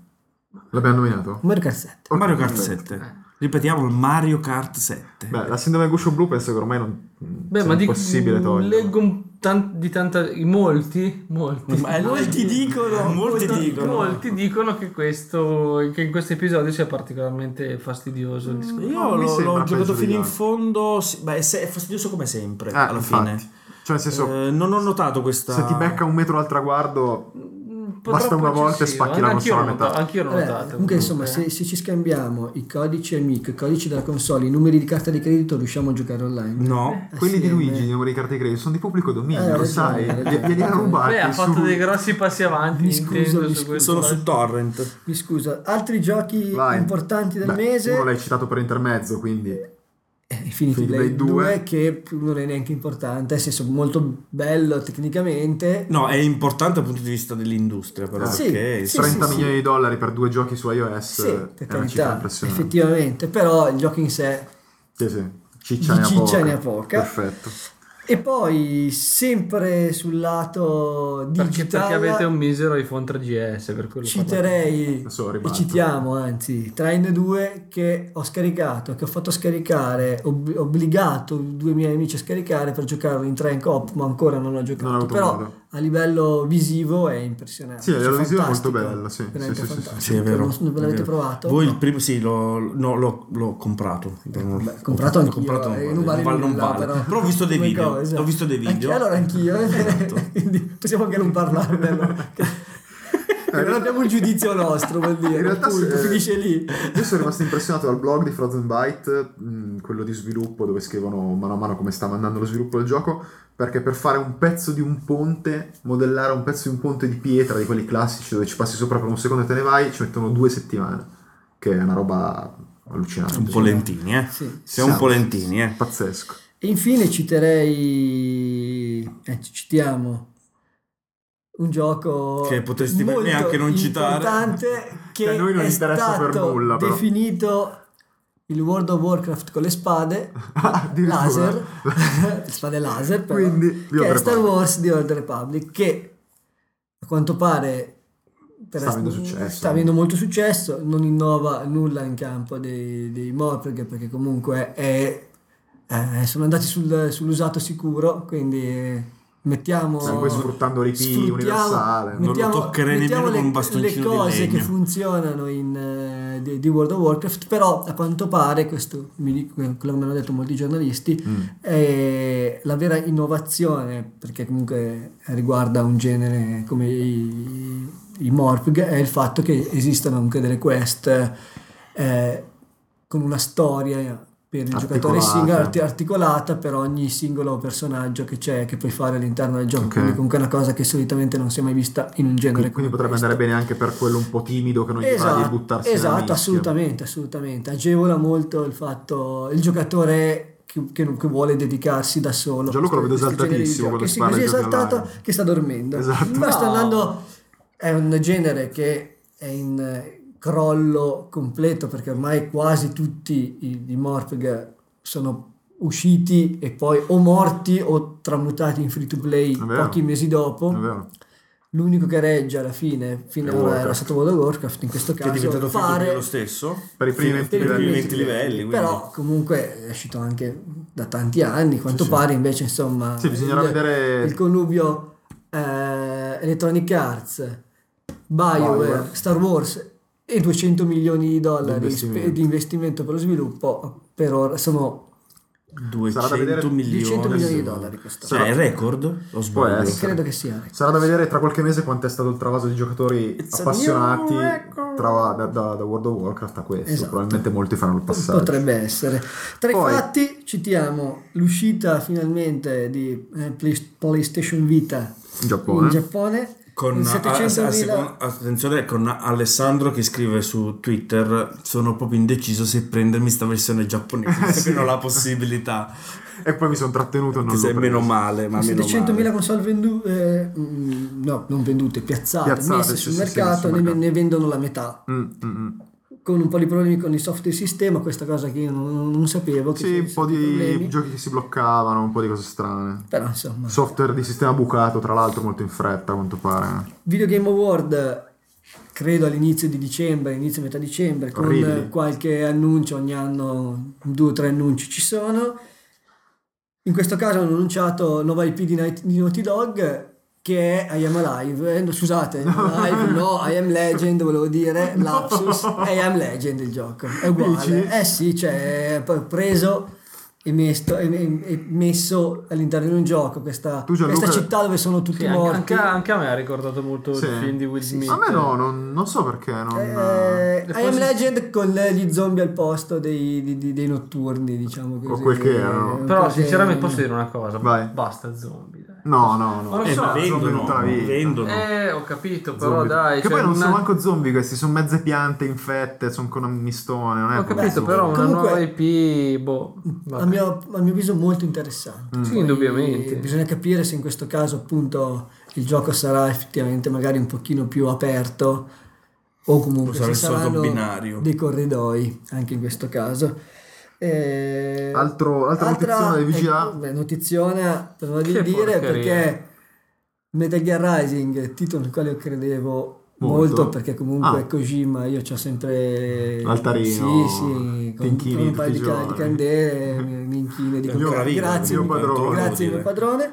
S2: L'abbiamo nominato?
S5: Mario Kart 7.
S2: Ok,
S3: Mario Kart
S2: perfetto.
S3: 7. Ripetiamo il Mario Kart 7.
S2: Beh, la sindrome del guscio blu penso che ormai non
S4: Beh,
S2: sia
S4: ma di,
S5: mm,
S2: impossibile toglierla.
S4: leggo un tan- di tanta... i Molti, molti,
S3: Ma eh, molti dicono, molti dicono.
S4: molti dicono che, questo, che in questo episodio sia particolarmente fastidioso
S5: Mm.
S4: il discorso.
S3: Io
S2: No, mi
S3: l'ho,
S2: sembra
S3: l'ho
S2: peggio
S3: giocato
S2: degli
S3: fino in
S2: altri.
S3: fondo. sì, beh, se- è fastidioso come sempre.
S2: Ah,
S3: alla
S2: infatti.
S3: fine,
S2: Cioè, nel senso,
S3: Eh, non ho notato questa.
S2: se ti becca un metro al traguardo,
S5: Mm,
S2: basta una volta e
S5: eh,
S2: spacchi la
S4: Anch'io
S2: consola a
S4: l'ho
S2: metà.
S4: notato- Anch'io l'ho
S5: Vabbè,
S4: notato.
S5: comunque, insomma, se, se ci scambiamo i codici amico, i codici della console, i numeri di carta di credito, riusciamo a giocare online.
S3: No,
S2: Quelli di
S5: Assieme.
S3: eh.
S2: Luigi, i numeri di carte di credito, sono di pubblico dominio,
S5: Eh,
S2: lo
S5: ragione,
S2: sai,
S5: ragione.
S2: Gli- glieli ha rubati.
S4: Beh, ha
S2: su-
S4: fatto dei grossi passi avanti.
S5: Mi scuso,
S4: Nintendo,
S5: mi
S4: su
S5: scuso.
S4: questo.
S3: sono su torrent.
S5: Mi scusa, altri giochi
S2: Vai.
S5: importanti del
S2: Beh,
S5: mese.
S2: Uno l'hai citato per intermezzo, quindi
S5: Eh, Infinity Blade 2 che non è neanche importante, nel senso molto bello tecnicamente.
S3: No, è importante dal punto di vista dell'industria, però.
S2: Ah,
S5: sì,
S3: perché
S5: sì,
S2: 30
S5: sì, sì.
S2: milioni di dollari per due giochi su iOS
S5: Sì,
S2: eh,
S5: per
S2: è una cifra
S5: carità,
S2: impressionante.
S5: effettivamente, però il gioco in sé.
S2: Sì, sì. Ciccia,
S5: Di
S2: ne ha
S5: ciccia
S2: poca.
S5: ne ha poca.
S2: Perfetto.
S5: E poi sempre sul lato
S4: Perché, perché
S5: digitale
S4: avete un misero iPhone 3GS per quello
S5: citerei
S2: Adesso lo
S5: e
S2: ribalto.
S5: citiamo anzi Train 2 che ho scaricato, che ho fatto scaricare, ob- obbligato due miei amici a scaricare per giocarlo in train co-op, ma ancora non l'ho giocato.
S2: Non ho avuto
S5: Però
S2: modo.
S5: a livello visivo è impressionante.
S2: Sì, a livello
S5: cioè,
S2: visivo è molto
S5: fantastico,
S2: bello, sì, sì,
S5: veramente
S2: sì, sì, sì.
S5: fantastico.
S3: Sì, è vero.
S5: Non, non
S3: è
S5: l'avete
S3: vero.
S5: provato?
S3: Voi il
S5: No.
S3: primo, sì, l'ho, no, l'ho, l'ho comprato. L'ho
S5: comprato anch'io,
S3: non
S5: eh,
S3: vale,
S5: non vale
S3: non vale, non
S5: nulla,
S3: vale.
S5: però.
S3: Però ho visto dei
S5: Come
S3: video.
S5: cosa.
S3: Ho visto dei video.
S5: Anche- allora anch'io, eh.
S3: Esatto.
S5: quindi possiamo anche non parlarne. allora. Che- che non abbiamo un giudizio nostro, vuol dire.
S2: In realtà
S5: appunto,
S2: se-
S5: finisce lì.
S2: Io sono rimasto impressionato dal blog di Frozen Byte, mh, quello di sviluppo, dove scrivono mano a mano come stava andando lo sviluppo del gioco, perché per fare un pezzo di un ponte, modellare un pezzo di un ponte di pietra, di quelli classici dove ci passi sopra per un secondo e te ne vai, ci mettono due settimane, che è una roba allucinante.
S3: Un po' lentini, eh.
S5: Sì.
S3: Siamo un po'
S2: Sì,
S3: lentini, eh.
S2: Pazzesco.
S5: E infine citerei, eh, ci citiamo un gioco
S3: Che potresti
S5: molto
S3: neanche non citare.
S5: importante che
S2: Che a noi non
S5: è
S2: interessa
S5: stato
S2: per nulla, però.
S5: definito il World of Warcraft con le spade
S2: Addirittura.
S5: laser, spade laser però,
S2: Quindi, di
S5: che è
S2: Old
S5: Star
S2: Republic.
S5: Wars di Old Republic che a quanto pare per
S2: Sta avendo
S5: est-
S2: successo.
S5: sta avendo molto successo, non innova nulla in campo dei, dei Morpg perché comunque è, eh, sono andati sul- sull'usato sicuro, quindi eh, mettiamo...
S2: Sì, poi sfruttando l'IP
S5: sfruttiamo-
S2: universale, non
S3: lo
S5: mettiamo-
S3: toccherei
S5: mettiamo
S3: nemmeno
S5: le,
S3: con un bastoncino
S5: le cose
S3: di legno.
S5: che funzionano in, eh, di, di World of Warcraft, però a quanto pare, questo mi dico- quello che mi hanno detto molti giornalisti, è la vera innovazione, perché comunque riguarda un genere come i, i Morpg, è il fatto che esistano anche delle quest eh, con una storia per il giocatore
S2: Articolata.
S5: single arti- articolata per ogni singolo personaggio che c'è che puoi fare all'interno del gioco
S2: Ok.
S5: quindi comunque è una cosa che solitamente non si è mai vista in un genere
S2: Quindi, quindi
S5: come
S2: potrebbe andare bene anche per quello un po' timido che non gli va di
S5: esatto,
S2: buttarsi nella
S5: esatto
S2: mischia.
S5: assolutamente, assolutamente. Agevola molto il fatto il giocatore che, che non- che vuole dedicarsi da solo.
S2: Già Luca lo vedo esaltatissimo quando
S5: Che
S2: si parla di giochi
S5: esaltato
S2: online.
S5: che sta dormendo.
S2: Esatto.
S5: Ma sta
S4: No.
S5: andando è un genere che è in eh, crollo completo perché ormai quasi tutti i, i Morpg sono usciti e poi o morti o tramutati in free to play
S2: È vero.
S5: pochi mesi dopo.
S2: È vero.
S5: L'unico che regge alla fine, fino
S2: È
S5: ad ora, era
S2: Warcraft.
S5: stato World of Warcraft, in questo
S3: Che è
S5: caso
S3: diventato
S5: pare
S3: fare... lo stesso.
S2: Per i primi
S3: Fino-
S2: 20
S3: per i primi
S2: livelli.
S3: 20 livelli, quindi.
S5: Però comunque è uscito anche da tanti anni, quanto
S2: Sì, sì.
S5: pare invece insomma...
S2: Sì, bisognerà
S5: Eh, il,
S2: vedere-
S5: Il connubio eh, Electronic Arts, BioWare,
S2: BioWare.
S5: Star Wars e 200 milioni di dollari spe-
S2: D'investimento.
S5: di investimento per lo sviluppo, per ora sono
S3: 200
S2: Sarà da vedere-
S3: milioni,
S5: 200 milioni di
S3: sì.
S5: dollari questo.
S3: Cioè, è record? O sbaglio?
S2: essere.
S5: Credo che sia. ecco.
S2: Sarà da vedere tra qualche mese quanto è stato il travaso di giocatori
S3: It's a
S2: appassionati
S3: new record.
S2: tra- da, da- da World of Warcraft a questo.
S5: Esatto.
S2: Probabilmente molti faranno il passaggio.
S5: Potrebbe essere. Tra
S2: Poi-
S5: i fatti citiamo l'uscita finalmente di eh, Play- PlayStation Vita
S2: In Giappone.
S5: in Giappone
S3: Con, ah,
S5: Il
S3: a- a-
S5: 700.000
S3: a- secondo- attenzione con Alessandro che scrive su Twitter sono proprio indeciso se prendermi sta versione giapponese
S5: Ah,
S3: visto che non ho la possibilità
S2: E poi mi sono trattenuto. Non
S3: che se
S2: l'ho
S3: meno
S2: preso.
S3: male ma meno
S5: 700.000
S3: male.
S5: console vendute, no, non vendute, piazzate,
S2: Piazzate,
S5: messe
S2: sì,
S5: sul
S2: sì, sì,
S5: mercato,
S2: sul
S5: ne-
S2: mercato.
S5: ne vendono la metà.
S2: Mm, mm, mm.
S5: con un po' di problemi con il software sistema, questa cosa che io non, non sapevo.
S2: Sì,
S5: Che ci
S2: un po'
S5: sono
S2: di
S5: problemi,
S2: giochi che si bloccavano, un po' di cose strane.
S5: Però insomma,
S2: Software di sistema bucato, tra l'altro, molto in fretta, a quanto pare.
S5: Video Game Award credo all'inizio di dicembre, inizio metà dicembre, con
S2: Orribili.
S5: qualche annuncio ogni anno, due o tre annunci ci sono. In questo caso hanno annunciato nuova IP di, Night- di Naughty Dog che è I Am Alive, Eh, no, scusate, I Am Alive, no, I Am Legend volevo dire, lapsus, è I Am Legend il gioco, è uguale,
S2: Dici?
S5: eh sì, cioè è pr- preso e mesto- e- e- e messo all'interno di un gioco, questa,
S2: Tu, Gianluca-
S5: questa città dove sono tutti
S4: Sì, anche,
S5: morti.
S4: anche- anche a me ha ricordato molto
S2: Sì.
S4: il film di Will Smith.
S2: A me no, non, non so perché. Non,
S5: Eh,
S4: Le
S5: I Am
S4: cose-
S5: Legend con le- gli zombie al posto dei, di- di- dei notturni, diciamo così.
S2: quel che erano.
S4: Però
S5: Cose-
S4: sinceramente posso dire una cosa.
S2: Vai.
S4: Basta zombie. Dai.
S2: No, no, no.
S4: Ma lo
S3: Eh,
S4: so,
S3: ma
S2: zombie
S3: vendono,
S2: tutta la vita.
S3: vendono.
S4: Eh, ho capito, però
S2: Zombie.
S4: dai.
S2: che
S4: cioè,
S2: poi non sono
S4: una-
S2: manco zombie questi, sono mezze piante infette, sono con un mistone. Non è
S4: Ho
S2: proprio
S4: capito,
S2: zombie.
S4: però una
S5: Comunque-
S4: nuova IP, boh,
S5: A
S4: vabbè.
S5: mio, a mio avviso molto
S3: Mm.
S5: interessante.
S4: Sì,
S5: Poi
S4: indubbiamente.
S5: Bisogna capire se in questo caso appunto il gioco sarà effettivamente magari un pochino più aperto o comunque
S3: Sarà
S5: se
S3: il solito
S5: saranno
S3: binario.
S5: dei corridoi anche in questo caso. Eh,
S2: Altro- altra notiziona del VGA.
S5: eh, beh, notiziona, per non
S4: Che
S5: dire,
S4: porcheria.
S5: perché Metal Gear Rising, titolo nel quale io credevo
S2: Molto.
S5: molto, perché comunque
S2: Ah.
S5: Kojima io c'ho sempre
S2: L'altarino,
S5: sì sì con,
S2: tinchini
S5: con un
S2: tutti
S5: paio
S2: i
S5: di, ca- di
S2: giorni.
S5: candele mi inchino di
S3: Il mio
S5: comprare.
S3: ravino,
S5: grazie
S2: il mio
S5: mi-
S2: padrone,
S5: grazie
S3: devo
S5: mio padrone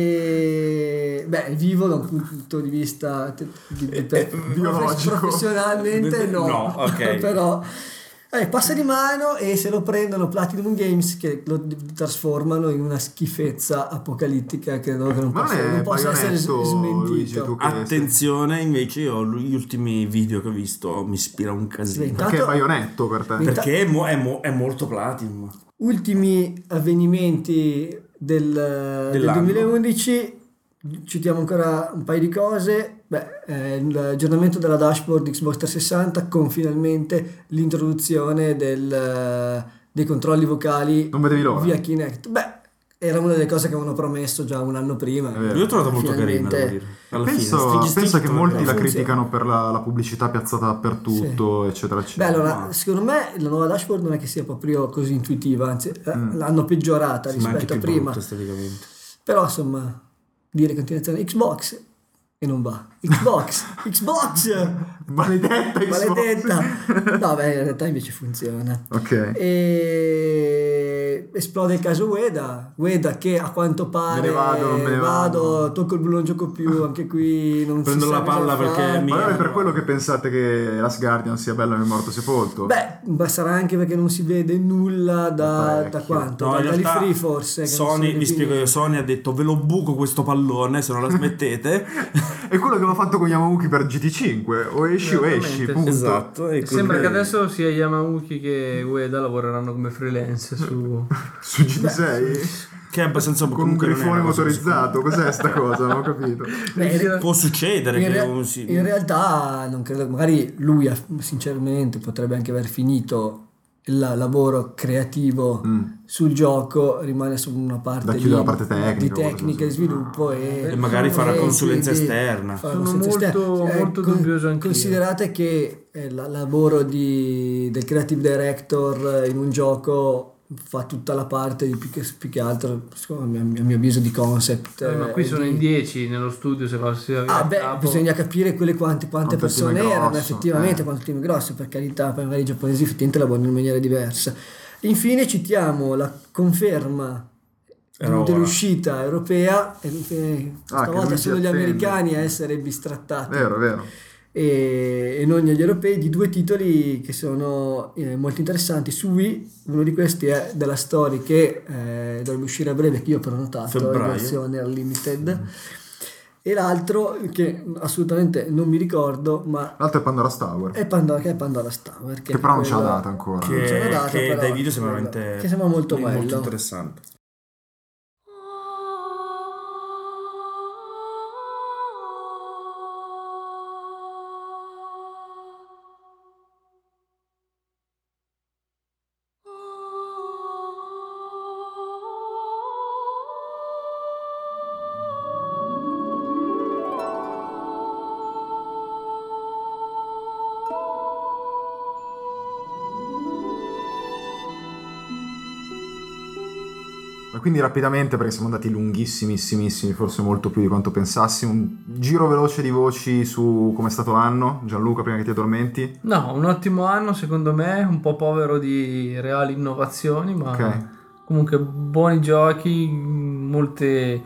S5: e beh vivo da un punto di vista te- di- di- per-
S2: Eh, biologico.
S5: professionalmente no,
S3: No, ok.
S5: però eh, passa di mano e se lo prendono Platinum Games che lo d- trasformano in una schifezza apocalittica credo che non
S2: Ma non
S5: possa,
S2: è
S5: non possa essere s-
S2: paionetto,
S5: smentito
S2: Luigi, tu che
S3: attenzione invece io gli ultimi video che ho visto mi ispira un casino
S5: Sì.
S2: Perché è
S5: Tanto-
S2: baionetto per te.
S5: Sì.
S3: perché è, mo- è mo- è molto platinum
S5: ultimi avvenimenti del, del
S3: Dell'anno.
S5: 2011 citiamo ancora un paio di cose Beh, eh, l'aggiornamento della dashboard di Xbox 360 con finalmente l'introduzione del, eh, dei controlli vocali
S2: Non vedevi l'ora.
S5: via Kinect beh era una delle cose che avevano promesso già un anno prima
S2: È vero.
S3: Io l'ho trovato molto carina,
S5: Eh, Finalmente.
S3: devo dire. Alla
S2: Penso,
S3: fine, stringi,
S2: penso
S3: stringi,
S2: che
S3: te lo
S2: molti la
S3: ricordo.
S5: Funziona.
S2: criticano per la, la pubblicità piazzata dappertutto, eccetera,
S5: Beh,
S2: eccetera.
S5: allora,
S3: Ah.
S5: secondo me la nuova dashboard non è che sia proprio così intuitiva, anzi, eh, l'hanno peggiorata
S3: Mm. Ma anche
S5: rispetto a
S3: più
S5: prima.
S3: brutta esteticamente.
S5: Però insomma, dire continuazione Xbox e non va. Xbox, Xbox,
S2: Maledetta Xbox.
S5: maledetta. No, beh, in realtà invece funziona.
S2: Ok.
S5: E esplode il caso Ueda. Ueda che a quanto pare
S2: Me ne vado, non me ne vado.
S5: tocco il blu, non gioco più, anche qui non si
S3: Prendo
S5: sa
S3: la
S5: cosa
S3: palla
S5: fa.
S3: perché mi-
S2: Ma allora è per quello che pensate che Last Guardian sia bella nel morto sepolto?
S5: Beh, ma sarà anche perché non si vede nulla da,
S2: Parecchio.
S5: da quanto?
S3: No,
S5: da,
S3: in
S5: dagli
S3: realtà
S5: free forse. che non si
S3: Sony,
S5: vede
S3: vi spiego
S5: niente.
S3: io, Sony ha detto ve lo buco questo pallone se non la smettete.
S2: È quello che hanno fatto con Yamauchi per GT5. O esci o
S4: Esattamente,
S2: esci,
S4: sì.
S2: punto.
S3: Esatto, e
S4: Sembra che
S3: quindi-
S4: adesso sia Yamauchi che Ueda lavoreranno come freelance su...
S2: Su GT6?
S3: Che è abbastanza
S2: Con un
S3: comunque non è
S2: grifone
S3: una cosa
S2: motorizzato. Cos'è sta cosa? Non ho capito.
S5: Beh,
S3: così- Può succedere
S5: In,
S3: che
S5: rea-
S3: un- sì.
S5: in realtà non credo, magari lui ha- sinceramente potrebbe anche aver finito il lavoro creativo
S2: Mm.
S5: sul gioco, rimane su una
S2: Da
S5: parte,
S2: chiudere
S5: di,
S2: la parte tecnica,
S5: di
S2: qualcosa
S5: tecnica e
S2: così.
S5: sviluppo e,
S4: E
S3: magari farà
S5: e
S3: consulenza
S5: quindi
S3: esterna.
S5: farà
S4: Eh, Sono
S5: consulenza Eh,
S4: molto- molto dubbioso anch'io.
S5: Considerate che eh, il lavoro di- del creative director eh, in un gioco fa tutta la parte di più che, più che altro, secondo me, a mio, a mio avviso, di concept.
S4: Eh, ma
S5: eh,
S4: qui
S5: e
S4: sono
S5: di-
S4: in 10 nello studio se passi a
S5: Ah,
S4: a
S5: beh,
S4: capo.
S5: bisogna capire quelle quante, quante
S2: Quanto team
S5: persone
S2: è
S5: erano
S2: grosso,
S5: effettivamente,
S2: eh.
S5: quanto team è grosso, per carità, poi magari i giapponesi effettivamente lavorano in maniera diversa. Infine citiamo la conferma
S3: Era ora.
S5: dell'uscita europea, e, eh,
S2: Ah, che
S5: stavolta
S2: lui
S5: sono
S2: si
S5: gli
S2: attende.
S5: americani a essere bistrattati
S2: Vero, vero.
S5: e, e non gli europei, di due titoli che sono eh, molto interessanti su Wii, uno di questi è della Story che eh, dovrebbe uscire a breve, che io ho prenotato
S3: Febbraio.
S5: in versione
S2: Mm.
S5: limited, e l'altro che assolutamente non mi ricordo, ma
S2: L'altro è Pandora's Tower.
S3: Eh.
S5: è Pandora, che è Pandora Tower.
S2: Che però non c'è
S5: ce
S2: la data ancora.
S3: Che,
S5: c'è la data,
S3: che
S5: però,
S3: dai video
S5: sì,
S3: sembra
S5: quello.
S3: veramente
S5: Che sembra molto bello.
S3: interessante.
S1: Oh
S2: Ma Quindi rapidamente, perché siamo andati lunghissimissimissimi, forse molto più di quanto pensassi, un giro veloce di voci su com'è stato l'anno, Gianluca, prima che ti addormenti.
S4: No, un ottimo anno secondo me, un po' povero di reali innovazioni,
S3: Ah.
S4: ma
S2: Ok.
S4: comunque buoni giochi, molte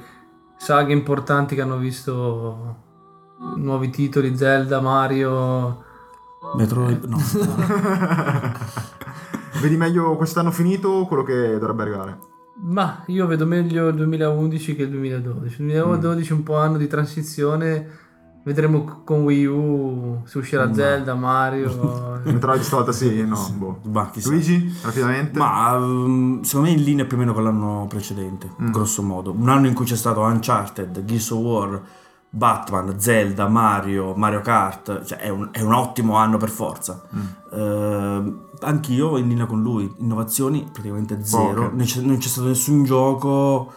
S4: saghe importanti che hanno visto nuovi titoli, Zelda, Mario.
S3: Metroid, no.
S2: Vedi meglio quest'anno finito o quello che dovrebbe arrivare?
S4: Ma io vedo meglio il 2011 che il 2012. Il 2012 è un po' anno di transizione. Vedremo c- con Wii U se uscirà Zelda, Mario.
S2: Metroid stavolta sì, no, boh.
S3: Ma chissà.
S2: Luigi, rapidamente.
S3: Ma ehm, secondo me in linea più o meno con l'anno precedente,
S2: Mm.
S3: grosso modo. Un anno in cui c'è stato Uncharted, Gears of War, Batman, Zelda, Mario, Mario Kart. Cioè è un, è un ottimo anno per forza.
S2: Mm.
S3: Ehm, anch'io in linea con lui, innovazioni praticamente zero.
S2: Poche.
S3: Non c'è, non c'è stato nessun gioco,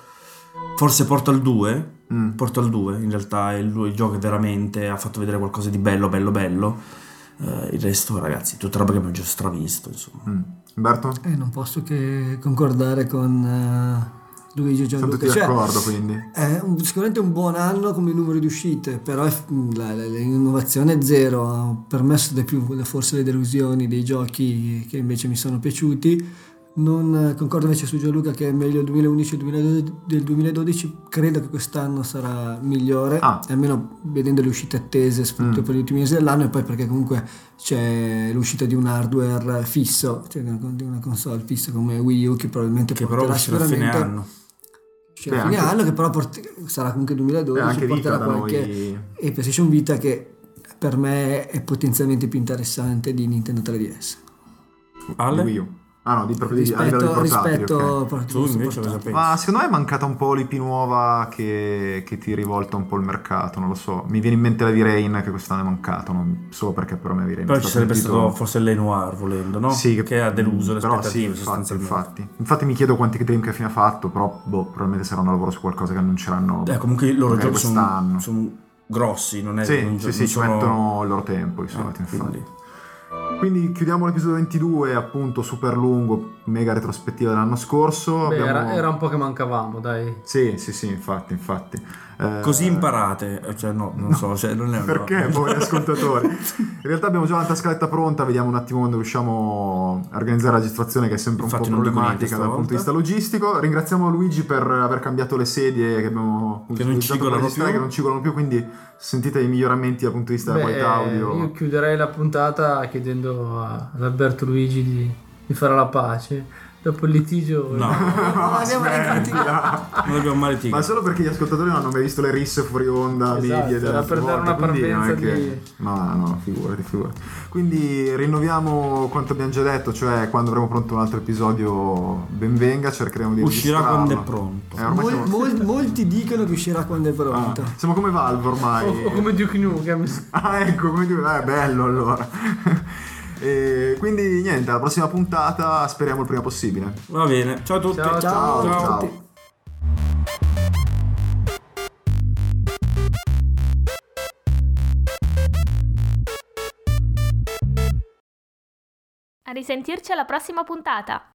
S3: forse Portal 2.
S2: Mm.
S3: Portal 2 in realtà è il, il gioco che veramente ha fatto vedere qualcosa di bello, bello, bello. Eh, il resto ragazzi, tutta roba che abbiamo già stravisto insomma.
S2: Mm. Umberto?
S5: Eh, non posso che concordare con eh, Luigi e
S2: Siamo
S5: Gianluca.
S2: tutti
S5: Cioè,
S2: d'accordo, quindi.
S5: È un- sicuramente un buon anno come numero di uscite, però è f- la- la- l'innovazione è zero, ha permesso di più forse le delusioni dei giochi che invece mi sono piaciuti. Non eh, concordo invece su Gianluca che è meglio il 2011 e il 2012 del 2012, credo che quest'anno sarà migliore,
S2: Ah.
S5: almeno vedendo le uscite attese soprattutto
S2: Mm.
S5: per gli ultimi mesi dell'anno e poi perché comunque c'è l'uscita di un hardware fisso, cioè di una- di una console fissa come Wii U che probabilmente
S3: Che però
S5: porterà
S3: uscirà a fine
S5: sicuramente
S3: anno.
S5: uscirà
S2: Beh,
S5: a Cioè, fine
S2: anche-
S5: anno che però port- sarà comunque
S2: E
S5: 2012
S2: Eh, anche Vita
S5: porterà
S2: da
S5: qualche
S2: noi.
S5: e PlayStation Vita che per me è potenzialmente più interessante di Nintendo 3DS
S3: Ale?
S2: Di Wii U. Ah no, di proprio di, a livello di
S5: rispetto,
S2: portatili,
S5: rispetto
S2: ok.
S5: por-
S3: Tu invece cosa
S5: portatili.
S3: pensi?
S2: Ma secondo me è mancata un po' l'IP nuova che, che ti rivolta un po' il mercato, non lo so. Mi viene in mente la V-Rain che quest'anno è mancata, non so perché però me V-Rain
S3: Però
S2: è
S3: ci
S2: stato
S3: sarebbe
S2: un titolo-
S3: stato forse lei noir volendo, no?
S2: Sì,
S3: che, ha deluso le
S2: però sì,
S3: aspettative
S2: infatti,
S3: sostanzialmente.
S2: infatti. Infatti mi chiedo quanti Dreamcast ha fatto, però boh, probabilmente sarà un lavoro su qualcosa che annunceranno
S3: Eh, comunque i loro
S2: magari
S3: giochi sono,
S2: quest'anno.
S3: sono grossi, non è
S2: sì,
S3: non,
S2: sì,
S3: non
S2: sì, ci
S3: sono-
S2: mettono il loro tempo di
S3: eh,
S2: solito, infatti.
S3: quindi.
S2: Quindi chiudiamo l'episodio 22, appunto super lungo, mega retrospettiva dell'anno scorso.
S4: Beh, era,
S2: Abbiamo-
S4: era un po' che mancavamo, dai.
S2: Sì, sì, sì, infatti, infatti. Eh,
S3: Così imparate, eh, cioè no, non so, cioè non è
S2: Perché,
S3: no.
S2: poveri ascoltatori? In realtà abbiamo già la scaletta pronta, vediamo un attimo quando riusciamo a organizzare la registrazione che è sempre
S3: Infatti
S2: un po'
S3: non dico niente
S2: problematica dal punto di vista logistico. Ringraziamo Luigi per aver cambiato le sedie che abbiamo
S3: Che
S2: utilizzato
S3: non
S2: per
S3: cigolano
S2: registrare,
S3: più.
S2: che non cigolano più, quindi sentite i miglioramenti dal punto di vista
S4: Beh,
S2: della qualità audio.
S4: Io chiuderei la puntata chiedendo a- ad Alberto Luigi di, di fare la pace. Dopo il litigio...
S3: No,
S5: No, abbiamo
S2: Smettila.
S3: non abbiamo mai litigato.
S2: Ma solo perché gli ascoltatori non hanno mai visto le risse fuori onda,
S4: Esatto,
S2: video
S4: era per dare una parvenza di-
S2: No, no, figurati, figurati. Quindi rinnoviamo quanto abbiamo già detto, cioè quando avremo pronto un altro episodio benvenga, cercheremo di
S3: Uscirà quando è
S2: registrarlo.
S3: pronto.
S2: Eh, ormai
S5: Mol-
S2: siamo...
S5: mol- molti dicono che uscirà quando è
S2: ah,
S5: pronto
S2: siamo come Valve ormai.
S4: O, o Oh, come Duke Nukem. Sì,
S2: Ah, ecco, come dire, ah, è bello allora. E quindi niente, alla prossima puntata speriamo il prima possibile.
S3: Va bene, ciao a tutti.
S4: Ciao,
S5: ciao,
S2: Ciao.
S5: a tutti
S1: A risentirci alla prossima puntata.